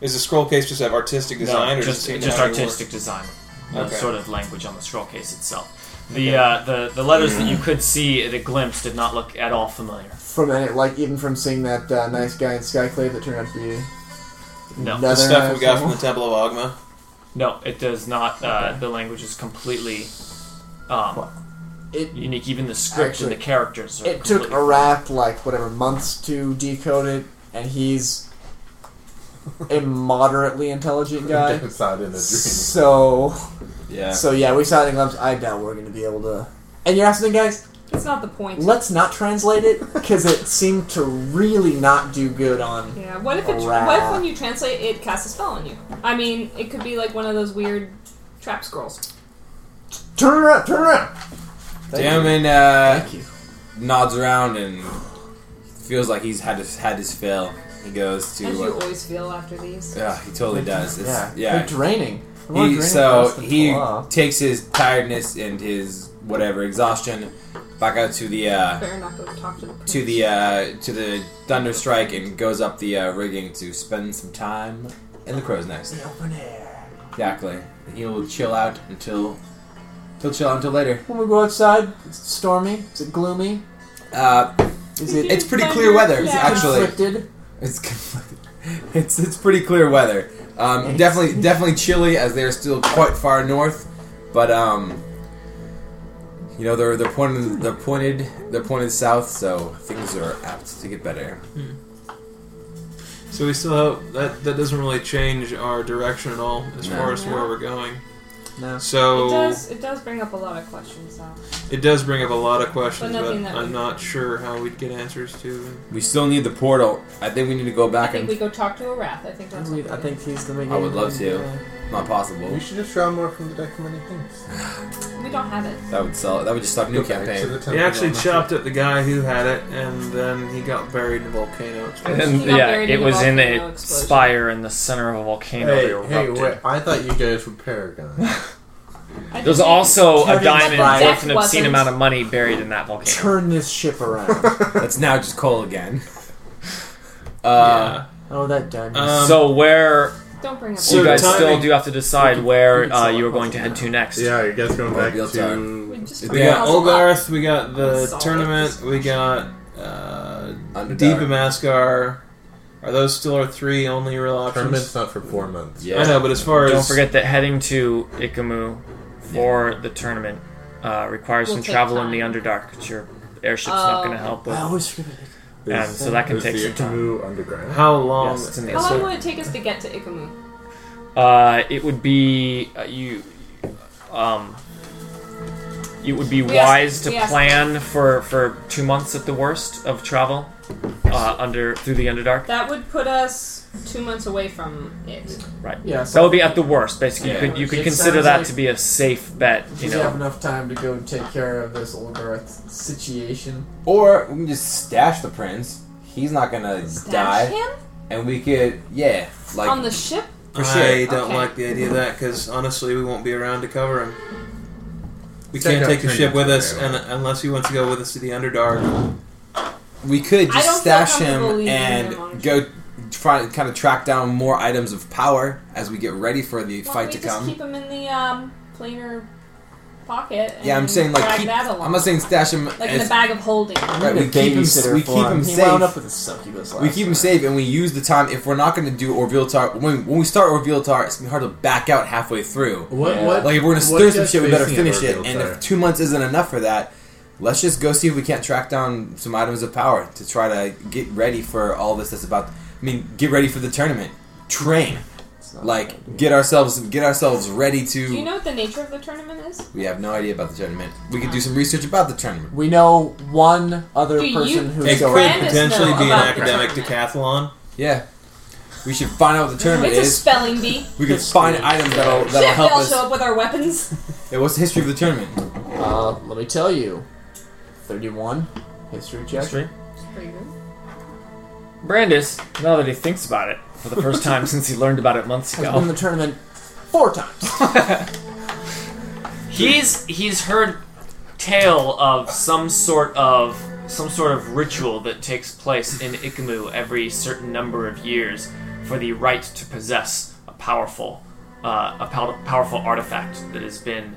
S8: Is the scroll case just have artistic design, or
S5: No, just
S8: does it
S5: just
S8: have any
S5: artistic design. No
S8: Okay.
S5: sort of language on the scroll case itself. The uh, the the letters that you could see at a glimpse did not look at all familiar.
S6: From any, like even from seeing that uh, nice guy in Skyclave that turned out to be
S5: No.
S6: another
S8: The stuff we got
S6: asshole.
S8: from the Temple of Agma.
S5: No, it does not. Uh, The language is completely um,
S6: It-
S5: unique. Even the script
S6: Actually,
S5: and the characters. Are
S6: It took
S5: completely-
S6: a rap like whatever months to decode it, and he's a moderately
S4: *laughs*
S6: intelligent guy.
S4: Different side in a dream.
S6: So,
S3: Yeah.
S6: so yeah, we saw it in glimpse. I doubt we're going to be able to. And you're asking, guys,
S7: It's not the point.
S6: let's not translate it because it seemed to really not do good on.
S7: yeah. What if it?
S6: Ra-
S7: What if when you translate it casts a spell on you? I mean, it could be like one of those weird trap scrolls.
S6: Turn around, turn around.
S3: Damon uh,
S6: Thank you.
S3: nods around and feels like he's had his had his fill. He goes
S7: As you
S3: to. Uh,
S7: always feel after these.
S3: yeah, he totally does. It's,
S6: Yeah,
S3: yeah.
S6: They're draining. They're more
S3: He,
S6: draining
S3: so
S6: for us than
S3: he
S6: pull off.
S3: takes his tiredness and his whatever exhaustion back out to the uh,
S7: Better not go talk to the prince.
S3: to the uh, to the thunder strike and goes up the uh, rigging to spend some time in the crow's nest.
S6: Open air.
S3: Exactly. He will chill out until he'll chill out until later.
S6: When we go outside, it's stormy. Is it gloomy?
S3: Uh,
S6: Is it
S3: it's pretty clear weather *laughs*
S7: Yeah.
S3: actually.
S6: conflicted?
S3: It's *laughs* conflicted. it's it's pretty clear weather. Um, definitely definitely chilly as they're still quite far north, but um, you know they're they're pointed they're pointed they're pointed south, so things are apt to get better.
S8: So we still have that. That doesn't really change our direction at all as
S3: No.
S8: far as where we're going.
S6: No.
S8: So
S3: uh,
S7: It does. It does bring up a lot of questions, though.
S8: it does bring up a lot of questions,
S7: But
S8: but,
S7: nothing that we-
S8: I'm not sure how we'd get answers to.
S3: We still need the portal. I think we need to go
S7: I
S3: back
S7: think
S3: and
S7: we go talk to a wrath. I think
S6: I
S7: that's.
S6: believe- I think he's the main.
S3: I would love to. not possible.
S6: *laughs*
S4: You should just draw more from the deck of many things.
S7: we don't have it.
S3: That would sell. That would just stop new
S4: Go back to
S3: campaign.
S4: the
S8: He
S4: temple
S8: actually
S4: on
S8: chopped at the guy who had it, and then he got buried in a volcano. explosion.
S7: He got buried in a volcano explosion.
S5: spire in the center of a volcano
S4: Hey,
S5: that
S4: hey,
S5: erupted.
S4: wait, I thought you guys were Paragon.
S7: I
S5: There's
S7: think-
S5: also a
S6: Kevin's
S5: diamond
S6: right.
S5: worth an
S7: Death
S5: obscene
S7: wasn't-
S5: amount of money buried in that volcano.
S6: Turn this ship *laughs* around.
S3: Let's now just call again. Uh,
S6: oh, that diamond.
S8: Um,
S5: so where
S7: Don't bring up.
S8: So
S5: you guys
S8: timing-
S5: still do have to decide where uh, you are going to head to next.
S4: *laughs* yeah, you guys going
S3: Well,
S4: back
S3: real
S4: to.
S7: We just
S3: We
S8: we
S7: bring
S3: Yeah.
S8: got
S7: puzzle up.
S8: Olgarth, we got the
S7: Solid.
S8: tournament, we got uh,
S3: Underdark.
S8: Deep Amaskar. Are those still our three only real options?
S4: Tournament's not for four months.
S3: yeah.
S8: I know, but as far
S5: Don't
S8: as
S5: forget that heading to Ikamu for the tournament uh, requires
S7: Will
S5: some
S7: take
S5: travel in the
S7: time.
S5: Underdark, which your airship's not going to
S7: Oh.
S5: help with.
S6: I always forget.
S5: And so that can
S4: There's
S5: take
S4: the
S5: some time.
S4: Ikamu underground.
S8: how long?
S5: Yes, it's in the
S7: How long
S5: airship.
S7: will it take us to get to Ikamu?
S5: Uh, it would be uh, you. Um, it would be
S7: We asked-
S5: wise to
S7: we asked-
S5: plan for for two months at the worst of travel uh, under through the Underdark.
S7: That would put us two months away from it.
S6: Yeah,
S5: That would be at the worst, basically. You could you could
S6: It
S5: consider
S6: sounds
S5: that
S6: like-
S5: to be a safe bet. You
S6: Does he
S5: know,
S6: have enough time to go and take care of this old Earth situation?
S3: Or we can just stash the prince. He's not gonna die,
S7: Stash him
S3: and we could yeah like
S7: on the ship.
S3: For
S8: I
S3: sure.
S8: don't
S7: Okay.
S8: like the idea of that because honestly, we won't be around to cover him. We
S3: Take
S8: can't
S3: out
S8: take the
S3: Kringle
S8: ship with
S3: very
S8: us,
S3: well.
S8: and unless he wants to go with us to the Underdark.
S3: We could
S7: I
S3: just
S7: don't feel
S3: stash him
S7: comfortable leaving
S3: and
S7: him on a
S3: go try kind of track down more items of power as we get ready for the
S7: Why
S3: fight
S7: don't
S3: to
S7: we just
S3: come.
S7: keep him in the um, planer pocket. And
S3: Yeah, I'm saying like
S7: drag
S3: keep,
S7: that along.
S3: I'm not saying stash him.
S7: like in
S3: as-
S7: the bag of holding.
S3: right, we keep him.
S13: babysitter
S3: We keep
S13: for
S3: him
S13: him.
S2: He wound
S3: safe.
S2: up with a succubus last
S3: We keep him
S2: night.
S3: safe, and we use the time. If we're not going to do Orville Tar, when, when we start Orville Tar, it's gonna be hard to back out halfway through.
S4: What?
S2: Yeah.
S4: What?
S3: Like if we're gonna
S4: what
S3: stir some
S4: just
S3: shit, we better
S4: facing
S3: finish it.
S4: Orville
S3: And
S4: Tire?
S3: if two months isn't enough for that, let's just go see if we can't track down some items of power to try to get ready for all this that's about. I mean, get ready for the tournament. Train,
S2: It's not bad.
S3: like get ourselves get ourselves ready to.
S7: Do you know what the nature of the tournament is?
S3: we have no idea about the tournament. We could do some research about the tournament.
S13: We know one other
S7: Do you
S13: person
S8: It
S13: who's
S8: could
S13: going.
S7: Brandis know
S8: potentially be an
S7: about the
S8: academic
S7: tournament?
S8: decathlon.
S3: Yeah, we should find out what the tournament
S7: It's a
S3: is.
S7: spelling bee.
S3: We could find items that'll
S7: Shit,
S3: that'll
S7: we
S3: help
S7: all
S3: us.
S7: show up with our weapons.
S3: Yeah, what's the history of the tournament?
S13: Uh, let me tell you, thirty-one history check.
S5: Brandis, now that he thinks about it for the first time *laughs* since he learned about it *laughs* months
S13: Has won
S5: ago,
S13: the tournament four times.
S5: he's he's heard tale of some sort of some sort of ritual that takes place in Ikmu every certain number of years for the right to possess a powerful uh, a pow- powerful artifact that has been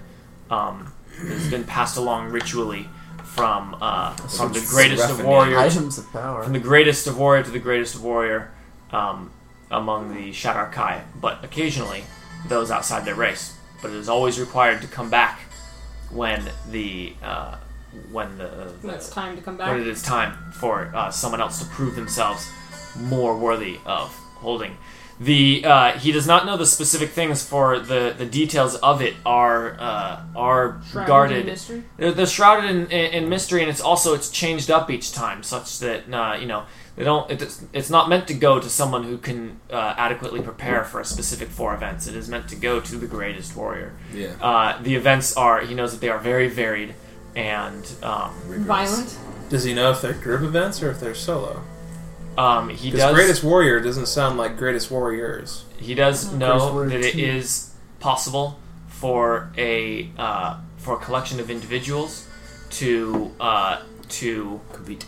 S5: um, that has been passed along ritually from uh, from the
S3: it's
S5: greatest of
S3: rough
S5: warriors
S13: Items of power.
S5: from the greatest of warrior to the greatest of warrior um, among the Shadar Kai, but occasionally those outside their race. But it is always required to come back when the uh, when the,
S7: When it's
S5: the
S7: time to come
S5: when it
S7: back.
S5: is time for uh, someone else to prove themselves more worthy of holding. The uh, he does not know the specific things for the, the details of it are uh, are
S7: Shrouded in
S5: guarded
S7: mystery.
S5: they're, they're shrouded in, in, in mystery, and it's also it's changed up each time, such that uh, you know they don't. It's, it's not meant to go to someone who can uh, adequately prepare for a specific four events. It is meant to go to the greatest warrior.
S3: Yeah.
S5: Uh, the events are he knows that they are very varied, and um,
S7: Violent.
S8: Does he know if they're group events or if they're solo?
S5: um, he
S8: Because
S5: does
S8: greatest warrior doesn't sound like greatest warriors.
S5: he does
S13: Greatest
S5: know
S13: warrior
S5: that it
S13: two.
S5: is possible for a uh, for a collection of individuals to uh, to
S3: Complete.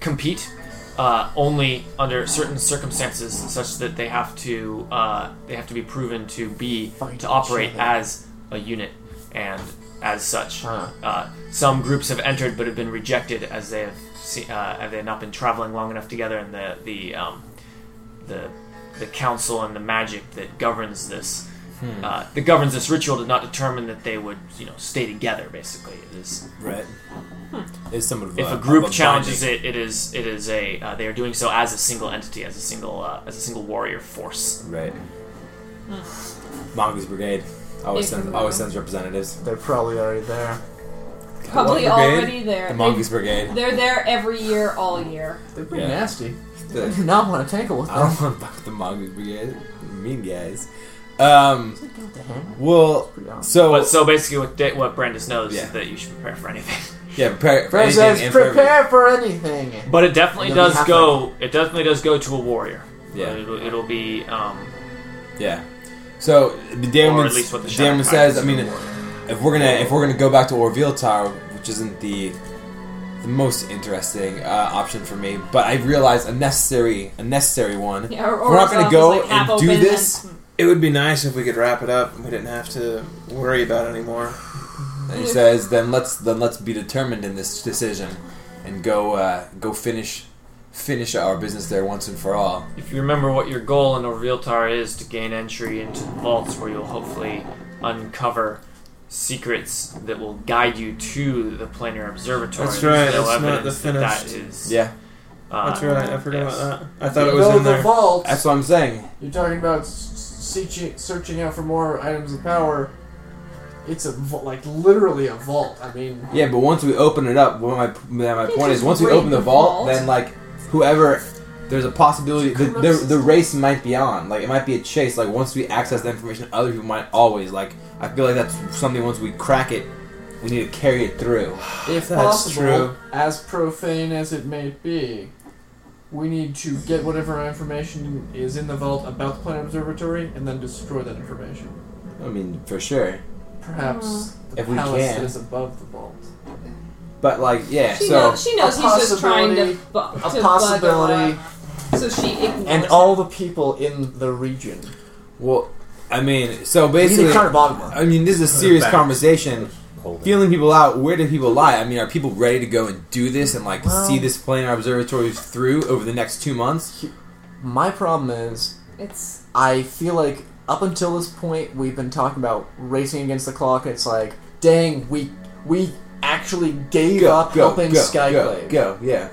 S5: compete uh, only under certain circumstances, such that they have to uh, they have to be proven to be
S13: Fight
S5: to operate
S13: each other.
S5: as a unit, and as such,
S13: Huh.
S5: uh, some groups have entered but have been rejected as they have se- uh, have they not been traveling long enough together, and the the um, the the council and the magic that governs this. Uh, that governs this ritual did not determine that they would, you know, stay together. Basically, it is
S3: Right.
S7: Hmm.
S3: Is somewhat of
S5: if a group challenges it, it is it is a uh, they are doing so as a single entity, as a single uh, as a single warrior force.
S3: Right. Mongoose Brigade always
S7: Is
S3: sends
S7: Hmm. from
S3: always
S7: Mongoose.
S3: sends representatives.
S13: They're probably already there.
S7: Probably
S3: What brigade?
S7: already there.
S3: The
S7: They,
S3: Mongoose Brigade.
S7: *laughs* they're there every year, all year.
S13: They're pretty
S3: Yeah.
S13: nasty. *laughs* I do
S3: The,
S13: not want to tangle with
S3: I
S13: them.
S3: don't want to fuck with the Mongoose Brigade. Mean guys. Um. Well. So.
S5: But so basically, what da- what Brandis knows
S3: Yeah.
S5: is that you should prepare for anything. *laughs*
S3: yeah. Prepare for
S13: Fred says,
S3: anything. and for everything.
S13: prepare for anything.
S5: But it definitely
S13: And then we
S5: does
S13: have
S5: go. It definitely does go to a warrior.
S3: Yeah.
S5: it'll, it'll be um,
S3: Yeah. So the
S5: or
S3: Damon,
S5: at least what the
S3: Damon
S5: Shadowkai
S3: says.
S5: is
S3: I mean, if we're gonna if we're gonna go back to Orville Tower, which isn't the the most interesting uh, option for me, but I realize a necessary a necessary one.
S7: Yeah, or,
S3: If we're not gonna
S7: Orzhov
S3: go
S7: is, like, half
S3: and do
S7: open
S3: this,
S7: and-
S8: It would be nice if we could wrap it up and we didn't have to worry about it anymore.
S3: And he says, then let's then let's be determined in this decision, and go uh, go finish finish our business there once and for all.
S5: If you remember what your goal in Orviltar is to gain entry into the vaults where you'll hopefully uncover secrets that will guide you to the planar observatory.
S8: That's right,
S5: There's
S8: it's not
S5: evidence
S8: the
S5: that that
S8: finished-
S5: is,
S3: Yeah,
S5: uh,
S8: That's right, I forgot
S5: yes.
S8: about that. I
S13: You
S8: thought it was
S13: know
S8: in
S13: the
S8: there.
S13: vault.
S3: that's what I'm saying.
S13: You're talking about searching, searching out for more items of power. It's a vault, like literally a vault. I mean,
S3: Yeah, but once we open it up, well, my then my
S7: Can't
S3: point is
S7: just
S3: once we
S7: raid
S3: open the
S7: the
S3: vault,
S7: vault.
S3: then like whoever there's a possibility the, the, the race might be on. Like it might be a chase. Like once we access the information, other people might always like. I feel like that's something. Once we crack it, we need to carry it through. *sighs*
S13: if
S8: That's
S13: possible,
S8: true.
S13: as profane as it may be, we need to get whatever information is in the vault about the planet observatory and then destroy that information.
S3: I mean, for sure.
S13: Perhaps the
S2: If we
S13: palace
S2: can.
S13: that is above the vault.
S2: But like, yeah.
S7: She,
S2: so
S7: knows, she knows
S13: a
S7: he's just trying
S13: possibility-
S7: to, bu- to
S13: A
S7: bug her
S13: possibility,
S7: up, so she ignores
S13: and all the people in the region.
S3: Well, I mean, so
S13: He's
S3: basically,
S13: in Carnivogma.
S3: I mean, this is a serious
S4: Back.
S3: conversation.
S2: Hold it.
S3: Feeling people out. Where do people lie? I mean, are people ready to go and do this and like
S13: Well-
S3: see this planar observatory through over the next two months?
S13: My problem is,
S7: It's
S13: I feel like up until this point, we've been talking about racing against the clock. It's like, dang, we we actually gave up helping Skyclave.
S3: go, yeah.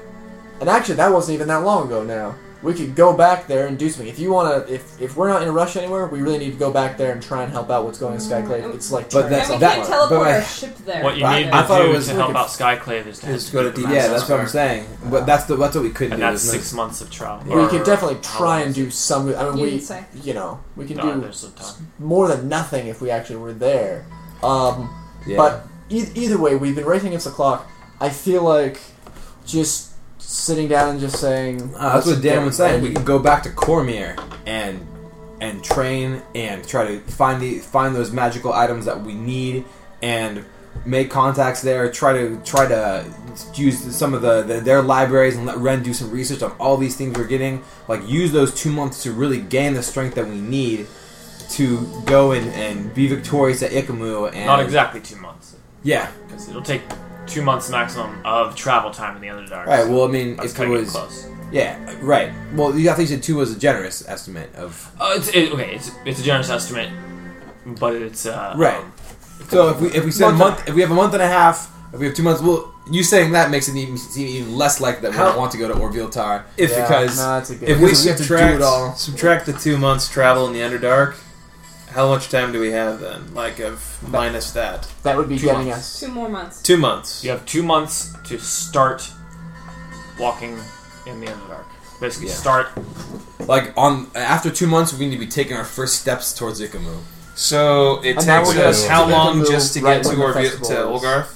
S13: And actually, that wasn't even that long ago now. We could go back there and do something. If you want to, if, if we're not in a rush anywhere, we really need to go back there and try and help out what's going on in Skyclave. It's like,
S3: But
S13: trying
S3: that's-
S7: and Mm-hmm. we
S3: that-
S7: can't
S3: but
S7: teleport
S3: I-
S7: our ship there.
S5: What you
S3: Right.
S5: need to
S3: I thought
S5: do
S3: it was-
S5: to help out Skyclave is to
S3: Just
S5: have
S3: go to
S5: the
S3: D.
S5: Master
S3: Yeah, that's what
S5: Square.
S3: I'm saying. But that's the that's what we couldn't
S5: And
S3: do.
S5: that's
S3: is
S5: six months of trial.
S13: we could
S5: Or-
S13: definitely try and do some. I mean,
S7: You
S13: we,
S7: didn't say.
S13: you know, we can
S5: No,
S13: do
S5: there's some time.
S13: more than nothing if we actually were there. Um,
S3: Yeah.
S13: But e- either way, we've been racing against the clock. I feel like just sitting down and just saying.
S3: Uh, that's what
S13: "Let's
S3: Dan
S13: get
S3: was saying.
S13: ready."
S3: We can go back to Cormier and and train and try to find the find those magical items that we need and make contacts there. Try to try to use some of the, the their libraries and let Ren do some research on all these things we're getting. Like use those two months to really gain the strength that we need to go and, and be victorious at Ikamu. And
S5: Not exactly two months,
S3: Yeah.
S5: because it'll take two months maximum of travel time in the other dark.
S3: All right. Well, I mean,
S5: that's
S3: if it
S5: kind of
S3: was
S5: close.
S3: yeah, right. Well, you- I think you said two was a generous estimate of
S5: Uh, it's, it, okay, it's, it's a generous estimate, but it's uh,
S3: Right.
S5: um,
S3: So if we if we said a month, if we have a month and a half, if we have two months, well, you saying that makes it even, seem even less likely that we
S8: How-
S3: don't want to go to Orville Tar.
S8: If
S13: Yeah,
S8: because
S13: no, that's a good
S8: if we
S3: Because we have to do
S8: subtract
S3: it all.
S8: subtract the two months travel in the Underdark, how much time do we have then? Like of minus that
S13: that would be
S5: two
S13: getting
S5: months.
S13: us.
S7: two more months.
S8: two months.
S5: You have two months to start walking in the Underdark. Basically,
S3: Yeah.
S5: start.
S3: Like on after two months, we need to be taking our first steps towards Ikamu.
S8: So it
S13: And now
S8: takes
S13: we're gonna
S8: us how
S13: split
S8: long
S13: the
S8: just to
S13: right
S8: get to
S13: when the
S8: Orville
S13: festival
S8: to
S13: is.
S8: Olgarth?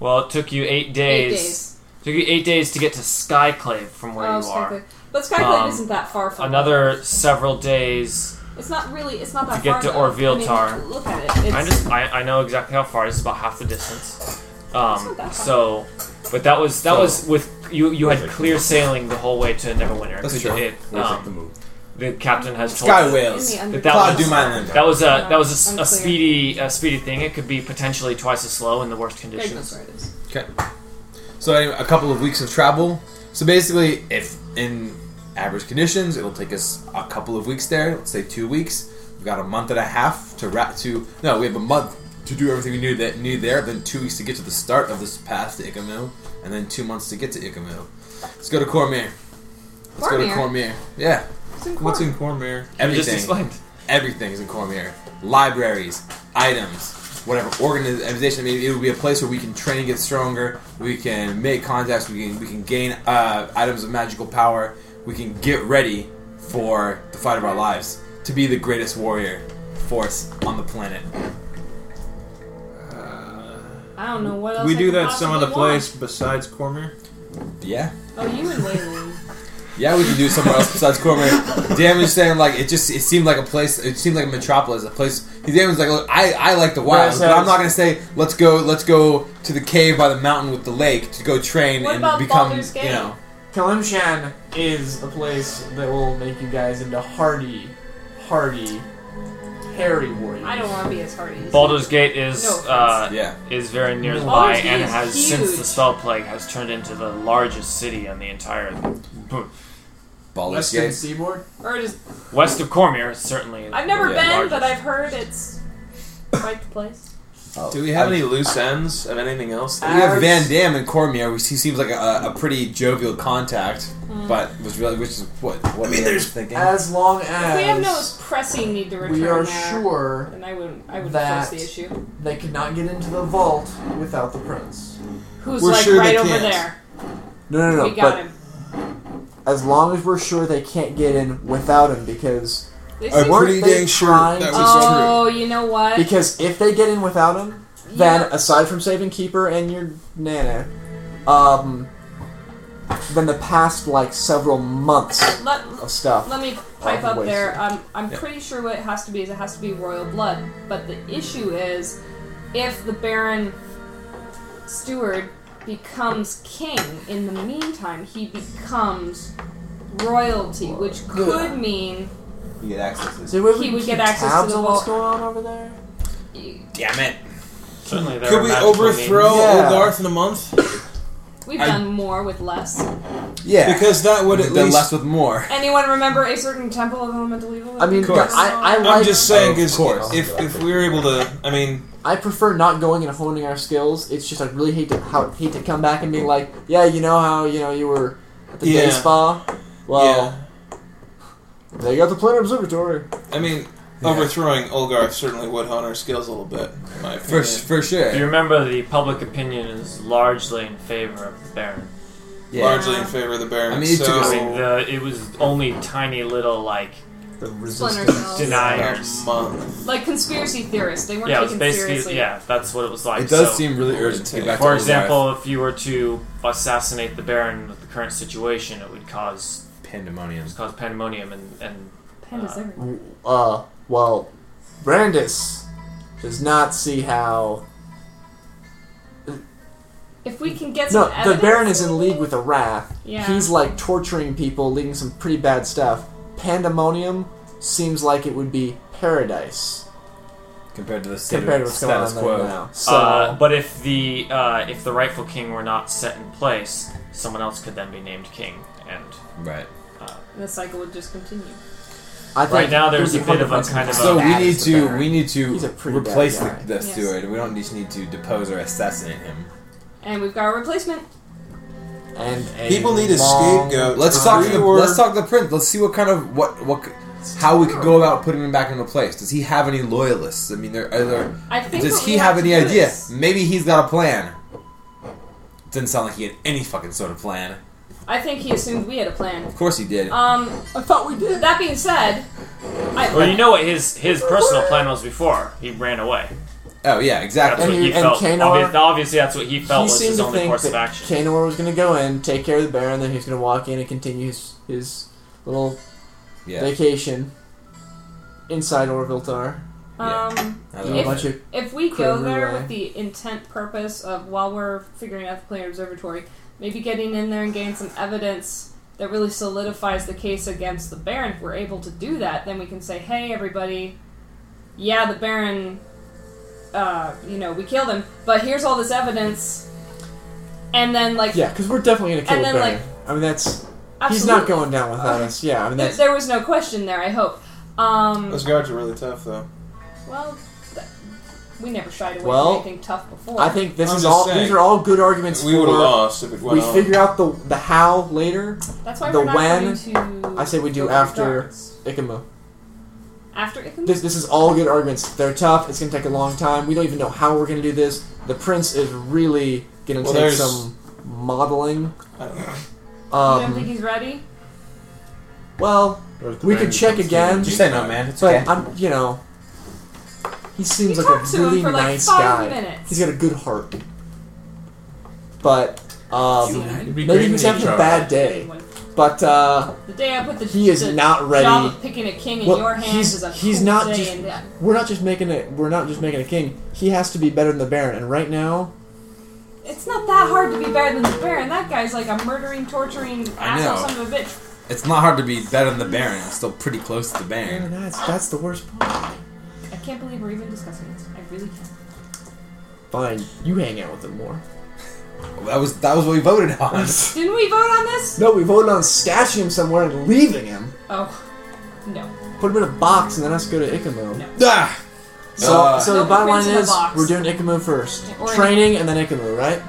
S5: Well, it took you eight
S7: Eight
S5: days.
S7: days.
S5: Took you eight days to get to Skyclave from where
S7: oh,
S5: you are.
S7: Skyclave. But Skyclave
S5: Um,
S7: isn't that far from
S5: Another several days.
S7: It's not really. It's not that
S5: To get
S7: far
S5: to
S7: though.
S5: Orville
S7: I mean,
S5: Tar.
S7: Look at it. It's,
S5: I just I, I know exactly how far. It's about half the distance. Um,
S7: not that far.
S5: so, but that was that was with you. You had clear sailing the whole way to Neverwinter.
S3: That's
S5: 'cause
S3: true.
S5: It,
S2: Where's like the
S5: um,
S2: move?
S5: the captain has told
S3: Sky
S7: in
S3: whales.
S7: the
S3: That
S7: under-
S5: that was-
S3: do my land.
S5: That was a that was a s- a,
S7: Unclear.
S5: speedy a speedy thing. It could be potentially twice as slow in the worst
S7: Greg knows
S5: conditions.
S7: where it is.
S3: Okay. So anyway, a couple of weeks of travel. So basically, if in average conditions, it'll take us a couple of weeks there. Let's say two weeks. We've got a month and a half to wrap to. No, we have a month to do everything we knew that need there. Then two weeks to get to the start of this path to Ikamu, and then two months to get to Ikamu. Let's go to Cormier. Let's go to
S7: Cormier?
S3: Cormier. Yeah,
S7: It's in
S8: What's
S7: Cork.
S8: in Cormier?
S5: You just
S3: everything.
S5: explained.
S3: Everything's in Cormier. Libraries, items, whatever organization. Maybe it would be a place where we can train, get stronger. We can make contacts. We can we can gain uh, items of magical power. We can get ready for the fight of our lives to be the greatest warrior force on the planet.
S7: I don't know what else.
S8: We
S7: I
S8: do
S7: could
S8: that some other
S7: possibly
S8: place besides Cormier.
S3: Yeah,
S7: want. Oh, you and Waylon.
S3: yeah, we can do it somewhere else besides Cormier. Dan was saying like it just it seemed like a place. It seemed like a metropolis, a place. Dan was like, look, I I like the wilds, but I'm not gonna say let's go let's go to the cave by the mountain with the lake to go train
S7: What
S3: and
S7: about
S3: become
S7: Baldur's Gate?
S3: you know.
S6: Kalimshan is a place that will make you guys into hardy, hardy, hairy warriors.
S7: I don't want to be as hardy. as
S5: Baldur's Gate is
S7: No offense.
S5: uh,
S3: Yeah.
S5: is very nearby
S7: Baldur's Gate
S5: and
S7: is
S5: has since the
S7: huge.
S5: spell plague has turned into the largest city on the entire
S3: Baldur's
S6: Western
S3: Gate.
S6: Seaboard.
S7: you. Or just
S5: west of Cormier. Certainly,
S7: I've never
S3: Yeah,
S7: been,
S5: largest.
S7: but I've heard it's quite the place.
S8: Do we have
S3: I-
S8: any loose ends of anything else?
S3: We have Van Damme and Cormier, which he seems like a, a pretty jovial contact,
S7: Mm.
S3: but was really which is what what I mean. There's thinking.
S6: As long as
S7: we have no pressing need to return
S6: we are
S7: there.
S6: sure
S7: And I wouldn't. I would
S6: that-
S7: force the issue.
S6: they cannot get into the vault without the prince.
S7: Who's
S3: We're
S7: like
S3: sure
S7: right
S3: they
S7: over
S3: can't.
S7: there?
S13: No, no, no.
S7: we got
S13: but
S7: him.
S13: as long as we're sure they can't get in without him, because
S7: They
S3: I'm
S7: seem-
S13: weren't
S3: pretty
S13: they
S3: dang sure
S13: trying
S3: that
S13: to-
S3: was true.
S7: oh, you know what?
S13: because if they get in without him,
S7: You
S13: then
S7: know-
S13: aside from saving Keeper and your Nana, um, then the past like several months
S7: let,
S13: of stuff.
S7: Let me pipe
S13: Often
S7: up
S13: wasted.
S7: there. Um, I'm pretty sure what it has to be is it has to be royal blood. But the issue is if the Baron Steward becomes king, in the meantime, he becomes royalty, which could mean
S2: You get access to this.
S6: Did we
S7: He
S6: keep
S7: would get access to
S6: tabs
S7: the
S6: on what's
S7: wall.
S6: going on over there?
S3: Damn it.
S5: Certainly, there
S3: Could
S5: are
S3: we
S5: magical
S3: overthrow
S5: means.
S13: Yeah.
S3: Old Garth in a month?
S7: we've
S3: I-
S7: done more with less.
S2: Yeah.
S3: Because that would at
S2: Then
S3: least.
S2: less
S3: with more.
S7: Anyone remember a certain temple of elemental evil?
S6: I mean,
S3: Of course.
S6: I, I
S8: I'm
S6: like.
S8: just saying,
S3: Of
S8: because
S3: course.
S8: if, if we were able to, I mean,
S6: I prefer not going and honing our skills. It's just I really hate to how hate to come back and be like, yeah, you know how you know you were at the day
S8: Yeah.
S6: spa. Well, they got the planet observatory.
S8: yeah, I mean, overthrowing Olgarth certainly would hone our skills a little bit. In my
S3: For,
S8: opinion.
S3: for
S5: If you
S3: sure.
S5: remember, the public opinion is largely in favor of the Baron.
S3: Yeah.
S8: largely in favor of the Baron.
S3: I mean, it took
S8: so
S3: us-
S5: I mean, the, it was only tiny little like
S2: The
S7: Splinter
S2: resistance.
S7: cells.
S8: entire
S5: deniers.
S8: month.
S7: Like conspiracy theorists, they weren't
S5: Yeah, it was
S7: taken
S5: basically
S7: seriously.
S5: yeah. That's what it was like.
S3: It does
S5: so,
S3: seem really urgent to get back to
S5: For
S3: Old Garth.
S5: example, if you were to assassinate the Baron with the current situation, it would cause
S3: Pandemonium.
S5: just cause pandemonium and and
S7: Pandas
S5: Uh,
S7: everywhere.
S6: Uh, well, Brandis does not see how.
S7: If we can get
S6: No,
S7: some
S6: the
S7: evidence,
S6: Baron is in league with a Wrath.
S7: Yeah.
S6: He's like torturing people, leading some pretty bad stuff. Pandemonium seems like it would be paradise
S3: Compared to the state
S6: compared to
S3: of
S6: what's going on
S3: status quo.
S6: there now. So,
S5: uh, but if the uh, if the rightful king were not set in place, someone else could then be named king. And
S3: Right.
S7: the cycle would just continue.
S6: I think
S5: right now there's
S6: there's
S5: a bit of a
S6: consequence
S5: kind of
S6: to
S3: So
S5: a
S6: that.
S3: we
S6: Bad
S3: need
S6: is the
S3: to
S6: Baron.
S3: we need to
S6: He's a pretty bad
S3: replace the,
S6: guy.
S3: the
S7: Yes.
S3: steward. We don't just need to depose or assassinate him.
S7: And we've got a replacement.
S6: and a
S8: People need a
S6: long-
S8: scapegoat.
S3: Let's talk. To the,
S8: Steward-
S3: let's talk to the prince. Let's see what kind of what what c- how we could go about putting him back into place. Does he have any loyalists? I mean, there, are there,
S7: I think.
S3: does
S7: what we
S3: he have
S7: to
S3: any
S7: do
S3: idea?
S7: is-
S3: Maybe he's got a plan. Doesn't sound like he had any fucking sort of plan.
S7: I think he assumed we had a plan.
S3: Of course he did.
S7: Um,
S6: I thought we did.
S7: that being said, I,
S5: well, you know what his his personal plan was before he ran away.
S3: oh yeah,
S5: That's
S3: exactly.
S6: And
S5: what
S6: he-
S5: he
S6: and
S5: felt.
S6: Kanor-
S5: Obvi- obviously, that's what he felt
S6: he
S5: was
S6: seemed
S5: his
S6: to
S5: only
S6: think
S5: course of
S6: that
S5: action.
S6: Kanor was going to go in, take care of the Baron, then he was going to walk in and continue his, his little
S3: Yeah.
S6: vacation inside Orville Tar.
S7: um,
S3: I
S6: And
S3: don't
S6: a
S7: If-
S3: know.
S6: bunch of
S7: if we go
S6: Crew
S7: there
S6: relay.
S7: with the intent purpose of while we're figuring out the planet observatory, maybe getting in there and getting some evidence that really solidifies the case against the Baron. If we're able to do that, then we can say, "Hey, everybody, yeah, the Baron, uh, you know, we killed him, but here's all this evidence." And then, like,
S6: yeah, because we're definitely going to kill
S7: And
S6: the
S7: then,
S6: Baron. I mean, that's he's
S7: absolutely.
S6: not going down without us. Yeah, I mean
S7: There,
S6: that's
S7: there was no question there. I hope. Um,
S8: Those guards are really tough, though.
S7: well, th- we never shied away
S6: Well,
S7: from anything tough before.
S6: I think this
S8: I'm
S6: is
S8: just
S6: all.
S8: saying,
S6: these are all good arguments
S8: We
S6: for.
S8: would have lost um, if it went
S6: we
S8: on.
S6: figure out the the how later.
S7: that's why
S6: the
S7: we're not
S6: when,
S7: going to.
S6: I say we do
S7: go with
S6: after-
S7: guards.
S6: Ikemu.
S7: After Ichabod?
S6: This this is all good arguments. They're tough. It's gonna take a long time. We don't even know how we're gonna do this. The prince is really gonna
S8: Well,
S6: take
S8: there's-
S6: some modeling.
S8: I don't know.
S7: you don't think
S6: Um,
S7: he's ready?
S6: well, we could check again.
S3: Just say no, man. It's
S6: But
S3: okay.
S6: I'm, you know, he
S7: We
S6: seems like
S7: talked
S6: a
S7: to
S6: really
S7: him for like
S6: nice
S7: five
S6: guy.
S7: minutes.
S6: He's got a good heart. But um,
S7: Soon.
S6: maybe he's having a bad day. But uh,
S7: The day I put the
S6: He is
S7: the
S6: not
S7: Job
S6: ready.
S7: of picking a king in
S6: Well,
S7: your hands
S6: he's-
S7: is a
S6: he's
S7: cool
S6: not
S7: day
S6: just-
S7: in that-
S6: we're not just making it. We're not just making a king. He has to be better than the Baron. And right now,
S7: It's not that hard to be better than the Baron. That guy's like a murdering, torturing
S3: I know.
S7: asshole son of a bitch.
S3: It's not hard to be better than the Baron. It's still pretty close to the
S6: man,
S3: Baron.
S6: that's that's the worst part.
S7: I can't believe we're even discussing this. I really can't.
S6: Fine, you hang out with him more.
S3: That was that was what we voted
S6: *laughs*
S3: on.
S7: Didn't we vote on this?
S6: No, we voted on stashing him somewhere and leaving him.
S7: Oh, no.
S6: Put him in a box and then us go to Ikamo.
S7: No.
S3: ah!
S6: So,
S3: Uh,
S6: so
S7: No,
S6: the bottom
S7: put
S6: line
S7: Prince in a
S6: is,
S7: box.
S6: we're doing Ikamo first.
S7: Or-
S6: Training and then Ikamo, right?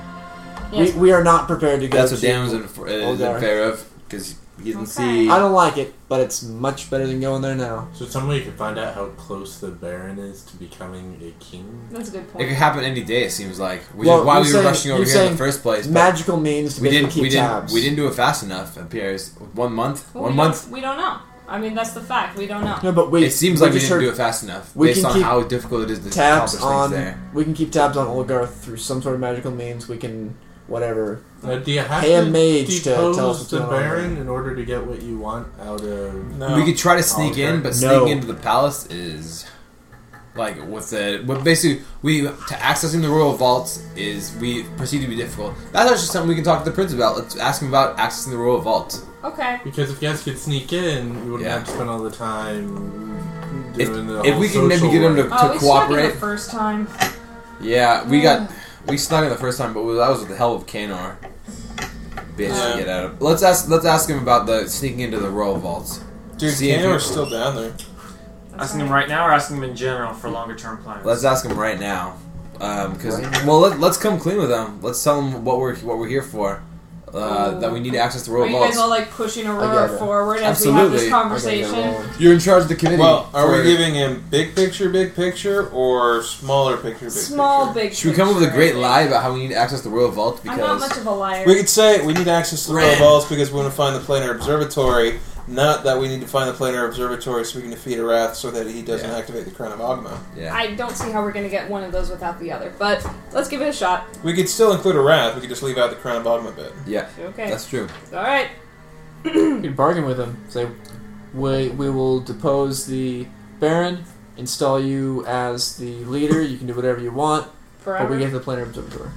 S7: Yes.
S6: We, we are not prepared to go.
S3: That's what
S6: to-
S3: Dan was in, for, is in
S6: Olgar.
S3: favor of because he didn't
S7: Okay.
S3: see.
S6: I don't like it, but it's much better than going there now.
S4: So somebody could find out how close the Baron is to becoming a king.
S7: That's a good
S3: It could
S7: point.
S3: happen any day. It seems like, which
S6: Well,
S3: is why
S6: you're
S3: we were
S6: saying-
S3: rushing over
S6: you're
S3: here in
S6: saying
S3: the first place. but
S6: Magical means to
S3: we
S6: basically
S3: didn't. We
S6: keep
S3: didn't.
S6: tabs.
S3: We didn't do it fast enough. It appears one month.
S7: Well,
S3: one
S7: we don't-
S3: month.
S7: We don't know. I mean, that's the fact. We don't know.
S6: No, but we.
S3: It seems
S6: we
S3: like we
S6: just
S3: didn't do
S6: heard
S3: it fast enough,
S6: we
S3: based
S6: can
S3: on
S6: keep
S3: how difficult it is to
S6: tabs
S3: tabs
S6: on.
S3: there.
S6: We can keep tabs on Olgarth through some sort of magical means. We can whatever.
S4: Uh, do you have
S6: Pay a
S4: to
S6: mage to tell us
S4: depose
S6: what's
S4: the
S6: going on?
S4: Baron in order to get what you want out of?
S8: No.
S3: We could try to
S4: Oh,
S3: sneak
S4: Okay.
S3: in, but
S6: No.
S3: sneaking into the palace is Like what's it? But basically, we to accessing the royal vaults is we perceive to be difficult. That's actually something we can talk to the prince about. Let's ask him about accessing the royal vault.
S7: Okay.
S4: *laughs* Because if guests could sneak in, you wouldn't
S3: Yeah.
S4: have to spend all the time
S3: If,
S4: doing the
S3: if
S4: whole
S3: we can maybe
S4: social
S3: get him to,
S4: work.
S7: Oh,
S3: to
S7: we snuck in
S3: cooperate,
S7: the first time.
S3: yeah, we got we snuck in the first time, but that was with the help of Kanar. Bitch,
S8: Yeah.
S3: get out of. Let's ask let's ask him about the sneaking into the royal vaults.
S8: Dude,
S3: See if you-
S8: Kanor's still down there.
S5: Asking him right now or asking him in general for longer term plans?
S3: Let's ask him right now. Um, cause well, let, let's come clean with them. Let's tell them what we're what we're here for. Uh, that we need to access the
S7: Are
S3: royal
S7: you guys
S3: vaults.
S7: all like pushing
S13: I
S7: Aurora
S13: get it.
S7: forward as we have
S3: Absolutely.
S7: this conversation?
S3: You're in charge of the committee.
S8: Well, are
S3: for-
S8: we giving him big picture, big picture, or smaller picture, big
S7: Small,
S8: picture?
S7: big.
S3: Should we come up with a
S7: picture,
S3: great
S7: I
S3: lie
S7: think.
S3: about how we need to access the royal vaults?
S7: I'm not much
S3: Because
S7: of a liar.
S8: We could say we need access to the
S3: Red.
S8: balls because we want to find the planar observatory. Not that we need to find the planar observatory so we can defeat Arath so that he doesn't
S3: Yeah.
S8: activate the crown of Agma.
S3: yeah,
S7: I don't see how we're gonna get one of those without the other, but let's give it a shot.
S8: We could still include Arath. We could just leave out the crown of Agma bit.
S3: yeah,
S7: Okay.
S3: that's true.
S7: All right.
S6: You could bargain with him. Say, we, we will depose the Baron, install you as the leader, you can do whatever you want,
S7: Forever.
S6: but we get to the Planar Observatory.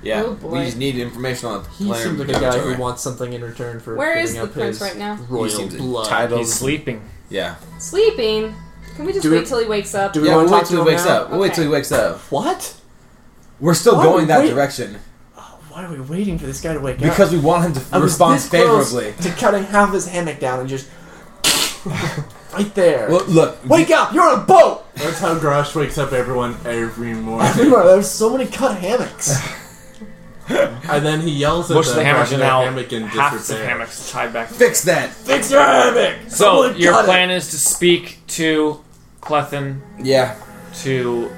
S3: Yeah,
S7: Oh, boy.
S3: we just need information on the
S6: He
S3: planar
S6: seems like a guy
S3: observatory.
S6: who wants something in return for
S7: Where
S6: giving
S7: is the
S6: up
S7: prince
S6: his
S7: right now?
S3: He
S6: royal
S3: seems
S6: blood.
S2: Titled.
S5: Uh, He's sleeping.
S3: Yeah,
S7: Sleeping. Can we just
S6: Do we-
S7: wait till he wakes up?
S6: do
S3: yeah.
S6: wanna
S3: We'll wait
S6: talk to
S3: till
S6: him
S3: he wakes
S6: now?
S3: up. We'll wait till he wakes up.
S6: What?
S3: We're still
S6: Why
S3: going that
S6: wait?
S3: direction
S6: Why are we waiting for this guy to wake up?
S3: because we want him to
S6: I was
S3: respond
S6: this close
S3: favorably.
S6: to cutting half his hammock down and just right there.
S3: Well, look,
S6: Wake up! You're on a boat.
S4: That's how Grosh wakes up everyone every morning.
S6: Everywhere there's so many cut hammocks.
S4: and then he yells at
S5: Bush
S4: them
S5: the hammocks
S4: for
S5: are
S4: their
S5: now
S4: hammock in
S5: half the
S4: disrepair.
S5: hammocks tied back.
S3: fix that.
S6: Fix your hammock.
S5: So
S6: Someone
S5: your
S6: cut it.
S5: plan is to speak to Clethin
S6: *laughs*
S3: Yeah,
S5: to,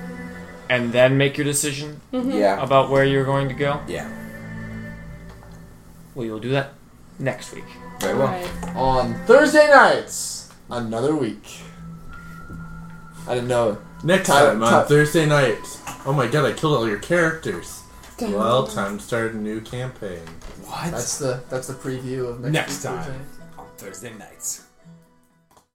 S5: and then make your decision
S3: yeah,
S5: about where you're going to go.
S3: yeah.
S5: Well, you'll do that next week.
S3: Very
S7: All
S3: well.
S7: right.
S13: On Thursday nights, another week. I didn't know.
S4: Next
S13: Tyler-
S4: time on
S13: Ty-
S4: Thursday nights. Oh my god, I killed all your characters. Well, time to start a new campaign.
S3: What?
S13: That's the that's the preview of next,
S3: Next
S13: week,
S3: time.
S13: Thursday.
S3: on Thursday nights.